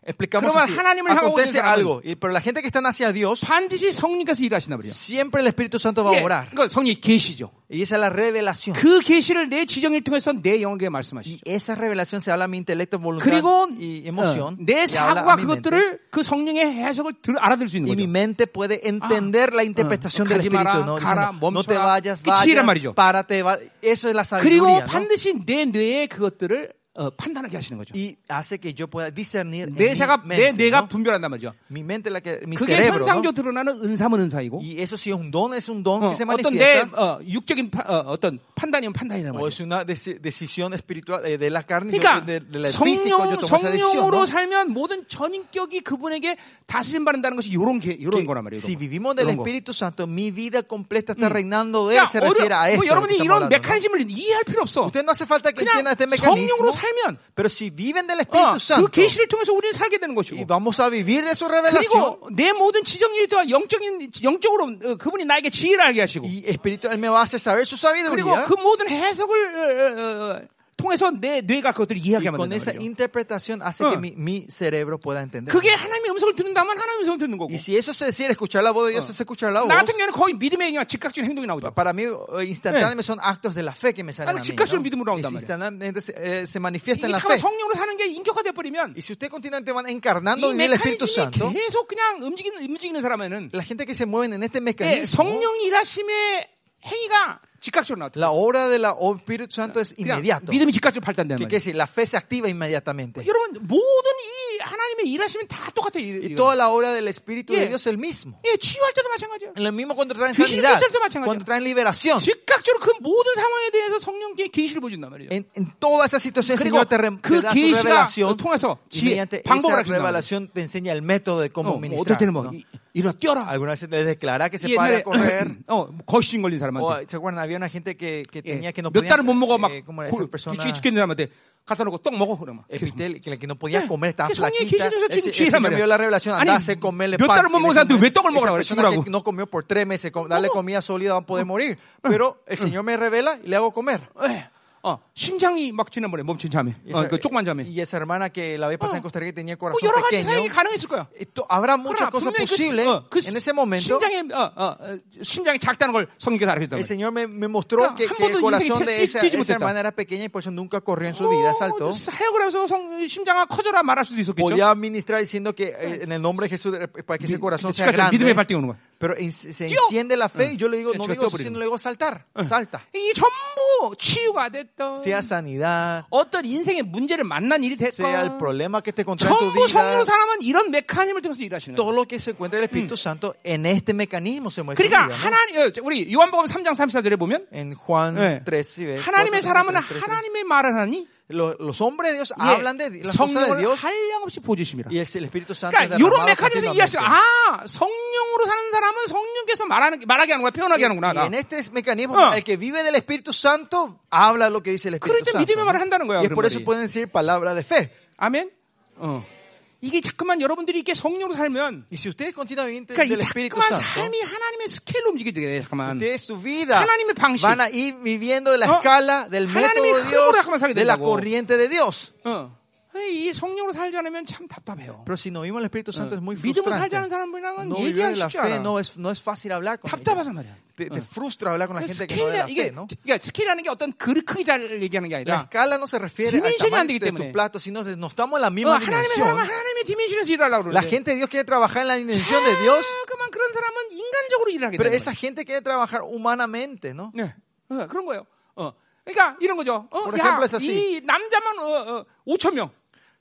explicamos
그러면
así.
하나님을 향하고
Acontece
있는 사람은-
algo, y- pero la gente que están hacia Dios,
반드시 성령께서 일하신단 말이야.
siempre el Espíritu Santo va
예,
a orar.
그러니까 성령이 계시죠.
Y esa es la revelación.
그 계시를 내 지정을 통해서 내 영에게 말씀하시죠.
Y esa revelación se habla a mi intelecto, voluntad
그리고
y
어,
emoción.
내
y, habla a
사고가
mi mente.
그것들을 그 성령의 해석을 들, 알아들 수 있는
Y mi
거죠.
mente puede entender la interpretación
어,
del
가지
Espíritu.
마라,
¿no?
가라,
Diciendo, no te
멈춰라.
vayas,
끝이란
vayas,
말이죠.
párate. va- Eso es la
그리고
sabiduría. ¿no?
반드시 내 뇌에 그것들을 어, 판단하게 하시는 거죠.
Y hace que yo pueda discernir en
내 사가
mi
내
mente.
뇌가
¿no?
분별한단 말이죠.
Mi mente, la que, mi
그게
cerebro. ¿no?
현상적으로 드러나는 은사면 은사이고
Y eso sí es un don, es un don
어,
que se
어떤 내
manifiesta.
어, 육적인 파- 어, 떤 판단이면 판단이란
O
말이죠.
es una deci- decisión espiritual eh, de la carne, yo-
그러니까
de, de la físico,
성령,
yo tomo esa decisión.
성령으로
¿no?
살면 모든 전인격이 그분에게 다스림 받는다는 것이 요런 게 요런
Que
거란 말이에요. 요런
si
거.
vivimos del
요런 거.
Espíritu Santo, mi vida completa está reinando de él,
그러니까
se refiere
어려-
a
뭐
esto. de lo que
여러분이
estamos
이런
hablando, ¿no?
메커니즘을 이해할 필요 없어.
Usted no hace falta que
그냥
entienda este mecanismo,
성령으로 살면
pero si viven del
어,
Espíritu
그
Santo
계시를 통해서 우리는 살게 되는
y
것이고 어?
vamos a vivir de su revelación,
그리고 내 모든 지정일도와 영적인 영적으로 어, 그분이 나에게 지혜를 알게 하시고
y Espíritu, él me va a hacer saber su
그리고
sabiduría.
그 모든 해석을 어, 어, 어, 통해서 내 뇌가 그것들을
Y
이해하게
con
만든다
esa
말이에요.
interpretación hace
Ah.
que mi, mi cerebro pueda entender.
그게 하나님의 음성을 듣는다면 하나님의 음성을 듣는 거고
Y si eso se decide escuchar la voz de Dios, es escuchar la voz.
나 같은 경우는 거의 믿음의 행위와 즉각적인 행동이 나오죠.
Pa- Para mí, eh, instantáneamente son actos de la fe que me salen
Claro,
a mí.
chicas,
¿no?
el 믿음으로 나온단
Es Instantáneamente se, eh, se manifiesta
이게
en la
잠깐
fe.
성령으로 사는 게 인격화돼 버리면
Y si usted continuamente van
이
encarnando en el Espíritu Santo,
메커니즘이 계속 그냥 움직이는 움직이는 사람에는
la gente que se mueven en este
예,
mecanismo,
성령 일하심의 행위가 즉각적으로 나왔다.
la obra del Espíritu Santo es
그냥
inmediato.
믿음이 그러니까 즉각적으로 발단되는
Que
말이에요.
quiere decir? La fe se activa inmediatamente.
여러분 모든 이 하나님의 일하심은 다 똑같아요. 이-
Y
이거는.
toda la obra del Espíritu
Yeah.
de Dios es el mismo.
예, 치유할 때도 마찬가지예요.
Lo mismo cuando traen
귀신
sanidad,
쫓을 때 마찬가지야.
cuando traen liberación.
즉각적으로 그 모든 상황에 대해서 성령께 계시를 보여준단 말이에요.
En, en toda esa situación, el
그리고
Señor te, re- te
그
da su
계시가
revelación.
통해서
Y
지혜,
mediante
방법을
esa
알려준단
revelación te enseña el método de
어, 뭐
cómo
어떨
ministrar.
때는 뭐
¿no?
이- 아, 일어나 뛰어라.
Algunas veces les declara que se para a
옛날에
correr.
어, 거시증 걸린
O,
사람한테
¿Se acuerdan? Había una gente que, que
예,
tenía que no
몇
podía.
달을 못 먹어 막
eh, ¿Cómo era esa
고-
persona?
미치게 죽겠는 사람한테 갖다 놓고 떡 먹어 그러면 계속.
Epitel, que la que no podía comer, estaba
que son
flaquita.
que ellos
Ese-
son
ese
chidas,
señor
María.
vio la revelación,
Ani,
andase comerle
몇
pan.
달을 못
y
먹은
le
사람한테
comer.
왜 떡을 먹으라고 그래,
Esa persona que
죽으라고.
no comió por tres meses, com- darle comida sólida, va a poder morir. Pero el Señor me revela y le hago comer.
예. 어, 심장이 막 지난번에 멈춘 자매.
Y
어,
esa,
그 조그만 자매.
y esa hermana que la vez pasada en
Oh.
Costa Rica tenía el
뭐
corazón
여러 가지 사역이
pequeño.
가능했을 거야.
Esto- habrá muchas
그러나
cosas
분명히 그, 시-
posibles.
어, 그
en ese momento,
심장에 어, 어, 어, 심장이 작다는 걸 성경에서 알려줬단
el
말이야.
Señor me, me
Claro,
mostró que,
한
que el
번도 인생이
corazón
튀-
de esa,
튀- 튀지
esa
못했다.
hermana era pequeña y por eso nunca corrió en su vida,
어, 그
saltó.
사역을 하면서 성, 심장아 커져라 말할 수도 있었겠죠.
podía administrar diciendo que eh, en el nombre de Jesús eh, para que ese corazón sea
지금까지 믿음의
grande
발등이 오는 거야.
Pero en- se
뛰어!
enciende la fe y yo le digo,
예,
no
제가
digo,
뛰어버리는
sino le digo saltar, salta.
이 전부 치유가 됐던
Sea sanidad,
어떤 인생의 문제를 만난 일이
sea el
됐던
problema que te contrae en tu
전부
vida.
성령 사람은 이런 메커니즘을 통해서 일하시는 거예요.
Todo lo que se encuentra en el Espíritu Santo en este mecanismo se muestra. en
그러니까
vida, ¿no?
하나님 어, 우리 요한복음 3장 34절에 보면
En Juan
예.
3, y ve-
하나님의
4,
사람은
33, 33.
하나님의 말을 하니
Los, los hombres de Dios hablan de
예,
las cosas de
성령을
Dios
한량없이 보여주십니다.
y es el Espíritu Santo
그러니까 이런
derramado
메커니즘에서 이해할 수 있어요.
continuamente.
아 성령으로 사는 사람은 성령께서 말하는 말하게 하는 거야 표현하게 하는구나.
Y
나.
en este mecanismo,
Ah.
el que vive del Espíritu Santo habla lo que dice el Espíritu
그러니까
Santo.
믿음의 말을 한다는 거야,
Y es
그런
por eso
말이.
pueden decir palabra de fe.
아멘. 어. 이게 자꾸만 여러분들이 이렇게 성령으로 살면
Y si ustedes continúan viviendo
그러니까
del
이
Espíritu
자꾸만
Santo,
삶이 하나님의 스케일로 움직이게 돼. 잠깐만.
ustedes su vida
하나님의 방식.
van a ir viviendo de la
어?
escala del método
하나님의
de Dios,
흐름으로 잠깐만 살게
de la
된다고.
corriente de Dios.
어. 이 성령으로 살지 않으면 참 답답해요.
Pero si no vivimos el Espíritu Santo es muy
믿음으로 살지 않은
frustrante.
사람들이랑은
No vivir
얘기하기
de la
쉽지
fe
않아.
no es, no es fácil hablar con
답답하단
ellos.
말이야.
Te, te frustra hablar con la gente que no
그러니까 스케일
es de la
이게
fe, ¿no?
그러니까 스케일하는 게 어떤 그릇 크기 잘 얘기하는 게
La
아니라
escala no se refiere al
Dimension이 안
tamaño
되기
de
때문에.
tu plato, sino de- no estamos en
어,
la misma
하나님의
dimensión.
사람은 하나님의 디멘션에서 일하려고 그러는데 아,
La gente de Dios quiere trabajar en la dimensión de Dios,
그만 그런 사람은 인간적으로 일하게
pero
되는
esa gente quiere trabajar humanamente, ¿no?
네. 어, 그런 거예요. 어. 그러니까 이런 거죠. 어,
Por
야,
ejemplo, es así.
이 남자만 어, 어, 5천 명.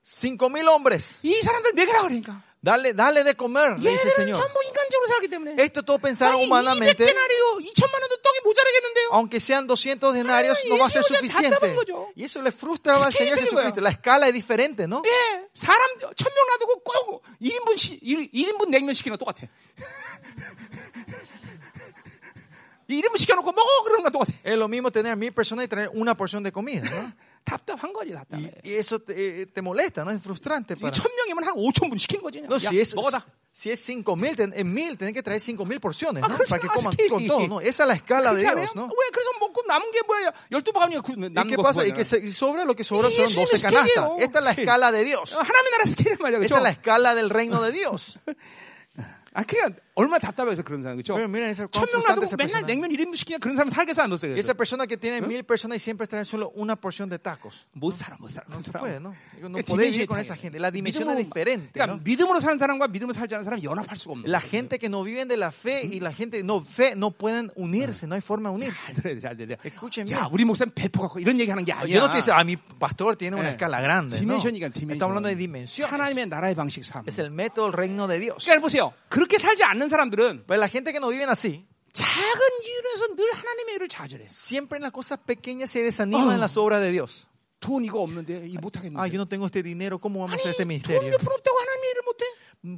Cinco mil hombres,
이 사람들 먹이라 그러니까.
dale, dale de comer, le dice
얘네들은
el Señor.
전부 인간적으로 살기 때문에.
Esto todo pensar
아니, 200
humanamente,
데나리요. 2천만 원도 떡이 모자라겠는데요.
aunque sean 200 denarios, no va a ser suficiente. Y eso le frustra al Señor Jesucristo. La escala es diferente, ¿no?
예, 사람 천 명 놔두고 꼭 1인분 시, 1, 1인분 냉면 시키는 거 똑같아. 1인분 시켜놓고 먹어 그러는 거 똑같아.
Es lo mismo tener mil personas y tener una porción de comida, ¿no?
답답한 거지 답답해.
Y eso te, eh, te molesta, ¿no? Es frustrante para...
이천 명이면 한 5천 분 시키는 거지. 그냥.
No,
야,
si es,
먹어다.
si es 5.000, ten- en 1.000 tienen que traer 5.000 porciones,
Ah,
¿no?
pero eso
Para que
no
coman
hace-
con todo, ¿no? Esa es la escala de
그렇게 안 해요?
Dios, ¿no?
아, 왜 그래서 먹고 남은 게 뭐예요? 열두 바가지가 그-
¿Y
남은
qué
거
pasa? Y
그거잖아.
que se- y sobra lo que sobra
Y
son
eso
12
es que
canastas.
Dios.
Esta es la
Sí. Ah,
escala de Dios.
어, 하나님의 나라 스케일 말이야, 그렇죠?
Esa es la escala del reino de Dios.
아, 그러니까 얼마나 답답해서 그런 사람, 그렇죠?
Mira, mira esa- cuán
천명
frustrante
놔두고
esa
맨날
persona.
냉면 1인분 시키냐 그런 사람 살겠어 안 넣었어요.
Y esa persona que tiene mil personas y siempre trae solo una porción de tacos.
못 살아, 못 살아.
No se puede, ¿no? Digo, No
그 디멘션이
podés vivir con
다르네.
esa gente. La dimensión es
믿음으로-
diferente,
그러니까
¿no?
믿음으로 사는 사람과 믿음으로 살지 않은 사람 연합할 수가 없는.
La gente que no viven de la fe y la gente no fe no pueden unirse, no hay forma de unirse.
잘 들어야 돼, 잘 들어야 돼.
Escuchen bien.
야, 우리 목사님 배포 갖고 이런 얘기하는 게 아니야. 아,
Yo no te dice, ah, mi pastor tiene una
Eh.
escala grande. No.
디멘션이니까 디멘션.
Estamos hablando de dimensiones.
하나님의 나라의 방식 삶.
Es el método del reino de Dios.
그러니까 보세요. 그렇게 살지 않는 사람들은
Pero la gente que no viven así,
작은 이유에서 늘 하나님의 일을 좌절해.
siempre en las cosas pequeñas se desaniman
Oh.
en las obras de Dios.
돈 이거 없는데 이 못하겠는데.
Ah, yo no tengo este dinero, ¿cómo vamos a hacer este
아니 돈
ministerio?
몇 푼 없다고 하나님의 일을 못해?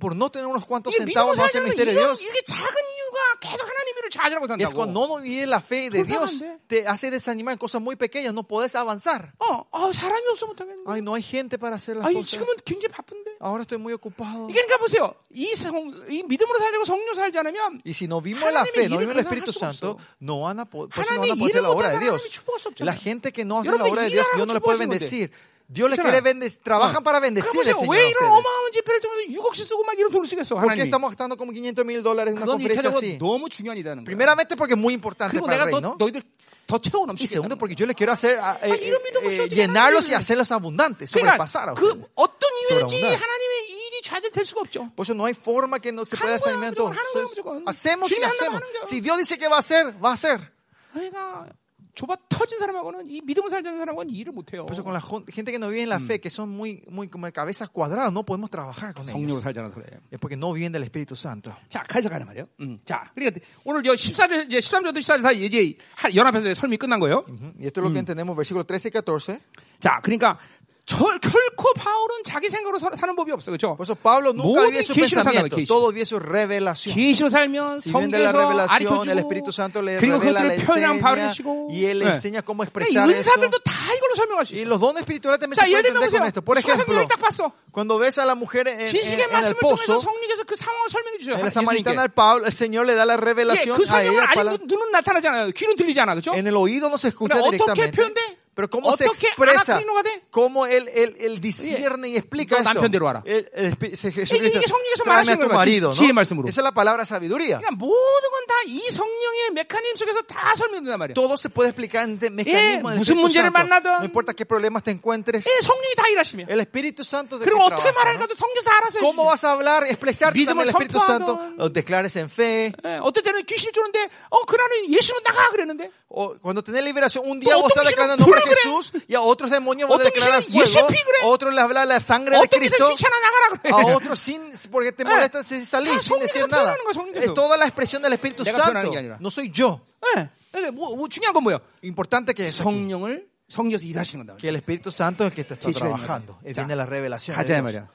Por no tener unos cuantos
이게 믿음으로
centavos no hace el
살려면
ministerio de
이런,
Dios.
이렇게 작은 이유가 계속 하나님의 일을 좌절하고 산다고.
Es cuando no vive la fe de Dios,
Totalmente.
te hace desanimar en cosas muy pequeñas, no podés avanzar.
어, 아, 사람이 없어 못하겠는데.
Ay, no hay gente para hacer las
아니
cosas.
지금은 굉장히 바쁜데.
Ahora estoy muy ocupado.
이게 그러니까 보세요. 이, 성, 이 믿음으로 살려고 성령 살지 않으면
Y si no vimos la fe,
하나님의
no vimos el
일을
Espíritu
그래서 할 수가
Santo, no van a poder, por eso no van a
하나님의
poder hacer
일을
la obra
못한
de
사람이
Dios.
축복할 수
La
없잖아요.
gente que no hace la
여러분들
obra de Dios,
일하라고
Dios no le puede
축복하신
bendecir. Dios les quiere
그렇잖아요.
bendecir. Trabajan para
그럼
bendecir el
그러니까 보세요.
Señor. a
왜 이런
ustedes.
어마어마한 집회를 통해서 6억씩 쓰고 막 이런 돈을 쓰겠어
¿Por
하나님.
qué estamos gastando como 500 mil dólares en una
그건
conferencia
일차적으로
así?
너무 중요한 일이라는 거야.
Primeramente porque es muy importante
그리고
para el
내가 너,
reino.
너희들 더 채워
Y
넘치게.
segundo porque yo les quiero hacer, ah, eh,
Ah, 이런 믿음을
eh,
써야지
llenarlos y
하나님을-
hacerlos abundantes,
그러니까
sobrepasar a
그
ustedes.
어떤 이유든지
돌아온다.
하나님의 일이 좌절될 수가 없죠.
Por eso no hay forma que no se
하는
pueda
거야,
desanimar
무조건
todos.
하는 거야, 무조건.
Hacemos y
주님이 한다면
hacemos.
하는 거야.
Si Dios dice que va a hacer, va a hacer.
그러니까 좁아 터진 사람하고는 이 믿음을 살자는 사람하고는 일을 못 해요.
Por eso con la jo- gente que no vive en la fe, que son muy, muy como de cabezas cuadradas, no podemos trabajar con ellos.
성령으로 살자는 그래요.
Es porque no viven del Espíritu Santo.
자, 가서 가는 말이에요. 음. 자, 그러니까 오늘 저 14절 이제 13절부터 14절 다 이제 하- 연합해서 설명이 끝난 거예요.
Ujú. Y esto es lo que entendemos, versículos 13 y 14.
자, 그러니까 절, 결코 바울은 자기 생각으로 사- 사는 법이 없어. 그렇죠?
Por eso Pablo nunca
Muy
vive su
계시로 산다고,
pensamiento,
계시.
todo vive su revelación.
계시로 살면
Si viene la
성경에서
revelación, el
아리켜주고
Espíritu Santo le
그리고
revela, le
그것들을 표현하면 바울이
enseña,
되시고 네.
y él le enseña cómo
그러니까
expresar
이
eso.
은사들도 다 이걸로 설명할 수
Y
있어요.
los dones espirituales también
자,
se
예를
pueden
들면
entender con
보세요.
esto. Por
수가
ejemplo,
성경을 딱 봤어.
cuando ves a la mujer en, en-
지식의
en el
말씀을 통해서
pozo,
성령께서 그 상황을 설명해 주셔요.
en la
예수님께.
samaritana, el, Pablo, el Señor le da la
예,
revelación
그
a
설명은
ella.
아니
para-
눈- 눈은 나타나지 않아요. 귀는 들리지 않아. 그렇죠?
En el oído no se escucha
그러니까 어떻게
directamente.
표현돼?
Pero cómo se
어떻게
expresa,
아나크리노가 돼?
cómo él, él, él discierne y
너
explica esto.
남편대로 알아.
Él- el Espi- se-
이게-
Jesucristo,
이게 성령에서
tráeme
말하시는
a tu
거예요.
marido,
지- 지혜의
¿no?
말씀으로.
Esa es la palabra sabiduría.
그러니까 모든 건 다 이 성령의 메커니즘 속에서 다 설명된단 말이야.
Todo se puede explicar en este mecanismo del
무슨
Espíritu
문제를
Santo.
만나든.
No importa qué problemas te encuentres,
예, 성령이 다 일하십니다.
el Espíritu Santo es el que
그리고 어떻게
trabaja, ¿no?
말할까도 성령 다 알아서 해주시죠.
¿Cómo vas a hablar, expresar
믿음을
el Espíritu Santo?
선포하든.
O declares en fe.
예, 어떨 때는 귀신 쫓는데 어 그날은 예수로 나가 그랬는데
O cuando tenés liberación, un día
어떤
vos
귀신은
estás declarando nombre de
불을 그래.
Jesús y a otros demonios vos
어떤
declaras
귀신은
fuego.
예수의 피 그래.
A otros les habla la sangre de
어떤
Cristo.
데서 귀찮아 어. 나가라
A
그래.
otros sin, porque te
Eh.
molestan si salís
Ah,
sin decir
성령에서
nada.
표현하는 거야, 성령에서.
Es toda la expresión del Espíritu
내가
Santo.
표현하는 게 아니라.
No soy yo.
예, 예, 뭐, 뭐 중요한 건 뭐예요?
Importante que es aquí,
성령을 성령에서 일하시는 건다.
que el Espíritu Santo es el que te está
Qué sueño.
trabajando. Eh,
Ya.
Viene la revelación. de
가자
Dios.
말이야.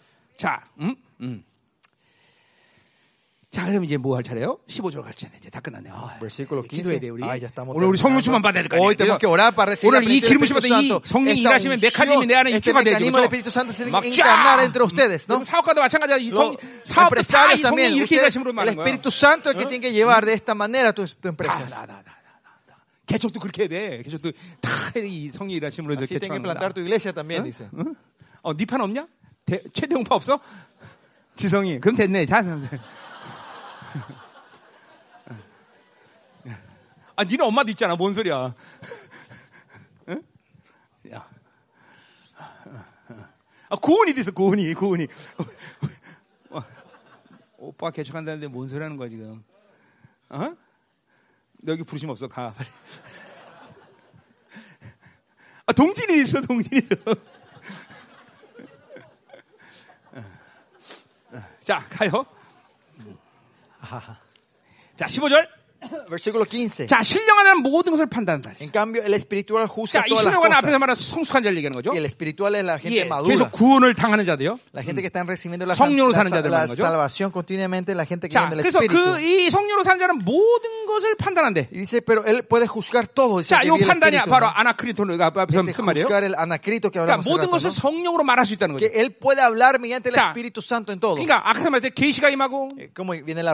자, 음, 음. 자, 그럼 이제 뭐 할 차례요? 15절 갈 차례 이제 다 끝났네. 아,
Versículo 15.
기도해야 돼 우리.
Ah, ya estamos
오늘 우리 성령
terminando.
충만 받아야 될 거야.
Hoy tenemos que orar para recibir la
오늘 이
plenitud
기름
del
부심받아
Espíritu
이
Santo.
성령이
Esta
일하시면 내
unción,
가짐이 내 안에
este
입혀가 되죠.
mecanismo del Espíritu Santo se tiene que encarnar entre ustedes, ¿no?
사업가도 마찬가지야. 이 성,
Los
사업도 다이
empresarios
성령이
también.
이렇게
Ustedes,
일하심으로
el
말하는 거야.
Espíritu Santo es el que tiene que llevar de esta manera tu,
다, 나,
tu empresa.
나, 나, 나, 나, 나. 개척도 그렇게 해야 돼. 개척도 다 이 성령 일하심으로 아, 이렇게
Así tienen que
개척하는 거야.
plantar tu iglesia también, dice.
응? 어, 니판 없냐? 대, 최대웅파 없어? 지성이. 그럼 됐네. 다. 아, 니네 엄마도 있잖아. 뭔 소리야. 응? 야. 아, 고은이 됐어, 고은이, 고은이. 어, 오빠 개척한다는데 뭔 소리 하는 거야, 지금. 어? 너 여기 부르심 없어, 가. 빨리. 아, 동진이 있어, 동진이. 자, 가요. 자, 15절.
Versículo 15.
자, 신령하는 모든 것을 판단한다.
En cambio, el espiritual juzga
자, 이
todas las
신령하는 앞에서
cosas.
말하는 성숙한 자를 얘기하는 거죠.
Y el espiritual es la
예,
gente madura.
계속 구원을 당하는 자들요.
La gente que están recibiendo la,
성령으로
la-
사는 자들
la
말하는 거죠.
salvación continuamente, la gente que
자,
viene del
그래서
Espíritu.
그 이 성령으로 사는 자는 모든 것을 판단한대.
Y dice, pero él puede juzgar todo. Dice
자,
que
요
vive el
판단이
Espíritu,
바로
¿no?
아나크리톤을 앞에서
Este
쓴 말이에요.
juzgar el anacrito que
그러니까
hablamos hace
모든
rato,
것을
¿no?
성령으로 말할 수 있다는
Que
거죠.
él puede hablar mediante el
자,
Espíritu Santo en todo.
그러니까 아까 말했듯이 계시가 임하고
Eh, Como viene la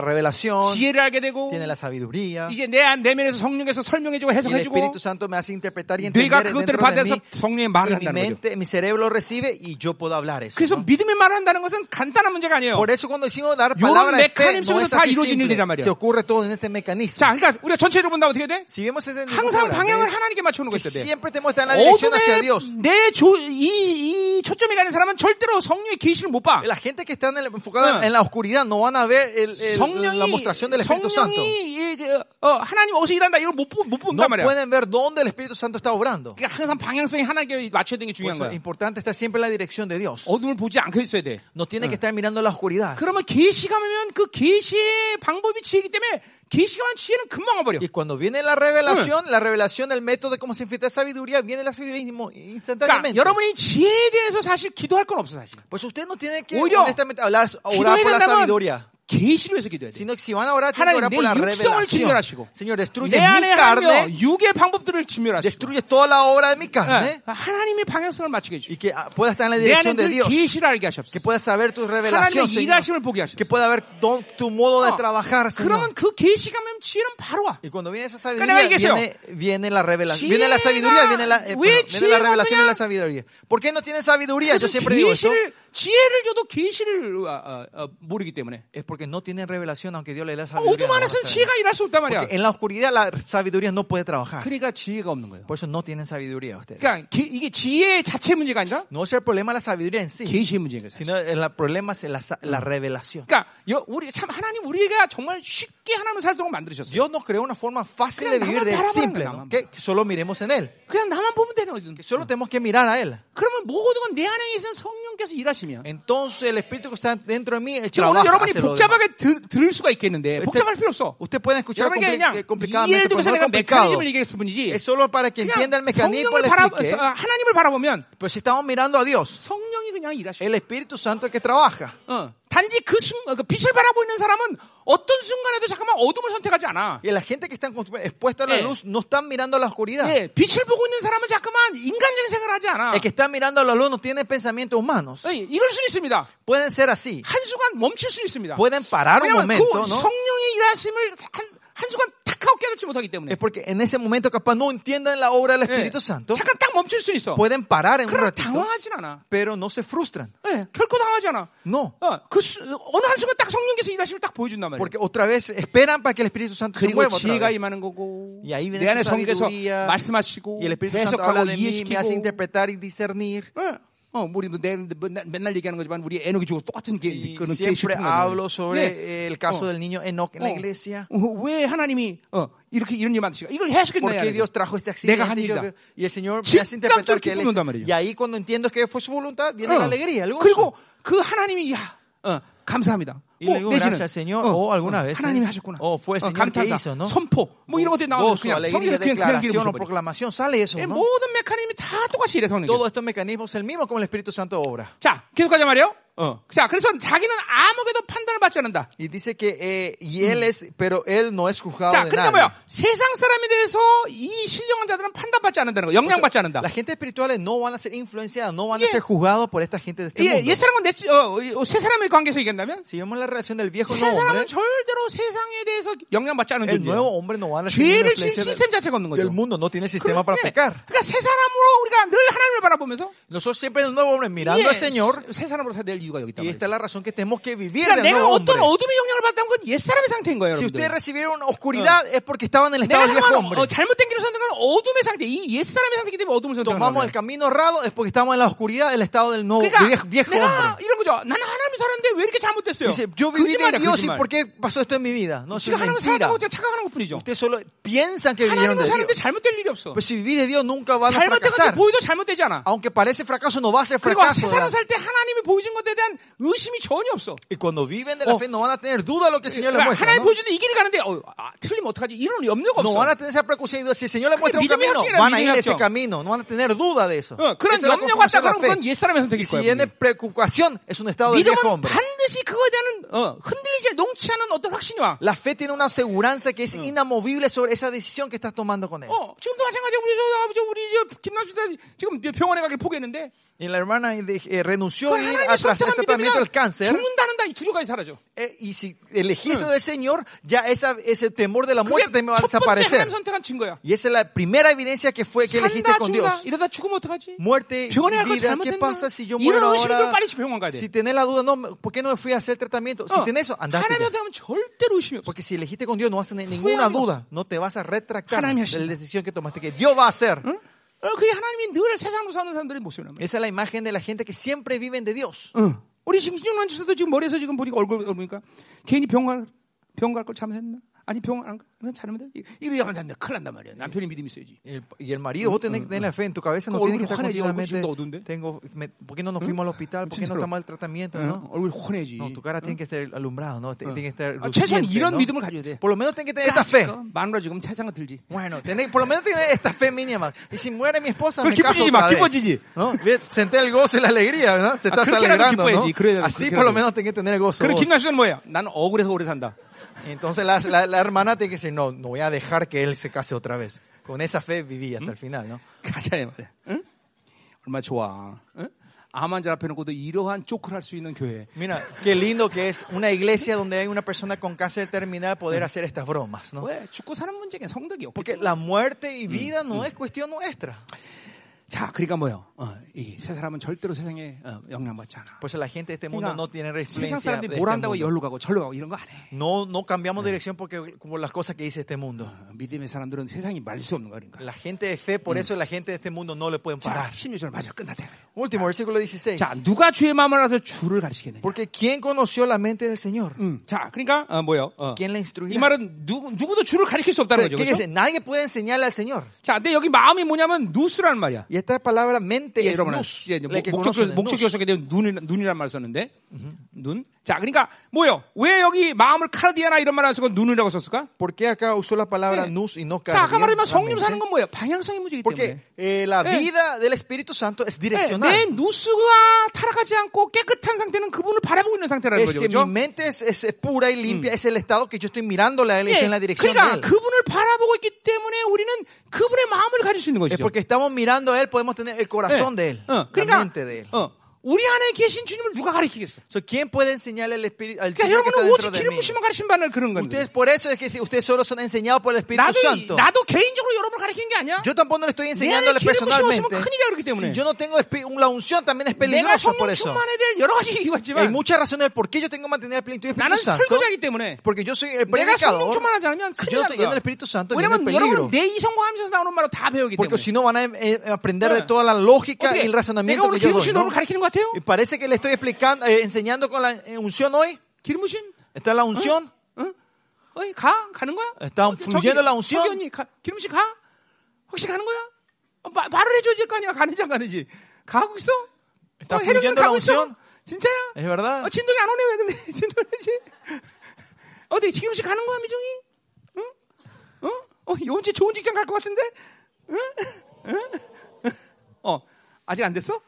예,
revelación,
어. 지혜를 알게 되고
tiene la sabiduría.
이제 내 안- 내면에서 성령에서 설명해주고
Y el
해석해주고
Espíritu Santo me hace interpretar y
뇌가
entender
그것들을
dentro de
받아서
mí.
성령의
Y
말을
mi
한다는 거죠.
mente, mi cerebro recibe y yo puedo hablar eso.
그래서
¿no?
믿음의 말을 한다는 것은 간단한 문제가 아니에요.
Por eso cuando decimos dar
요런
palabra de fe,
mecanismos
no es
다
así
이루어진
simple.
일이란 말이야.
Se ocurre todo en este mecanismo.
자, 그러니까 우리가 전체를 본다면 어떻게 돼?
si vemos ese
항상
grande,
방향을 하나님께 맞추는 거
que
있어야 돼.
siempre tenemos que estar en la dirección hacia Dios.
어둠에 내조이이 초점이 가는 사람은 절대로 성령의 계시를 못 봐.
La gente que está en el- enfocada
Ah.
en la oscuridad no van a ver el- el- la
성령이
mostración del Espíritu Santo.
성령이 이- 그, 어, 하나님 어디서 일한다 이걸 못, 보- 못
No
본단 말이야.
pueden ver dónde el Espíritu Santo está obrando.
그러니까 항상 방향성이 하나님께 맞춰야 되는 게
Por
중요한
eso
거야.
es importante estar siempre en la dirección de Dios.
어둠을 보지 않고 있어야 돼.
No tiene que estar mirando la oscuridad.
그러면 계시가 오면 그 계시의 방법이 지혜이기 때문에 계시가 면 지혜는 금방 와버려.
Y cuando viene la revelación, la revelación, el método de cómo se infiltra sabiduría, viene la sabiduría inmo-
그러니까
instantáneamente.
여러분이 지혜에 대해서 사실 기도할 건 없어 사실.
Pues usted no tiene que
Oye,
honestamente hablar, orar por
기도해야
la
된다면
sabiduría.
계시로 해서 기도해야 돼.
Sino que si van a orar, tienen que
하나님,
orar por la
내 육성을
revelación.
진멸하시고
Señor, destruye
내 안에
mi
하며
carne,
육의 방법들을 진멸하시고
destruye toda la obra de
예,
mi carne
하나님의 방향성을 맞추게
y
해주시고
que ah, pueda estar en la
내 안에
dirección de
늘
Dios.
계시를 알게
Que
하시옵소서.
pueda saber tu
하나님의
revelación, Señor.
일하심을 보게
Que
하시옵소서.
pueda ver don- tu modo
어,
de trabajar, Señor.
그러면 그 계시가 오면 지혜는 바로 와.
Y cuando viene esa
내가
sabiduría,
얘기했어요.
viene, viene la revelación.
지혜가
Viene la sabiduría, viene la, eh,
왜
perdón, viene
지혜가
la revelación y
없냐?
la sabiduría. ¿Por qué no tienen sabiduría? Yo
그래서
siempre digo eso.
계시를 지혜를 줘도 계시를 아, 아, 아, 모르기 때문에
Es porque no tienen revelación, aunque Dios le dé la
아,
sabiduría.
어둠
no van a
안에서는
saber.
지혜가 일할 수 없단 말이야.
Porque en la oscuridad la sabiduría no puede trabajar.
그러니까 지혜가 없는 거예요.
Por eso no tienen sabiduría ustedes.
그러니까 기- 이게 지혜 자체 문제가 아니라
No es el problema la sabiduría en sí,
계시의 문제인 거예요.
sino el problema es la, sa- la revelación.
그러니까 여- 우리 참 하나님 우리가 정말 쉽게 하나님을 살도록 만드셨어요.
Dios nos creó una forma fácil de
Claro,
vivir,
nada
de
más para
simple,
nada
¿no?
más.
que que solo miremos en Él.
그냥 나만 보면 되는 거죠.
Que solo tenemos que mirar a Él.
그러면 모든 건 내 안에 있는 성령께서 일하시면
Entonces el Espíritu que está dentro de mí el
지금 오늘
trabaja
여러분이
hacia lo
복잡하게 들- 들을 수가 있겠는데
demás.
복잡할 필요 그 없어.
Usted puede escuchar
여러분에게
compli-
그냥 이
eh,
예를
complicadamente, pero
들어서
no es
내가 메커니즘을
complicado.
얘기했을 뿐이지
Es solo para que entienda el
그냥
mecanismo
성령을
le
바라,
explique.
어, 하나님을 바라보면
Pero si estamos mirando a Dios,
성령이 그냥 일하셔.
el Espíritu Santo es el que trabaja.
어. 단지 그, 순, 그 빛을 바라보는 사람은 어떤 순간에도 잠깐만 어둠을 선택하지 않아.
Y la gente que está expuesta a la
Eh.
luz no están mirando a la oscuridad.
예, 빛을 보고 있는 사람은 잠깐만 인간적인 생각을 하지 않아.
El que está mirando a la luz no tiene pensamientos humanos.
예, 이럴 수 있습니다.
Pueden ser así.
한 순간 멈출 수 있습니다.
Pueden parar un
왜냐면 그
momento, ¿no?
성령의 일하심을 한, 한 순간 탁 카카오 깨닫지 못하기 때문에 예.
es porque en ese momento capaz no entiendan la obra del Espíritu Santo.
잠깐 딱 멈출 수 있어.
Pueden parar en un
그러나
ratito,
당황하진 않아.
pero no se frustran.
예, 결코 당하지 않아.
No.
어, 그 수- 어느 한순간 딱 성령께서 일하심을 딱 보여준단 말이야.
Porque otra vez esperan para que el Espíritu Santo se
그리고
mueva. otra
지혜가
vez.
임하는 거고
Y ahí
내 안에
viene su
성령께서
sabiduría,
말씀하시고
Y el Espíritu Santo habla
해석하고
de mí, me
이해시키고
hace interpretar y discernir.
예. 어, 우리 뭐 내, 맨날, 맨날 얘기하는 거지만 우리 에녹이 죽어서 똑같은 게
Y
그런 게
siempre
실패한
hablo
거예요.
sobre el caso
Oh.
del niño Enoch en la iglesia.
어, 왜 하나님이 어, 이렇게 이런 일 만드시까? 이걸 해석해내야
¿Por qué
돼.
Dios trajo este
내가 한
accidente? Y, yo
일이다.
veo- y el Señor me
직감적으로
hace interpretar que Él es.
기쁜단 말이죠.
Y ahí cuando entiendo que fue su voluntad, viene
어.
la alegría, el
그리고
gozo.
그 하나님이 야, 어, 감사합니다. 어,
Y le digo,
내지는, 어,
"Gracias, Señor." O alguna vez,
하나님이
eh.
하셨구나. 어,
O fue el Señor que
감탄사,
hizo, ¿no?
선포, 뭐 이런 것들이 나오면
Gozo,
그냥
alegría,
성경에서 그냥 그냥 기름
declaración o
부어버려.
proclamación, sale eso,
예,
¿no?
모든 메커니즘이 다 똑같이 일해 성령.
Todos estos mecanismos es el mismo como el Espíritu Santo obra.
자, 계속 가자 말이요. 자, 그래서 자기는 아무에게도 판단을 받지 않는다.
Y dice que, eh, y Él es, pero Él no es juzgado
자,
de
그러니까
nadie.
뭐야? 세상 사람에 대해서 이 신령한 자들은 판단받지 않는다는 거, 영향받지 않는다.
Las gentes espirituales no van a ser influenciadas, no van
Yeah.
a ser juzgados por esta gente de este
예,
mundo.
옛 사람과 내, 시- 어, 어, 새 사람의 관계에서 얘기한다면
Si vemos la relación del viejo y
새
nuevo
사람은
hombre,
절대로 세상에 대해서 영향받지 않는
el nuevo
존재예요.
hombre no va a ser ninguna
죄를 질
influencia
시스템 자체가 없는
del, del
거죠.
mundo, no tiene sistema para
예,
pecar.
그러니까 새 사람으로 우리가 늘 하나님을 바라보면서
Nosotros siempre el nuevo hombre mirando
예,
al Señor,
새- 새 사람으로 살아야 될 이유가 여기 있다.
y esta es la razón que tenemos que vivir
그러니까
del
예, 내가
nuevo hombre.
어떤 어둠의 영향을 받았다면 그건 옛 사람의 상태인 거예요,
Si ustedes
여러분들.
recibieron oscuridad es porque estaban en el
내가
estado del viejo
그동안
hombre.
어, 잘못된 길을 선택한 건 어둠의 상태, 이 옛 사람의 상태이기 때문에 어둠을 선택한 거예요.
Tomamos el camino errado es porque estamos en la oscuridad del estado del nuevo
그러니까
viejo, viejo
내가
hombre.
이런 거죠. 나는 하나님이 살았는데 왜 이렇게 잘못됐어요?
Dice, yo viví de
거짓말이야,
Dios y
거짓말.
¿por qué pasó esto en mi vida? No, eso
지금
es
하나님을 살았다고
mentira.
그냥 착각하는 것뿐이죠.
Ustedes solo piensan que vivieron
하나님을
de
사는데
Dios.
잘못될 일이 없어.
Pues si vivís de Dios nunca van a
잘못된 것도
fracasar.
보이도 잘못되지 않아.
Aunque parece fracaso, no va a ser
그리고
fracaso.
세상을
¿verdad?
살 때 하나님이 보여준 것에 대한 의심이 전혀 없어.
Y cuando viven de la
Oh.
fe, no van a tener duda de lo que el Señor les
그러니까
muestra.
하나님
¿no?
보여준 이 길을 가는데 어, 아, 틀리면 어떡하지? 이런 염려가
No
없어.
van a tener esa precaución y duda. Si el Señor les muestra un
믿음의
camino,
확신이라,
van a
믿음의
ir ese
확정.
camino. No van a tener duda de eso.
어, 그런
Esa es la
염려가 있다
confirmación de la
그러면 그건
fe.
옛사람의 선택일
Y
거야.
si viene preocupación, es pues, un estado de viejo
믿음은
hombre.
반드시 그거에 대한 어, 흔들리지 않- 농치 않은 어떤 확신이 와.
La fe tiene una aseguranza que es inamovible sobre esa decisión que estás tomando con él.
어, 지금도 마찬가지야. 우리 저 아버지 우리 저 김남수 씨 지금 이제 병원에 가길 포기했는데
Y la hermana eh, eh, renunció
그건
a ir
하나님의
a tras- a
선택한
este tratamiento del
믿음이라
cáncer.
죽는다는 다이 두려움이 사라져.
eh, y si elegiste del Señor, ya esa, ese temor de la
그게
muerte
첫
te va a
번째 하나님
desaparecer.
선택한 증거야.
Y esa es la primera evidencia que fue que elegiste
산다
con
죽는다
Dios.
이러다 죽으면 어떡하지?
Muerte,
병원에 갈거
vida, ¿qué
잘못했나?
pasa si yo
이런
muero
의심들
ahora?
빨리 병원 가야 돼.
Si tenés la duda, no, ¿por qué no me fui a hacer tratamiento? Si
어,
tenés eso, andate.
하나님의 선택하면 절대로 의심이 없어.
Porque si elegiste con Dios, no vas a tener ninguna
Dios.
duda. No te vas a retractar
하나님이
de
하신다.
la decisión que tomaste, que Dios va a hacer.
응? 어, 그게 하나님이 늘 세상으로 사는 사람들의 모습이란 말이야.
Esa es la imagen de la gente que siempre viven de Dios.
응. 우리 지금 신용란 주사도 지금 머리에서 지금 보니까 얼굴 얼굴 보니까 괜히 병원 병갈 걸 잘못했나? 아니 병원 안 가? 그냥 잘못했나? 이- 이러면 안 된다. 큰일 난단 말이야. 남편이 믿음이 있어야지.
Y el, y el marido, vos tenés que tener la fe en tu cabeza, no
Como
tiene que
algunos
estar
jóvenes, algunos
continuamente.
chicos de Odunde.
Tengo, me- ¿Por qué no nos fuimos al hospital? ¿Por qué no
Sincero.
estamos al tratamiento?
응?
No,
어? 얼굴 훤해지.
No, tu cara tiene que ser alumbrado, ¿no?
Ah.
Tiene que estar.
아, 최소한
luciente,
이런
¿no?
믿음을 가져야 돼.
Por lo menos tiene que tener esta fe.
아, 마누라 지금 세상을 들지.
Bueno, tenés- por lo menos tiene esta fe mínima. Y si muere mi esposa,
Pero
me
qué
caso
pillí, ma,
otra
qué
vez.
pillí.
¿No? Ve, Senté el gozo y la alegría, ¿no? Te estás
creo que era
alegrando,
tipo
¿no?
de G, creo que-
Así
creo
por lo
que-
menos tenés que tener gozo.
그리고
vos.
김남수는 뭐야? 난 억울해서 오래 산다.
Entonces la, la- la hermana tiene que decir, no, no voy a dejar que él se case otra vez. Con esa fe viví
¿Mm?
hasta el final, ¿no?
가자 이 말이야. 응? 얼마나 좋아. 응? 암환자 앞에 놓고도 이러한 조크를 할 수 있는 교회.
Mira, qué lindo que es una iglesia donde hay una persona con cáncer terminal poder
¿Mm?
hacer estas bromas, ¿no?
왜 죽고 사는 문제가 성덕이 없고.
Porque la muerte
¿Mm?
y vida no es cuestión nuestra.
자, 그러니까 뭐요? 어, 이세 사람은 절대로 세상에 어, 영향받지 않아.
Pues la gente de este mundo
그러니까
no tiene
세상
influencia de
사람들이
este
뭘 한다고
mundo.
열로 가고 절로 가고 이런 거 안 해.
No, no cambiamos de dirección porque como las cosas que dice este mundo.
어, 믿음의 사람들은 세상이 말릴 수 없는 그러니까. 거니까.
La gente de fe, por eso la gente de este mundo no le pueden
자, 네.
parar.
16절 맞아 끝났다. 이거예요.
Último, versículo 16.
자, 누가 주의 마음을 알아서 주를 가르치겠느냐.
Porque ¿quién conoció la mente del Señor?
음, 자, 그러니까 어, 뭐요? 어.
¿Quién la
이
instruirá?
말은 누구, 누구도 주를 가르칠 수
O
없다는
sea,
거죠.
¿qué
그렇죠?
dice? Nadie puede enseñarle al Señor.
자, 근데 여기 마음이 뭐냐면 누스라는 말이야.
Y esta palabra mente
예,
es
여러분,
nous,
이제 이제
la que
목- 목적
conoce
교수- 목적 교수에 대한 눈이 눈이란 말을 썼는데 눈. 자, 그러니까 뭐요? 왜 여기 마음을 카르디아나 이런 말을 안 쓰고 눈이라고 썼을까?
¿Por qué acá usó la palabra
예.
nous y no
자, 아까
cardia,
말했지만
la
성령
mente?
사는 건 뭐예요? 방향성의 문제이기
Porque
때문에.
eh, la
예.
vida del Espíritu Santo es
네, 내
direccional.
누수가 타락하지 않고 깨끗한 상태는 그분을 바라보고 있는 상태라는
Es
거죠.
que mi
그렇죠?
mente es, es pura y limpia, es el estado que yo estoy mirándole a él y estoy
예,
en la dirección de
그러니까
él.
그분을 바라보고 있기 때문에 우리는 그분의 마음을 가질 수 있는
Es
것이죠.
porque estamos mirando a él, podemos tener el corazón
예.
de él,
어,
la
그러니까
mente de él.
어, 우리 안에 계신 주님을 누가 가르치겠어?
So, ¿Quién puede enseñarle al Espíritu al
그러니까
Señor que está
여러분은 오직
dentro de
기름
mí?
부심만 가르친 바는 그런 건데.
Ustedes, por eso es que si ustedes solo son enseñados por el Espíritu
나도 이-
Santo.
나도 개인적으로 여러분을 가르치는 게 아니야.
Yo tampoco no le
내
estoy
안에
enseñándole
기름 부심이 없으면
personalmente.
큰일이야, 그렇기 때문에.
Si yo no tengo espi- la unción también es
내가
peligroso por
성령
eso.
충만에 대한 여러 가지 이유가 뭐,
Hay
있지만
muchas razones del por qué yo tengo que mantener el plenitud del
나는
Espíritu Santo.
설교자이기 때문에
Porque yo soy el
내가 어? 성령
predicador.
충만하지 않으면 큰일
Si yo
나는
no estoy lleno
거야.
del Espíritu Santo, yo en
왜냐면 여러분은
peligro.
내 이성과 하면서 나오는 말로 다 배우기 때문에.
Porque si no van a eh, aprender
Ah.
de toda la lógica y
어떻게
el
내가
razonamiento
오늘
que yo
기름신
doy.
여러분
¿no?
가르치는 것 같아요?
Y parece que le estoy explicando, eh, enseñando con la eh, unción hoy.
기름신?
¿Está la unción?
응? 어이 가 가는 거야?
Está
어, 저기,
fluyendo la unción.
저기 언니 가, 기름신 가? 혹시 가는 거야? 어, 마, 말을 해줘야 될 거 아니야? 가는지 안 가는지? 가고 있어?
Está
혜령이는
fluyendo la
가고 있어?
unción.
진짜야?
¿Es verdad?
어, 진동이 안 오네 왜 근데 진동이지? 어디 지금 씨 가는 거야 미정이? 응? 어? 어 이번 주에 좋은 직장 갈 것 같은데? 응? 응? 어 아직 안 됐어?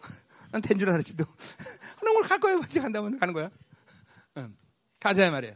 난 된 줄 알았지도. 하는 걸 갈 거야 이번 주에 간다면 가는 거야. 응. 가자 말이야.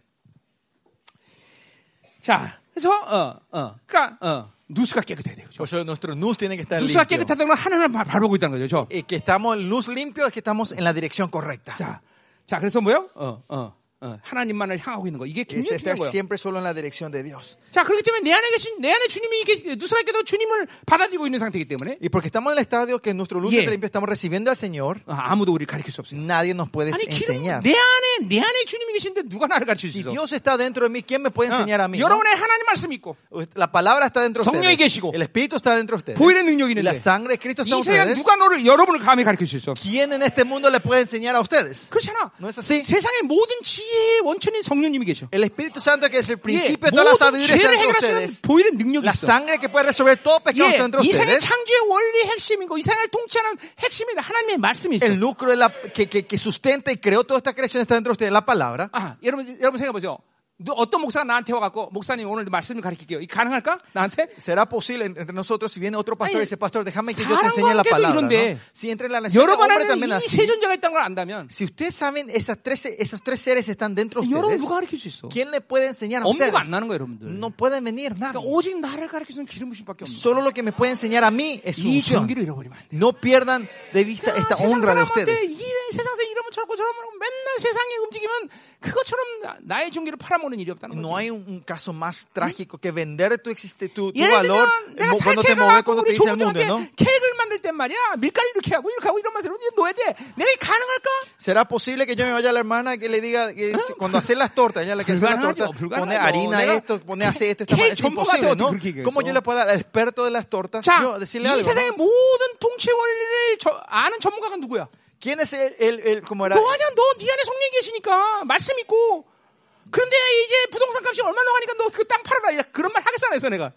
자 그래서 어어 그러니까 어 누수가 깨끗해야 돼요. 그죠?
O sea, nuestro nus tiene que estar
누수가
limpio.
깨끗하다는 건 하나를 바- 바라보고 있다는 거죠. 그죠?
Eh, que estamos el luz limpio es que estamos en la dirección correcta.
자, 자 그래서 뭐요? 어, 어, 어, 하나님만을 향하고 있는 거. 이게
Es
굉장히
estar
중요한 거예요.
siempre solo en la dirección de Dios.
자, 그렇기 때문에 내 안에 계신 내 안에 주님이 이게 누수가 있게도 주님을 받아들이고 있는 상태이기 때문에
Y porque estamos en el estadio que nuestro luz
Yeah.
está limpio, estamos recibiendo al Señor,
아, 아무도 우리를 가르칠 수 없어요.
nadie nos puede
아니, 기름, 내
enseñar.
안에 내 안에 주님이 계신데 누가 나를 가르칠 수
Si
있어?
Dios está dentro de mí, ¿quién me puede
어,
enseñar a mí? no?
여러분의 하나님 말씀 있고
La palabra está dentro de
성령이
ustedes.
계시고,
El Espíritu está dentro de ustedes.
보일의 능력이 있는데
La sangre de Cristo está en
이 세상
ustedes.
누가 너를 여러분을 감히 가르칠 수 있어?
¿Quién en este mundo le puede enseñar a ustedes?
그렇지 않아.
No es así.
세상의 모든 지혜의 원천인 성령님이 계셔.
El Espíritu Santo, que es el
예,
principio de toda la
모든
sabiduría, está
죄를
dentro de
해결하시는
ustedes.
보일의 능력이
La
있어.
sangre que puede resolver todo pecado
예,
está dentro de
이 세상의
ustedes.
창조의 원리 핵심이고 이 세상을 통치하는 핵심이 하나님의 말씀이 있어.
El núcleo de la- que, que- que sustenta y creó toda esta creación está dentro de ustedes, la palabra.
아, 여러분, 여러분 생각해 보세요. 누- 어떤 목사가 나한테 와갖고 목사님 오늘 말씀을 가르칠게요. 이 가능할까? 나한테?
¿Será posible en- entre nosotros si viene otro pastor
Ay,
y dice, pastor, déjame que yo
사람과
te enseñe la
함께도
palabra?
이런데.
¿no? Si entre la nación de
여러분 안에는
hombre también
이
así.
세존자가 있다는 걸 안다면
Si ustedes saben, esas tres, esos tres seres están dentro de
여러분
ustedes.
누가 가르칠 수 있어?
¿Quién le puede enseñar a ustedes?
업무가 안 나는 거예요, 여러분들.
No pueden venir nada.
그러니까 오직 나를 가르치는 기름 부심밖에 없는
Solo lo que me puede enseñar a mí es su
이
unción.
전기를 잃어버리면 안 돼.
No pierdan de vista
그러니까
esta
세상
honra de
사람한테
ustedes.
이 세상에서 이러면 저러고 저러면 하고 맨날 세상에 움직이면 그것처럼 나- 나의 종기를 팔아먹는 일이 없다는
No
거죠.
hay un, un caso más trágico que vender tu, existe, tu, tu
예를
valor
들면 내가 뭐
mo-
살
cuando te
케이크를
mueves,
갖고
cuando te
우리
dice el mundo,
조부들한테
¿no?
케이크를 만들 땐 말이야 밀가루 이렇게 하고 이렇게 하고 이런 맛으로 이제 넣어야 돼. 내가 이게 가능할까?
¿Será posible que yo me vaya a la hermana que le diga, que si- cuando hace las tortas, ella la que hace las
Fulgarayo,
tortas,
fulgarayo.
pone harina
Nega-
esto, pone hace esto,
¿Qué
esta manera, es
chombo
imposible,
gato
¿no?
otro que
¿Cómo
eso?
yo le puedo hablar al experto de las tortas,
자,
yo decirle
이
algo?
세상의
¿no?
모든 통치 원리를 저- 아는 전문가가 누구야?
¿Quién es el, el, el- como era?
너 아니야, 너 네 안에 성령이 계시니까 말씀 있고. 그런데 이제 부동산 값이 얼마 나가니까 너 그 땅 팔아라. 야, 그런 말 하겠어 안 해서 내가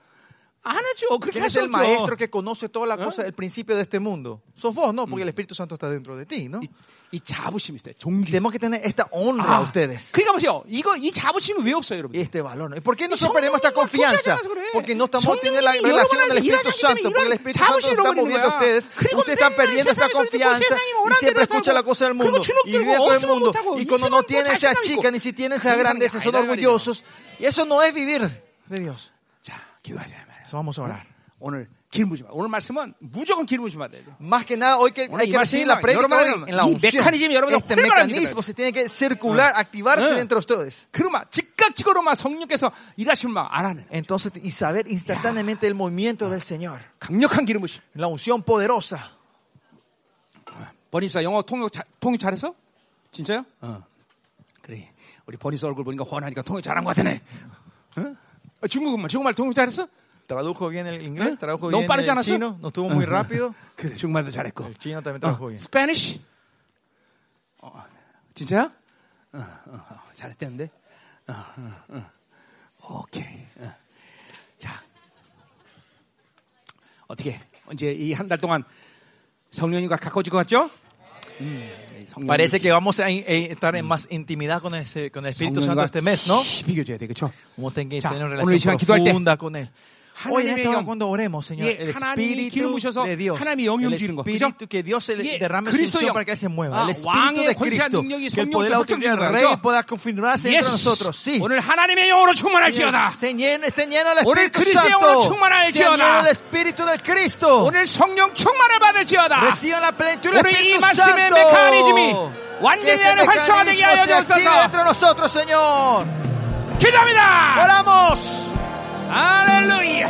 안 하죠. 그렇게
¿Quién es
할수
el maestro
없죠.
que conoce toda
¿Ah?
la cosa, el principio de este mundo? Sos vos, ¿no?
Mm.
Porque el Espíritu Santo está dentro de ti, ¿no?
이, 이 자부심이 있어요. 종기.
Tenemos que tener esta honra a
아,
ustedes.
그러니까 보세요. 이거 이 자부심은 왜 없어요, 여러분?
Este valor. ¿no? ¿Y por qué
이
nosotros perdemos
성령님과
esta
교제하지
confianza?
않아서 그래.
Porque no estamos teniendo la
성령님이 여러분
relación del
안에서
Espíritu
일하기 때문에
Santo. Porque el
이런
Espíritu Santo
자부심이
se está
잃어버리는
moviendo a
거야.
ustedes.
그리고
Ustedes están
맨날
perdiendo
세상에
esta
소리 듣고
confianza.
세상에
Y
원하는
siempre
대로
escucha la
살고,
cosa del
그리고
mundo.
주눅
Y
들고
vive todo el
없으면
mundo.
못하고,
Y cuando
있으면
no
또
tienen, se
자신감 있고.
achican. Y si tienen, se
그런
agrandes.
사람이
Son
아니란 말이에요.
orgullosos. Y eso no es vivir de Dios.
자, 기도하자 말이야.
Eso vamos a orar.
오늘 기름 부심. 오늘 말씀은 무조건 기름 부심 받아야 돼요.
Más que nada, hoy que
Bueno,
hay
y
que
más
recibir
encima,
la
y
prédica hoy en la
y
unción.
mecanismo, y ahora
Este
juega la
mecanismo
mierda.
se tiene que circular, activarse
Ah.
dentro de ustedes.
그럼 막 즉각적으로 막 성령께서 일하시면 막 알아내.
Entonces, y saber instantáneamente el movimiento del Señor.
강력한 기름 부심.
La unción poderosa.
버니사 영어 통역 자, 통역 잘했어? 진짜요? 어. 그래. 우리 버니사 얼굴 보니까 훤하니까 통역 잘한 것 같네. 응? 어, 중국말 중국말 통역 잘했어?
Tradujo bien el inglés,
¿Eh?
tradujo
¿No
bien
parece
el
así?
chino, no estuvo muy rápido.
그래. 중국말도 잘했고.
El chino también
Ah,
trabajó bien.
스페니쉬? 어, 진짜야? 어, 어, 어, 잘했는데. 어, 어, 어. 오케이. 어. 자. 어떻게 이제 이 한 달 동안 성령님과 가까워질 것 같죠? 음, 성령님.
Parece que vamos a eh, estar en más intimidad con el, con el Espíritu Santo este mes, ¿no?
비교줘야 돼, 그렇죠?
Vamos a tener que
자,
tener una
오늘 이 시간
relación
기도할 때
profunda con Él. Hoy en
하나님의
esta hora
영
cuando oremos, Señor,
예,
el
하나님이
Espíritu
기름부셔서
de Dios,
하나님이 영이
el
움직이는 거,
Espíritu que Dios
예,
se le derrame su
그리스도 영.
unción para que se mueva,
아,
el Espíritu
왕의
de
권세와
Cristo,
능력이
que el
성령이
poder, la
확정
autoridad
지어가죠.
del Rey pueda confirmarse entre nosotros, sí.
오늘 하나님의 영으로
Señor,
충만할지어다.
Se llena, esté lleno el
O늘
Espíritu
그리스도의
Santo.
영으로 충만하여
Se llena
지어다.
el Espíritu del Cristo.
오늘 성령 충만을 받을지어다.
Reciban la plenitud del
오늘 이
Espíritu
말씀의
Santo.
메커니즘이
Que
완전히
este
안에 활성화되게
mecanismo
하여
se active
주옵소서.
entre nosotros, Señor.
기도합니다.
Oramos.
할렐루야.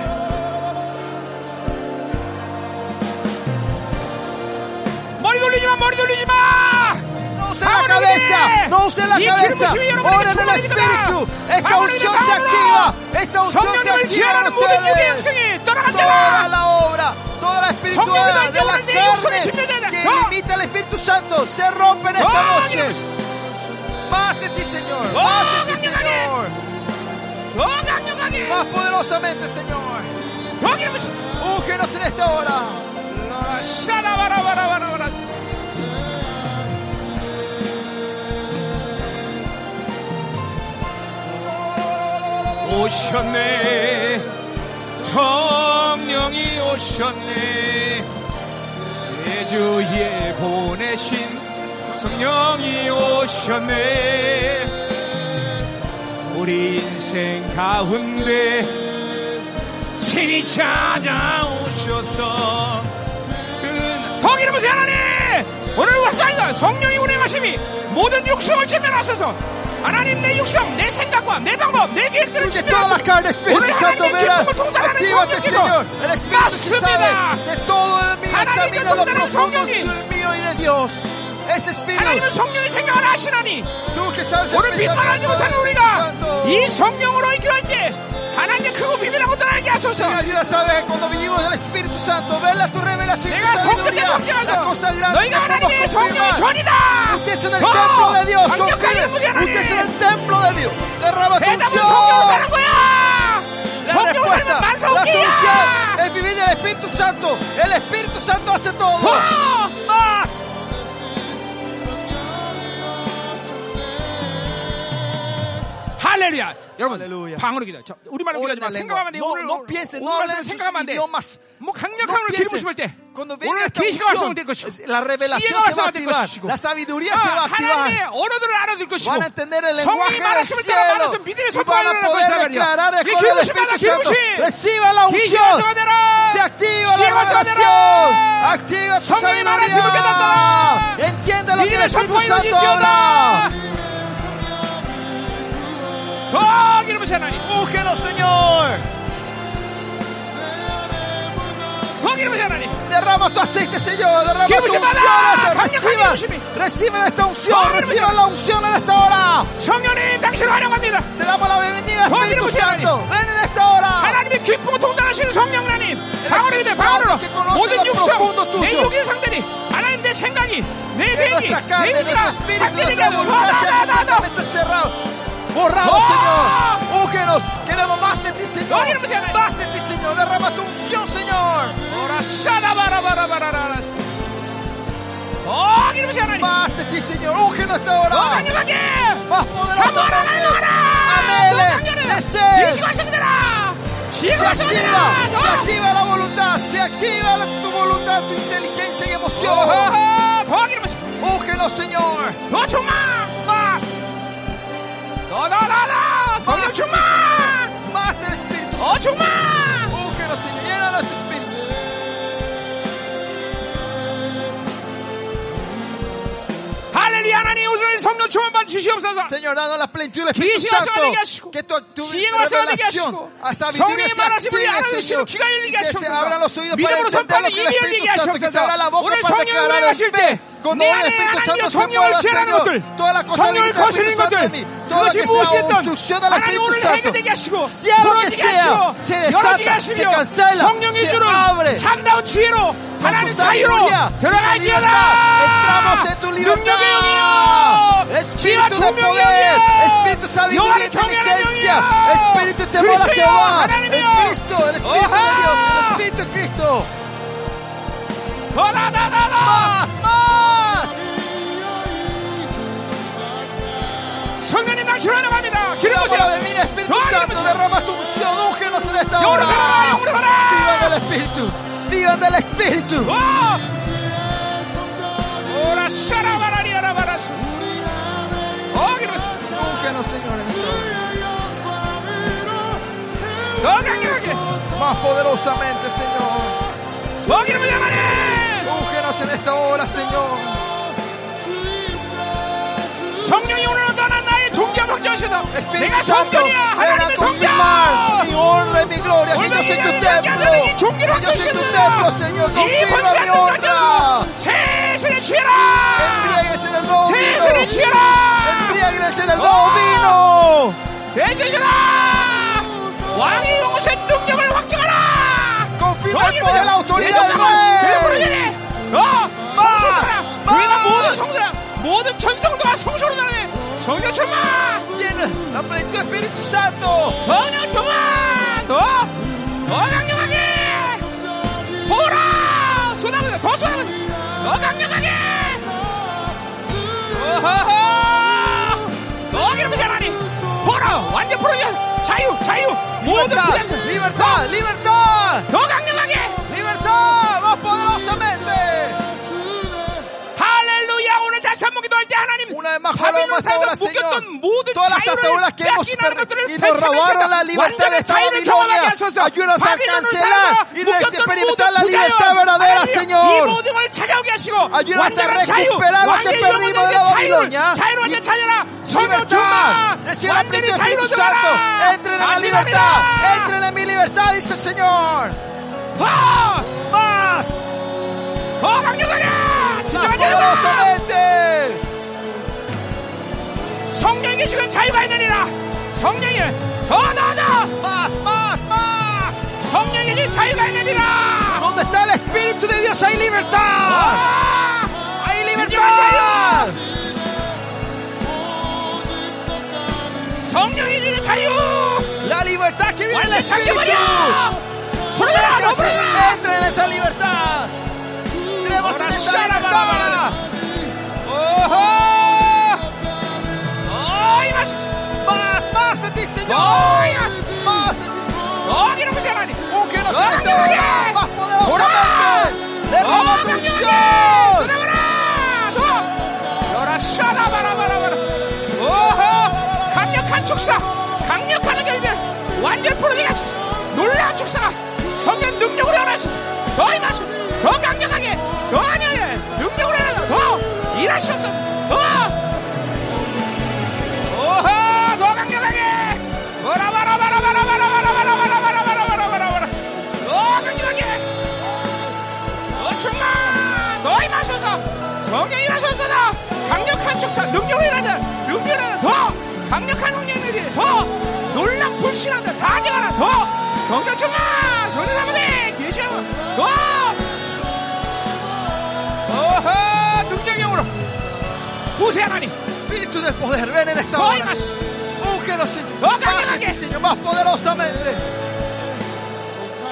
머리 돌리지 마, 머리 돌리지 마.
No usen la cabeza, no usen la cabeza. Oren el Espíritu. Esta unción se activa. Esta unción se
성령님을
activa en
지향하는 모든 육의
ustedes.
행성이
Toda
떠나간다.
la obra, toda la espiritualidad de la carne que imita al Espíritu Santo se rompe en esta noche. Más de ti, Señor. Más de ti,
¡Oh,
Señor.
더 강력하게,
Más poderosamente, Señor.
더 기름으시고.
Úngenos en esta hora.
샤라바라바라바라바라. 오셨네 성령이 오셨네 예주에 보내신 성령이 오셨네 우리 인생 가운데 신이 찾아오셔서 그는 더 이름을 세 하나님 오늘 왔사이다 성령이 운행하심이 모든 육성을 지면하소서 하나님 내 육성 내 생각과 내 방법 내 계획들을
Que todas
지면하소서
las carnes, Espíritu
오늘
Santo,
하나님의
verá.
기쁨을 동달하는
Actívate,
성령께서
Señor. El Espíritu se
맞습니다
sabe de todo el mío.
Haná님,
Examina lo
que tú
profundo
eres
del
Señor.
mío y de Dios. Ese Espíritu,
하나님은 성령의 생각을 아시나니
tú que sabes el
오늘 비판하지
pensamiento del
못하는
Espíritu
우리가
Santo.
이 성령으로 이끌할 때 하나님 크고 비밀한 것들 알게 하소서
Me ayuda a saber cuando vivimos del Espíritu Santo, ver la tu revelación y tu
내가 성전
sabiduría, la cosa
대복지하소
grande que
너희가
podemos
하나님의 성령의
confirmar.
전이다
Usted es en
더
el templo de ¡Oh! Dios,
강력하게
confirme.
부지
Usted es
하나님
en el templo de Dios. Derrama tu
대답은 성령으로 사는
unción.
거야
La
성령으로
respuesta,
사는
la solución
만성기야
es vivir del Espíritu Santo. El Espíritu Santo hace todo.
더
Más.
할렐루야 여러분
할렐루야.
방으로 기도 저, 우리말로
Oren
기도하지 마
en
생각하면 안
lengua.
돼
No,
오늘
no piensen, no
오늘
hablen
말씀
en sus
생각하면
idiomas.
안돼뭐
No
강력한 오늘 기름 부심을 때
piensen. Cuando venga
오늘
esta
계시가
unción,
활성화될 것이고
es- la revelación
지혜가
se va a
활성화될
activar,
것이고
la sabiduría
아,
se va a
하나님의
activar.
언어들을 알아들 것이고
Van a entender el lenguaje
성령이
del
말하심을 따라 말해서
cielo
믿음의
y van
선포하는
a poder
것이란
declarar
말이야
el
네
poder del
기름부심 받아
Espíritu Santo.
기름부심
Reciba la
기시가
unción.
활성화되라
Se activa la
기시가
revelación.
활성화되라
Activa su
성령이 말하심을
sabiduría.
깨닫다
Entienda lo que el
믿음의
Espíritu
선포에
Santo
이루어지어다
habla.
더 기름부심 하나님
Úngenos, Señor.
더 기름부심 하나님
Derrama tu aceite, Señor. Derrama tu
¡Que
unción.
me llamará!
en
¡Caña,
esta-
caña,
Reciban,
úseme!
reciban esta unción.
¡Órale,
Reciban la unción en esta hora.
성령님 당신을 환영합니다
Te damos la bienvenida,
¡Órale,
Espíritu
úseme,
Santo. Ven en esta hora.
하나님의 기쁨을 통달하시는 성령 하나님 방언을 믿어 방언으로
que conoce
모든
lo profundo
육성
tuyo.
내 육의 상태니 하나님 내 생각이 내
En
계획이
nuestra carne,
내
en
의지가 그
nuestro espíritu,
상태를
nuestra
가고
voluntad sea
나나나나
completamente cerrado. Borrado,
¡Ah!
Señor. Úngenos. Queremos más de ti, Señor.
¡Óyenos, Señor!
Más de ti, Señor. Derrama tu unción, Señor.
오라샤다바라바라바라라라스 어 기름지 하나님
Más de ti, Señor. Úngenos esta hora.
더 강력하게 사모하라
Más poderosamente.
하나님 더
Anhele,
강력하게
desee.
예수가 하시되라
Se
지혜가
activa, se
하시되라
activa la voluntad, se activa la- tu voluntad, tu inteligencia y emoción.
더 기름지
Úngenos, Señor.
더 충만 더더더더 성령 충만
Más del Espíritu.
더 충만
Úngenos, Señor. Llena nuestro Espíritu.
할렐루야 하나님 오늘 성령 충만만 주시옵소서
Señor, danos la plenitud del Espíritu
Quisiera saber que
Santo.
asco.
Que tu, tu
Ciego hacia donde
revelación
que asco.
a sabiduría
Sonríe
se
para recibir algo de
active, Señor.
cielo, que hay en el
Y que
gacho,
se
Señor.
abran los oídos
Mira
para
por los
entender lo
santos,
que
y
el Espíritu
mira,
Santo, que se
Señor.
abra la boca
Oye,
para
Señor,
declarar
mira,
el fe. Cuando
내
el
안에
Espíritu
하나님의
Santo se
성령을
mueva,
제한하는
Señor,
것들,
toda la cosa
성령을
que el Espíritu
거스르는
Santo en
것들,
mí, todo lo
그것이
que
무엇이든
sea obstrucción al
하나님
Espíritu
오늘 해결되게 하시고,
Santo, sea lo que
부러지게
sea,
하시고,
se
열어지게
desata, se
하시며,
cancela,
성령의
se
줄을
abre.
참다운 지혜로 하나님 자유로
sabiduría,
들어갈지어다
entramos en tu
능력의
libertad.
영이여 지혜와
Espíritu de
조명의
poder,
영이여
Espíritu sabiduría,
영원히 경외하는
inteligencia,
영이여
Espíritu temor a
예, 그리스도여
Jehová, el
하나님이여
Cristo, el Espíritu de Dios, el
어하!
Espíritu de Cristo.
더다다다다 아.
Más, más.
성령님 당신을 환영합니다 기름
Damos la
부세요
bebida, Espíritu
Gloria,
Santo,
Señor.
derrama tu unción, úngenos en esta hora. Vivan del Espíritu. Vivan del Espíritu.
어,
Úngenos, Señor, en esta hora.
어,
Más poderosamente, Señor. Úngenos en esta hora, Señor.
성령이 오늘 나는 나의 존귀함을 확정하시다 내가
Espíritu Santo,
성전이야
era
하나님의
con mi mal, mi
성전
honra y mi gloria. Que yo soy tu templo. Que yo soy tu templo, Señor. Confirma mi honra.
세수에 취해라
Embriáguese en el nuevo
세수에
vino.
취해라
Embriáguese en el nuevo vino.
세수에 취해라 왕의 용세 능력을 확증하라
Confirma el
너희를
poder, la autoridad del
대부를
rey.
위해 너 성소라 우리가 모든 성소라 모든 전성도가 성소로 나네 성령 충만
Llena la plenitud del Espíritu Santo.
전혀 어? 좋아! 너! 너 강력하게! 보라! 쏟아보자! 더 쏟아보자! 너 강력하게! 어허허! 너 기름이 잘하니! 보라! 완전 프로야! 자유! 자유! 모든
Libertad,
부장!
libertad, libertad,
더 강력하게!
libertad, más poderosamente.
할렐루야! 오늘 다시 한 번 기도할 때 하나님!
Una vez más,
바빌론
clamamos ahora,
사에서
Señor.
묶였던 모든
Todas las
자유를
ataduras que hemos
뺏기는
perdido
것들을
y nos robaron
되찾으셔서
la libertad de
완전한
esta
자유를 경험하게
Babilonia,
하소서
ayúdanos a
바빌론을
cancelar
사에서
y de-
묶였던
experimentar
모든
la libertad
부자여
verdadera,
하나님 이
Señor.
모든 걸 찾아오게 하시고
Ayúdanos a
완전한 자유
recuperar lo que
완전히
perdimos de la
자유를
Babilonia.
자유를 완전 찾아라 성령
Libertad,
충만
recibe la plenitud
완전히
del
자유로
Espíritu
들어가라
Santo. Entren en la libertad, entren en mi libertad, dice el Señor.
더더
Más,
강력하게
más
진정한 자유라
poderosamente.
성령이 계시는 자유가 있느니라 성령이 더더더
Más, más, más.
성령이 계신 자유가 있느니라
Donde está el Espíritu de Dios hay
Ah.
libertad.
아!
Hay libertad.
성령이 주는 자유
La libertad que viene del
완전 찾게
Espíritu.
버려 소리가
Entren
너
en esa-
부르라
Entren en esa libertad. Entremos en
Ahora
esa
sana,
libertad.
오호 어이 마시
Más, más de ti, Señor.
Voy a-
Más de ti, Señor.
어기는 무시 하나니
Úngenos
Voy
en
a-
esta hora. Más poderosamente. Derrama tu
강력하게
unción.
쏟아버라 쏟아 열아 샤다 바라 바라 바라 오호 강력한 축사 강력한 결별 완전 프로젝트 놀라운 축사가 성령 능력으로 일어나시소 더 임하시소 더 강력하게 더 안녕하게 능력으로 일어나서 더 일하시옵소서 더 오호 더 강력하게 바라 바라 바라 바라 바라 바라 바라 바라 바라 바라 바라 바라 바라 더 강력하게 너 충만 너희 마셔서 성령이 마셔서다 강력한 축사 능력을 일하는 능력을 더 강력한 성령들이 더 놀란 불신한다 다져가라 더 성령 충만 성령 사모대 계시하고 더 어허 능력형으로 구세 하나님
Espíritu de poder, ven en esta
너희
hora.
마셔
Úngenos, Señor.
Voy a-
Más de ti, Señor. Más poderosamente.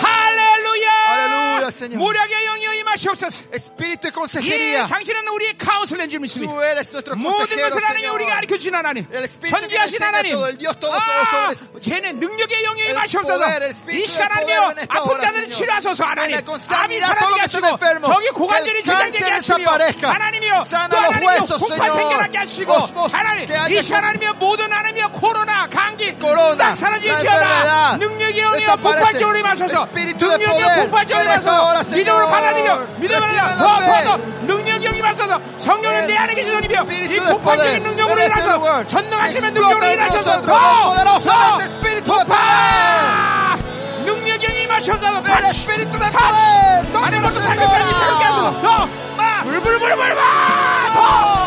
할렐루야
할렐루야, 세뇨.
무력의 영이 임하시옵소서
Espíritu y
이
consejería.
당신은 우리의 카운슬러인 줄 믿습니다
Tú eres nuestro
모든
consejero,
것을 하나님 우리가
Señor.
가르쳐 주신 하나님
El Espíritu
전지하신
que enseña
하나님
todo, el Dios
아
todopoderoso.
쟤는 능력의 영이
El
마시옵소서
poder, el
이
Espíritu
시간
del poder
안에요
en esta
아픈
hora,
자들
Señor.
치료하소서 하나님
Venga con
암이
sanidad todos
사라지게
los que
하시고
están enfermos.
저기
Que
고관절이
el
재장되게
cáncer
하시며
desaparezca.
하나님이여
Sana
또
los
하나님이여
huesos,
폭발
Señor.
생겨나게 하시고
Osmos,
하나님
que haya
이 시간 하나님이여 모든 하나님이여 코로나 감기
Corona,
싹
la
사라질지어다
enfermedad,
능력의 영이여
desaparece.
폭발적으로 임하소서
Espíritu de
능력의
poder,
영이 폭발적으로
en esta
임하소서
hora, Señor.
믿음으로 받아들여 믿음을 받아
Reciban la fe.
더더더 능력의 영이 임하소서 성령은 내 안에 계신 이며 이
Espíritu de
폭발적인
poder,
능력으로
en este
일하셔
lugar.
전능하시는
Explota
능력으로
en
일하셔서
nosotros
더,
el poderosamente
더
Espíritu de poder.
아, 능력이 임하셔서
Ven,
다치
Espíritu de
다치
poder.
안에 모두
Tómanos en
밝은
esta
빛이 새롭게 하소서
hora.
더
Más.
불불불불 더
¡Oh!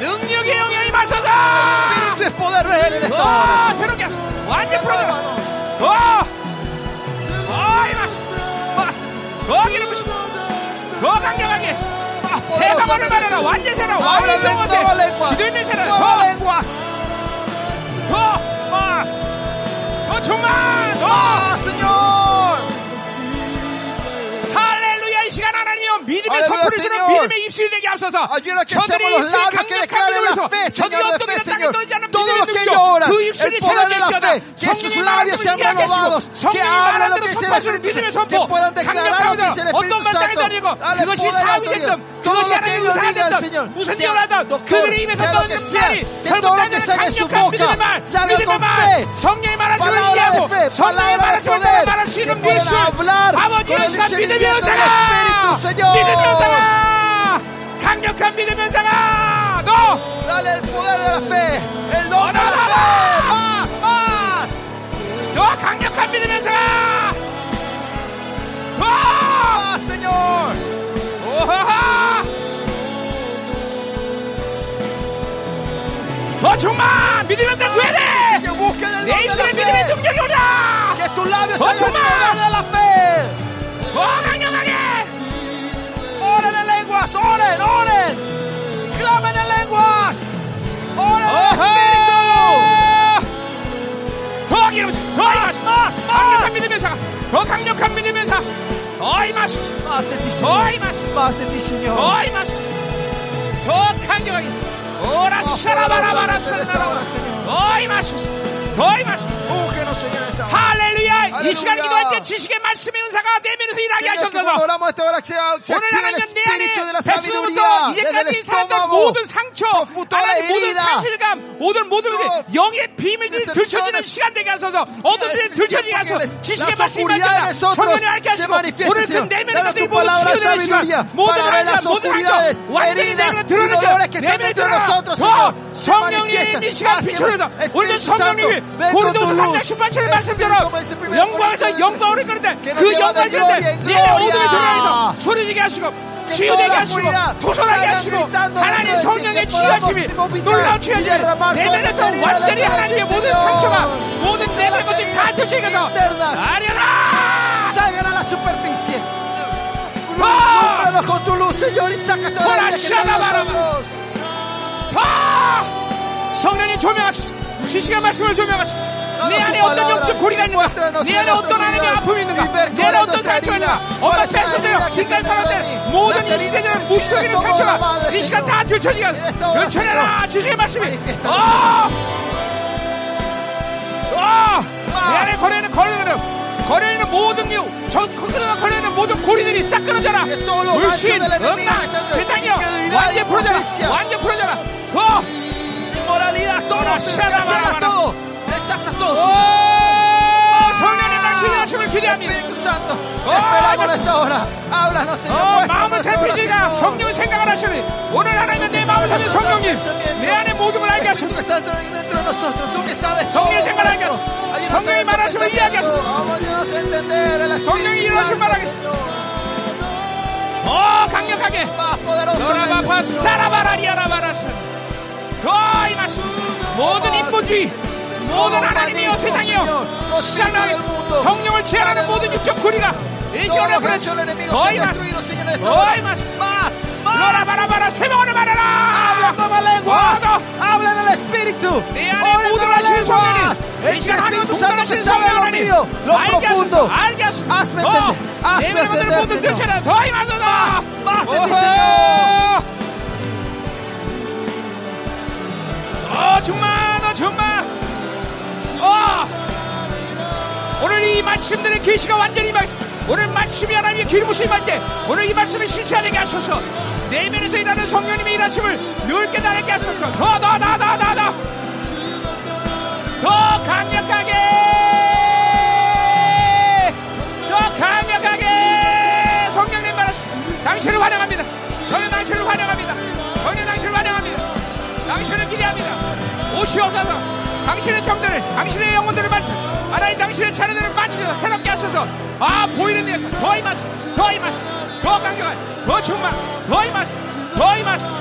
능력의 영향이 임하셔서 ¡Ah!
Espíritu es poder ven en esta hora.
더 새롭게 하소서 완전 풀어져
Hermanos,
더더 임하소서
Más de ti, Señor.
더 기름 부시고 더 강력하게
Más
새방을
poderosamente,
말하라
Señor.
완전 새로
Habla
완전
lenguas,
영어세
nuevas lenguas.
기도 있는 새로
Nuevas lenguas.
더더
Más.
정말 더
Más, Señor.
할렐루야 이 시간 하나님이여 믿음의
할렐루야,
선포를시는
Señor.
믿음의 입술이 되게 하소서
Ayúdanos que
저들이
seamos los
입술이
labios que
강력한
declaren la
믿음에서
fe,
저들이
Señor, de
어떤 믿음
fe,
땅에
Señor.
떨어지지 않는
Todo
믿음의
lo que
능력
lloran,
그
el poder de la fe, que sus labios sean renovados, que hablen lo que dice el Espíritu Santo, que puedan declarar lo que dice el Espíritu Santo. Dale
그것이
poder
사업이
a la
됐든
autoridad. Todo
그것이
lo que
하나님
ellos digan,
의사하겠든
Señor,
무슨 일을
sea
하든
doctor,
그들의 입에서
sea lo que
떠오르는
sea,
말이
que todo lo que
결국에는 강력한
salga de su
믿음의 말 믿음의
boca salga con
말
fe.
성령의 말하심을
palabra de fe,
이해하고 성령의
palabra de
말하심을 따라
poder,
말하시는
que
예수
puedan hablar con
아버지의
el
시간 믿음의
discernimiento del
은사가
Espíritu,
믿음의
Señor.
은사가 강력한 믿음의 은사가 너
Dale el poder de la fe, el don de la fe.
más, más. 더 강력한 믿음의 은사가 더!
Más, Señor.
오하하! 더 충만! 믿음의 은사 구해야 돼!
Dice que busquen el
내 입술에
don de
믿음의
la fe.
능력이 오라!
Que tus labios
¡Oh,
salgan el
chumá!
poder de la fe.
더 어, 강력하게!
Oren en lenguas, oren, oren. Clamen en lenguas. Oren en el Espíritu.
오호! 더 기름, 더 임하소!
Más,
강력한
más.
믿음의 은사! 더 강력한 믿음의 은사! 더 임하소서!
Más de ti,
더
Señor.
임하소서!
Más de ti, Señor.
더 임하소서 더 강경하게
아,
오라 샤라바라바라 샤라바라 더 임하소서 더 임하소서
Úngenos, Señor, en esta hora.
할렐루야 이
할렐루야.
시간 기도할 때 지식의 말씀의 은사가 내 면에서 일하게
Señor, que
하셔서
cuando hablamos de esta hora, que se, se
오늘
active el
하나님 내
espíritu de
안에
la
배수로부터
sabiduría, desde el
이제까지 살았던
estómago,
모든 상처
profundo la
하나님 모든
herida.
상실감 모든 모든 일들,
Todo.
영의 비밀들이
Desde
들춰지는
millones.
시간 되게 하소서 어둠 들이 들춰지게 하소서
Las
지식의 말씀이
oscuridades
말씀이다
nosotros
성령이 알게
se
하시고
manifieste,
오늘 그
Señor.
내면의
Danos
것들이 모두
tu palabra de
치유되는
sabiduría
시간 모든
para ver
하나님
las
모든
oscuridades,
상처 완전히
heridas
내면에
y dolores
드러내죠 내면에 드러나 더
que están dentro de nosotros, Señor. Se
성령님이 이 시간 비춰내서 오늘 성령님이
manifiestan. Así es, Espíritu Santo, ven con
고린도서 3장 18절의
tu luz. Espíritu,
말씀처럼
como dice el primer
영광에서
Corintios,
영광으로 이끌는데
que nos
그
lleva de
영광이 되는데
gloria en
내 안에 어둠이
gloria.
드러나서 소리지게 하시고 치유되게 하시고 도전하게 하시고 하나님 성령의 치유하심이 놀라운 치유하심이 내면에서 완전히 하나님의 모든 상처가 모든 내면의 것들이 다 들춰져서 아련하
Salgan a la superficie.
¡Ah!
Lúmbranos con tu luz, Señor, y saca toda la vida que está en nosotros.
다 성령님 조명하소서 지식의 말씀을 조명하소서 내
Danos
안에
tu
어떤
palabra.
영적 고리가 있는가
Muéstranos
내 안에
nuestra
어떤 하나님의
vida.
아픔이 있는가
Y ver
내 안에
cuál es
어떤
nuestra
상처가
herida.
있나
Cuál
어떤
es la
패션들
herida que
인간
tiene
사람들
David.
모든
Las heridas
이시대들은 네,
que
묵시적인
tiene como la
상처가
madre,
이 시간
Señor.
다 들춰지게
En esta hora,
들춰내라 지식의 말씀이
Manifiesta.
어! 어! 내 안에 걸려있는 걸려있는 걸려있는 모든 유, 저 거기다 걸려있는 모든 고리들이 싹 끊어져라
Que todos los
물씬,
ganchos del enemigo
음란,
están de-
세상이여
incredulidad
완전
y
풀어져라
injusticia.
완전 풀어져라 어!
Inmoralidad, todo,
Ahora
Señor,
llama,
cancela
Bárbara.
todo, desata
¡Oh!
todo.
오! 성령의 당신의 하심을 기대합니다
Espíritu Santo,
Oh,
te esperamos
gracias.
en esta hora. Háblanos,
어,
Señor. muéstranos
마음을
esta hora,
살피시가
Señor.
성령의 생각을 하시니 오늘 하나님은 내 마음을 살피 성령님 내 안에 모든 걸 알게 하시고
Espíritu que estás dentro de nosotros, tú que sabes todo.
성령의 생각을 알게
Señor.
하소서.
Ayúdanos
성령의
a entender
말하심을 이해하게
pensamiento.
하소서.
Vamos, ayúdanos a entender el Espíritu
성령이 일하실
Santo,
말하게
Señor.
어 강력하게
Más poderoso.
노라바파 사라바라리아라바라스 더 임하시 모든 인본주의 모든 하나님이여 세상이여 시장나게 성령을 제한하는 모든 육적 고리가 이 시간에
hecho el
보내시
enemigo
더
sean
임하시
destruidos, Señor, en esta
더
hora.
임하시 노라바라바라 세 번을 말하라
Habla nuevas lenguas.
더, 더.
Habla en el Espíritu.
내 안에
Ora en
모든
nuevas
하신 성령님
lenguas.
이
Es el
시간 하나님
Espíritu Santo que
동반하신
sabe
성령
lo
하나님
mío, lo
알게
profundo.
하소서 알게 하소서
Hazme
더
entender, hazme
내면의 것들을
entender,
모두
Señor.
들춰라 더 임하소서
Más, más de ti,
오호.
Señor.
어 정말 어 정말 어 오늘 이 말씀들의 계시가 완전히 말 오늘 말씀이 하나님의 기름으로 임할 때 오늘 이 말씀을 실체하게 하소서 내면에서 일하는 성령님의 일하심을 늘 깨달게 하소서 더 더 더 더 더 더 더 강력하게 더 강력하게 성령님 말하시 당신을 환영합니다 저는 당신을 환영합니다 저는 당신을 환영합니다 당신을 기대합니다 오시옵소서 당신의 정들을 당신의 영혼들을 만져 하나님 당신의 자녀들을 만져 새롭게 하소서 아 보이는 데서 더 임하소 더 임하소 더 강력한 더 충만 더 임하소 더 임하소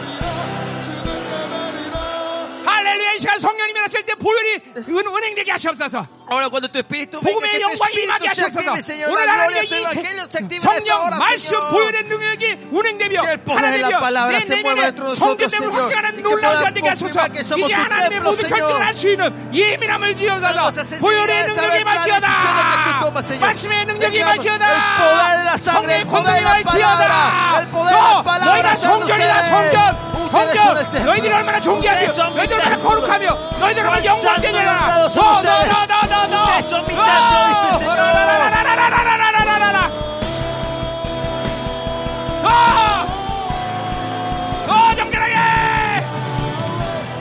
할렐루야 이 시간 성령님이 났을 때 보혈이 은, 은행되게 하시옵소서
Ahora cuando tu espíritu venga, que
복음의
tu
영광이 임하게
espíritu se
하시옵소서
active, Señor,
오늘
la
하나님의
gloria de tu evangelio se
이
active en esta
성령
hora,
말씀
Señor.
보혈의 능력이 운행되며
Que el poder de la
하나님이여
palabra
내
se mueva
내면에
dentro de nosotros,
성전됨을
Señor.
확증하는
Y que
놀라운 시간
podamos
되게 하소서
confirmar que somos
이제
tu
하나님의
templo,
모든 결정을
Señor.
할 수 있는 예민함을
Danos
지어서
esa
보혈의
sensibilidad de
능력이
saber cuál es la decisión que tú
말지어다
tomas, Señor.
말씀의 능력이
Tengamos El poder de
말지어다
la sangre,
성령의
el poder
권능이
de la
말지어다
palabra, el poder de la
너,
palabra.
너희가
sean
성전이다
ustedes.
성전
Ustedes son el
성전
templo,
너희들이 얼마나 존귀하며
Ustedes son mi
너희들 얼마나
templo.
거룩하며 너희들 얼마나
Cuán santo y
영광되냐
honrado son ustedes. Ustedes son mi templo, dice el Señor.
더 정결하게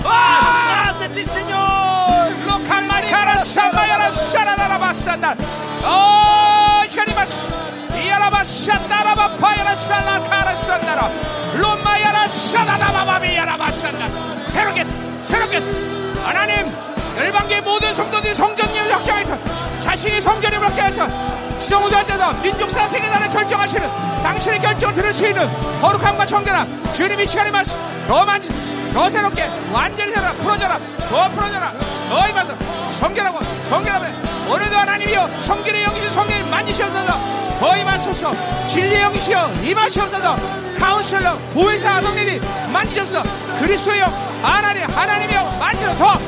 더
Más de ti, Señor.
룩한 말카라 사마야라 샤라라라 바산다 어 시간이 마시 이야라바 샤다라바 파야라 샤라카라 샤나라 롬마야라 샤다다바바비 야라바 샤다 새롭게 새롭게 하나님 열방계 모든 성도들이 성전님을 확장해서 자신이 성전임을 확장해서 지성우도 앉아서 민족사 세계사를 결정하시는 당신의 결정을 들을 수 있는 거룩함과 정결함 주님이 시간에 마시 더 만지 더 새롭게 완전히 새롭게 풀어져라 더 풀어져라 너희 만들 성결하고 정결하면 오늘도 하나님이여 성결의 영이신 성령이 만지시옵소서 더 임하소서 진리의 영이시여 임하시옵소서 카운슬러 보혜사 아동님이 만지셨어 그리스도의 영 하나님 하나님이여 만지셔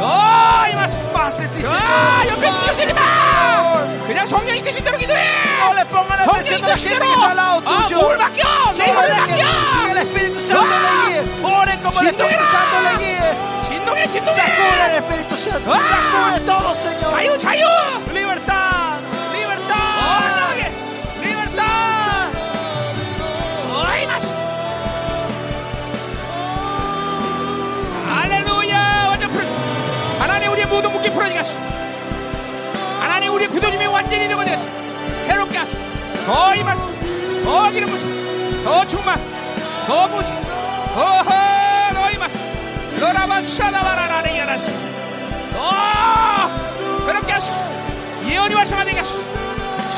너이 마시
Más de ti, Señor.
아 옆에 신경 쓰지 마 그냥 성령이 뜻이 대로 기도해
No le pongan la
성령이 뜻이 대로
presión a la gente que está al lado
아
tuyo.
몸을 맡겨 내
Solo
힘을
dejen que el
맡겨
Espíritu Santo
¡Ah!
le guíe. Oren como el Espíritu
¡Sintonía!
Santo le guíe.
진동해
Sacude el
진동해
Espíritu Santo.
¡Ah!
Sacude todo, Señor.
자유 자유
Libertad. Libertad.
¡Órale!
Libertad.
¡Ay, más! 할렐루야! 완전 풀어지 하나님 우리의 모든 묶임 풀어지게 하시 하나님 우리의 구조짐이 완전히 되어가게 하시 새롭게 하시 더 임하시 더 기름 부시 더 충만 더 부시 더허 더 임하시 너라마샤나바라라레야라시 더 어! 새롭게 하시 예언이 와서가 되게 하시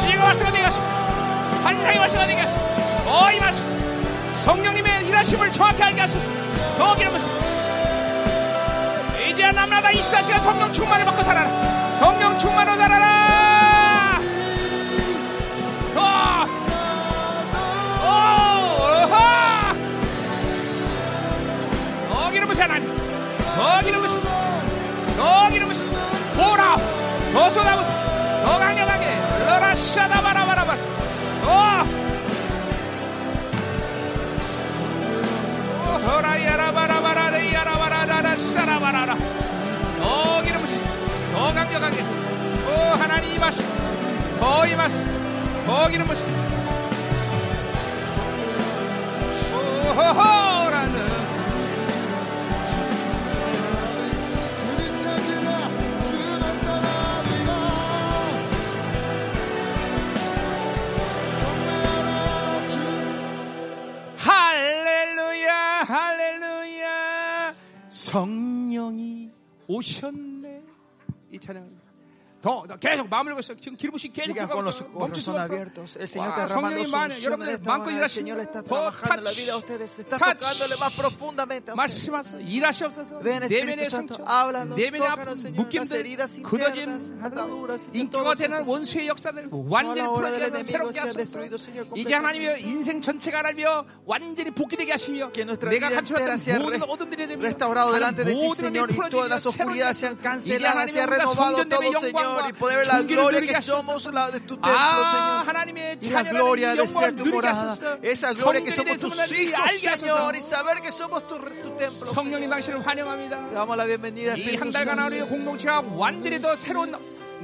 시가 와서가 되게 하시 환상의 와시가 되게 하소서 더 임하소서 성령님의 일하심을 정확히 알게 하소서 더 기름하소서 이제야 남나다 24시간 성령 충만을 받고 살아라 성령 충만으로 살아라 어! 더 어! 오, 어하! 더 기름하소서 하나님 더 기름하소서 더 기름하소서 보라 더 쏟아보소서 더 강력하게 러라샤다바라바라바라 더 허라야라바라바라레야라바라라샤라바라라 더 기름부신 더 강력하게 오 하나님 임하시 더 임하시 더 기름부신 오호호라는 할렐루야 할렐루야 성령이 오셨네 이 찬양 더, 더 계속 마음을 먹었어 지금 기름부신 계속
Sigan con Ah,
들어가고
los
있어요. 멈출
corazones
수가 없어
abiertos. El Señor
와,
está derramando
성령이
su
많아요
unción de
여러분들
esta
마음껏
manera. El Señor Oh,
일하시고
está
더
trabajando en la vida de
터치
ustedes. Está
터치
tocándole más profundamente a ustedes.
말씀하소서 일하시옵소서
Ven,
내면의
Espíritu Santo,
상처
háblanos,
내면의 아픔
tócanos, Señor, las
묶임들
heridas internas,
굳어짐
ataduras, que
인기가
todos
되는
nosotros-
원수의 역사들 완전히
Toda la obra del
풀어지게 하소서
enemigo
새롭게
sea
하소서
destruido, Señor,
이제 하나님이여 인생 전체가 하나님이여 완전히 복귀되게 하시며
Que nuestra
내가
vida entera sea
간출했던 모든
re-
어둠들이 되며
restaurado delante de ti,
모든
Señor,
일들이
y
풀어지며
todas las
새로운
oscuridades sean
역사 이제
canceladas,
하나님의
sea
우리가
renovado
성전됨의
todo, Señor,
영광과
y poder ver la
존귀를
gloria que
누리게 하소서
somos la de tu templo,
아
Señor.
하나님의
Y la
자녀라는
gloria
이
de ser
영광을 누리게
tu morada,
하소서
esa gloria que
성전이
somos
된
tus
순간들이
hijos,
알게 하소서
Señor, y saber que somos tu, tu templo.
성령님
Señor.
당신을 환영합니다
Te damos la bienvenida,
이
Espíritu
한 달간
Santo.
하루의 공동체가 완전히 더 새로운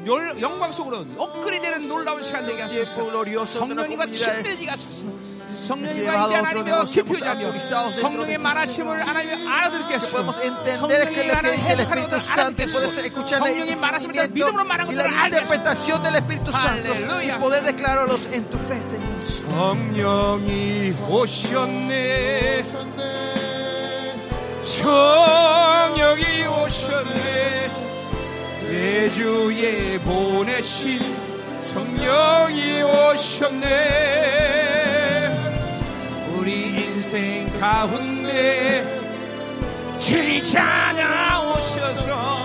열- 영광 속으로 업그레이드되는 놀라운 시간 되게
tiempo
하소서
glorioso de
성령님과
nuestras comunidades.
친밀해지게 하소서 성령님과 이제
llevado a otro
하나님의
negocio,
깊이
hemos
하며
actualizado dentro de
성령의
ti,
말하심을
Señor.
하나님 알아듣게 하시고
podemos entender que
성령의
lo que
하나님
dice el
해석하는 것을
Espíritu Santo
알아듣게
y poder
하시고
escuchar el
성령의 말하심을 따라
entendimiento
믿음으로 말하는 것을
y la
알게 하시고
interpretación del Espíritu Santo y
Aleluya.
poder declararlos en tu fe, Señor.
성령이 오셨네 성령이 오셨네 예주에 보내신 성령이 오셨네 우리 인생 가운데 친히 찾아오셔서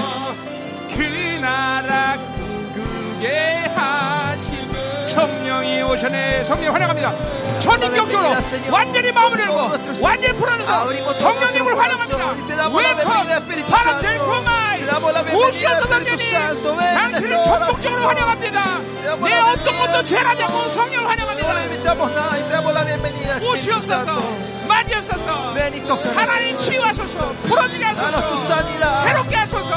그 나라 꿈꾸게 하시고 성령이 오셨네 성령 환영합니다 전인격적으로 완전히 마음을 열고 완전히 풀어내서 성령님을 환영합니다 웰컴 바람 델포마이 오시어서 성령님 당신을 전폭적으로 환영합니다 내 어떤 것도 죄라냐고 성령을 환영합니다 오시옵소서 맞이하소서 하나님 치유하소서 풀어지게 하소서 새롭게 하소서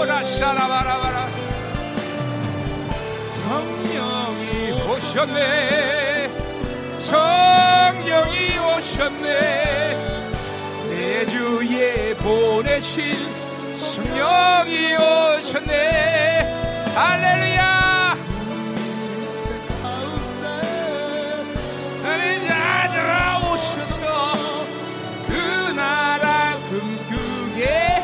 오라샤라바라바라 성령이 오셨네 성령이 오셨네 내 주에 보내신 성령이 오셨네 할렐루야 나는 나라 오셔서 그 나라 금규게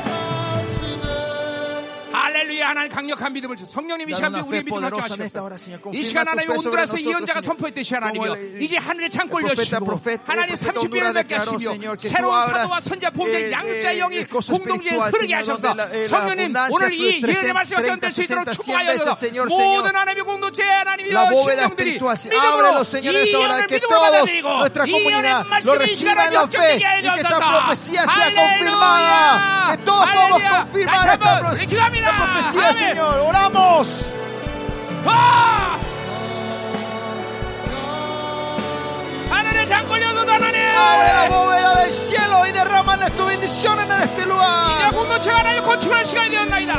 할렐루야 하나님 강력한 믿음을 주소 성령님이 시간
una fe
우리의 믿음을
poderosa en
확정하시옵소서
esta hora, Señor.
이
Confirma
시간
tu
하나님
fe sobre
온두라스
nosotros,
이언자가
Señor.
선포했듯이
Como
하나님이여
el-
이제 하늘의 창고를
el profeta,
여시고
profeta,
하나님
el profeta
30일을 맺게
declaró,
하시며
Señor, que tú
새로운
abras,
사도와 선자 보호자
eh,
양육자의
eh,
영이
cosas
공동체에
espirituales,
흐르게
Señor,
하셔서
donde la- eh, la
성령님
abundancia
오늘 이
fluye
예언의 말씀을
30,
전달할 수
60,
있도록
100
축복하여
veces,
주소서
Señor,
모든
Señor.
하나님의 공동체의 하나님이여
La bóveda
신령들이
espiritual se abre,
믿음으로
los
이
señores, esta hora
예언을
que
믿음으로
todos,
받아들이고
nuestra
이 예언의
comunidad, lo
말씀이 이
reciban
시간을
la fe
역적되게
y que
하여
esta
주소서
profecía sea
할렐루야
confirmada. Que todos podamos
할렐루야. 다시
confirmar esta,
한번
pro- esta
기도합니다.
profecía,
아멘.
Señor. Oramos.
아! 하늘의 장골 여소도 하나님
Abre la bóveda del cielo y derrama tu bendición en este
이제
lugar.
공동체가 하나님 건축하는 시간이 되었나이다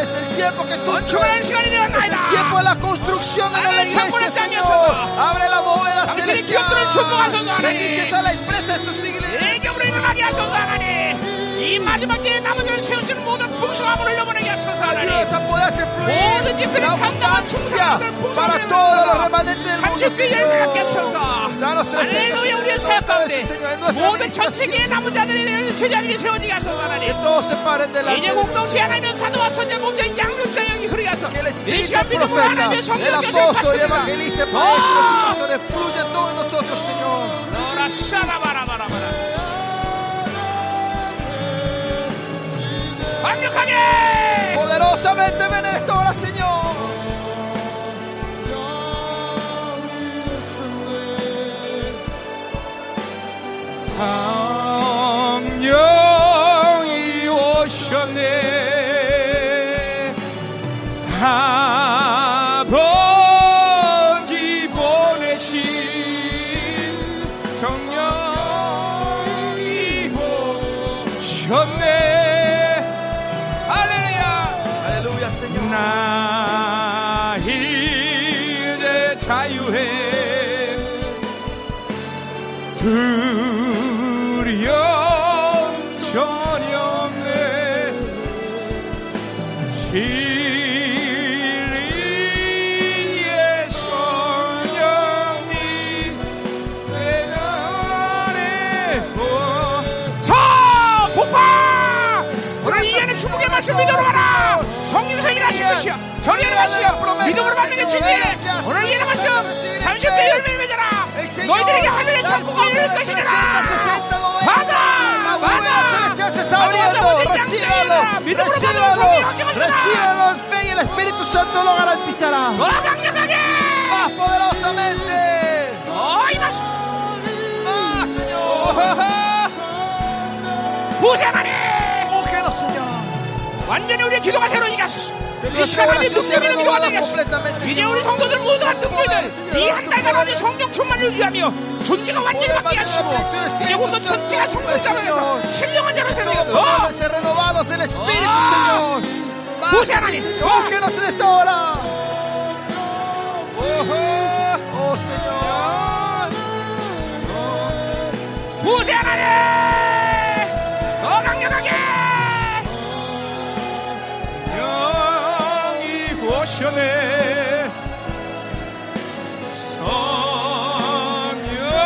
Es el tiempo que tú
건축하는 시간이
Es el tiempo
되었나이다
de la construcción de la
Abre el
iglesia,
campo de
Señor.
Señor.
Abre la bóveda
Abre el campo del Señor, Señor,
celestial.
Señor.
Bendices a la empresa de tus iglesias.
내게 우리를 하게 하소서 하나님 이 마지막 때에 남은 자를 세우시는 모든 풍성함을 흘려보내게 하소서
Ayúdanos
하나님
a poder hacer
모든
fluir
집회를
la
감당한
abundancia
충성들
para
풍성함을
todos los remanentes del mundo,
30세 열매 갖게
Señor.
하소서
Danos 300
할렐루야 우리의 사역 가운데
veces, Señor, en nuestra
모든 전
administración.
세계의 남은 자들의 제자들이 세워지게 하소서 하나님
Todos se paren delante
이제
de ti.
공동체 하나님의 사도와 선제 몸자 양육자 영이 흐르가서
Que el
이
Espíritu
시간 믿음으로
profeta,
하나님의
el
성령 교제를
apóstol, el evangelista,
Oh.
el maestro, el
받습니다
pastor, fluye en todos nosotros, Señor.
너라 샤라바라바라바라 강력하게
Poderosamente ven en esta hora, Señor.
성령이 오셨네 아버지 보내신 성령이 오셨네 할렐루야
Aleluya, Señor.
나 이제 자유해 두려움 전혀 없네 진리의 성령이 내 안에 오서 폭파 오늘 이해는 충분히 말씀 믿음으로 가라 성령 생일 하실 것이야 전의 말씀 믿음으로 받는 게 진리 오늘 이해는 말씀 30배 열매를 맺어라
El Señor,
너희들에게 하늘의
la
창고가 열릴
bóveda de
것이니라
360, 90,
받아
la bóveda celestial se está
받아
abriendo.
아버지 양자이다
Recíbalo,
믿음으로 받으면 성령
recíbalo,
확증하시라
recíbalo en fe y el Espíritu Santo lo garantizará.
더 강력하게
Más poderosamente.
더 임하소서
Más,
Oh,
Señor.
부자만이
Úngenos, Señor.
완전히 우리의 기도가 새로워지게 하소서
Que
이
nuestra
시간 안에
oración
능력
sea
있는 기도가 되게
renovada
하소서
completamente,
이제
Señor.
우리 성도들 모두가 능력을 이한 달간 안에 성령 충만을 유지하며 존재가 완전히 바뀌게 하시고 이제 공동 전체가 성숙자로 해서 신령한 자로 세상에 더
Ser renovados del Espíritu,
Oh.
Señor. Más,
Úngenos,
Señor. Úngenos en esta hora. Oh, Señor.
부자만이 더 강력하게 영이 오셔네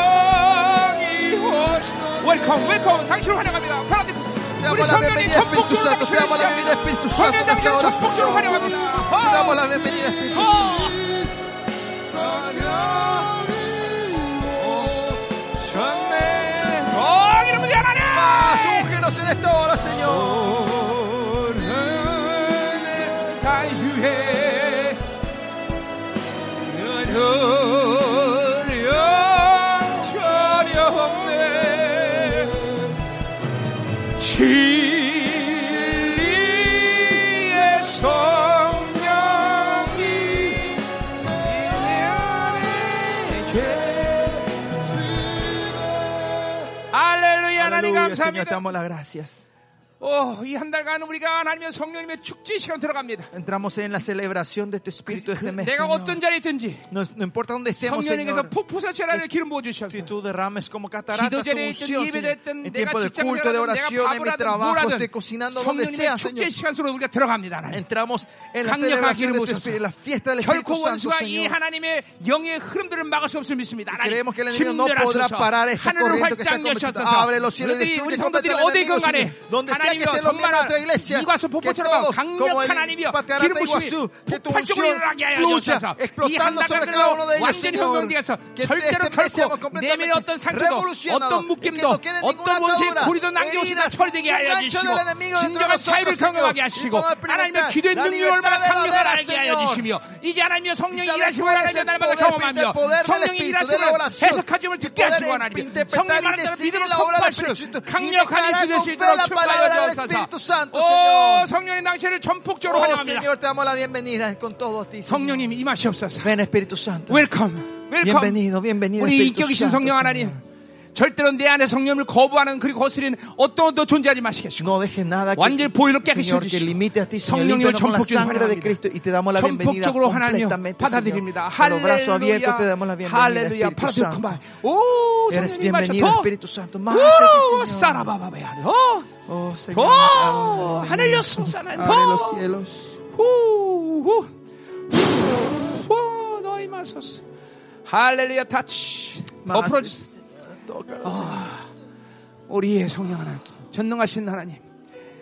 성령이 오셔 웰컴 웰컴 당신을 환영합니다 파라디
Te
우리
damos la
성령님
bienvenida Espíritu
전폭적으로
Santo, te
당신을
damos la
환영합니다 성령 당신을 전폭적으로
bienvenida Espíritu Santo en esta hora, Señor.
환영합니다
Te damos la
어,
bienvenida
Oh.
Espíritu
어.
Santo.
어,
¡Ah! esta hora, Señor.
오늘의 자유의 은혜를 영원히 없네. 진리의 성령이 내 안에 계시네. 할렐루야 하나님
Aleluya, Señor, te
감사합니다.
damos las gracias.
오, 어, 이 한 달간 우리가 하나님의 성령님의 축제 시간 들어갑니다.
Entramos en la celebración de tu espíritu este mes.
내가
네, Señor.
어떤 자리에 있든지
No, no importa dónde estemos,
성령님께서
Señor.
폭포사처럼 기름 부어 주셔서
Si tú derrames como cataratas tu
기도 전에 있든
unción,
예배
Señor.
됐든 내가
en tiempo de
직장을
culto, de
하든 내가
oración, en
밥을
mi
하든
trabajo,
뭘
estoy
하든
cocinando donde sea,
성령님의 축제
Señor.
시간 속으로 우리가 들어갑니다. 하나님.
Entramos en la
강력한
celebración
기름
de tu
부으셔서
espíritu, la fiesta del Espíritu
결코
Santo,
원수가 이
Señor.
하나님의 영의 흐름들을 막을 수 없을 믿습니다. 하나님
creemos que el enemigo no podrá parar esta
하늘을
corriente que está
활짝
comenzando.
여셔서
Abre los cielos y
우리, 우리
destruye completamente
성도들이
al
어디
enemigo,
건 간에
Señor. Donde sea que
하나님이여
estén los miembros de
정말
nuestra iglesia,
이과수
que
폭포처럼
todos, como el
강력한 하나님이여 기름
Patriarca
부심이
Iguazú, que tu
폭발적으로
unción
일어나게 하여
fluya,
주셔서 이
explotando sobre cada uno de
한달간으로
ellos,
완전히
Señor.
회복되어서
Que
절대로
este mes seamos
결코 내면의
completamente
어떤 상처도
revolucionados,
어떤
y que
묶임도
no quede ninguna
어떤 원수의
atadura,
고리도 남겨오시다
heridas,
철되게 하여
ningún gancho
주시고
del enemigo dentro de
진정한
nosotros,
자유를 경험하게
Señor.
하시고
Y podamos
하나님의
experimentar
기도의
la
능력이 얼마나 강력을
libertad verdadera,
알게 하여
Señor.
주시며 이제 하나님의
Y
성령이
saber
일하심을
cuál es
하나님의
el
날마다
poder,
경험하며
el poder del
성령의
Espíritu, de la
일하심을
oración.
해석하심을 듣게
Poder
하시고 하나님
interpretar
성령이
y
하나님의
decidir
믿음을
la obra
선포할
del
수 있는
Espíritu.
강력한
Y declarar
힘이 될수
con fe
있도록
la palabra
출발하여
del
주옵소서
Espíritu Santo,
오
Señor.
성령의 당신을 전폭적으로
Oh,
환영합니다
Señor, te damos la bienvenida con todo a ti, Señor.
성령님 임하시옵소서
Ven, Espíritu Santo.
웰컴 웰컴
Bienvenido, bienvenido.
우리
Espíritu
인격이신
Santo,
성령 하나님
Señor.
절대로 내 안에 성령을 거부하는 그리고 거스리는 어떤 것도 존재하지 마시겠시고
No dejes nada que,
완전히 보혈로 깨끗이
Señor, que
씻으시고
limite a ti,
성령님을
Señor. Límpianos con la
전폭적으로
sangre de
환영합니다.
Cristo y te damos la bienvenida
전폭적으로 하나님
completamente,
받아들입니다.
Señor. Con los brazos abiertos te damos la bienvenida,
할렐루야.
Espíritu Santo.
파라디오크마. 오,
Eres
성령님 임하셔.
bienvenido,
더.
Espíritu Santo. Más de
오, 어,
ti, Señor.
사라바바바야. 더.
Oh, Señor.
더.
ábrele,
하늘로 솟아난
Abre los
더.
cielos.
후, 후. 후, 후, 너희 마소서. 할렐루야. 타치.
Más de ti,
엎어주세요.
Señor. Tócalos, Señor.
우리의 성령 하나님. 전능하신 하나님.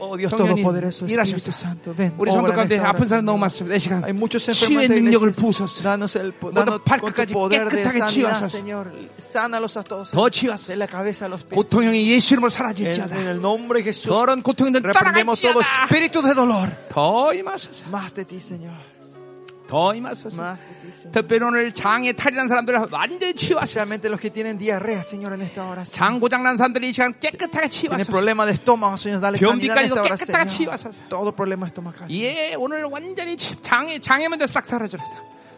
Oh, Dios Todopoderoso,
성령님
Espíritu
일하십시오.
Santo. Ven,
우리
obra
성도
en
가운데
esta hora,
아픈 사람
Señor.
너무 많습니다. 이 시간
Hay muchos
치유의
enfermos en
능력을
iglesia.
부으소서.
Danos el po-
모두
danos con tu
발끝까지
poder de
깨끗하게
sanidad,
치유하소서.
Señor. Sánalos a todos.
더
De la
치유하소서.
cabeza a los pies.
고통형이 예수 이름으로
En, en
사라질지어다.
el nombre de Jesús.
더러운 고통이든
Reprendemos todo
떠나갈지어다.
espíritu de dolor.
더 임하소서.
Más de ti, Señor.
더 임하소서.
Más de ti, Señor.
특별히 오늘 장애 탈이난 사람들을 완전히 치유하소서.
Especialmente los que tienen diarrea, Señor, en esta hora. Señor.
장 고장난 사람들이 이 시간 깨끗하게
Tienen
치유하소서.
problemas de estómago, Señor. Dale sanidad en esta hora,
병기까지도 깨끗하게
Señor.
치유하소서.
Todo problema estomacal. Señor.
예, 오늘 완전히 치- 장애 장애만 돼서 싹 사라져라.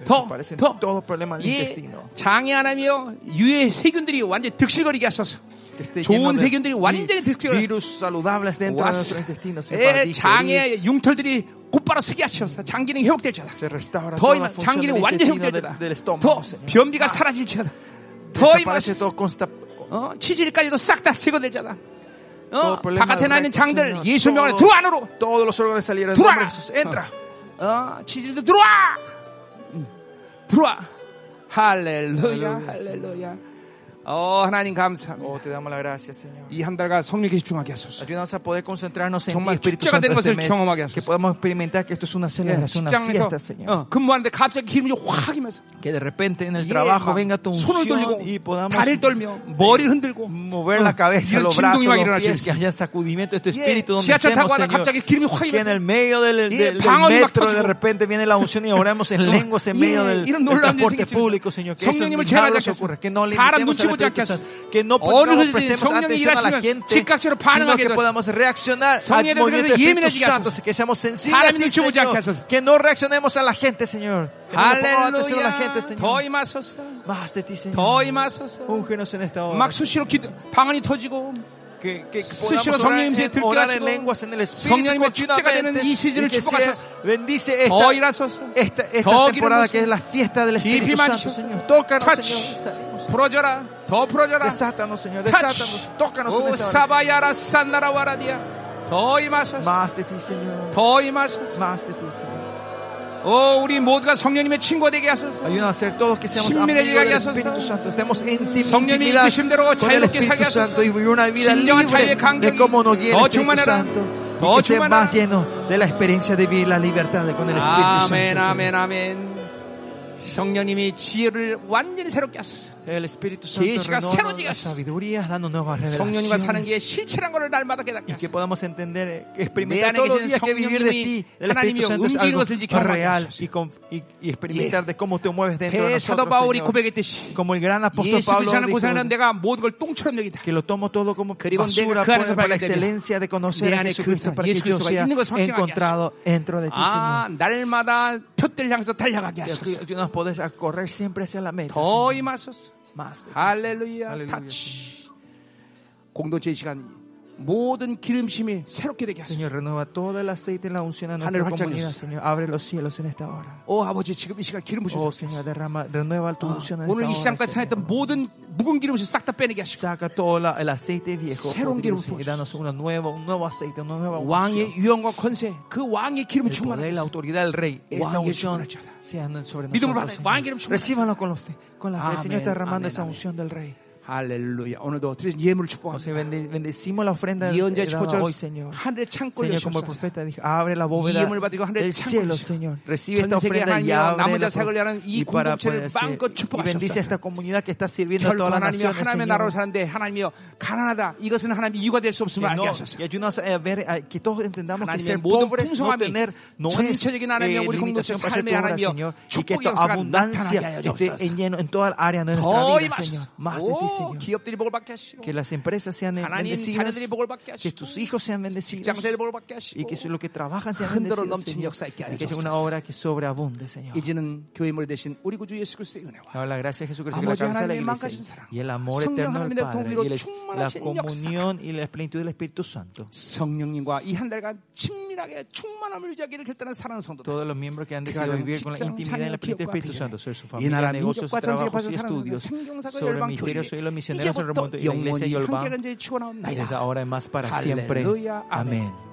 더,
Parecen
더,
todo problema del
예,
intestino.
장애 하나며 유해 세균들이 완전히 득실거리게 하소서.
Que esté lleno
좋은
de
세균들이 완전히
vi-
득실거리.
virus saludables dentro de nuestro intestino, Señor. para
예,
digerir.
장애 융털들이 곧바로 쓰게 하시옵소서. 장 기능 회복될지어다.
Se
더
restaura toda
아, 이만
la función del
장기는 완전히
intestino
회복될지어다.
del, del
더
estómago, Señor.
변비가
Más.
사라질지어다. 더 이만
Desaparece todo consta-
어, 치질까지도 싹 다 제거될지어다. 어,
todo problema
바깥에
del
나 있는
recto,
장들
Señor.
예수명을
Todo-
두 안으로
Todos los órganos salieron en
들어와.
nombre de Jesús. Entra.
어, 치질도 들어와. 음, 들어와. 할렐루야,
할렐루야,
할렐루야. 어, 하나님 감사합니다.
Oh, te damos la gracia, Señor.
이 한 달간 성령께 집중하게 하소서.
Ayúdanos a poder concentrarnos en ti,
정말
Espíritu
축제가
Santo,
되는
este
것을 경험하게
mes,
하소서.
que podamos experimentar que esto es una celebración, una
직장에서
fiesta, Señor.
어, 예, 근무하는데 갑자기 기름이 확 이면서
Que de repente en el
예,
trabajo
막
venga tu
손을 음, 뭐,
unción
돌리고
y podamos
다리를 떨며 머리를 흔들고
mover la cabeza,
이런
los
진동이
brazos,
막
los
일어날 수
pies, que
있어요.
haya sacudimiento de tu
예,
espíritu donde
지하철 타고
estemos,
하다
Señor.
갑자기 기름이 확
Que en
이면서
el medio del,
예,
del- del
방언이 막
metro de
터지고.
repente viene la unción y oramos en lenguas en
예,
medio del,
이런
del
놀라운 일이
transporte
생기죠.
público, Señor. Que esos
성령님을 제한하지
milagros
않겠소.
ocurran, que no
사람
limitemos
눈치 보지 않겠소.
al Espíritu Santo, que no
어느
pongamos-
그들이
prestemos
성령이
atención a la
일하시면
gente,
즉각적으로
sino
반응하게
que
해서
podamos reaccionar al
성령에 대해서
movimiento del
그래서
Espíritu
예민해지게
Santo,
하소서.
que seamos sensibles a
사람
ti,
눈치 보지
Señor.
않게 하소서.
que no reaccionemos a la gente, Señor. Que no le pongamos atención a la gente,
할렐루야. 더
Señor.
임하소서.
Más de ti,
더
Señor.
임하소서.
Úngenos en esta hora.
막 수시로 기도, 방언이 터지고
que, que podamos
수시로
orar
성령님 이제
en-
들게
orar en
하시고
lenguas en el Espíritu
성령님의 축제가 되는
continuamente
이
y
시즌을
que sea,
축복하소서.
bendice esta,
더 일하소서.
esta, esta
더
temporada
기름부으소서.
que es la fiesta del
깊이
Espíritu Santo
만지소서.
Señor tócanos
Touch.
Señor salimos.
풀어져라. 더 풀어져라.
desátanos Señor
터치.
desátanos tócanos en
오
esta hora,
사바야라 산나라와라디아. 더
Señor.
임하소서.
más de ti Señor
더 임하소서.
más de ti Señor
오 우리 모두가 성령님의 친구가 되게 하소서.
ayúdanos a ser todos que seamos
신비를
amigos del
llegar ha소서.
Espíritu Santo estemos en ti
성령이 이끄심대로
con el
자유롭게 살게
Espíritu
하소서.
Santo y vivir una vida
신령한 자유의
libre
감격이
de cómo nos guía
더
el Espíritu
충만해라.
Santo
더
y que esté
충만해라.
más lleno de la experiencia de vivir la libertad con el Espíritu Santo
아멘
Señor.
아멘 아멘. 성령님이 지혜를 완전히 새롭게 하소서.
El Espíritu Santo
계시가
renueva
새로워지게
las
하소서.
sabidurías, dando nuevas
성령님과 사는 게
revelaciones.
실체란 것을 날마다 깨닫게
Y que
하소서.
podamos entender, eh, que
내
experimentar
안에
todos los
계시는
días que vivir de
성령님이
ti, del
하나님이
Espíritu Santo es
움직이는
algo
것을 지켜
real
하소서.
y, con- y- y experimentar de cómo te mueves dentro de
대사도
nosotros.
바울이
Señor.
고백했듯이
Como el gran apóstol
예수
Pablo
그리스도는
dijo,
고생하는 예, 내가 모든 걸 똥처럼 여기다.
que lo tomo todo como
그리고 내가
basura
그 안에서
por, por
발견되며
la excelencia de conocer
내
a
안에
Jesucristo
그리스도가-
para que
예수
yo
그리스도가
sea
있는 것을 확증하게
encontrado dentro de ti,
아, 날마다 표대를 향해서 달려가게
Señor. Que
하소서.
tú- tú nos podés correr siempre hacia la meta.
더
Señor.
임하소서.
Más de ti,
할렐루야.
할렐루야,
타치. 공동체의 시간 모든 기름심이 새롭게 되게 하소서.
Señor, renueva todo el aceite y la unción a
하늘을
nuestra
활짝
comunidad,
열어주세요.
Señor. Abre los cielos en esta hora.
오 아버지 지금 이 시간 기름 부셔서 아,
Oh, Señor, derrama, renueva
Ah,
tu unción en
오늘 이
esta hora.
시간까지
Señor.
사용했던 모든 묵은 기름을 싹 다 빼내게 하시고
Saca todo la- el aceite viejo
새로운
podrido,
기름을
Señor, y
부어주세요.
danos una nueva, un nuevo aceite, una nueva unción.
왕의 유언과 권세 그 왕의 기름을
El poder,
충만하게 하소서.
la autoridad del rey, esa
왕의
unción
충만하시다.
sea sobre
믿음으로 받아요.
nosotros. Señor.
왕의 기름 충만하시다.
Recíbanlo con, los fe, con la fe. El
아멘,
Señor está derramando
아멘,
esa
아멘.
unción del rey.
할렐루야 오늘도 드린 예물을
O sea,
축복합니다
bendi- bendecimos la ofrenda
예언자
dada hoy,
축복처럼
Señor.
하늘의 창고를
Señor, como
여시옵소서
el profeta dijo, abre la bóveda
이음을 받으시고 하늘의
del
창고를
cielo,
주시옵소서.
Señor. Recibe esta
전 세계
ofrenda y
하나님이여
abre
남은
la
자 사역을 위하는 이
y para
공동체를
poder hacer-
마음껏
y bendice a
축복하셨소서
esta comunidad que está sirviendo a
결국
todas las
하나님이
naciones,
하나님의
Señor.
나라로 사는데 하나님이여 가난하다 이것은 하나님의 이유가 될 수
Que
없음을 알게 하소서
no, y ayúdanos a ver, a- que todos entendamos que
하나님의
ser
모든
pobres, no
풍성함이
tener, no es eh,
전체적인 하나님의 우리 공동체
limitación para
삶의
hacer tu obra,
하나님이여
Señor, y que
축복의 역사가
esta
나타나게
abundancia
하여
esté
주옵소서.
en lleno en toda el área de nuestra
더
vida, Señor.
임하소서
Más de ti,
오,
Señor.
기업들이 복을 받게 하시고
Que las empresas sean
하나님
bendecidas,
자녀들이 복을 받게
que
하시고
tus hijos sean bendecidos
직장생들이 복을 받게 하시고
y que lo que trabajan sea
흔들어
bendecido,
넘치는
Señor,
역사 있게 하여
y que sea una
주옵소서.
obra que sobreabunde, Señor.
이제는 교회 머리 대신 우리 구주 예수 그리스도의 은혜와
Ahora la gracia de Jesucristo, que la
아버지
cabeza de la
하나님의
iglesia
망가신 사랑
y el amor
성령
eterno del
하나님의
Padre
동기로
y el- la
충만하신 역사
comunión y la plenitud del Espíritu Santo.
성령님과 이 한 달간 친밀하게 충만함을 유지하기를 결단한 사랑하는 성도들
todos los miembros que han decidido
가정,
vivir con la
직장,
intimidad en
자녀,
el Espíritu,
기업과
Espíritu Santo sobre su
이 나라
familia, negocios,
민족과 전세계
trabajos
파서
y
사랑하는 그
estudios,
생명사가
sobre el
열방 교회
ministerio, sobre los misioneros, sobre el
이제부터
monte de la iglesia y
영원히
el
함께
BAM,
간절히
desde
추원하옵나이다
ahora y más para siempre.
Aleluya. Amén.
Amén.